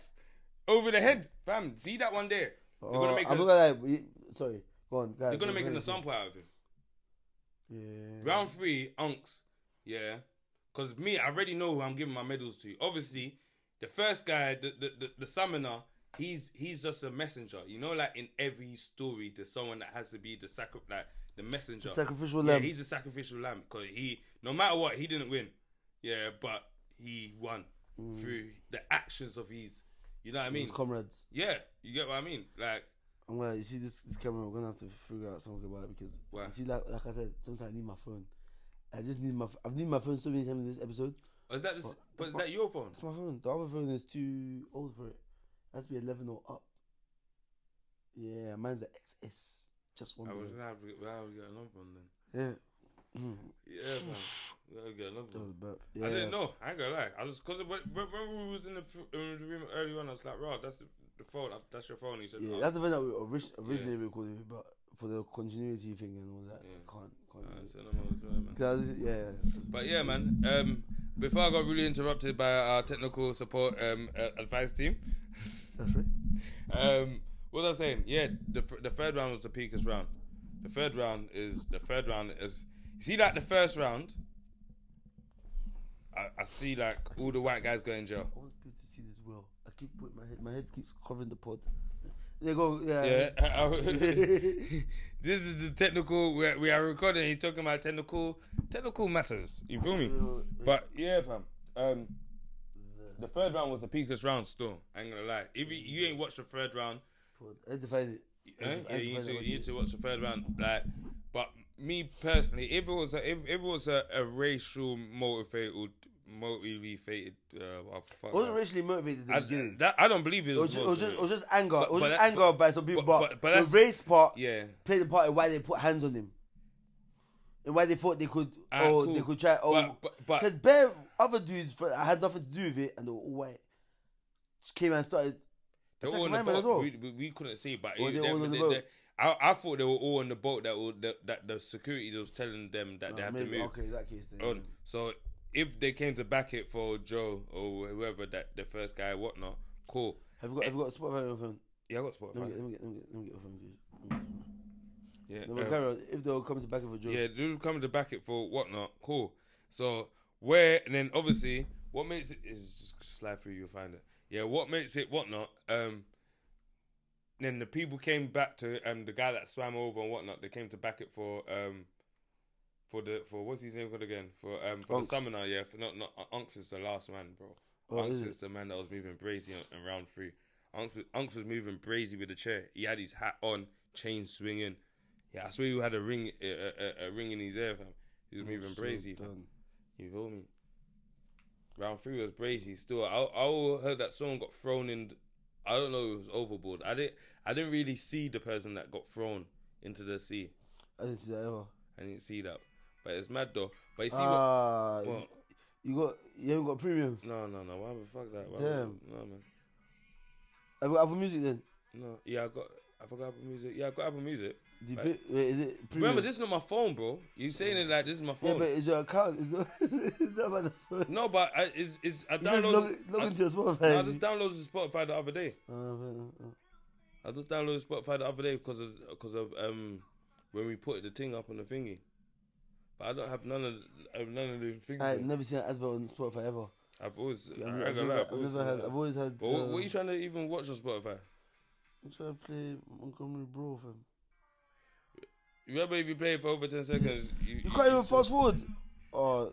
[SPEAKER 1] over the head, fam. See that one there? They're
[SPEAKER 2] Uh,
[SPEAKER 1] gonna make.
[SPEAKER 2] I'm
[SPEAKER 1] a-
[SPEAKER 2] not gonna lie. we- Sorry. Go on. Go
[SPEAKER 1] They're gonna make an
[SPEAKER 2] song.
[SPEAKER 1] example out of him.
[SPEAKER 2] Yeah.
[SPEAKER 1] Round three, Unks. Yeah. Because me, I already know who I'm giving my medals to. Obviously, the first guy, the, the, the, the summoner, he's he's just a messenger. You know, like in every story, there's someone that has to be the sacri- like the messenger.
[SPEAKER 2] The sacrificial
[SPEAKER 1] yeah,
[SPEAKER 2] lamb.
[SPEAKER 1] he's a sacrificial lamb. Because he, no matter what, he didn't win. Yeah, but he won
[SPEAKER 2] Mm.
[SPEAKER 1] through the actions of his, you know what I mean?
[SPEAKER 2] His comrades.
[SPEAKER 1] yeah, you get what I mean? Like,
[SPEAKER 2] I'm gonna you see this this camera. We're gonna have to figure out something about it because
[SPEAKER 1] Why?
[SPEAKER 2] you see, like like I said, sometimes I need my phone. I just need my. ph- I've needed my phone so many times in this episode.
[SPEAKER 1] is that, this, but is
[SPEAKER 2] my-
[SPEAKER 1] that your phone?
[SPEAKER 2] It's my phone. The other phone is too old for it. It has to be 11 or up. Yeah, mine's the XS. Just one.
[SPEAKER 1] I was
[SPEAKER 2] day.
[SPEAKER 1] gonna have to get, I'll get another one then.
[SPEAKER 2] Yeah.
[SPEAKER 1] Yeah, man. I'll get another
[SPEAKER 2] That
[SPEAKER 1] one.
[SPEAKER 2] was bad. Oh, Yeah.
[SPEAKER 1] I didn't know. I ain't gonna lie. I just because when, when when we was in the, f- in the room early on, I was like, "Bro, that's the, the phone. uh, That's your phone." He said,
[SPEAKER 2] Yeah,
[SPEAKER 1] "Oh."
[SPEAKER 2] that's the thing that we orig- originally recorded, but for the continuity thing and all that, I can't. can't
[SPEAKER 1] I
[SPEAKER 2] do it.
[SPEAKER 1] said, "No, it's all right, man."
[SPEAKER 2] 'Cause I was- yeah.
[SPEAKER 1] But yeah, man. Um, before I got really interrupted by our technical support um uh, advice team,
[SPEAKER 2] That's right.
[SPEAKER 1] um, what was I saying? Yeah, the f- the third round was the peakest round. The third round is the third round is. You see, like the first round, I, I see like all the white guys going jail.
[SPEAKER 2] I want people to see this well. I keep putting my head. My head keeps covering the pod. They go.
[SPEAKER 1] Yeah.
[SPEAKER 2] Yeah.
[SPEAKER 1] this is the technical. We are, we are recording. He's talking about technical technical matters. You feel me? But yeah, fam. Um, the third round was the peakest round. Still, I ain't gonna lie. If you, you ain't watched the third round,
[SPEAKER 2] I had to find it. I
[SPEAKER 1] eh?
[SPEAKER 2] had to- I
[SPEAKER 1] yeah,
[SPEAKER 2] had to
[SPEAKER 1] you, need
[SPEAKER 2] find
[SPEAKER 1] to,
[SPEAKER 2] it,
[SPEAKER 1] you need to watch the third round. Like, but me personally, if it was a, if, if it was a, a racial motivated motivated uh, well, fuck,
[SPEAKER 2] I wasn't
[SPEAKER 1] I-
[SPEAKER 2] racially motivated at
[SPEAKER 1] I,
[SPEAKER 2] the beginning.
[SPEAKER 1] that, I don't believe it
[SPEAKER 2] It
[SPEAKER 1] was,
[SPEAKER 2] was just, it was just, it was just anger. it was
[SPEAKER 1] but
[SPEAKER 2] just
[SPEAKER 1] that-
[SPEAKER 2] anger by some people,
[SPEAKER 1] but-
[SPEAKER 2] but,
[SPEAKER 1] but- but that's-
[SPEAKER 2] the race part
[SPEAKER 1] yeah.
[SPEAKER 2] played a part in why they put hands on him and why they thought they could,
[SPEAKER 1] Ah,
[SPEAKER 2] oh,
[SPEAKER 1] cool.
[SPEAKER 2] they could try, oh,
[SPEAKER 1] But- but- but-
[SPEAKER 2] because bare other dudes for, had nothing to do with it and they were all white. Just came and started.
[SPEAKER 1] They were
[SPEAKER 2] Attack
[SPEAKER 1] all on the
[SPEAKER 2] Lineman as
[SPEAKER 1] boat.
[SPEAKER 2] well.
[SPEAKER 1] We, we, we couldn't see, but
[SPEAKER 2] Or
[SPEAKER 1] it-
[SPEAKER 2] they
[SPEAKER 1] they-
[SPEAKER 2] all on the
[SPEAKER 1] they- they-
[SPEAKER 2] boat.
[SPEAKER 1] I, I thought they were all on the boat that were, that, that the security was telling them that they
[SPEAKER 2] Oh,
[SPEAKER 1] had
[SPEAKER 2] maybe-
[SPEAKER 1] to move
[SPEAKER 2] okay, in that case, then.
[SPEAKER 1] on. So if they came to back it for Joe or whoever that the first guy whatnot, cool.
[SPEAKER 2] Have you got, have you got Spotify on your phone?
[SPEAKER 1] Yeah, I got Spotify.
[SPEAKER 2] Let me get, let me get, let me get, let me get your phone, please. Let me get your phone.
[SPEAKER 1] yeah,
[SPEAKER 2] No, but
[SPEAKER 1] um,
[SPEAKER 2] carry on. If they were coming to back for Joe,
[SPEAKER 1] yeah, they were coming to back it for whatnot, cool. So where and then obviously what makes it is just slide through, you'll find it. Yeah, what makes it whatnot? Um, then the people came back to um the guy that swam over and whatnot. They came to back it for um for the for what's his name called again? For um for
[SPEAKER 2] Unks.
[SPEAKER 1] the summoner, yeah. For not not uh, Unks is the last man, bro.
[SPEAKER 2] Oh, is
[SPEAKER 1] Unks
[SPEAKER 2] it?
[SPEAKER 1] is the man that was moving brazy in, in round three. Unks, Unks was moving brazy with the chair. He had his hat on, chain swinging. Yeah, I swear he had a ring a, a, a- a ring in his ear, fam. He was moving
[SPEAKER 2] Oh, So
[SPEAKER 1] brazy. fam.
[SPEAKER 2] done.
[SPEAKER 1] You feel me? Round three was brazy. Still, I I all heard that someone got thrown in. th- I don't know. It was overboard. I didn't. I didn't really see the person that got thrown into the sea.
[SPEAKER 2] I didn't see that ever.
[SPEAKER 1] I didn't see that. But it's mad though. But you see what?
[SPEAKER 2] Ah,
[SPEAKER 1] what-
[SPEAKER 2] you got you haven't got premium.
[SPEAKER 1] No, no, no. Why the fuck that? Why would-
[SPEAKER 2] Damn.
[SPEAKER 1] No, man.
[SPEAKER 2] Have you got Apple Music then?
[SPEAKER 1] No. Yeah, I got. I forgot Apple Music. Yeah, I got Apple Music.
[SPEAKER 2] Do you
[SPEAKER 1] Right.
[SPEAKER 2] pay- wait, is it premium?
[SPEAKER 1] Uh, Remember, this is not my phone, bro. You saying it like this is my
[SPEAKER 2] Hmm. Yeah,
[SPEAKER 1] phone?
[SPEAKER 2] but is your account? Is is that about the phone?
[SPEAKER 1] no, but I is is I
[SPEAKER 2] You just log,
[SPEAKER 1] downloaded.
[SPEAKER 2] log
[SPEAKER 1] I,
[SPEAKER 2] into your
[SPEAKER 1] no,
[SPEAKER 2] Spotify.
[SPEAKER 1] I just downloaded the Spotify the other day.
[SPEAKER 2] Uh, uh, uh, uh.
[SPEAKER 1] I just downloaded Spotify the other day because of because of um when we put the thing up on the thingy. But I don't have none of I have none of the things.
[SPEAKER 2] I've
[SPEAKER 1] here.
[SPEAKER 2] never seen an advert on Spotify ever.
[SPEAKER 1] I've always.
[SPEAKER 2] I've,
[SPEAKER 1] I
[SPEAKER 2] never-
[SPEAKER 1] ain't
[SPEAKER 2] I've
[SPEAKER 1] gonna lie,
[SPEAKER 2] never,
[SPEAKER 1] I've
[SPEAKER 2] I've
[SPEAKER 1] always
[SPEAKER 2] never
[SPEAKER 1] seen
[SPEAKER 2] had.
[SPEAKER 1] that.
[SPEAKER 2] I've always had.
[SPEAKER 1] But what, what are
[SPEAKER 2] uh,
[SPEAKER 1] you trying to even watch on Spotify?
[SPEAKER 2] I'm trying to play Montgomery Bro, fam.
[SPEAKER 1] Remember, if you play it for over ten seconds, you,
[SPEAKER 2] You can't even
[SPEAKER 1] saw-
[SPEAKER 2] fast forward. Oh,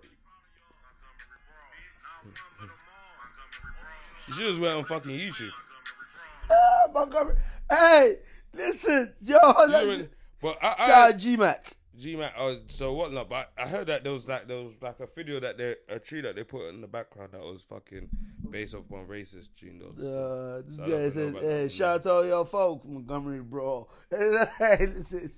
[SPEAKER 1] You should just went on fucking YouTube.
[SPEAKER 2] ah, Montgomery. Hey, listen, yo, that
[SPEAKER 1] You
[SPEAKER 2] shit.
[SPEAKER 1] went- but I, I,
[SPEAKER 2] Shout out G Mac.
[SPEAKER 1] G man, oh, so whatnot. But I heard that there was like there was like a video that they a tree that they put in the background that was fucking based off one racist gene though.
[SPEAKER 2] Uh, this
[SPEAKER 1] So I
[SPEAKER 2] guy
[SPEAKER 1] don't
[SPEAKER 2] said,
[SPEAKER 1] know about
[SPEAKER 2] hey,
[SPEAKER 1] that.
[SPEAKER 2] shout out to all your folk, Montgomery Bro. hey, listen.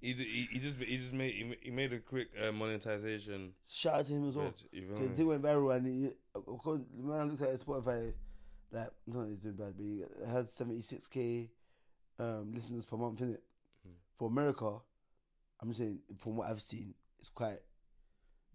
[SPEAKER 1] He, ju- he, he just he just made he, ma- he made a quick uh, monetization.
[SPEAKER 2] Shout out to him as well.
[SPEAKER 1] bridge, you feel
[SPEAKER 2] Because
[SPEAKER 1] me?
[SPEAKER 2] they went viral and he, of course, the man looks at his Spotify, like, not he's doing bad, but he had 76k um, listeners per month, innit?
[SPEAKER 1] Mm-hmm.
[SPEAKER 2] For America, I'm just saying, from what I've seen, it's quite,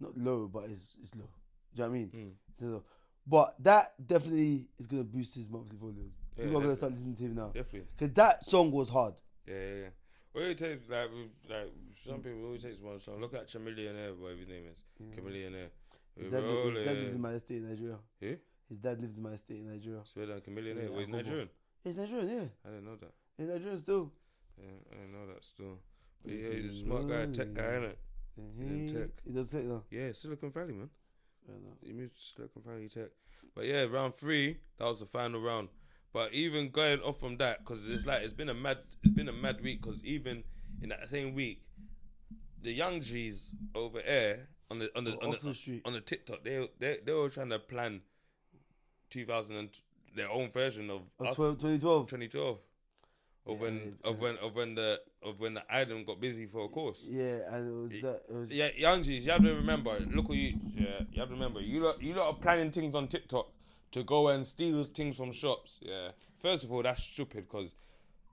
[SPEAKER 2] not low, but it's, it's low. Do you know what I mean?
[SPEAKER 1] Mm.
[SPEAKER 2] It's low. But that definitely is going to boost his monthly volumes.
[SPEAKER 1] Yeah,
[SPEAKER 2] People are going to start listening to him now.
[SPEAKER 1] Definitely,
[SPEAKER 2] Because that song was hard.
[SPEAKER 1] yeah, yeah. yeah. Well, it takes like with- like some people it always takes one song. Look at Chameleonaire, whatever his name is, Chameleonaire.
[SPEAKER 2] His dad, li- his dad lives in
[SPEAKER 1] Rolling.
[SPEAKER 2] my estate in Nigeria.
[SPEAKER 1] Eh?
[SPEAKER 2] His dad lived in my estate in Nigeria.
[SPEAKER 1] Swear down,
[SPEAKER 2] Yeah,
[SPEAKER 1] Chameleonaire. Well, he's
[SPEAKER 2] Agogo.
[SPEAKER 1] Nigerian.
[SPEAKER 2] He's Nigerian, yeah.
[SPEAKER 1] I didn't know that.
[SPEAKER 2] He's Nigerian still.
[SPEAKER 1] Yeah, I didn't know that still. But
[SPEAKER 2] This
[SPEAKER 1] yeah, he's
[SPEAKER 2] is
[SPEAKER 1] a smart guy, tech
[SPEAKER 2] rolling.
[SPEAKER 1] guy, innit? in
[SPEAKER 2] He-
[SPEAKER 1] tech.
[SPEAKER 2] He does tech now.
[SPEAKER 1] Yeah, Silicon Valley, man.
[SPEAKER 2] Fair enough.
[SPEAKER 1] He moved to Silicon Valley Tech. But yeah, round three, that was the final round. But even going off from that, because it's like it's been a mad, it's been a mad week. Because even in that same week, the young G's over there on the on the
[SPEAKER 2] Oh,
[SPEAKER 1] on
[SPEAKER 2] Oxford
[SPEAKER 1] the,
[SPEAKER 2] Street.
[SPEAKER 1] on the TikTok, they they they were trying to plan 2000 and their own version of
[SPEAKER 2] Oh,
[SPEAKER 1] us
[SPEAKER 2] 12, 2012.
[SPEAKER 1] 2012 of when
[SPEAKER 2] Yeah,
[SPEAKER 1] of when of when the of when the island got busy for a course.
[SPEAKER 2] Yeah, and it was that. It was,
[SPEAKER 1] Yeah, young G's, you have to remember. Look, what you yeah, you have to remember. You lot, you lot are planning things on TikTok to go and steal things from shops. Yeah. First of all, that's stupid because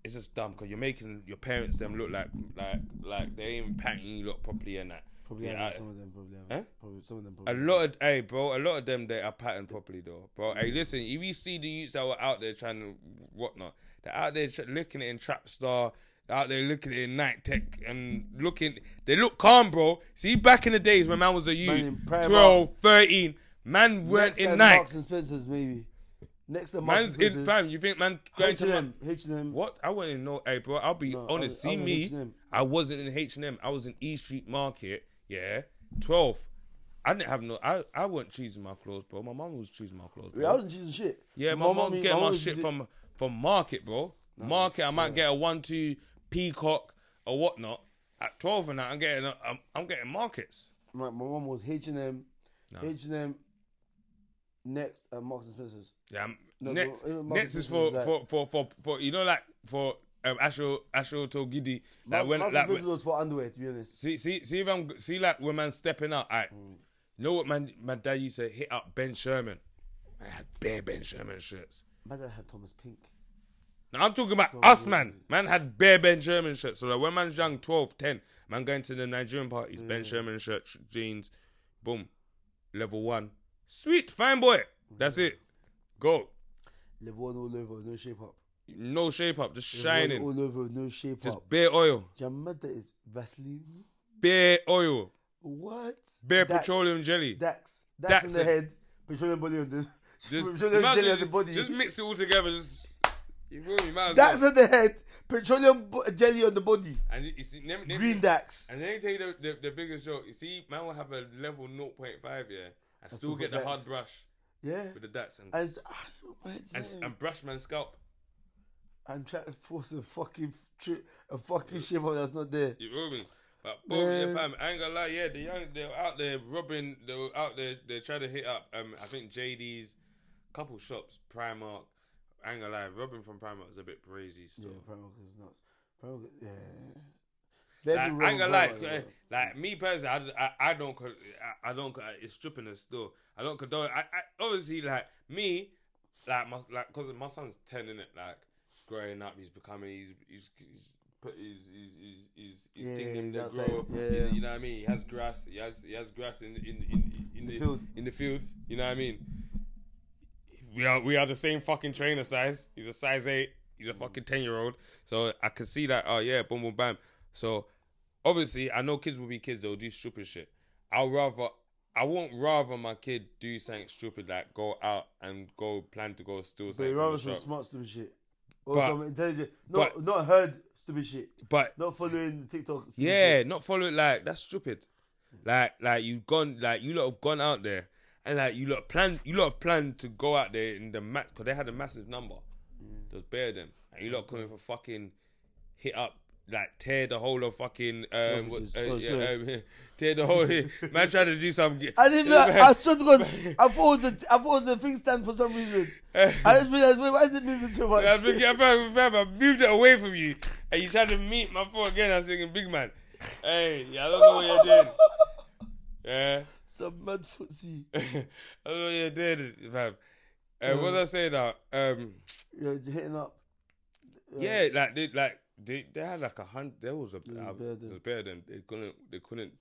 [SPEAKER 1] it's just dumb because you're making your parents them look like like like they ain't patting you lot properly and that.
[SPEAKER 2] Probably
[SPEAKER 1] Yeah,
[SPEAKER 2] haven't,
[SPEAKER 1] I-
[SPEAKER 2] some of them probably haven't. Probably, some of them
[SPEAKER 1] a
[SPEAKER 2] probably.
[SPEAKER 1] lot of hey, bro, a lot of them they are patterned properly though, bro. Hey,
[SPEAKER 2] Mm.
[SPEAKER 1] listen, if you see the youths that were out there trying to whatnot, they're out there tr- looking at it in trap star, they're out there looking at it in night tech and looking, they look calm, bro. See, back in the days when man was a
[SPEAKER 2] Man
[SPEAKER 1] youth,
[SPEAKER 2] in Primark.
[SPEAKER 1] 12, 13, man weren't
[SPEAKER 2] Next
[SPEAKER 1] in
[SPEAKER 2] time
[SPEAKER 1] night.
[SPEAKER 2] Marks and Spencer's maybe. Next time Marks and
[SPEAKER 1] Man's in
[SPEAKER 2] Spencer's.
[SPEAKER 1] fam. You think man going to man?
[SPEAKER 2] H&M. H&M.
[SPEAKER 1] What? I wasn't in no. Hey, bro, I'll be
[SPEAKER 2] No, I
[SPEAKER 1] honest.
[SPEAKER 2] was- I
[SPEAKER 1] See
[SPEAKER 2] was in
[SPEAKER 1] me,
[SPEAKER 2] H&M.
[SPEAKER 1] I wasn't in H and M. I was in E Street Market. Yeah, twelve. I didn't have no. I I wasn't choosing my clothes, bro. My mom was choosing my clothes. Bro.
[SPEAKER 2] I wasn't choosing shit.
[SPEAKER 1] yeah, my mom
[SPEAKER 2] me-
[SPEAKER 1] get my,
[SPEAKER 2] was
[SPEAKER 1] shit
[SPEAKER 2] choosing-
[SPEAKER 1] from from Market, bro. market. I might get a one two peacock or whatnot at twelve, and that, I'm getting a, I'm, I'm getting markets.
[SPEAKER 2] My, my mom was H&M. H&M. Next, uh, Marks and Spencer's.
[SPEAKER 1] Yeah, I'm-
[SPEAKER 2] No,
[SPEAKER 1] next,
[SPEAKER 2] but, uh, Marks
[SPEAKER 1] next
[SPEAKER 2] and
[SPEAKER 1] is for,
[SPEAKER 2] Spencer's, like-
[SPEAKER 1] for, for, for, for you know like for um, Ashel Ashel Togidi like
[SPEAKER 2] Marks,
[SPEAKER 1] when
[SPEAKER 2] Marks
[SPEAKER 1] like
[SPEAKER 2] and Spencer's was for underwear, to be honest.
[SPEAKER 1] See, see, see if I'm see like when man stepping out. I know what man. My dad used to hit up Ben Sherman. I had bare Ben Sherman shirts.
[SPEAKER 2] My dad had Thomas Pink.
[SPEAKER 1] Now I'm talking about us, man. Man had bare Ben Sherman shirts. So like when man's young, 12, 10, man going to the Nigerian parties, Ben Sherman shirt, sh- jeans, boom, level one, sweet, fine boy. That's it. Go.
[SPEAKER 2] Level one all over, no shape up.
[SPEAKER 1] No shape up, just
[SPEAKER 2] Level one
[SPEAKER 1] shining,
[SPEAKER 2] All over, no shape up.
[SPEAKER 1] just bare oil,
[SPEAKER 2] Your mother is Vaseline.
[SPEAKER 1] bare oil,
[SPEAKER 2] What?
[SPEAKER 1] bare
[SPEAKER 2] Dax.
[SPEAKER 1] petroleum jelly.
[SPEAKER 2] Dax. Dax,
[SPEAKER 1] Dax
[SPEAKER 2] in the
[SPEAKER 1] in-
[SPEAKER 2] head. Petroleum body on the.
[SPEAKER 1] Just,
[SPEAKER 2] petroleum
[SPEAKER 1] imagine
[SPEAKER 2] jelly on
[SPEAKER 1] just-
[SPEAKER 2] the body.
[SPEAKER 1] just mix it all together. Just You feel me? Might as
[SPEAKER 2] Dax
[SPEAKER 1] well.
[SPEAKER 2] on the head, petroleum bo- jelly on the body,
[SPEAKER 1] And you, you see, nem, nem,
[SPEAKER 2] green Dax.
[SPEAKER 1] And they tell you the, the, the biggest joke. You see, man will have a level 0.5, yeah, and still
[SPEAKER 2] still
[SPEAKER 1] get
[SPEAKER 2] got
[SPEAKER 1] the hard
[SPEAKER 2] Dax.
[SPEAKER 1] brush
[SPEAKER 2] Yeah.
[SPEAKER 1] with the dats and,
[SPEAKER 2] And, it's- ah, my head's
[SPEAKER 1] and,
[SPEAKER 2] hurting.
[SPEAKER 1] and brush man's scalp.
[SPEAKER 2] I'm trying to force a fucking tri- a fucking shape up that's not there.
[SPEAKER 1] You feel me? But both yeah.
[SPEAKER 2] Man.
[SPEAKER 1] fam, I ain't gonna lie, yeah, the young they're out there robbing, they were out there they're trying to hit up um I think JD's couple shops, Primark, I ain't gonna lie, robbing from Primark is a bit brazy
[SPEAKER 2] Yeah,
[SPEAKER 1] still.
[SPEAKER 2] Primal is nuts. Primal, yeah.
[SPEAKER 1] Like,
[SPEAKER 2] They'd be
[SPEAKER 1] I ain't gonna lie,
[SPEAKER 2] wrong, bro.
[SPEAKER 1] like, like, me personally, I, I, I don't, con- I, I don't, con- it's stripping us still. I don't condone. I, I obviously like me, like my, like because my son's ten in it, like growing up, he's becoming, he's, he's, he's put his, his, his, his, his
[SPEAKER 2] Yeah,
[SPEAKER 1] thing in
[SPEAKER 2] he's
[SPEAKER 1] the
[SPEAKER 2] outside,
[SPEAKER 1] grow.
[SPEAKER 2] yeah.
[SPEAKER 1] He's- You know what I mean? He has grass. He has, he has grass in, in, in, in the
[SPEAKER 2] The field.
[SPEAKER 1] In the field. You know what I mean? We are, we are the same fucking trainer size. He's a size eight. He's a fucking ten year old. So I can see that. Oh yeah, boom, boom, bam. So obviously, I know kids will be kids. They'll do stupid shit. I'll rather, I won't rather my kid do something stupid like go out and go plan to go steal
[SPEAKER 2] But
[SPEAKER 1] something.
[SPEAKER 2] you'd
[SPEAKER 1] from
[SPEAKER 2] rather
[SPEAKER 1] the
[SPEAKER 2] some
[SPEAKER 1] shop.
[SPEAKER 2] smart stupid shit. Or
[SPEAKER 1] But-
[SPEAKER 2] some intelligent. Not, not heard stupid shit.
[SPEAKER 1] But
[SPEAKER 2] Not following the TikTok stupid
[SPEAKER 1] yeah,
[SPEAKER 2] shit.
[SPEAKER 1] not follow it like that's stupid. Like like you've gone like you lot have gone out there and like you lot planned you lot have planned to go out there in the match because they had a massive number.
[SPEAKER 2] Mm.
[SPEAKER 1] Just bear them and you lot coming for fucking hit up. Like tear the whole of fucking um, what,
[SPEAKER 2] Sausages.
[SPEAKER 1] uh,
[SPEAKER 2] Oh,
[SPEAKER 1] yeah,
[SPEAKER 2] sorry.
[SPEAKER 1] um tear the whole man tried to do something.
[SPEAKER 2] I didn't know. I swear to God, I thought it was the I thought it was the thing stand for some reason. I just realized, wait, why is it moving so much?
[SPEAKER 1] I think I found- I found- I moved it away from you, and you tried to meet my foot again. I was thinking, big man, hey, yeah, I don't know what you're doing. Yeah,
[SPEAKER 2] Some mad footsie.
[SPEAKER 1] I don't know what you're doing, fam. Uh, what was I saying now? Um,
[SPEAKER 2] Yeah, you're hitting up.
[SPEAKER 1] yeah, like they, like they, they had like a hundred. There was a um,
[SPEAKER 2] was better than-
[SPEAKER 1] it was better than they couldn't they couldn't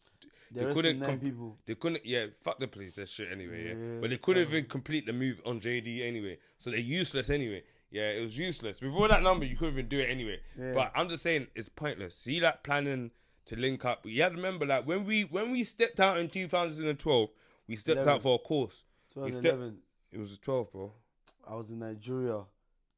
[SPEAKER 2] The rest of
[SPEAKER 1] couldn't
[SPEAKER 2] nine
[SPEAKER 1] comp-
[SPEAKER 2] people.
[SPEAKER 1] They couldn't, yeah, fuck the police, that shit anyway, yeah.
[SPEAKER 2] Yeah,
[SPEAKER 1] but they couldn't even complete the move on JD anyway. So they're useless anyway. Yeah, it was useless. Before that number, you couldn't even do it anyway.
[SPEAKER 2] Yeah.
[SPEAKER 1] But I'm just saying, it's pointless. See that planning to link up. You had to remember, like, when we when we stepped out in 2012, we stepped out
[SPEAKER 2] Eleven.
[SPEAKER 1] for a course. We stepped,
[SPEAKER 2] 2011.
[SPEAKER 1] it was 12, bro.
[SPEAKER 2] I was in Nigeria.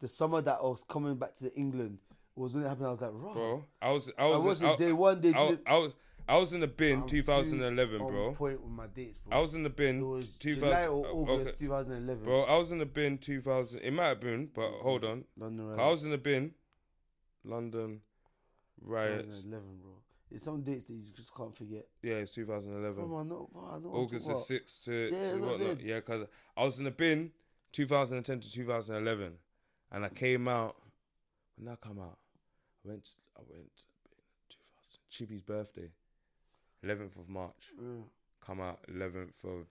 [SPEAKER 2] The summer that I was coming back to England was when it happened. I was like, raw.
[SPEAKER 1] Bro, I was, I
[SPEAKER 2] I
[SPEAKER 1] was,
[SPEAKER 2] was
[SPEAKER 1] I,
[SPEAKER 2] in day one, day two.
[SPEAKER 1] I, I was, I was in the bin
[SPEAKER 2] I'm
[SPEAKER 1] 2011,
[SPEAKER 2] too on
[SPEAKER 1] bro.
[SPEAKER 2] Point with my dates, bro.
[SPEAKER 1] I was in the bin.
[SPEAKER 2] it was
[SPEAKER 1] 2000,
[SPEAKER 2] July or
[SPEAKER 1] uh,
[SPEAKER 2] August
[SPEAKER 1] okay.
[SPEAKER 2] 2011.
[SPEAKER 1] Bro, I was in the bin 2000. It might have been, but hold on.
[SPEAKER 2] London
[SPEAKER 1] I was
[SPEAKER 2] riots,
[SPEAKER 1] in the bin. London riots.
[SPEAKER 2] 2011, bro. It's some dates that you just can't forget.
[SPEAKER 1] Yeah, it's
[SPEAKER 2] Bro,
[SPEAKER 1] 2011.
[SPEAKER 2] I know, bro, I know what I'm
[SPEAKER 1] August the
[SPEAKER 2] talking about.
[SPEAKER 1] 6th to,
[SPEAKER 2] Yeah,
[SPEAKER 1] to
[SPEAKER 2] that's what I
[SPEAKER 1] whatnot.
[SPEAKER 2] said.
[SPEAKER 1] Yeah, because I was in the bin 2010 to 2011. And I came out. When I come out, I went, I went to the bin 2000. Chibi's birthday, 11th of March.
[SPEAKER 2] Yeah.
[SPEAKER 1] Come out 11th of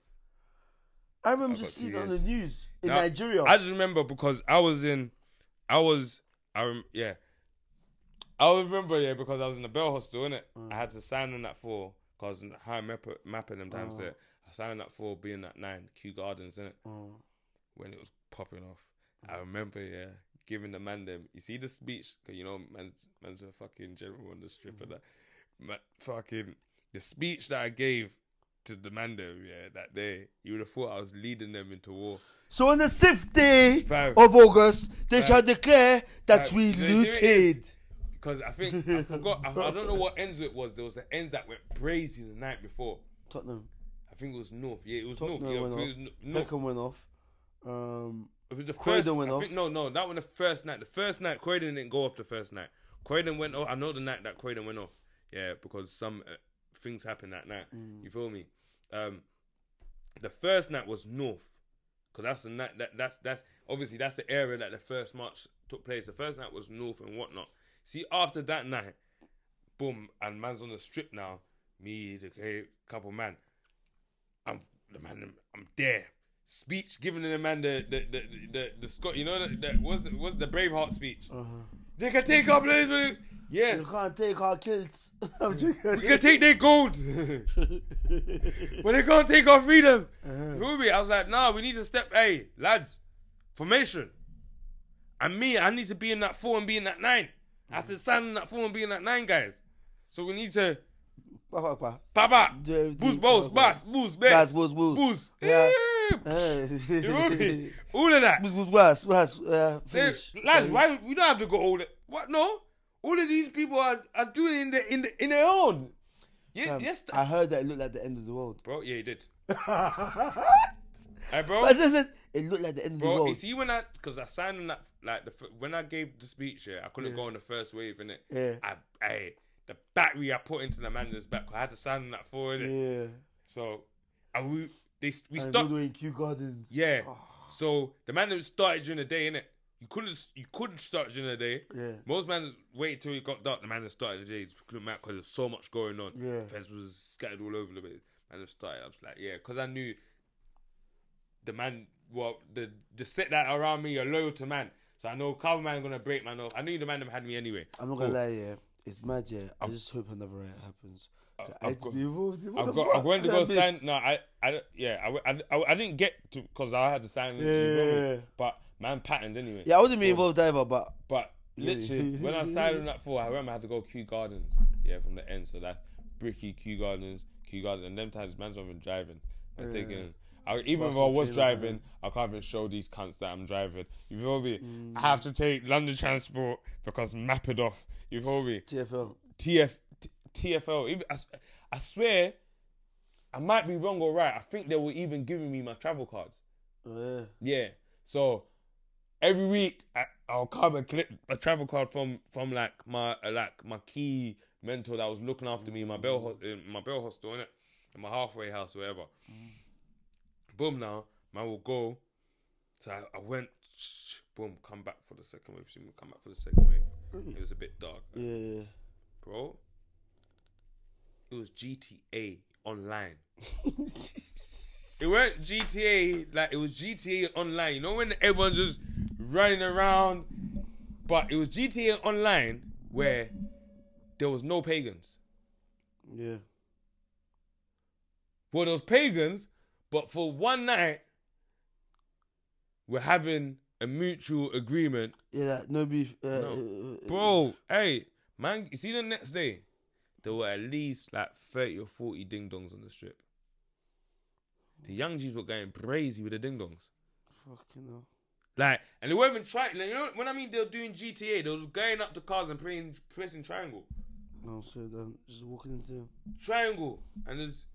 [SPEAKER 2] I remember
[SPEAKER 1] I've
[SPEAKER 2] just
[SPEAKER 1] got
[SPEAKER 2] seeing
[SPEAKER 1] two
[SPEAKER 2] it on the
[SPEAKER 1] years.
[SPEAKER 2] news in
[SPEAKER 1] Now,
[SPEAKER 2] Nigeria.
[SPEAKER 1] I just remember because I was in, I was, I rem- yeah, I remember yeah because I was in the Bell Hostel, innit? I had to sign on at four because high map mapping them times there. I signed up for being at nine Kew Gardens, innit?
[SPEAKER 2] Mm.
[SPEAKER 1] When it was popping off, I remember yeah giving the man them. You see the speech because you know man's man's a fucking general on the strip and that. Ma- fucking the speech that I gave to the man them yeah that day. You would have thought I was leading them into war.
[SPEAKER 2] So on the fifth day
[SPEAKER 1] Fam.
[SPEAKER 2] of August, they shall declare that
[SPEAKER 1] Fam.
[SPEAKER 2] we
[SPEAKER 1] Do you know what it
[SPEAKER 2] looted.
[SPEAKER 1] Because I think I forgot. I, I don't know what ends it was. There was an ends that went crazy the night before.
[SPEAKER 2] Tottenham.
[SPEAKER 1] I think it was North. Yeah, it was North.
[SPEAKER 2] Tottenham
[SPEAKER 1] Yeah,
[SPEAKER 2] went
[SPEAKER 1] I
[SPEAKER 2] off.
[SPEAKER 1] think it was North.
[SPEAKER 2] Beckham went off. Um,
[SPEAKER 1] It was the
[SPEAKER 2] Croydon
[SPEAKER 1] first.
[SPEAKER 2] went
[SPEAKER 1] I
[SPEAKER 2] off.
[SPEAKER 1] think, no, no, that one the first night. The first night Croydon didn't go off. The first night Croydon went off. I know the night that Croydon went off. Yeah, because some uh, things happened that night.
[SPEAKER 2] Mm.
[SPEAKER 1] You feel me? Um, the first night was North, because that's the night that that's that's obviously that's the area that the first match took place. The first night was North and whatnot. See, after that night, boom, and man's on the strip now. Me, the ca- couple man, I'm the man. I'm there. Speech giving the man the the the the, the Scott. You know that that was was the Braveheart speech. They can take our place, but-
[SPEAKER 2] you
[SPEAKER 1] yes,
[SPEAKER 2] can't take our kilts. I'm
[SPEAKER 1] we
[SPEAKER 2] joking.
[SPEAKER 1] can take their gold, but they can't take our freedom. You feel me? I was like, nah, we need to step. Hey, lads, formation. And me, I need to be in that four and be in that nine. I have to stand in that four and be in that nine, guys. So we need to
[SPEAKER 2] Bah, bah, bah.
[SPEAKER 1] Papa,
[SPEAKER 2] Do everything
[SPEAKER 1] boost, boss,
[SPEAKER 2] proper.
[SPEAKER 1] boss, boost,
[SPEAKER 2] Bas,
[SPEAKER 1] best,
[SPEAKER 2] boost, boost.
[SPEAKER 1] boost.
[SPEAKER 2] Yeah. Eh.
[SPEAKER 1] Yeah. You feel me? All of that.
[SPEAKER 2] was, was worse, worse. Uh,
[SPEAKER 1] They-
[SPEAKER 2] finish.
[SPEAKER 1] Lads, why we don't have to go all the what? No, all of these people are, are doing it in the in the, in their own. Ye-
[SPEAKER 2] Um,
[SPEAKER 1] yes, th-
[SPEAKER 2] I heard that it looked like the end of the world.
[SPEAKER 1] bro. Yeah, he did.
[SPEAKER 2] but
[SPEAKER 1] Hey, bro.
[SPEAKER 2] listen, it looked like the end of the
[SPEAKER 1] Bro, you
[SPEAKER 2] world.
[SPEAKER 1] see when I because I signed on that like the fir- when I gave the speech, yeah, I couldn't go on the first wave in it.
[SPEAKER 2] Yeah.
[SPEAKER 1] I, I the battery I put into the manager's back, I had to sign on that four in it.
[SPEAKER 2] Yeah.
[SPEAKER 1] So, I we they we
[SPEAKER 2] And
[SPEAKER 1] stopped.
[SPEAKER 2] all the way in Kew Gardens.
[SPEAKER 1] Yeah. So the man who started during the day, innit? You couldn't you couldn't start during the day.
[SPEAKER 2] Yeah.
[SPEAKER 1] Most man waited till it got dark. The man that started the day just couldn't matter because there's so much going on.
[SPEAKER 2] Yeah.
[SPEAKER 1] The fence was scattered all over the place. Man just started. I was like, yeah, because I knew the man. Well, the the set that are around me are loyal to man. So I know cover man gonna break man off. I knew the man them had me anyway.
[SPEAKER 2] I'm not gonna lie, yeah. It's mad, yeah. I just hope another riot happens. I
[SPEAKER 1] I've
[SPEAKER 2] had to
[SPEAKER 1] got-
[SPEAKER 2] be involved in- what
[SPEAKER 1] I've
[SPEAKER 2] the
[SPEAKER 1] got.
[SPEAKER 2] fuck
[SPEAKER 1] I'm going to
[SPEAKER 2] did
[SPEAKER 1] go
[SPEAKER 2] I miss?
[SPEAKER 1] sign. No, I, I, yeah, I, w- I, I- I didn't get to because I had to sign.
[SPEAKER 2] Yeah.
[SPEAKER 1] But man patterned anyway.
[SPEAKER 2] Yeah, I wouldn't be involved either, but
[SPEAKER 1] But
[SPEAKER 2] Yeah.
[SPEAKER 1] literally, when I signed on that four, I remember I had to go Kew Gardens. Yeah, from the end. So that's Bricky, Kew Gardens, Kew Gardens. And them times, man's not even driving. I'm taking. I, even if I
[SPEAKER 2] Russell
[SPEAKER 1] was
[SPEAKER 2] Taylor's
[SPEAKER 1] driving, I can't even show these cunts that I'm driving. You feel me? I have to take London Transport because map it off. You feel me?
[SPEAKER 2] TFL.
[SPEAKER 1] TF, T- TFL. Even, I, s- I swear, I might be wrong or right. I think they were even giving me my travel cards.
[SPEAKER 2] Oh, Yeah.
[SPEAKER 1] Yeah. So every week I, I'll come and clip a travel card from from like my uh, like my key mentor that was looking after me in my bell ho- in my bell hostel innit? in my halfway house wherever. Boom now, man will go. So I, I went sh- boom, come back for the second wave. She come back for the second wave. It was a bit dark,
[SPEAKER 2] Yeah.
[SPEAKER 1] bro. It was GTA online. It weren't GTA like it was GTA online. You know when everyone just running around, but it was GTA online where there was no pagans.
[SPEAKER 2] yeah.
[SPEAKER 1] Well, there was pagans, but for one night, we're having a mutual agreement.
[SPEAKER 2] Yeah, that no beef. Uh,
[SPEAKER 1] No.
[SPEAKER 2] uh, uh,
[SPEAKER 1] Bro, hey man, you see the next day, there were at least like thirty or forty ding dongs on the strip. The young G's were going crazy with the ding dongs.
[SPEAKER 2] Fucking hell.
[SPEAKER 1] Like, and they weren't even trying. Like, you know, when I mean they were doing GTA, they was going up to cars and playing, pressing triangle,
[SPEAKER 2] No, so then just walking into.
[SPEAKER 1] triangle, and just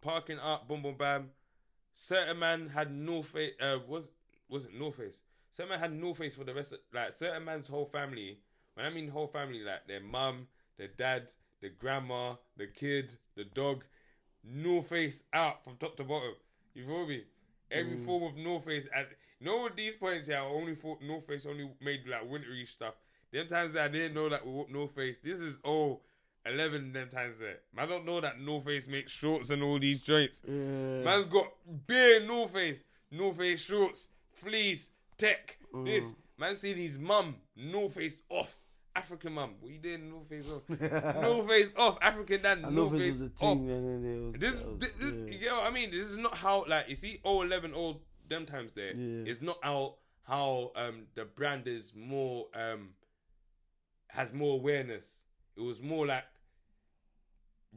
[SPEAKER 1] parking up, boom, boom, bam. Certain man had no face. Uh, was was it no face? Certain man had no face for the rest of like certain man's whole family. When I mean whole family, like their mum, their dad, the grandma, the kid, the dog, no face out from top to bottom. You feel me? Every form of no face. At you know at these points here, I only thought no face only made like wintry stuff. Them times that I didn't know that we no face. This is all eleven. Them times there, I don't know that no face makes shorts and all these joints.
[SPEAKER 2] Yeah.
[SPEAKER 1] Man's got bare no face, no face shorts, fleece, tech. This
[SPEAKER 2] Mm.
[SPEAKER 1] man seen his mum no face off. African mum, what you doing? No face off. no face off. African dad.
[SPEAKER 2] I
[SPEAKER 1] no
[SPEAKER 2] know this
[SPEAKER 1] face
[SPEAKER 2] was a
[SPEAKER 1] off.
[SPEAKER 2] thing, man. And it was,
[SPEAKER 1] This,
[SPEAKER 2] that was,
[SPEAKER 1] this, this
[SPEAKER 2] yeah.
[SPEAKER 1] you know what I mean? This is not how like you see all eleven all them times there.
[SPEAKER 2] Yeah.
[SPEAKER 1] It's not how how um the brand is more um has more awareness. It was more like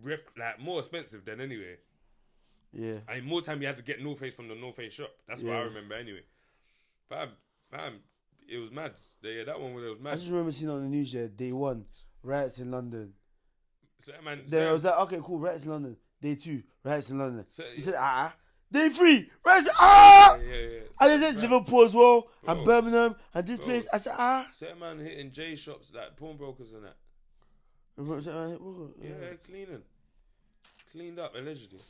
[SPEAKER 1] rep like more expensive than anyway.
[SPEAKER 2] yeah.
[SPEAKER 1] I mean, more time you had to get No Face from the No Face shop. That's what I
[SPEAKER 2] Yeah.
[SPEAKER 1] remember anyway. Fam, fam, it was mad. Yeah, that one was- it was
[SPEAKER 2] I
[SPEAKER 1] mad.
[SPEAKER 2] just remember seeing on the news, yeah, day one, riots in London.
[SPEAKER 1] Certain man,
[SPEAKER 2] Then I
[SPEAKER 1] certain-
[SPEAKER 2] was like, okay, cool, riots in London. Day two, riots in London.
[SPEAKER 1] So-
[SPEAKER 2] you said, ah, ah. Day three, riots, ah!
[SPEAKER 1] yeah, yeah, yeah.
[SPEAKER 2] And then
[SPEAKER 1] Certain man-
[SPEAKER 2] Liverpool as well,
[SPEAKER 1] Bro.
[SPEAKER 2] and Birmingham, and this
[SPEAKER 1] Bro.
[SPEAKER 2] place. I said, ah.
[SPEAKER 1] Certain man hitting J shops like pawnbrokers and that.
[SPEAKER 2] Remember, I said, ah, whoa,
[SPEAKER 1] Yeah,
[SPEAKER 2] yeah.
[SPEAKER 1] cleaning. Cleaned up, allegedly.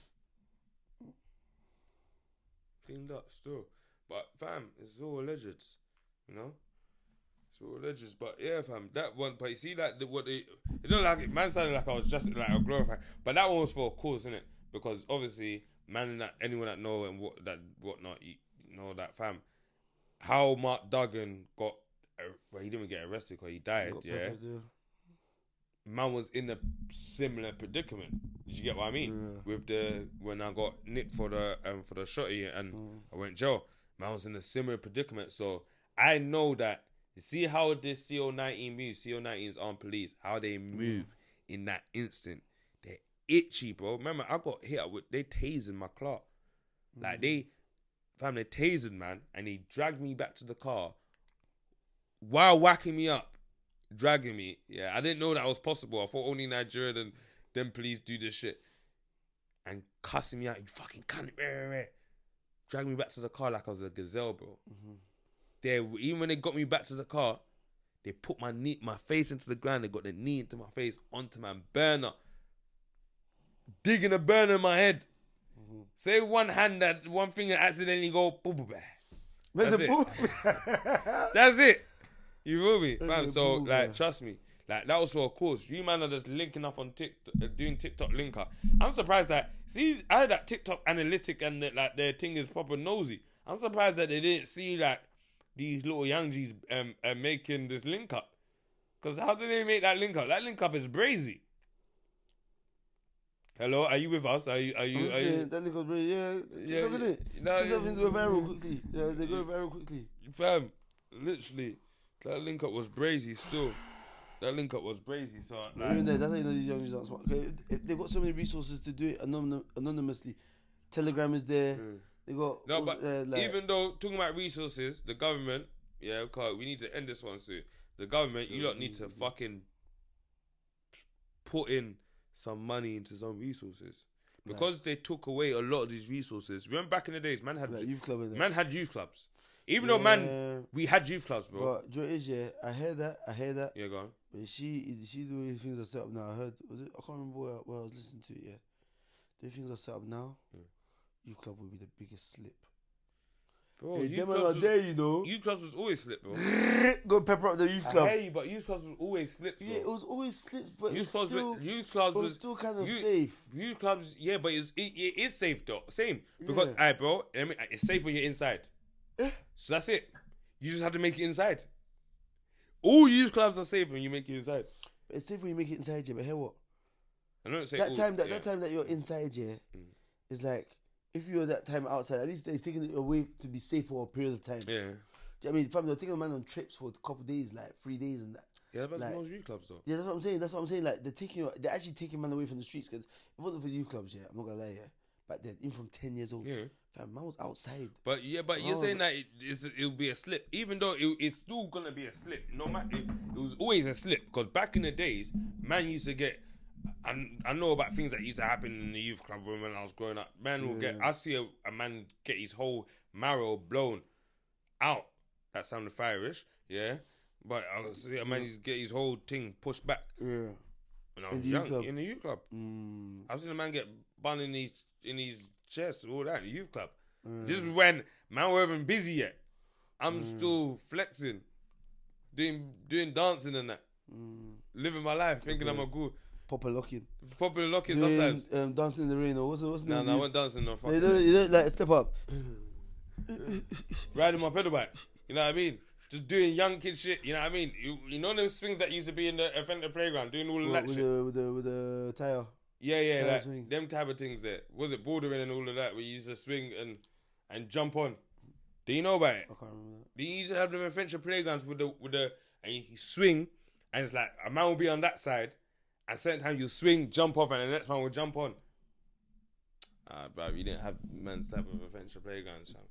[SPEAKER 1] Cleaned up still. But fam, it's all alleged. You know? It's all alleged. But yeah, fam, that one but you see that the, what they it don't like it man sounded like I was just like I was glorifying. But that one was for a cause, innit? Because obviously man and that anyone that know and what that whatnot you you know that fam. How Mark Duggan got ar- well, he didn't get arrested because he died,
[SPEAKER 2] Got
[SPEAKER 1] yeah
[SPEAKER 2] peppered, yeah.
[SPEAKER 1] man was in a similar predicament. Did you get what I mean? With the when I got nicked for the um for the shotty and I went jail, man was in a similar predicament. So I know that. You see how this CO nineteen moves. CO 19s armed police. How they move in that instant. They're itchy, bro. Remember, I got hit up with they tasing my clock. Like they fam, they tasered man, and he dragged me back to the car while whacking me up, dragging me. Yeah, I didn't know that was possible. I thought only Nigerian and them police do this shit, and cussing me out. You fucking cunt, rah, rah, rah. dragged me back to the car like I was a gazelle, bro. They even when they got me back to the car, they put my knee, my face into the ground. They got the knee into my face, onto my burner, digging a burner in my head. Say one hand that one finger accidentally go boop, boop, bah.
[SPEAKER 2] There's
[SPEAKER 1] That's
[SPEAKER 2] a boo-
[SPEAKER 1] That's it. You feel me, fam?
[SPEAKER 2] a
[SPEAKER 1] So
[SPEAKER 2] boo,
[SPEAKER 1] like,
[SPEAKER 2] yeah.
[SPEAKER 1] trust me, like that was for a cause. You man are just linking up on TikTok, uh, doing TikTok linker. I'm surprised that see, I had that TikTok analytic and that like their thing is proper nosy. I'm surprised that they didn't see like these little young G's um uh, making this link up. Cause how do they make that link up? That link up is brazy. Hello, are you with us? Are you? Are you? Are
[SPEAKER 2] Yeah,
[SPEAKER 1] you
[SPEAKER 2] that little bro, yeah, TikTok,
[SPEAKER 1] yeah,
[SPEAKER 2] innit?
[SPEAKER 1] no,
[SPEAKER 2] TikTok
[SPEAKER 1] yeah.
[SPEAKER 2] things go viral quickly. Yeah, they go viral quickly.
[SPEAKER 1] fam, literally, that link up was brazy. Still, that link up was brazy. So like,
[SPEAKER 2] Even there, that's how you know these young kids are smart. 'Cause if- if They've got so many resources to do it anonym- anonymously. Telegram is there. They got
[SPEAKER 1] Mm. No,
[SPEAKER 2] all-
[SPEAKER 1] but
[SPEAKER 2] uh, like-
[SPEAKER 1] even though talking about resources, the government, yeah, okay, we need to end this one soon. The government, you lot need to
[SPEAKER 2] Mm.
[SPEAKER 1] fucking put in some money into some resources because they took away a lot of these resources. Remember back in the days, man had
[SPEAKER 2] like youth club and that.
[SPEAKER 1] man had youth clubs. Even though man,
[SPEAKER 2] Yeah,
[SPEAKER 1] we had youth clubs, bro.
[SPEAKER 2] But Joe is yeah, I heard that. I heard that.
[SPEAKER 1] yeah, go on.
[SPEAKER 2] But she she the way things are set up now. I heard was it, I can't remember where, I- where I was listening to it. Yeah, the way things are set up now.
[SPEAKER 1] Yeah.
[SPEAKER 2] Youth club will be the biggest slip.
[SPEAKER 1] Bro,
[SPEAKER 2] hey,
[SPEAKER 1] Oh, youth,
[SPEAKER 2] them man are
[SPEAKER 1] clubs was,
[SPEAKER 2] there, you know.
[SPEAKER 1] youth clubs was always slip, bro.
[SPEAKER 2] Go pepper up the youth
[SPEAKER 1] I
[SPEAKER 2] club.
[SPEAKER 1] hear you, but youth clubs was always slip.
[SPEAKER 2] Yeah, it
[SPEAKER 1] bro.
[SPEAKER 2] was always slips, but it's
[SPEAKER 1] Youth clubs,
[SPEAKER 2] still,
[SPEAKER 1] was- youth clubs
[SPEAKER 2] it was
[SPEAKER 1] was
[SPEAKER 2] still kind of
[SPEAKER 1] you-
[SPEAKER 2] safe.
[SPEAKER 1] View clubs, yeah, but it's, it, it is safe though. Same because,
[SPEAKER 2] Yeah.
[SPEAKER 1] I bro, I mean, it's safe when you're inside.
[SPEAKER 2] Yeah.
[SPEAKER 1] So that's it. You just have to make it inside. All youth clubs are safe when you make it inside.
[SPEAKER 2] It's safe when you make it inside, yeah. But hear what?
[SPEAKER 1] I don't say
[SPEAKER 2] that
[SPEAKER 1] all,
[SPEAKER 2] time that,
[SPEAKER 1] yeah.
[SPEAKER 2] that time that you're inside yeah
[SPEAKER 1] Mm.
[SPEAKER 2] it's like if you're that time outside at least they've taken it away to be safe for a period of time Do you
[SPEAKER 1] Yeah,
[SPEAKER 2] know what i mean fam they're taking a man on trips for a couple of days like three days and that
[SPEAKER 1] yeah, but
[SPEAKER 2] Like-
[SPEAKER 1] most youth clubs though.
[SPEAKER 2] yeah that's what i'm saying that's what i'm saying like they're taking they're actually taking man away from the streets because if it wasn't for youth clubs yeah i'm not gonna lie yeah back then even from 10 years old
[SPEAKER 1] Yeah,
[SPEAKER 2] fam man was outside
[SPEAKER 1] but yeah, but you're
[SPEAKER 2] Oh,
[SPEAKER 1] saying that it, it's, it'll be a slip, even though it, it's still gonna be a slip. No matter, it, it was always a slip because back in the days, man used to get. And I know about things that used to happen in the youth club when when I was growing up. Man will get. I see a, a man get his whole marrow blown out. That sounded fireish, yeah. But I see a man used to get his whole thing pushed back
[SPEAKER 2] yeah
[SPEAKER 1] when I was
[SPEAKER 2] the youth
[SPEAKER 1] young
[SPEAKER 2] club.
[SPEAKER 1] in the youth club.
[SPEAKER 2] mm,
[SPEAKER 1] I've seen a man get bun in his in his chest, all that in the youth club.
[SPEAKER 2] Mm.
[SPEAKER 1] This is when man were even busy yet. I'm still flexing, doing doing dancing and that,
[SPEAKER 2] mm,
[SPEAKER 1] living my life, thinking I'm a good
[SPEAKER 2] proper locking
[SPEAKER 1] popular locking
[SPEAKER 2] Doing,
[SPEAKER 1] sometimes.
[SPEAKER 2] um, dancing in the rain or what's, what's the
[SPEAKER 1] Nah,
[SPEAKER 2] name
[SPEAKER 1] nah, I
[SPEAKER 2] of
[SPEAKER 1] went
[SPEAKER 2] these-
[SPEAKER 1] dancing no
[SPEAKER 2] they
[SPEAKER 1] fucking
[SPEAKER 2] don't,
[SPEAKER 1] way.
[SPEAKER 2] you don't like step up
[SPEAKER 1] riding my pedal bike. You know what I mean? Just doing young kid shit. You know what I mean? You, you know those things that used to be in the offender playground, doing all
[SPEAKER 2] with,
[SPEAKER 1] that
[SPEAKER 2] with
[SPEAKER 1] shit.
[SPEAKER 2] the, with the with the tire
[SPEAKER 1] Yeah, yeah,
[SPEAKER 2] Tire
[SPEAKER 1] like,
[SPEAKER 2] swing.
[SPEAKER 1] them type of things. There was it bouldering and all of that, where you used to swing and and jump on. Do you know about it?
[SPEAKER 2] I can't remember. That.
[SPEAKER 1] They used to have them adventure playgrounds with the with the and you you swing and it's like a man will be on that side and certain time you swing, jump off and the next man will jump on. Ah, bro, you didn't have man's type of adventure playgrounds, fam.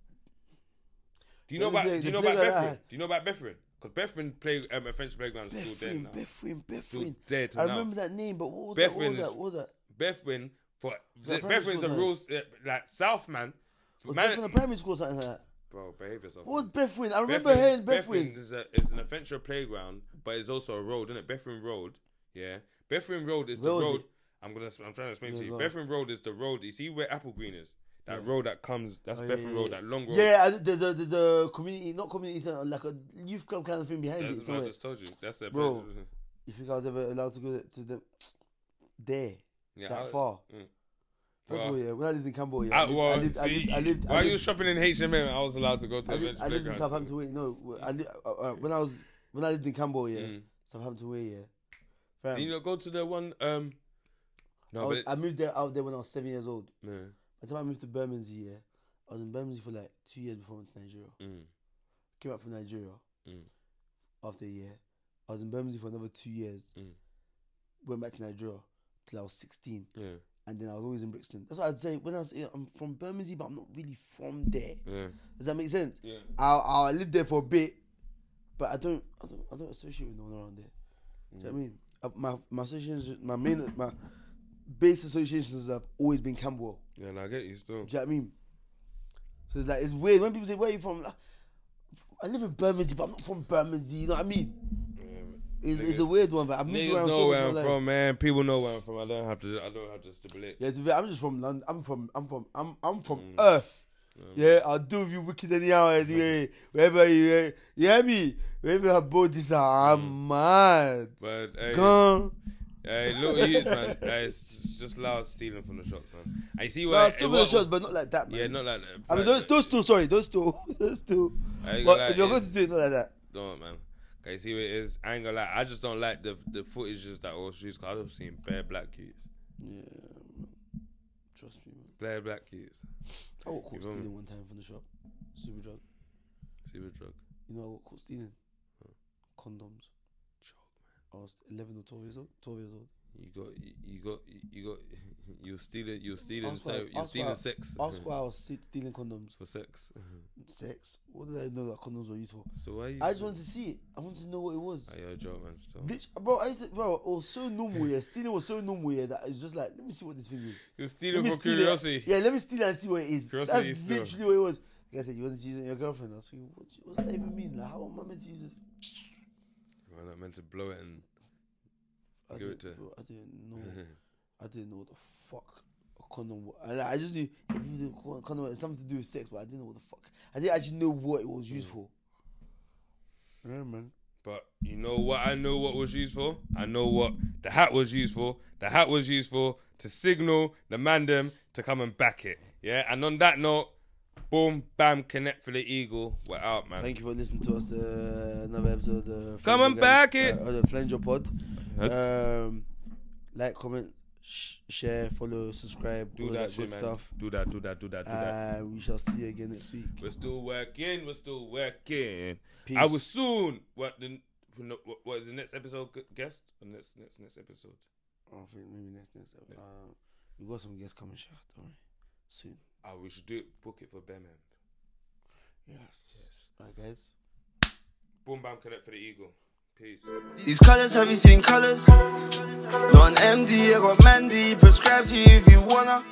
[SPEAKER 1] Do you know
[SPEAKER 2] Yeah,
[SPEAKER 1] about
[SPEAKER 2] yeah,
[SPEAKER 1] do you know
[SPEAKER 2] the
[SPEAKER 1] about
[SPEAKER 2] playground I
[SPEAKER 1] Bethrin?
[SPEAKER 2] had.
[SPEAKER 1] Do you know about Bethrin? Because Bethrin play um, adventure playgrounds still there
[SPEAKER 2] Bethrin,
[SPEAKER 1] now.
[SPEAKER 2] Bethrin,
[SPEAKER 1] Still
[SPEAKER 2] Bethrin.
[SPEAKER 1] there to
[SPEAKER 2] I
[SPEAKER 1] now.
[SPEAKER 2] remember that name, but what was that? What
[SPEAKER 1] Bethrin
[SPEAKER 2] was
[SPEAKER 1] is-
[SPEAKER 2] that? What was that?
[SPEAKER 1] Bethrin for
[SPEAKER 2] that primary
[SPEAKER 1] Bethrin's a
[SPEAKER 2] school
[SPEAKER 1] real uh, like South man.
[SPEAKER 2] Was
[SPEAKER 1] man
[SPEAKER 2] Bethrin a primary school or something like that?
[SPEAKER 1] bro, behave yourself.
[SPEAKER 2] What was Bethrin? I remember hearing Bethrin.
[SPEAKER 1] is, a, is an adventure playground, but it's also a road, isn't it? Bethrin Road. Yeah. Bethrin Road is
[SPEAKER 2] Where
[SPEAKER 1] the
[SPEAKER 2] was
[SPEAKER 1] road.
[SPEAKER 2] it?
[SPEAKER 1] I'm gonna. I'm trying to explain to
[SPEAKER 2] Yeah,
[SPEAKER 1] you.
[SPEAKER 2] go on.
[SPEAKER 1] Bethrin Road is the road. You see where Apple Green is. That road that comes. That's
[SPEAKER 2] Oh, yeah,
[SPEAKER 1] Bethrin
[SPEAKER 2] yeah,
[SPEAKER 1] Road.
[SPEAKER 2] yeah.
[SPEAKER 1] That long road.
[SPEAKER 2] Yeah, I, there's a there's a community, not community center, like a youth club kind of thing behind
[SPEAKER 1] That's
[SPEAKER 2] it
[SPEAKER 1] what I
[SPEAKER 2] somewhere.
[SPEAKER 1] just told you. That's the
[SPEAKER 2] Bro. You think I was ever allowed to go to the there
[SPEAKER 1] Yeah.
[SPEAKER 2] that
[SPEAKER 1] I-
[SPEAKER 2] far?
[SPEAKER 1] Mm.
[SPEAKER 2] First
[SPEAKER 1] Well,
[SPEAKER 2] of all, yeah, when I lived in Cambodia,
[SPEAKER 1] I,
[SPEAKER 2] I lived,
[SPEAKER 1] well,
[SPEAKER 2] I lived, I
[SPEAKER 1] see,
[SPEAKER 2] lived, I lived, I
[SPEAKER 1] while
[SPEAKER 2] lived,
[SPEAKER 1] you were shopping in H&M, I was allowed to go to
[SPEAKER 2] I
[SPEAKER 1] adventure
[SPEAKER 2] lived, I lived in
[SPEAKER 1] playgrounds.
[SPEAKER 2] Southampton Way. No, I lived, uh, uh, when I was when I lived in Cambodia, yeah,
[SPEAKER 1] Mm.
[SPEAKER 2] Southampton Way, yeah. Fam,
[SPEAKER 1] Did you not go to the one? Um,
[SPEAKER 2] I,
[SPEAKER 1] no,
[SPEAKER 2] was,
[SPEAKER 1] but
[SPEAKER 2] I moved there out there when I was seven years old.
[SPEAKER 1] no.
[SPEAKER 2] By the time I moved to Bermondsey, yeah, I was in Bermondsey for like two years before I went to Nigeria.
[SPEAKER 1] Mm,
[SPEAKER 2] Came out from Nigeria
[SPEAKER 1] Mm.
[SPEAKER 2] after a year. I was in Bermondsey for another two years.
[SPEAKER 1] Mm.
[SPEAKER 2] Went back to Nigeria till I was 16.
[SPEAKER 1] yeah.
[SPEAKER 2] and then I was always in Brixton. That's what I'd say. When I was, I'm from Bermondsey, but I'm not really from there.
[SPEAKER 1] Yeah.
[SPEAKER 2] Does that make sense?
[SPEAKER 1] Yeah.
[SPEAKER 2] I I lived there for a bit, but I don't I don't I don't associate with no one around there. Do
[SPEAKER 1] Mm.
[SPEAKER 2] you know what I mean? Uh, my my associations, my main my base associations have always been Camberwell.
[SPEAKER 1] Yeah, and I get you still.
[SPEAKER 2] Do you know what I mean? So it's like it's weird when people say where are you from. Like, I live in Bermondsey, but I'm not from Bermondsey. You know what I mean?
[SPEAKER 1] Yeah, man.
[SPEAKER 2] It's, it's a weird one, but I've moved
[SPEAKER 1] Niggas
[SPEAKER 2] around
[SPEAKER 1] know
[SPEAKER 2] so much.
[SPEAKER 1] where
[SPEAKER 2] in
[SPEAKER 1] I'm
[SPEAKER 2] my life.
[SPEAKER 1] from, man. People know where I'm from. I don't have to. I don't have to stipulate.
[SPEAKER 2] Yeah, to be, I'm just from London. I'm from. I'm from. I'm. I'm from
[SPEAKER 1] Mm.
[SPEAKER 2] Earth. Yeah, I'll do with you wicked anyhow. Anyway, wherever you, eh, you hear me, wherever your bodies are,
[SPEAKER 1] Mm.
[SPEAKER 2] I'm mad.
[SPEAKER 1] But hey,
[SPEAKER 2] Gone.
[SPEAKER 1] hey, look at you, man. Hey, it's just loud stealing from the shops, man. I see
[SPEAKER 2] No,
[SPEAKER 1] why.
[SPEAKER 2] I still for the shots, but not like that, man.
[SPEAKER 1] Yeah, not like that.
[SPEAKER 2] I mean, those, those two. Sorry, those two. those two.
[SPEAKER 1] I ain't
[SPEAKER 2] But
[SPEAKER 1] gonna
[SPEAKER 2] if you're
[SPEAKER 1] lie,
[SPEAKER 2] going to do it, not like that.
[SPEAKER 1] Don't man. Okay, see what it is. I ain't gonna lie. I just don't like the the footages that all shoots. Cause I've seen bare black kids,
[SPEAKER 2] Yeah, trust me, man.
[SPEAKER 1] bare black kids.
[SPEAKER 2] I got caught
[SPEAKER 1] You
[SPEAKER 2] stealing
[SPEAKER 1] remember?
[SPEAKER 2] one time from the shop. Super drug.
[SPEAKER 1] Super drug.
[SPEAKER 2] You know, I got caught stealing condoms. I was 11 or 12 years old. 12 years old.
[SPEAKER 1] You got, you got, you got, you're stealing, you're stealing,
[SPEAKER 2] Ask why-
[SPEAKER 1] se- you're
[SPEAKER 2] ask
[SPEAKER 1] stealing
[SPEAKER 2] why-
[SPEAKER 1] sex
[SPEAKER 2] Ask why I was se- stealing condoms.
[SPEAKER 1] for sex.
[SPEAKER 2] Sex? What did I know that condoms were used for?
[SPEAKER 1] So why? You
[SPEAKER 2] I just wanted to see it. I wanted to know what it was.
[SPEAKER 1] Are you a joke, man? Still.
[SPEAKER 2] Lit- Bro, I used to, bro, it was so normal, yeah. Stealing was so normal, yeah, that it's just like, let me see what this thing is.
[SPEAKER 1] You're
[SPEAKER 2] Let
[SPEAKER 1] stealing
[SPEAKER 2] me
[SPEAKER 1] for
[SPEAKER 2] steal it.
[SPEAKER 1] curiosity.
[SPEAKER 2] Yeah, let me steal it and see what it is.
[SPEAKER 1] Curiosity
[SPEAKER 2] That's
[SPEAKER 1] is still-
[SPEAKER 2] literally what it was. Like I said, you wanted to use it on your girlfriend. I was thinking, what, what's that even mean? Like, how am I meant to use this?
[SPEAKER 1] We're not meant to blow it and
[SPEAKER 2] I
[SPEAKER 1] Give it
[SPEAKER 2] didn't-
[SPEAKER 1] to-
[SPEAKER 2] bro, I didn't know. I didn't know what the fuck a condom was. I, I just knew yeah, people say con- condom it's something to do with sex, but I didn't know what the fuck. I didn't actually know what it was
[SPEAKER 1] Mm.
[SPEAKER 2] used for. Yeah, man.
[SPEAKER 1] But you know what? I know what was used for. I know what the hat was used for. The hat was used for to signal the mandem to come and back it. Yeah. And on that note, boom, bam, connect for the eagle. We're out, man.
[SPEAKER 2] Thank you for listening to us. Uh, another episode of the
[SPEAKER 1] Come on
[SPEAKER 2] Flanger-
[SPEAKER 1] back it.
[SPEAKER 2] uh, of the Flanger Pod. Um, like, comment, sh- share, follow, subscribe,
[SPEAKER 1] do
[SPEAKER 2] all
[SPEAKER 1] that,
[SPEAKER 2] that,
[SPEAKER 1] shit,
[SPEAKER 2] good
[SPEAKER 1] man.
[SPEAKER 2] stuff.
[SPEAKER 1] Do that. Do that. Do that. Do that.
[SPEAKER 2] And we shall see you again next week.
[SPEAKER 1] We're still working. We're still working.
[SPEAKER 2] Peace.
[SPEAKER 1] I will soon. What the? What, what is the next episode? gu- Guest? Or next next next episode.
[SPEAKER 2] I think maybe next next. Uh, we got some guests coming, Shah. Don't worry. Soon.
[SPEAKER 1] Oh, we should do it. Book it for Benham.
[SPEAKER 2] Yes. All right, guys.
[SPEAKER 1] Boom, bam, connect for the eagle. Peace.
[SPEAKER 3] These colors, have you seen colors? Non MD, I got Mandy. Prescribe to you if you wanna.